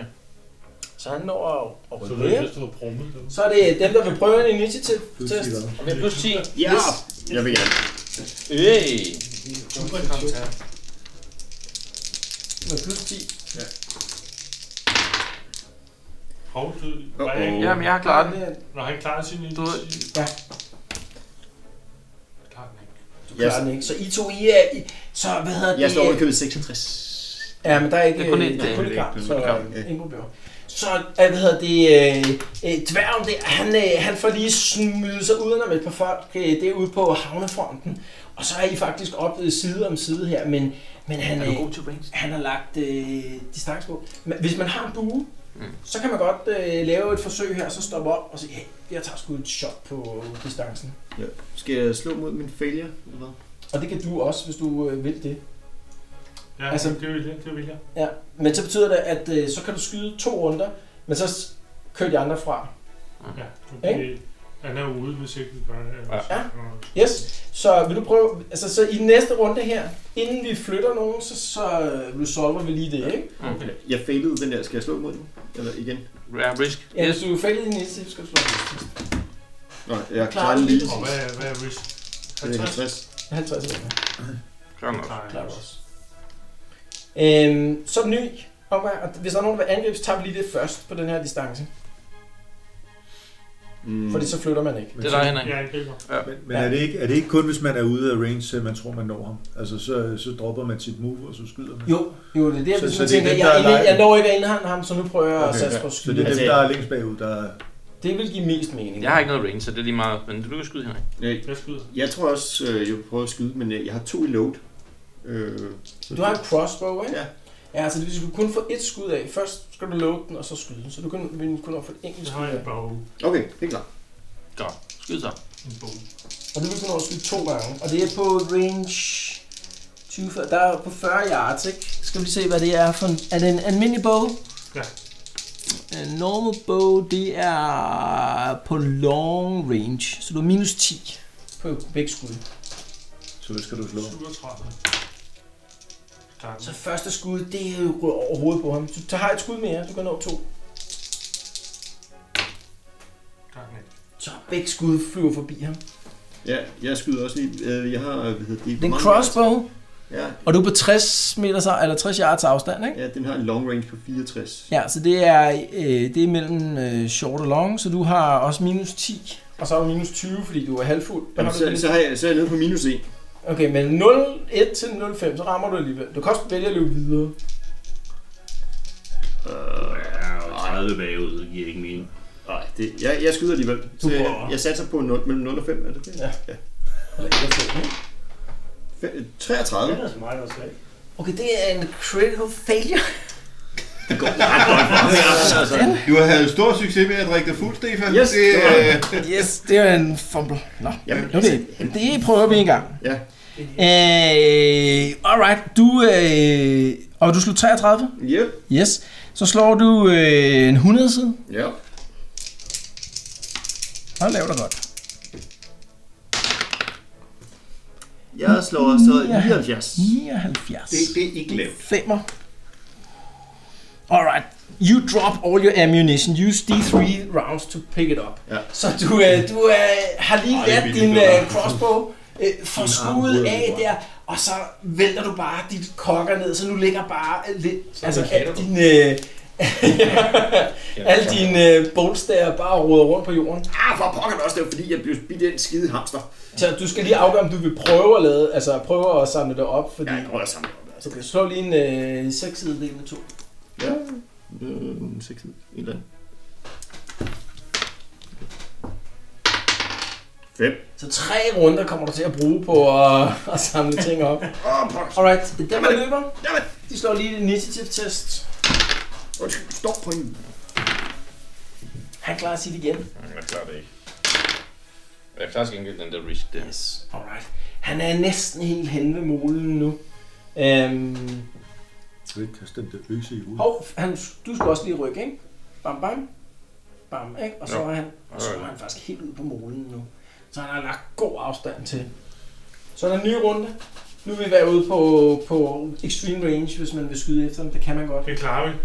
[SPEAKER 2] Så han når at, at
[SPEAKER 12] Så
[SPEAKER 2] rykke
[SPEAKER 12] det er
[SPEAKER 2] mere.
[SPEAKER 12] vist, du har brummet dem.
[SPEAKER 2] Så er det dem, der vil prøve en initiativtest.
[SPEAKER 1] Og vi har plus 10.
[SPEAKER 15] Ja! Jeg vil gerne.
[SPEAKER 1] Øj!
[SPEAKER 2] Med plus 10.
[SPEAKER 12] Havdød. Var jeg ikke?
[SPEAKER 1] Jamen, jeg har klaret den.
[SPEAKER 2] Det er-
[SPEAKER 12] Når han klarer sin
[SPEAKER 1] ved-
[SPEAKER 12] initiativ.
[SPEAKER 2] Ja.
[SPEAKER 12] Klarer den ikke.
[SPEAKER 2] Du klarer den ikke. Så I to, I er... I, så hvad hedder
[SPEAKER 15] Jeg
[SPEAKER 2] det? øh,
[SPEAKER 15] står overkøbet 66.
[SPEAKER 2] Ja, men der er ikke...
[SPEAKER 1] Det er kun
[SPEAKER 2] øh,
[SPEAKER 1] et-
[SPEAKER 2] der er kun
[SPEAKER 1] det
[SPEAKER 2] et
[SPEAKER 1] er
[SPEAKER 2] kamp,
[SPEAKER 11] ikke-
[SPEAKER 2] så
[SPEAKER 11] det er
[SPEAKER 15] kun et kamp,
[SPEAKER 2] øh, ingen problemer. Så, øh, hvad hedder det, øh, øh, dværgen der, han, øh, han får lige smidt sig udenom et par folk, øh, det er ude på havnefronten, og så er I faktisk op øh, side om side her, men, men han, øh,
[SPEAKER 1] til range?
[SPEAKER 2] han har lagt øh, distance på. Men hvis man har en bue, mm. så kan man godt øh, lave et forsøg her, så stoppe op og sige, hey, jeg tager sgu et shot på distancen.
[SPEAKER 15] Skal jeg slå mod min failure, eller hvad?
[SPEAKER 2] Og det kan du også, hvis du øh, vil det.
[SPEAKER 12] Ja,
[SPEAKER 2] Altså-
[SPEAKER 12] altså, det vil jeg. Det vil jeg.
[SPEAKER 2] Ja, men så betyder det, at øh, så kan du skyde to runder, men så s- kører de andre fra.
[SPEAKER 12] Ja, fordi han er ude, hvis ikke vi gør det.
[SPEAKER 2] Ja.
[SPEAKER 12] Ja.
[SPEAKER 2] Yes, så vil du prøve, altså så i den næste runde her, inden vi flytter nogen, så, så øh, resolver vi lige det, ikke?
[SPEAKER 1] Okay.
[SPEAKER 15] Jeg failede den der. Skal jeg slå mod den? Eller igen?
[SPEAKER 1] Ja, risk.
[SPEAKER 2] Ja,
[SPEAKER 1] Yes.
[SPEAKER 2] hvis du fejler i den næste, så skal du slå den.
[SPEAKER 15] Nå, jeg
[SPEAKER 2] Klarer
[SPEAKER 15] klarer den
[SPEAKER 2] du
[SPEAKER 15] lige.
[SPEAKER 2] lige
[SPEAKER 12] Og hvad er, hvad er risk?
[SPEAKER 15] Det er
[SPEAKER 12] 50?
[SPEAKER 15] 50.
[SPEAKER 2] 50 runder,
[SPEAKER 1] Klar nok.
[SPEAKER 12] Nej,
[SPEAKER 2] klarer du også. Øhm, så er den ny omgang, og hvis der er nogen, der vil angribe, så tager vi lige det først på den her distance, mm.
[SPEAKER 15] Mm.
[SPEAKER 2] fordi så flytter man ikke.
[SPEAKER 8] Men
[SPEAKER 1] Det er
[SPEAKER 8] så-
[SPEAKER 1] dig, Henrik.
[SPEAKER 12] Jeg angriber.
[SPEAKER 8] Men, men er, det ikke, er det ikke kun, hvis man er ude af range, så man tror, man når ham? Altså, så, så dropper man sit move, og så skyder man.
[SPEAKER 2] Jo, jo, det er det,
[SPEAKER 8] Så-
[SPEAKER 2] hvis
[SPEAKER 8] så
[SPEAKER 2] man
[SPEAKER 8] det er
[SPEAKER 2] tænker,
[SPEAKER 8] dem,
[SPEAKER 2] jeg,
[SPEAKER 8] der er
[SPEAKER 2] jeg, jeg
[SPEAKER 8] lejen.
[SPEAKER 2] når ikke at indhente ham, så nu prøver jeg at
[SPEAKER 8] Okay,
[SPEAKER 2] satse på at
[SPEAKER 8] Så det er
[SPEAKER 2] skyde.
[SPEAKER 8] dem,
[SPEAKER 15] Altså-
[SPEAKER 8] der er længst bagud, der er...
[SPEAKER 2] Det vil give mest mening.
[SPEAKER 1] Jeg har ikke noget range, så det er lige meget. Men du kan skyde, Henrik.
[SPEAKER 15] Øh,
[SPEAKER 12] Jeg skyder.
[SPEAKER 15] Jeg tror også, øh, jeg vil prøve at skyde, men øh, jeg har to i load. Øh, så-
[SPEAKER 2] Du har en crossbow, ikke?
[SPEAKER 15] Ja.
[SPEAKER 2] Ja, altså det vil sige, du kan kun få et skud af. Først skal du load den, og så skyde den. Så du kan vil kun nå få et enkelt
[SPEAKER 12] Så
[SPEAKER 2] skud
[SPEAKER 12] har jeg
[SPEAKER 2] af.
[SPEAKER 12] en bog.
[SPEAKER 15] Okay, det er klart.
[SPEAKER 1] Godt. Skyd så.
[SPEAKER 12] En bog.
[SPEAKER 2] Og du vil kun nå at skyde to gange. Og det er på range 20, fyrre- der er på 40 yards, ikke? Skal vi lige se, hvad det er for en... Er det en almindelig bow?
[SPEAKER 12] Ja.
[SPEAKER 2] En normal bow, det er på long range. Så du er minus 10 på begge skud.
[SPEAKER 8] Så skal du slå.
[SPEAKER 12] 37. Klarer den.
[SPEAKER 2] Så første skud, det er jo rød over hovedet på ham. Så du har et skud mere, du kan nå to.
[SPEAKER 12] Klarer den ikke.
[SPEAKER 2] Så begge skud flyver forbi ham.
[SPEAKER 15] Ja, jeg skyder også lige. Øh, jeg har, øh, hvad hedder det? hvor
[SPEAKER 2] Den
[SPEAKER 15] mange-
[SPEAKER 2] crossbow,
[SPEAKER 15] Ja,
[SPEAKER 2] Og du er på 60 meter, eller 60 yards afstand, ikke?
[SPEAKER 15] ja, den har en long range på 64.
[SPEAKER 2] Ja, så det er, øh, det er mellem øh, short og long, så du har også minus 10. Og så har du minus 20, fordi du er halvfuld. Hvad
[SPEAKER 15] Jamen,
[SPEAKER 2] har du
[SPEAKER 15] så,
[SPEAKER 2] det?
[SPEAKER 15] så, har jeg, så er jeg nede på minus 1.
[SPEAKER 2] Okay, men 0, 1 til 0,5, så rammer du alligevel. Du kan også vælge at løbe videre.
[SPEAKER 11] Ja, 30 Øh, bagud, det giver ikke mening.
[SPEAKER 15] Nej, det, jeg, jeg skyder alligevel. Så
[SPEAKER 2] prøver.
[SPEAKER 15] jeg, jeg satser på 0, mellem 0 og 5, er det det?
[SPEAKER 2] Ja.
[SPEAKER 15] ja.
[SPEAKER 2] Eller ikke at få, ikke?
[SPEAKER 15] Fe- 33.
[SPEAKER 5] er så meget også, ikke?
[SPEAKER 2] Okay, det er en critical failure.
[SPEAKER 15] Det går ret godt for os. Altså.
[SPEAKER 11] Du har havde stor succes med at drikke dig fuld, Stefan.
[SPEAKER 15] Yes,
[SPEAKER 11] det,
[SPEAKER 15] det var
[SPEAKER 11] øh,
[SPEAKER 2] Yes, det er en fumble. Nå,
[SPEAKER 15] Jamen,
[SPEAKER 2] Jamen, nu er det, det prøver vi en gang.
[SPEAKER 15] Ja.
[SPEAKER 2] Øh, alright, du, øh, og du slog 33?
[SPEAKER 15] Yep.
[SPEAKER 2] Yes. Så slår du øh, en 100 side.
[SPEAKER 15] Ja.
[SPEAKER 2] Og laver dig godt.
[SPEAKER 15] Jeg slår så 79.
[SPEAKER 2] 79.
[SPEAKER 15] Det, det er ikke lavt.
[SPEAKER 2] Femmer. Alright. You drop all your ammunition. Use D3 rounds to pick it up.
[SPEAKER 15] Ja.
[SPEAKER 2] Så du, øh, du øh, har lige
[SPEAKER 11] Ej, det er
[SPEAKER 2] ladt
[SPEAKER 11] billigt,
[SPEAKER 2] din
[SPEAKER 11] det der.
[SPEAKER 2] øh, crossbow øh, for skudt af der, og så vælter du bare dit kokker ned, så nu ligger bare øh, lidt, altså
[SPEAKER 1] katter
[SPEAKER 2] al
[SPEAKER 1] du.
[SPEAKER 2] din, øh, alle dine øh, bolts der bare roder rundt på jorden.
[SPEAKER 15] Ah, for pokker det også, det var fordi, jeg blev bidt af en skide hamster.
[SPEAKER 2] Så du skal lige afgøre, om du vil prøve at lade, altså prøve at samle det op, fordi...
[SPEAKER 15] Ja, jeg prøver at samle op. Altså.
[SPEAKER 2] Okay, slå lige en øh, 6 side del med to.
[SPEAKER 15] Ja. Øh, 6 en eller anden. 5.
[SPEAKER 2] Så tre runder kommer du til at bruge på at, at samle ting op.
[SPEAKER 15] Åh, pokker.
[SPEAKER 2] Alright, det er dem, der løber.
[SPEAKER 15] Jamen.
[SPEAKER 2] De slår lige en initiative test.
[SPEAKER 15] Undskyld, stop på en.
[SPEAKER 2] Han klarer sit igen.
[SPEAKER 1] Jeg klarer det ikke. Jeg klarer til gengæld den der risk der.
[SPEAKER 2] Yes, alright. Han er næsten helt hen ved molen nu. Øhm,
[SPEAKER 8] Du kan ikke kaste den der økse i hovedet.
[SPEAKER 2] hov, han, du skal også lige rykke, ikke? Bam, bam. Bam, ikke? Og så er han, og så er han faktisk helt ude på molen nu. Så han har lagt god afstand til. Så er der en ny runde. Nu vil vi være ude på, på extreme range, hvis man vil skyde efter dem. Det kan man godt.
[SPEAKER 12] Det klarer vi.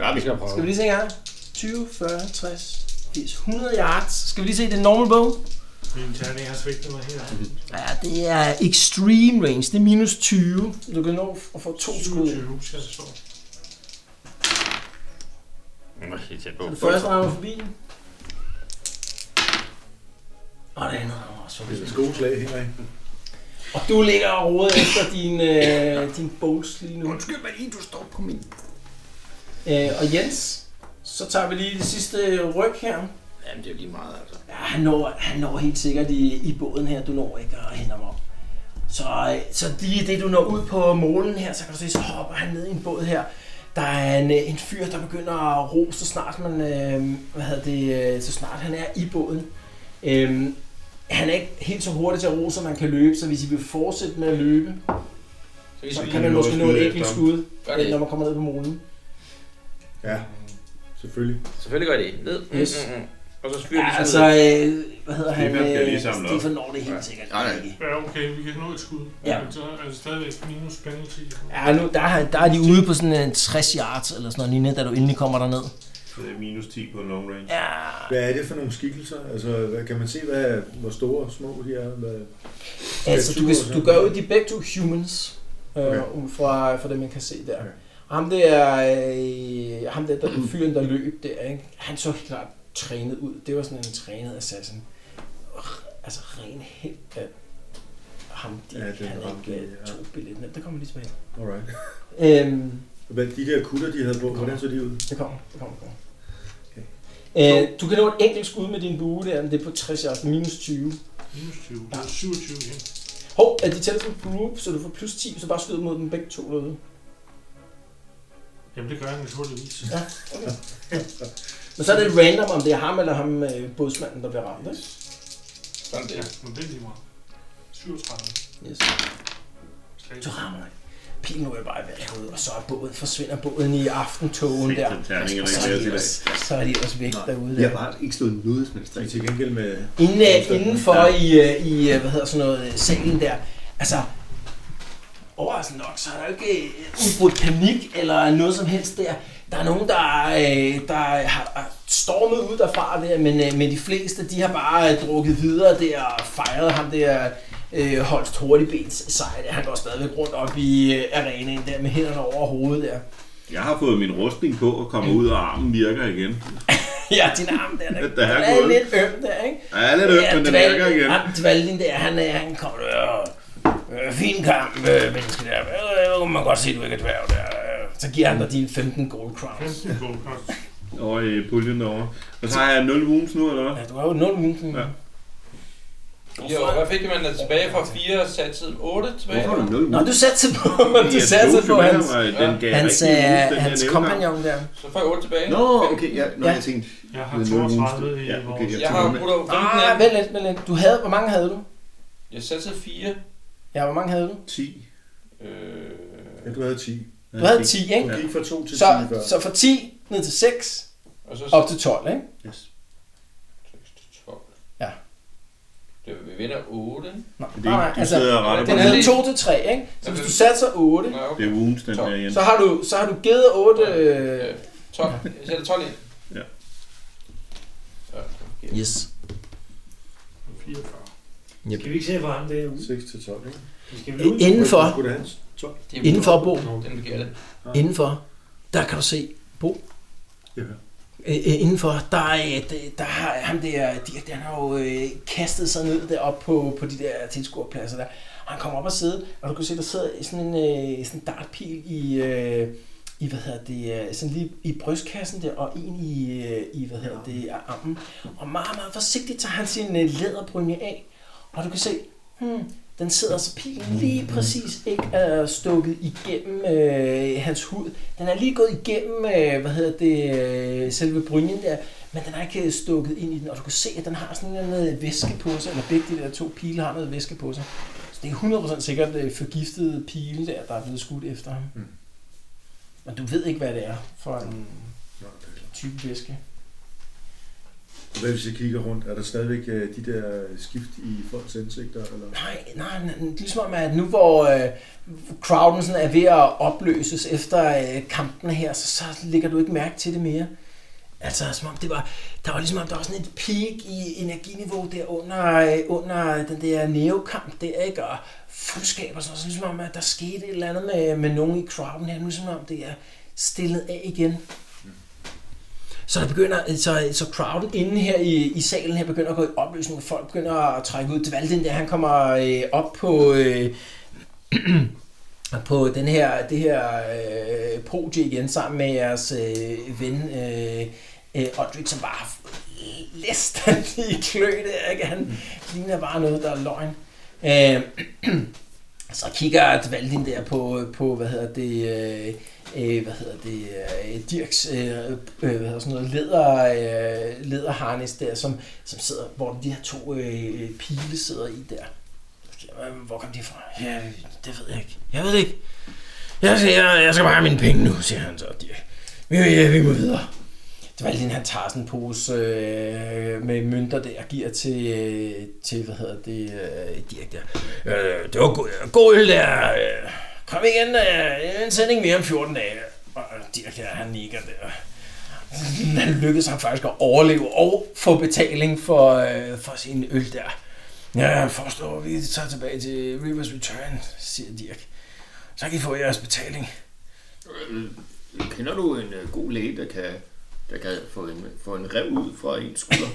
[SPEAKER 1] Ja, vi skal prøve.
[SPEAKER 2] Skal vi lige se her? 20, 40, 60, 80, 100 yards. Skal vi lige se det normal bow?
[SPEAKER 12] Min terning har svigtet mig her.
[SPEAKER 2] Ja, det er extreme range. Det er minus 20. Du kan nå at få to skud.
[SPEAKER 12] 27 skal jeg slå.
[SPEAKER 1] Nu er helt tæt på.
[SPEAKER 2] Den første rammer forbi. Og det andet rammer også forbi.
[SPEAKER 8] Det er et gode slag, Henrik.
[SPEAKER 2] Og du ligger og roder efter din, øh, din bolts lige nu.
[SPEAKER 15] Undskyld mig lige, du står på min.
[SPEAKER 2] Øh, og Jens, så tager vi lige det sidste ryg her.
[SPEAKER 1] Jamen, det er jo lige meget, altså.
[SPEAKER 2] Ja, han når, han når helt sikkert i, i båden her. Du når ikke at hente ham op. Så, øh, så lige det, du når ud på målen her, så kan du se, så hopper han ned i en båd her. Der er en, øh, en fyr, der begynder at ro, så snart, man, øh, hvad hedder det, øh, så snart han er i båden. Øhm, han er ikke helt så hurtig til at ro, som man kan løbe, så hvis I vil fortsætte med at løbe,
[SPEAKER 1] Så vi
[SPEAKER 2] så
[SPEAKER 1] skal
[SPEAKER 2] kan
[SPEAKER 1] lige
[SPEAKER 2] man
[SPEAKER 11] nå at
[SPEAKER 2] måske nå et
[SPEAKER 11] skyde efter
[SPEAKER 2] enkelt
[SPEAKER 11] ham.
[SPEAKER 2] skud, øh,
[SPEAKER 1] gøre det.
[SPEAKER 2] når man kommer ned på målen.
[SPEAKER 8] Ja, selvfølgelig.
[SPEAKER 1] Selvfølgelig gør det. Ned. Mm,
[SPEAKER 2] Yes.
[SPEAKER 1] mm, mm. Og så skyder vi
[SPEAKER 2] Ja,
[SPEAKER 1] sådan
[SPEAKER 2] altså, øh, hvad hedder han?
[SPEAKER 11] Stefan skal
[SPEAKER 2] øh,
[SPEAKER 11] lige samle op.
[SPEAKER 2] Stefan når det
[SPEAKER 15] Ja.
[SPEAKER 2] helt sikkert.
[SPEAKER 15] Nej, nej.
[SPEAKER 2] ikke.
[SPEAKER 12] Ja, okay, vi kan nå et skud.
[SPEAKER 2] Ja.
[SPEAKER 12] Men så er det stadigvæk minus penalty.
[SPEAKER 2] Ja, nu, der, er- der er de ude på sådan en 60 yards eller sådan noget, lignende, da du endelig kommer derned.
[SPEAKER 11] Det er Øh, minus 10 på en long range.
[SPEAKER 2] Ja.
[SPEAKER 8] Hvad er det for nogle skikkelser? Altså, hvad, kan man se, hvad, hvor store og små de er? Hvad,
[SPEAKER 2] Altså, du, kan,
[SPEAKER 8] statuer og
[SPEAKER 2] du gør jo de er begge to humans, øh,
[SPEAKER 8] Okay.
[SPEAKER 2] ud fra, fra det, man kan se der.
[SPEAKER 8] Okay.
[SPEAKER 2] Og ham der, øh, ham der, der fyren, der løb der, ikke? han så helt klart trænet ud. Det var sådan en trænet assassin. R- altså, ren helt af ham, de,
[SPEAKER 8] Ja,
[SPEAKER 2] ja,
[SPEAKER 8] det er
[SPEAKER 2] han
[SPEAKER 8] ham,
[SPEAKER 2] ikke
[SPEAKER 8] det
[SPEAKER 2] øh,
[SPEAKER 8] er-
[SPEAKER 2] tog billetten. af. Der kommer lige tilbage.
[SPEAKER 8] Alright.
[SPEAKER 2] Øhm,
[SPEAKER 8] Hvad, de der kutter, de havde på, hvordan så de ud?
[SPEAKER 2] Det kommer, det kommer, det kommer. Okay. Øh, du kan nå et enkelt skud med din bue der, men det er på 60 yards, minus 20.
[SPEAKER 12] Minus 20. Det er 27 igen.
[SPEAKER 2] Hov, er de tæller som group, så du får plus 10, så bare skyder mod dem begge to derude.
[SPEAKER 12] Jamen, det gør jeg naturligvis.
[SPEAKER 2] Ja, okay. Men så er det random, om det er ham eller ham øh, bådsmanden, der bliver ramt, ikke?
[SPEAKER 1] Sådan der.
[SPEAKER 12] Men det er lige meget. 37.
[SPEAKER 2] Yes.
[SPEAKER 12] Slag.
[SPEAKER 2] Du rammer ikke. Pilen ryger bare i hvert hoved, og så er båden, forsvinder båden i aftentogen der. Og så er de ellers, så er de ellers væk derude.
[SPEAKER 7] Jeg
[SPEAKER 2] Der.
[SPEAKER 7] har bare ikke slået noget som helst.
[SPEAKER 8] De er til gengæld med...
[SPEAKER 2] Inden, øh, indenfor i, øh, i øh, hvad hedder sådan noget, øh, salen der, altså overraskende nok, så er der jo ikke øh, udbrudt panik eller noget som helst der. Der er nogen, der, øh, der har har stormet ud derfra der, men, øh, men de fleste, de har bare øh, drukket videre der og fejret ham der øh, Holst Hurtigbens sejr. der. Han går stadigvæk rundt op i øh, arenaen der med hænderne over hovedet der.
[SPEAKER 11] Jeg har fået min rustning på og kommer ud, og armen virker igen.
[SPEAKER 2] ja, din arm der, der,
[SPEAKER 11] Der er
[SPEAKER 2] der er
[SPEAKER 11] gået.
[SPEAKER 2] lidt øm der, ikke?
[SPEAKER 11] Ja, jeg er lidt øm, men den virker igen.
[SPEAKER 2] Han Dvalin der, han, er- han kommer der. Øh, fin kamp, øh, menneske der. Øh, øh, man kan godt se, du ikke er dværg der. Øh, Så giver han dig dine 15 gold crowns.
[SPEAKER 12] 15 gold cost.
[SPEAKER 11] Og øh, puljen derovre. Og så har jeg 0 wounds nu, eller hvad?
[SPEAKER 2] Ja, du har jo 0 mundken.
[SPEAKER 11] Ja.
[SPEAKER 2] Ja.
[SPEAKER 1] Jo, hvad fik man da tilbage fra 4, satset 8 tilbage?
[SPEAKER 7] Hvorfor er der nul?
[SPEAKER 2] Nå, du satte på, du satte på hans, hans, øh, hans kompagnon der.
[SPEAKER 1] Så får jeg 8 tilbage.
[SPEAKER 7] Nå, okay, ja, nå,
[SPEAKER 2] Ja.
[SPEAKER 7] jeg tænkte...
[SPEAKER 12] Jeg har
[SPEAKER 7] det er nul
[SPEAKER 12] 32
[SPEAKER 7] minus.
[SPEAKER 12] i
[SPEAKER 7] Ja, okay, jeg
[SPEAKER 1] Jeg har
[SPEAKER 7] tænker,
[SPEAKER 1] jo
[SPEAKER 7] men-
[SPEAKER 1] brugt
[SPEAKER 2] Ah, vent lidt, vent lidt. Du havde, hvor mange havde du?
[SPEAKER 1] Jeg satte 4.
[SPEAKER 2] Ja, hvor mange havde du?
[SPEAKER 7] 10.
[SPEAKER 14] Ja,
[SPEAKER 1] Øh,
[SPEAKER 14] du havde 10.
[SPEAKER 2] Du havde 10,
[SPEAKER 14] Du
[SPEAKER 2] ikke?
[SPEAKER 14] gik fra 2 til 10
[SPEAKER 2] Så,
[SPEAKER 14] før.
[SPEAKER 2] så fra 10 ned til 6,
[SPEAKER 1] og så
[SPEAKER 2] op til 12, ikke?
[SPEAKER 7] Yes.
[SPEAKER 1] 6 til 12.
[SPEAKER 2] Ja.
[SPEAKER 1] Det var, vi vinder 8.
[SPEAKER 2] Nå,
[SPEAKER 11] Det er ikke, du
[SPEAKER 2] altså,
[SPEAKER 11] sidder og retter
[SPEAKER 2] den
[SPEAKER 11] på
[SPEAKER 2] havde
[SPEAKER 11] det.
[SPEAKER 2] 2 til 3, ikke? Så hvis du satser 8,
[SPEAKER 1] Nå,
[SPEAKER 11] Det
[SPEAKER 1] okay.
[SPEAKER 11] er wounds, den der igen.
[SPEAKER 2] så har du, så har du givet 8... Øh,
[SPEAKER 1] 12. Jeg sætter 12 ind.
[SPEAKER 11] Ja.
[SPEAKER 1] Ja.
[SPEAKER 2] yes.
[SPEAKER 12] 44.
[SPEAKER 2] Yep.
[SPEAKER 5] Skal vi ikke se for ham det er
[SPEAKER 14] 6 til 12, ikke?
[SPEAKER 5] Skal vi ud?
[SPEAKER 2] Indenfor,
[SPEAKER 14] Skulle det hans?
[SPEAKER 1] Det er
[SPEAKER 2] indenfor Bo,
[SPEAKER 1] Den bliver det.
[SPEAKER 2] indenfor, der kan du se Bo.
[SPEAKER 8] Ja.
[SPEAKER 2] Øh, øh, indenfor, der, er, øh, det- der har ham der, Dirk, han har jo øh, kastet sig ned deroppe på, på de der tilskuerpladser der. Og han kommer op og sidder, og du kan se, der sidder sådan en, øh, sådan en dartpil i, øh, i, hvad hedder det, øh, sådan lige i brystkassen der, og en i, øh, i hvad hedder det, armen. Og meget, meget forsigtigt tager han sin øh, læderbrynje af, og du kan se, hmm, den sidder så pilen lige præcis ikke er stukket igennem øh, hans hud. Den er lige gået igennem, øh, hvad hedder det, øh, selve brynjen der, men den er ikke øh, stukket ind i den, og du kan se, at den har sådan en eller anden øh, væske på sig, eller begge de der to pile har noget væske på sig. Så det er 100% sikkert øh, forgiftede pile der, der er blevet skudt efter ham.
[SPEAKER 14] Mm.
[SPEAKER 2] Men du ved ikke, hvad det er for en type væske.
[SPEAKER 14] Hvad hvis jeg kigger rundt? Er der stadigvæk øh, de der skift i folks ansigter? Eller?
[SPEAKER 2] Nej, nej, nej, det er ligesom om, at nu hvor øh, crowden sådan er ved at opløses efter øh, kampen her, så, så lægger du ikke mærke til det mere. Altså, som om det var, der var ligesom om, der var sådan et peak i energiniveau der under, øh, under den der neokamp der, ikke? Og fuldskab og sådan noget. Så ligesom om, at der skete et eller andet med, med nogen i crowden her. Nu som om, det er stillet af igen. Så der begynder, så, så crowden inde her i, i salen her begynder at gå i opløsning, og folk begynder at trække ud. Dvalden der, han kommer øh, op på, øh, på den her, det her øh, podie igen, sammen med jeres øh, ven øh, øh, Odrik, som bare læst han i kløet, ikke? Han ligner bare noget, der er løgn. Øh, så kigger Dvalden der på, på hvad hedder det, øh, øh, hvad hedder det, øh, Dirks, øh, øh, hvad hedder sådan noget, leder, øh, lederharnis der, som, som sidder, hvor de her to øh, pile sidder i der. Jamen, Hvor kom de fra? Ja, det ved jeg ikke. Jeg ved det ikke. Jeg skal, jeg, jeg skal bare have mine penge nu, siger han så. Dirk. Vi, øh, vi, vi må videre. Det var lige, han tager sådan en pose øh, med mønter der og giver til, øh, til hvad hedder det, øh, Dirk der. Øh, det var god, god øl der. Øh, Kom igen, øh, en sending mere om 14 dage. Og øh, Dirk der, han nikker der. Han lykkedes ham faktisk at overleve og få betaling for, øh, for sin øl der. Ja, jeg forstår, vi tager tilbage til Rivers Return, siger Dirk. Så kan I få jeres betaling.
[SPEAKER 15] Øh, Kender du en øh, god læge, der kan, der kan få, en, få en rev ud fra en skulder?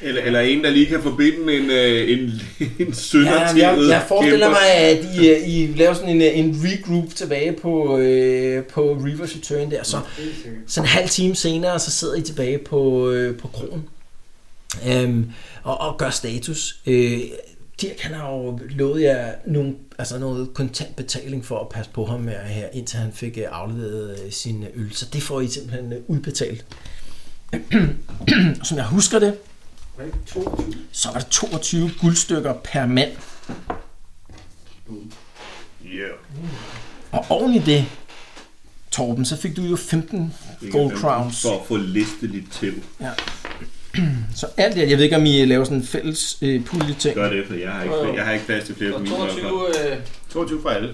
[SPEAKER 11] Eller, eller en, der lige kan forbinde en, øh, en, en
[SPEAKER 2] Ja,
[SPEAKER 11] sønder til
[SPEAKER 2] jeg,
[SPEAKER 11] en
[SPEAKER 2] jeg forestiller
[SPEAKER 11] kæmper.
[SPEAKER 2] mig, at I, øh, I laver sådan en, øh, en regroup tilbage på, øh, på Rivers Return der. Så, så en halv time senere, så sidder I tilbage på, øh, på kronen øhm, og, og gør status. Øh, Dirk han har jo lovet jer nogle, altså noget kontant betaling for at passe på ham her, her indtil han fik øh, afleveret øh, sin øh, øl. Så det får I simpelthen øh, udbetalt. Som jeg husker det,
[SPEAKER 5] Var det ikke 22?
[SPEAKER 2] så var det 22 guldstykker per mand.
[SPEAKER 15] Yeah.
[SPEAKER 2] Og oven i det, Torben, så fik du jo 15 gold crowns.
[SPEAKER 11] For at få listet lidt til.
[SPEAKER 2] Så alt det, jeg ved ikke, om I laver sådan en fælles øh, pulje ting.
[SPEAKER 11] Gør det, for jeg har ikke, jeg har ikke plads til flere på
[SPEAKER 1] Og
[SPEAKER 11] min måde.
[SPEAKER 1] 22 øh,
[SPEAKER 15] 22 for alle.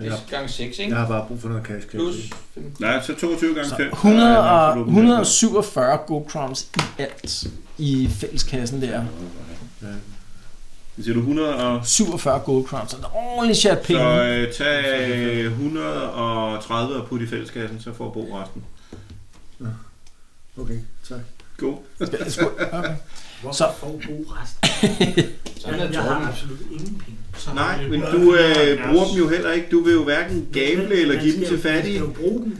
[SPEAKER 14] Ja.
[SPEAKER 1] gange 6,
[SPEAKER 14] Jeg
[SPEAKER 1] ikke?
[SPEAKER 14] har bare brug for noget cash. kan jeg
[SPEAKER 1] Plus
[SPEAKER 14] sige.
[SPEAKER 1] 15.
[SPEAKER 11] Nej, så 22 gange
[SPEAKER 2] Så
[SPEAKER 11] 5.
[SPEAKER 2] 100 og, 147 gold crowns i alt i fælleskassen der.
[SPEAKER 11] Siger du 100 og...
[SPEAKER 2] 47 gold crowns, så der er ordentligt chat penge.
[SPEAKER 11] Så øh, tag øh, 130 og put i fælleskassen, så får Bo resten.
[SPEAKER 14] Okay, tak.
[SPEAKER 11] Go.
[SPEAKER 2] Okay.
[SPEAKER 5] Hvorfor
[SPEAKER 2] Så-
[SPEAKER 5] får Bo resten?
[SPEAKER 1] Sådan er
[SPEAKER 5] Jeg har
[SPEAKER 1] Torben.
[SPEAKER 5] absolut ingen penge.
[SPEAKER 12] Så
[SPEAKER 11] Nej,
[SPEAKER 12] det
[SPEAKER 11] men
[SPEAKER 12] er
[SPEAKER 11] du øh, bruger dem jo heller ikke. Du vil jo hverken gamble eller
[SPEAKER 5] Man
[SPEAKER 11] give dem
[SPEAKER 5] skal-
[SPEAKER 11] til
[SPEAKER 5] Man skal
[SPEAKER 11] fattige.
[SPEAKER 5] jo bruge dem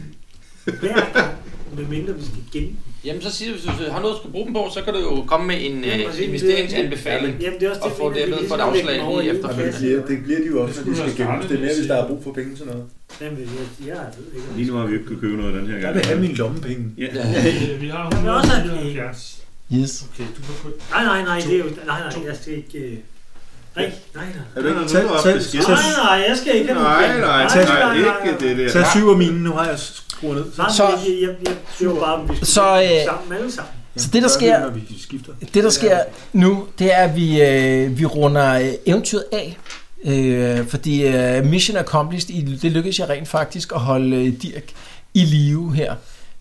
[SPEAKER 5] hver gang. Med mindre vi skal gemme.
[SPEAKER 1] Jamen så siger du, hvis du har noget, du skal bruge dem på, så kan du jo komme med en
[SPEAKER 5] Jamen,
[SPEAKER 1] øh,
[SPEAKER 5] præcis,
[SPEAKER 1] investeringsanbefaling
[SPEAKER 5] Jamen, det er også
[SPEAKER 1] og
[SPEAKER 5] det,
[SPEAKER 1] få
[SPEAKER 5] fordi
[SPEAKER 1] det
[SPEAKER 5] vi
[SPEAKER 1] ved for
[SPEAKER 5] ligesom
[SPEAKER 1] et
[SPEAKER 5] har lagt
[SPEAKER 1] afslag
[SPEAKER 5] dem over
[SPEAKER 1] lige
[SPEAKER 5] i
[SPEAKER 1] efter.
[SPEAKER 5] ugen.
[SPEAKER 14] Ja, det, siger, det bliver de jo også, når de
[SPEAKER 12] skulle
[SPEAKER 14] skal
[SPEAKER 12] have
[SPEAKER 14] gemmes.
[SPEAKER 12] startet med
[SPEAKER 14] Det er mere,
[SPEAKER 12] at
[SPEAKER 14] hvis der er brug for penge sådan noget.
[SPEAKER 5] Jamen, jeg, jeg ved ikke, om
[SPEAKER 11] Lige nu har vi jo ikke kunnet købe noget den her
[SPEAKER 8] Jeg
[SPEAKER 11] gang.
[SPEAKER 8] vil have mine lommepenge.
[SPEAKER 11] Ja.
[SPEAKER 12] Øh, Vi har
[SPEAKER 5] Han vil også have
[SPEAKER 12] 174.
[SPEAKER 2] Yes.
[SPEAKER 12] Okay, du kan købe.
[SPEAKER 5] Nej, nej, nej, det er jo... Nej, nej, jeg skal ikke... øh, Nej, nej, nej.
[SPEAKER 8] Er du ikke?
[SPEAKER 11] Nå,
[SPEAKER 8] Tag,
[SPEAKER 11] nu er
[SPEAKER 8] tag, tag,
[SPEAKER 11] det beskidt.
[SPEAKER 5] Nej, nej, jeg skal ikke have nogen
[SPEAKER 11] Nej,
[SPEAKER 5] penge.
[SPEAKER 11] nej,
[SPEAKER 8] Tag-
[SPEAKER 11] nej, ikke det der.
[SPEAKER 8] tag syv af mine, nu har jeg skruet ned.
[SPEAKER 5] Nej,
[SPEAKER 2] Så-
[SPEAKER 5] så, jeg, jeg, jeg, det var bare, om vi skulle
[SPEAKER 2] Så, øh,
[SPEAKER 5] så, sammen alle sammen.
[SPEAKER 2] Så det, der
[SPEAKER 8] Gør
[SPEAKER 2] sker-
[SPEAKER 8] når vi skifter.
[SPEAKER 2] Det, der sker nu, det er, at vi, øh, vi runder øh, eventyret af. Øh, fordi øh, Mission Accomplished, i- det lykkedes jeg rent faktisk at holde øh, Dirk i live her.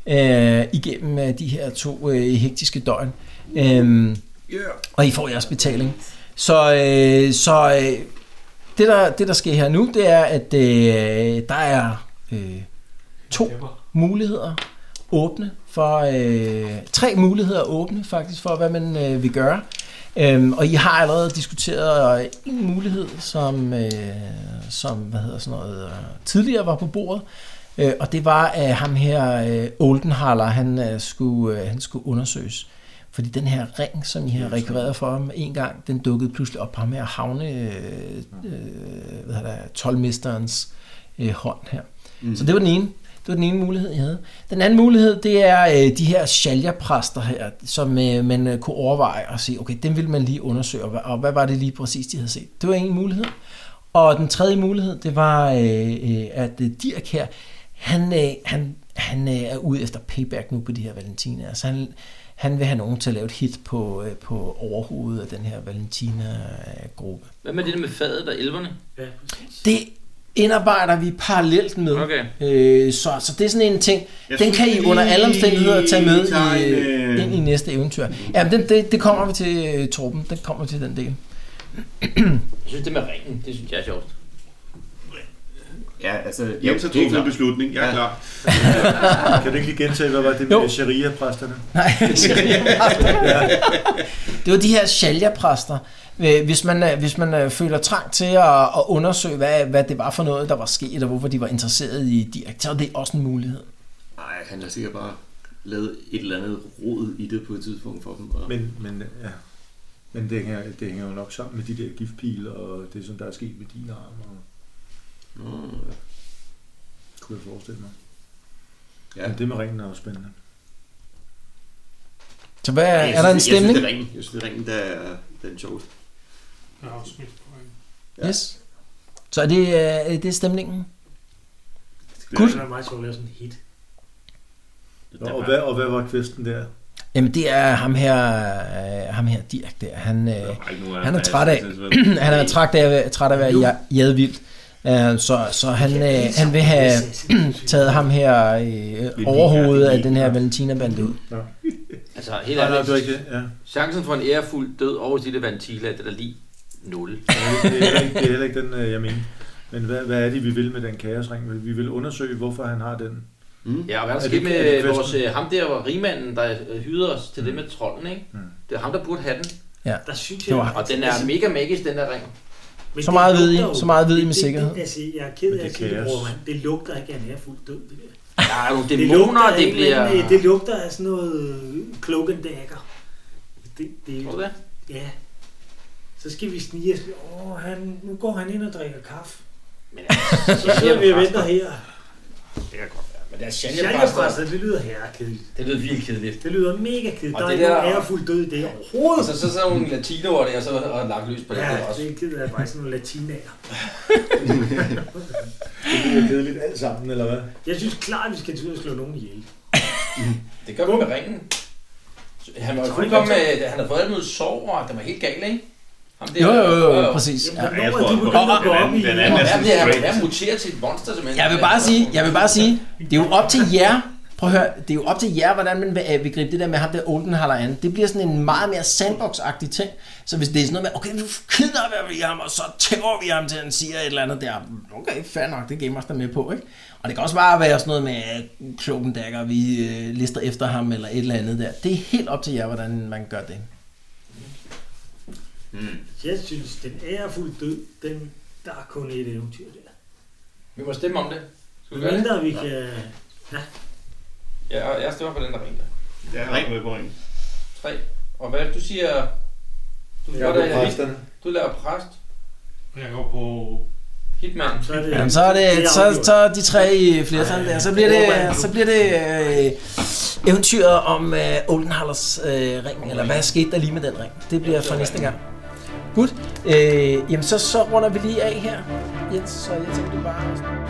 [SPEAKER 2] Øh, igennem øh, de her to øh, hektiske døgn. Øh, og I får jeres betaling. Så, øh, så øh, det, der, det, der sker her nu, det er, at øh, der er øh, to muligheder åbne for øh, tre muligheder åbne faktisk for hvad man øh, vil gøre. Øhm, og I har allerede diskuteret øh, en mulighed, som, øh, som hvad hedder sådan noget, øh, tidligere var på bordet, øh, og det var at ham her øh, Oldenhaler, han øh, skulle øh, han skulle undersøges. Fordi den her ring, som I har rekvireret for ham en gang, den dukkede pludselig op på ham her havne, øh, øh, hvad hedder det, tolvmesterens øh, hånd her. Mm. Så det var den ene. Det var den ene mulighed, jeg havde. Den anden mulighed, det er øh, de her shalja-præster her, som øh, man øh, kunne overveje og sige, okay, dem ville man lige undersøge, og hvad- og hvad var det lige præcis, de havde set? Det var en mulighed. Og den tredje mulighed, det var, øh, øh, at øh, Dirk her, han, øh, han, han øh, er ude efter payback nu på de her valentiner, så han, han vil have nogen til at lave et hit på, øh, på overhovedet af den her valentina-gruppe.
[SPEAKER 1] Hvad med det der med fadet og elverne?
[SPEAKER 5] Ja, præcis.
[SPEAKER 2] Det indarbejder vi parallelt med.
[SPEAKER 1] Okay.
[SPEAKER 2] Øh, så, så det er sådan en ting,
[SPEAKER 11] Jeg
[SPEAKER 2] den kan
[SPEAKER 11] synes,
[SPEAKER 2] I
[SPEAKER 11] vi
[SPEAKER 2] under
[SPEAKER 11] lige
[SPEAKER 2] alle omstændigheder tage med
[SPEAKER 11] tager
[SPEAKER 2] i,
[SPEAKER 11] en, øh,
[SPEAKER 2] øh, ind i næste eventyr. Ja, men det, det, det kommer vi til, øh, Torben. Det kommer vi til den del.
[SPEAKER 1] Jeg synes det med ringen, det synes jeg er sjovt.
[SPEAKER 15] Ja, altså... Jo,
[SPEAKER 11] Jamen, så
[SPEAKER 15] det er
[SPEAKER 11] tog vi en
[SPEAKER 15] klart.
[SPEAKER 11] beslutning. Jeg er
[SPEAKER 15] Ja.
[SPEAKER 11] klar.
[SPEAKER 8] Kan du ikke lige gentage, hvad var det
[SPEAKER 2] Jo.
[SPEAKER 8] med sharia-præsterne?
[SPEAKER 2] Nej, Det var de her shalja-præster. Øh, Hvis man, øh, hvis man øh, føler trang til at, at undersøge, hvad, hvad det var for noget, der var sket, og hvorfor de var interesseret i direktør, så er det også en mulighed.
[SPEAKER 15] Nej, han har sikkert bare lavet et eller andet rod i det på et tidspunkt for dem. Og...
[SPEAKER 8] Men, men, ja. men det, hænger, det hænger jo nok sammen med de der giftpile, og det, som der er sket med dine arme, og,
[SPEAKER 15] Nå,
[SPEAKER 8] kunne jeg forestille mig. Ja.
[SPEAKER 15] ja.
[SPEAKER 8] Men det med ringen er jo spændende.
[SPEAKER 2] Så hvad,
[SPEAKER 15] Jeg synes-
[SPEAKER 2] er der en
[SPEAKER 15] Jeg synes,
[SPEAKER 2] stemning?
[SPEAKER 15] det er ringen. Jeg synes, det er ringen, der er den sjoveste.
[SPEAKER 12] Jeg har også smidt på en.
[SPEAKER 15] ja.
[SPEAKER 2] Yes. Så er det, øh, det er stemningen?
[SPEAKER 5] Det ville være meget sjovt at lave sådan en hit.
[SPEAKER 8] Nå, og, hvad, og hvad var kvesten der?
[SPEAKER 2] Jamen det er ham her, øh, ham her Dirk der. Han, øh, han er træt af, han er træt af, at være- træt af at være ja- jadvildt. Øh, Så, så han, øh, han vil have taget ham her øh, overhovedet af den her Valentina-bande ud.
[SPEAKER 1] Altså helt
[SPEAKER 8] Nej, nej, det var
[SPEAKER 1] ærligt,
[SPEAKER 8] ikke det. Ja.
[SPEAKER 1] chancen for en ærefuld død over de der vantila, det er der lige 0.
[SPEAKER 8] Det er, heller ikke, det er heller ikke den, øh, jeg mener. Men hvad, hvad er det, vi vil med den kaosring? Vi vil undersøge, hvorfor han har den.
[SPEAKER 1] Ja, og hvad der
[SPEAKER 8] Er
[SPEAKER 1] skete
[SPEAKER 8] det- er det
[SPEAKER 1] med
[SPEAKER 8] kvisten?
[SPEAKER 1] vores, øh, ham der var rigmanden, der øh, hyrede os til det med trolden, ikke?
[SPEAKER 8] Mm.
[SPEAKER 1] Det er ham, der burde have den.
[SPEAKER 5] Der synes jeg,
[SPEAKER 2] Det var-
[SPEAKER 1] Og den er mega magisk, den der ring.
[SPEAKER 5] men
[SPEAKER 2] Så
[SPEAKER 5] det
[SPEAKER 2] meget ved I-
[SPEAKER 5] lugter jo-
[SPEAKER 2] så meget ved I
[SPEAKER 5] det-
[SPEAKER 2] med
[SPEAKER 5] det-
[SPEAKER 2] sikkerhed.
[SPEAKER 5] Det, altså, jeg er ked
[SPEAKER 8] Men
[SPEAKER 5] af
[SPEAKER 8] det
[SPEAKER 5] at sige det,
[SPEAKER 8] kan
[SPEAKER 5] bror,
[SPEAKER 8] jeg
[SPEAKER 5] mand. Det lugter ikke af en fuldt død. Det, der.
[SPEAKER 1] Der er jo nogle
[SPEAKER 5] det
[SPEAKER 1] dæmoner, det,
[SPEAKER 5] ikke,
[SPEAKER 1] bliver...
[SPEAKER 5] men, øh, det lugter af sådan noget klokkendækker. Det, det,
[SPEAKER 1] Tror du det?
[SPEAKER 5] ja. Så skal vi snige os. Åh, han, nu går han ind og drikker kaffe.
[SPEAKER 1] Men
[SPEAKER 5] Så sidder vi og venter her.
[SPEAKER 1] Det kan godt være. Men det er sjaljepraster.
[SPEAKER 5] Sjaljepresset, det lyder herrekedeligt.
[SPEAKER 1] Det lyder virkelig kedeligt.
[SPEAKER 5] Det lyder mega kedeligt.
[SPEAKER 1] Og
[SPEAKER 5] Der er
[SPEAKER 1] det
[SPEAKER 5] ikke nogen
[SPEAKER 1] der-
[SPEAKER 5] ærefuld død i det
[SPEAKER 1] Og
[SPEAKER 5] overhovedet.
[SPEAKER 1] så, så så er hun latino over det, og så og lagt løs på det. der
[SPEAKER 5] Ja,
[SPEAKER 1] også.
[SPEAKER 5] det er ked af mig, sådan nogle latinaer.
[SPEAKER 8] Det er kedeligt alt sammen, eller hvad?
[SPEAKER 5] Jeg synes klart, vi skal til at slå nogen ihjel.
[SPEAKER 1] Det gør vi med ringen. Så Han var jo
[SPEAKER 5] Tror du ikke,
[SPEAKER 1] fuldkommen
[SPEAKER 5] han
[SPEAKER 1] med, han havde fået alt noget sov, og den var helt gal, ikke? Ham der,
[SPEAKER 2] Jo, jo, jo,
[SPEAKER 1] øh,
[SPEAKER 2] jo præcis.
[SPEAKER 5] Jamen,
[SPEAKER 2] Ja.
[SPEAKER 5] hvornår
[SPEAKER 11] jeg
[SPEAKER 5] er
[SPEAKER 11] tror,
[SPEAKER 5] de
[SPEAKER 11] at-
[SPEAKER 5] begyndt at gå
[SPEAKER 11] den
[SPEAKER 5] op i
[SPEAKER 11] anden- den
[SPEAKER 5] hinanden?
[SPEAKER 11] anden-
[SPEAKER 1] Og
[SPEAKER 11] er
[SPEAKER 1] hvad
[SPEAKER 11] sådan
[SPEAKER 1] bliver han?
[SPEAKER 11] straight.
[SPEAKER 1] Hvad muterer til et monster, simpelthen?
[SPEAKER 2] Jeg vil bare sige, jeg vil bare sige, det er jo op til jer. Prøv at høre, det er jo op til jer, hvordan man vil, øh, vil gribe det der med ham der Oldenhaler an. Det bliver sådan en meget mere sandbox-agtig ting. Så hvis det er sådan noget med, okay, nu kidnapper vi ham, og så tæver vi ham til, at han siger et eller andet der. Okay, fair nok, det gemmer os der med på, ikke? Og det kan også bare være sådan noget med øh, klokken dækker, vi øh, lister efter ham, eller et eller andet der. Det er helt op til jer, hvordan man gør det.
[SPEAKER 5] Jeg synes, den ærefulde død, den, der er kun et eventyr der.
[SPEAKER 1] Vi må stemme om det. Skal vi gøre det?
[SPEAKER 5] Mindre vi kan... Ja,
[SPEAKER 1] Ja, og jeg stemmer på den, der ringer.
[SPEAKER 11] Jeg
[SPEAKER 15] Nej.
[SPEAKER 11] har med på en.
[SPEAKER 1] Tre. Og hvad du siger... Du,
[SPEAKER 14] Jeg er
[SPEAKER 1] hvad der-
[SPEAKER 14] på præsterne.
[SPEAKER 1] du laver præst.
[SPEAKER 12] Jeg går på...
[SPEAKER 1] Hitman.
[SPEAKER 5] Så er det,
[SPEAKER 2] Jamen, så er det så, så er de tre i flertal der. Så bliver det, så bliver det øh, eventyret om øh, Oldenhallers øh, ring, eller hvad skete der lige med den ring. Det bliver for næste gang. Godt. Øh, jamen, så, så runder vi lige af her, Jens, så jeg tænker, du bare...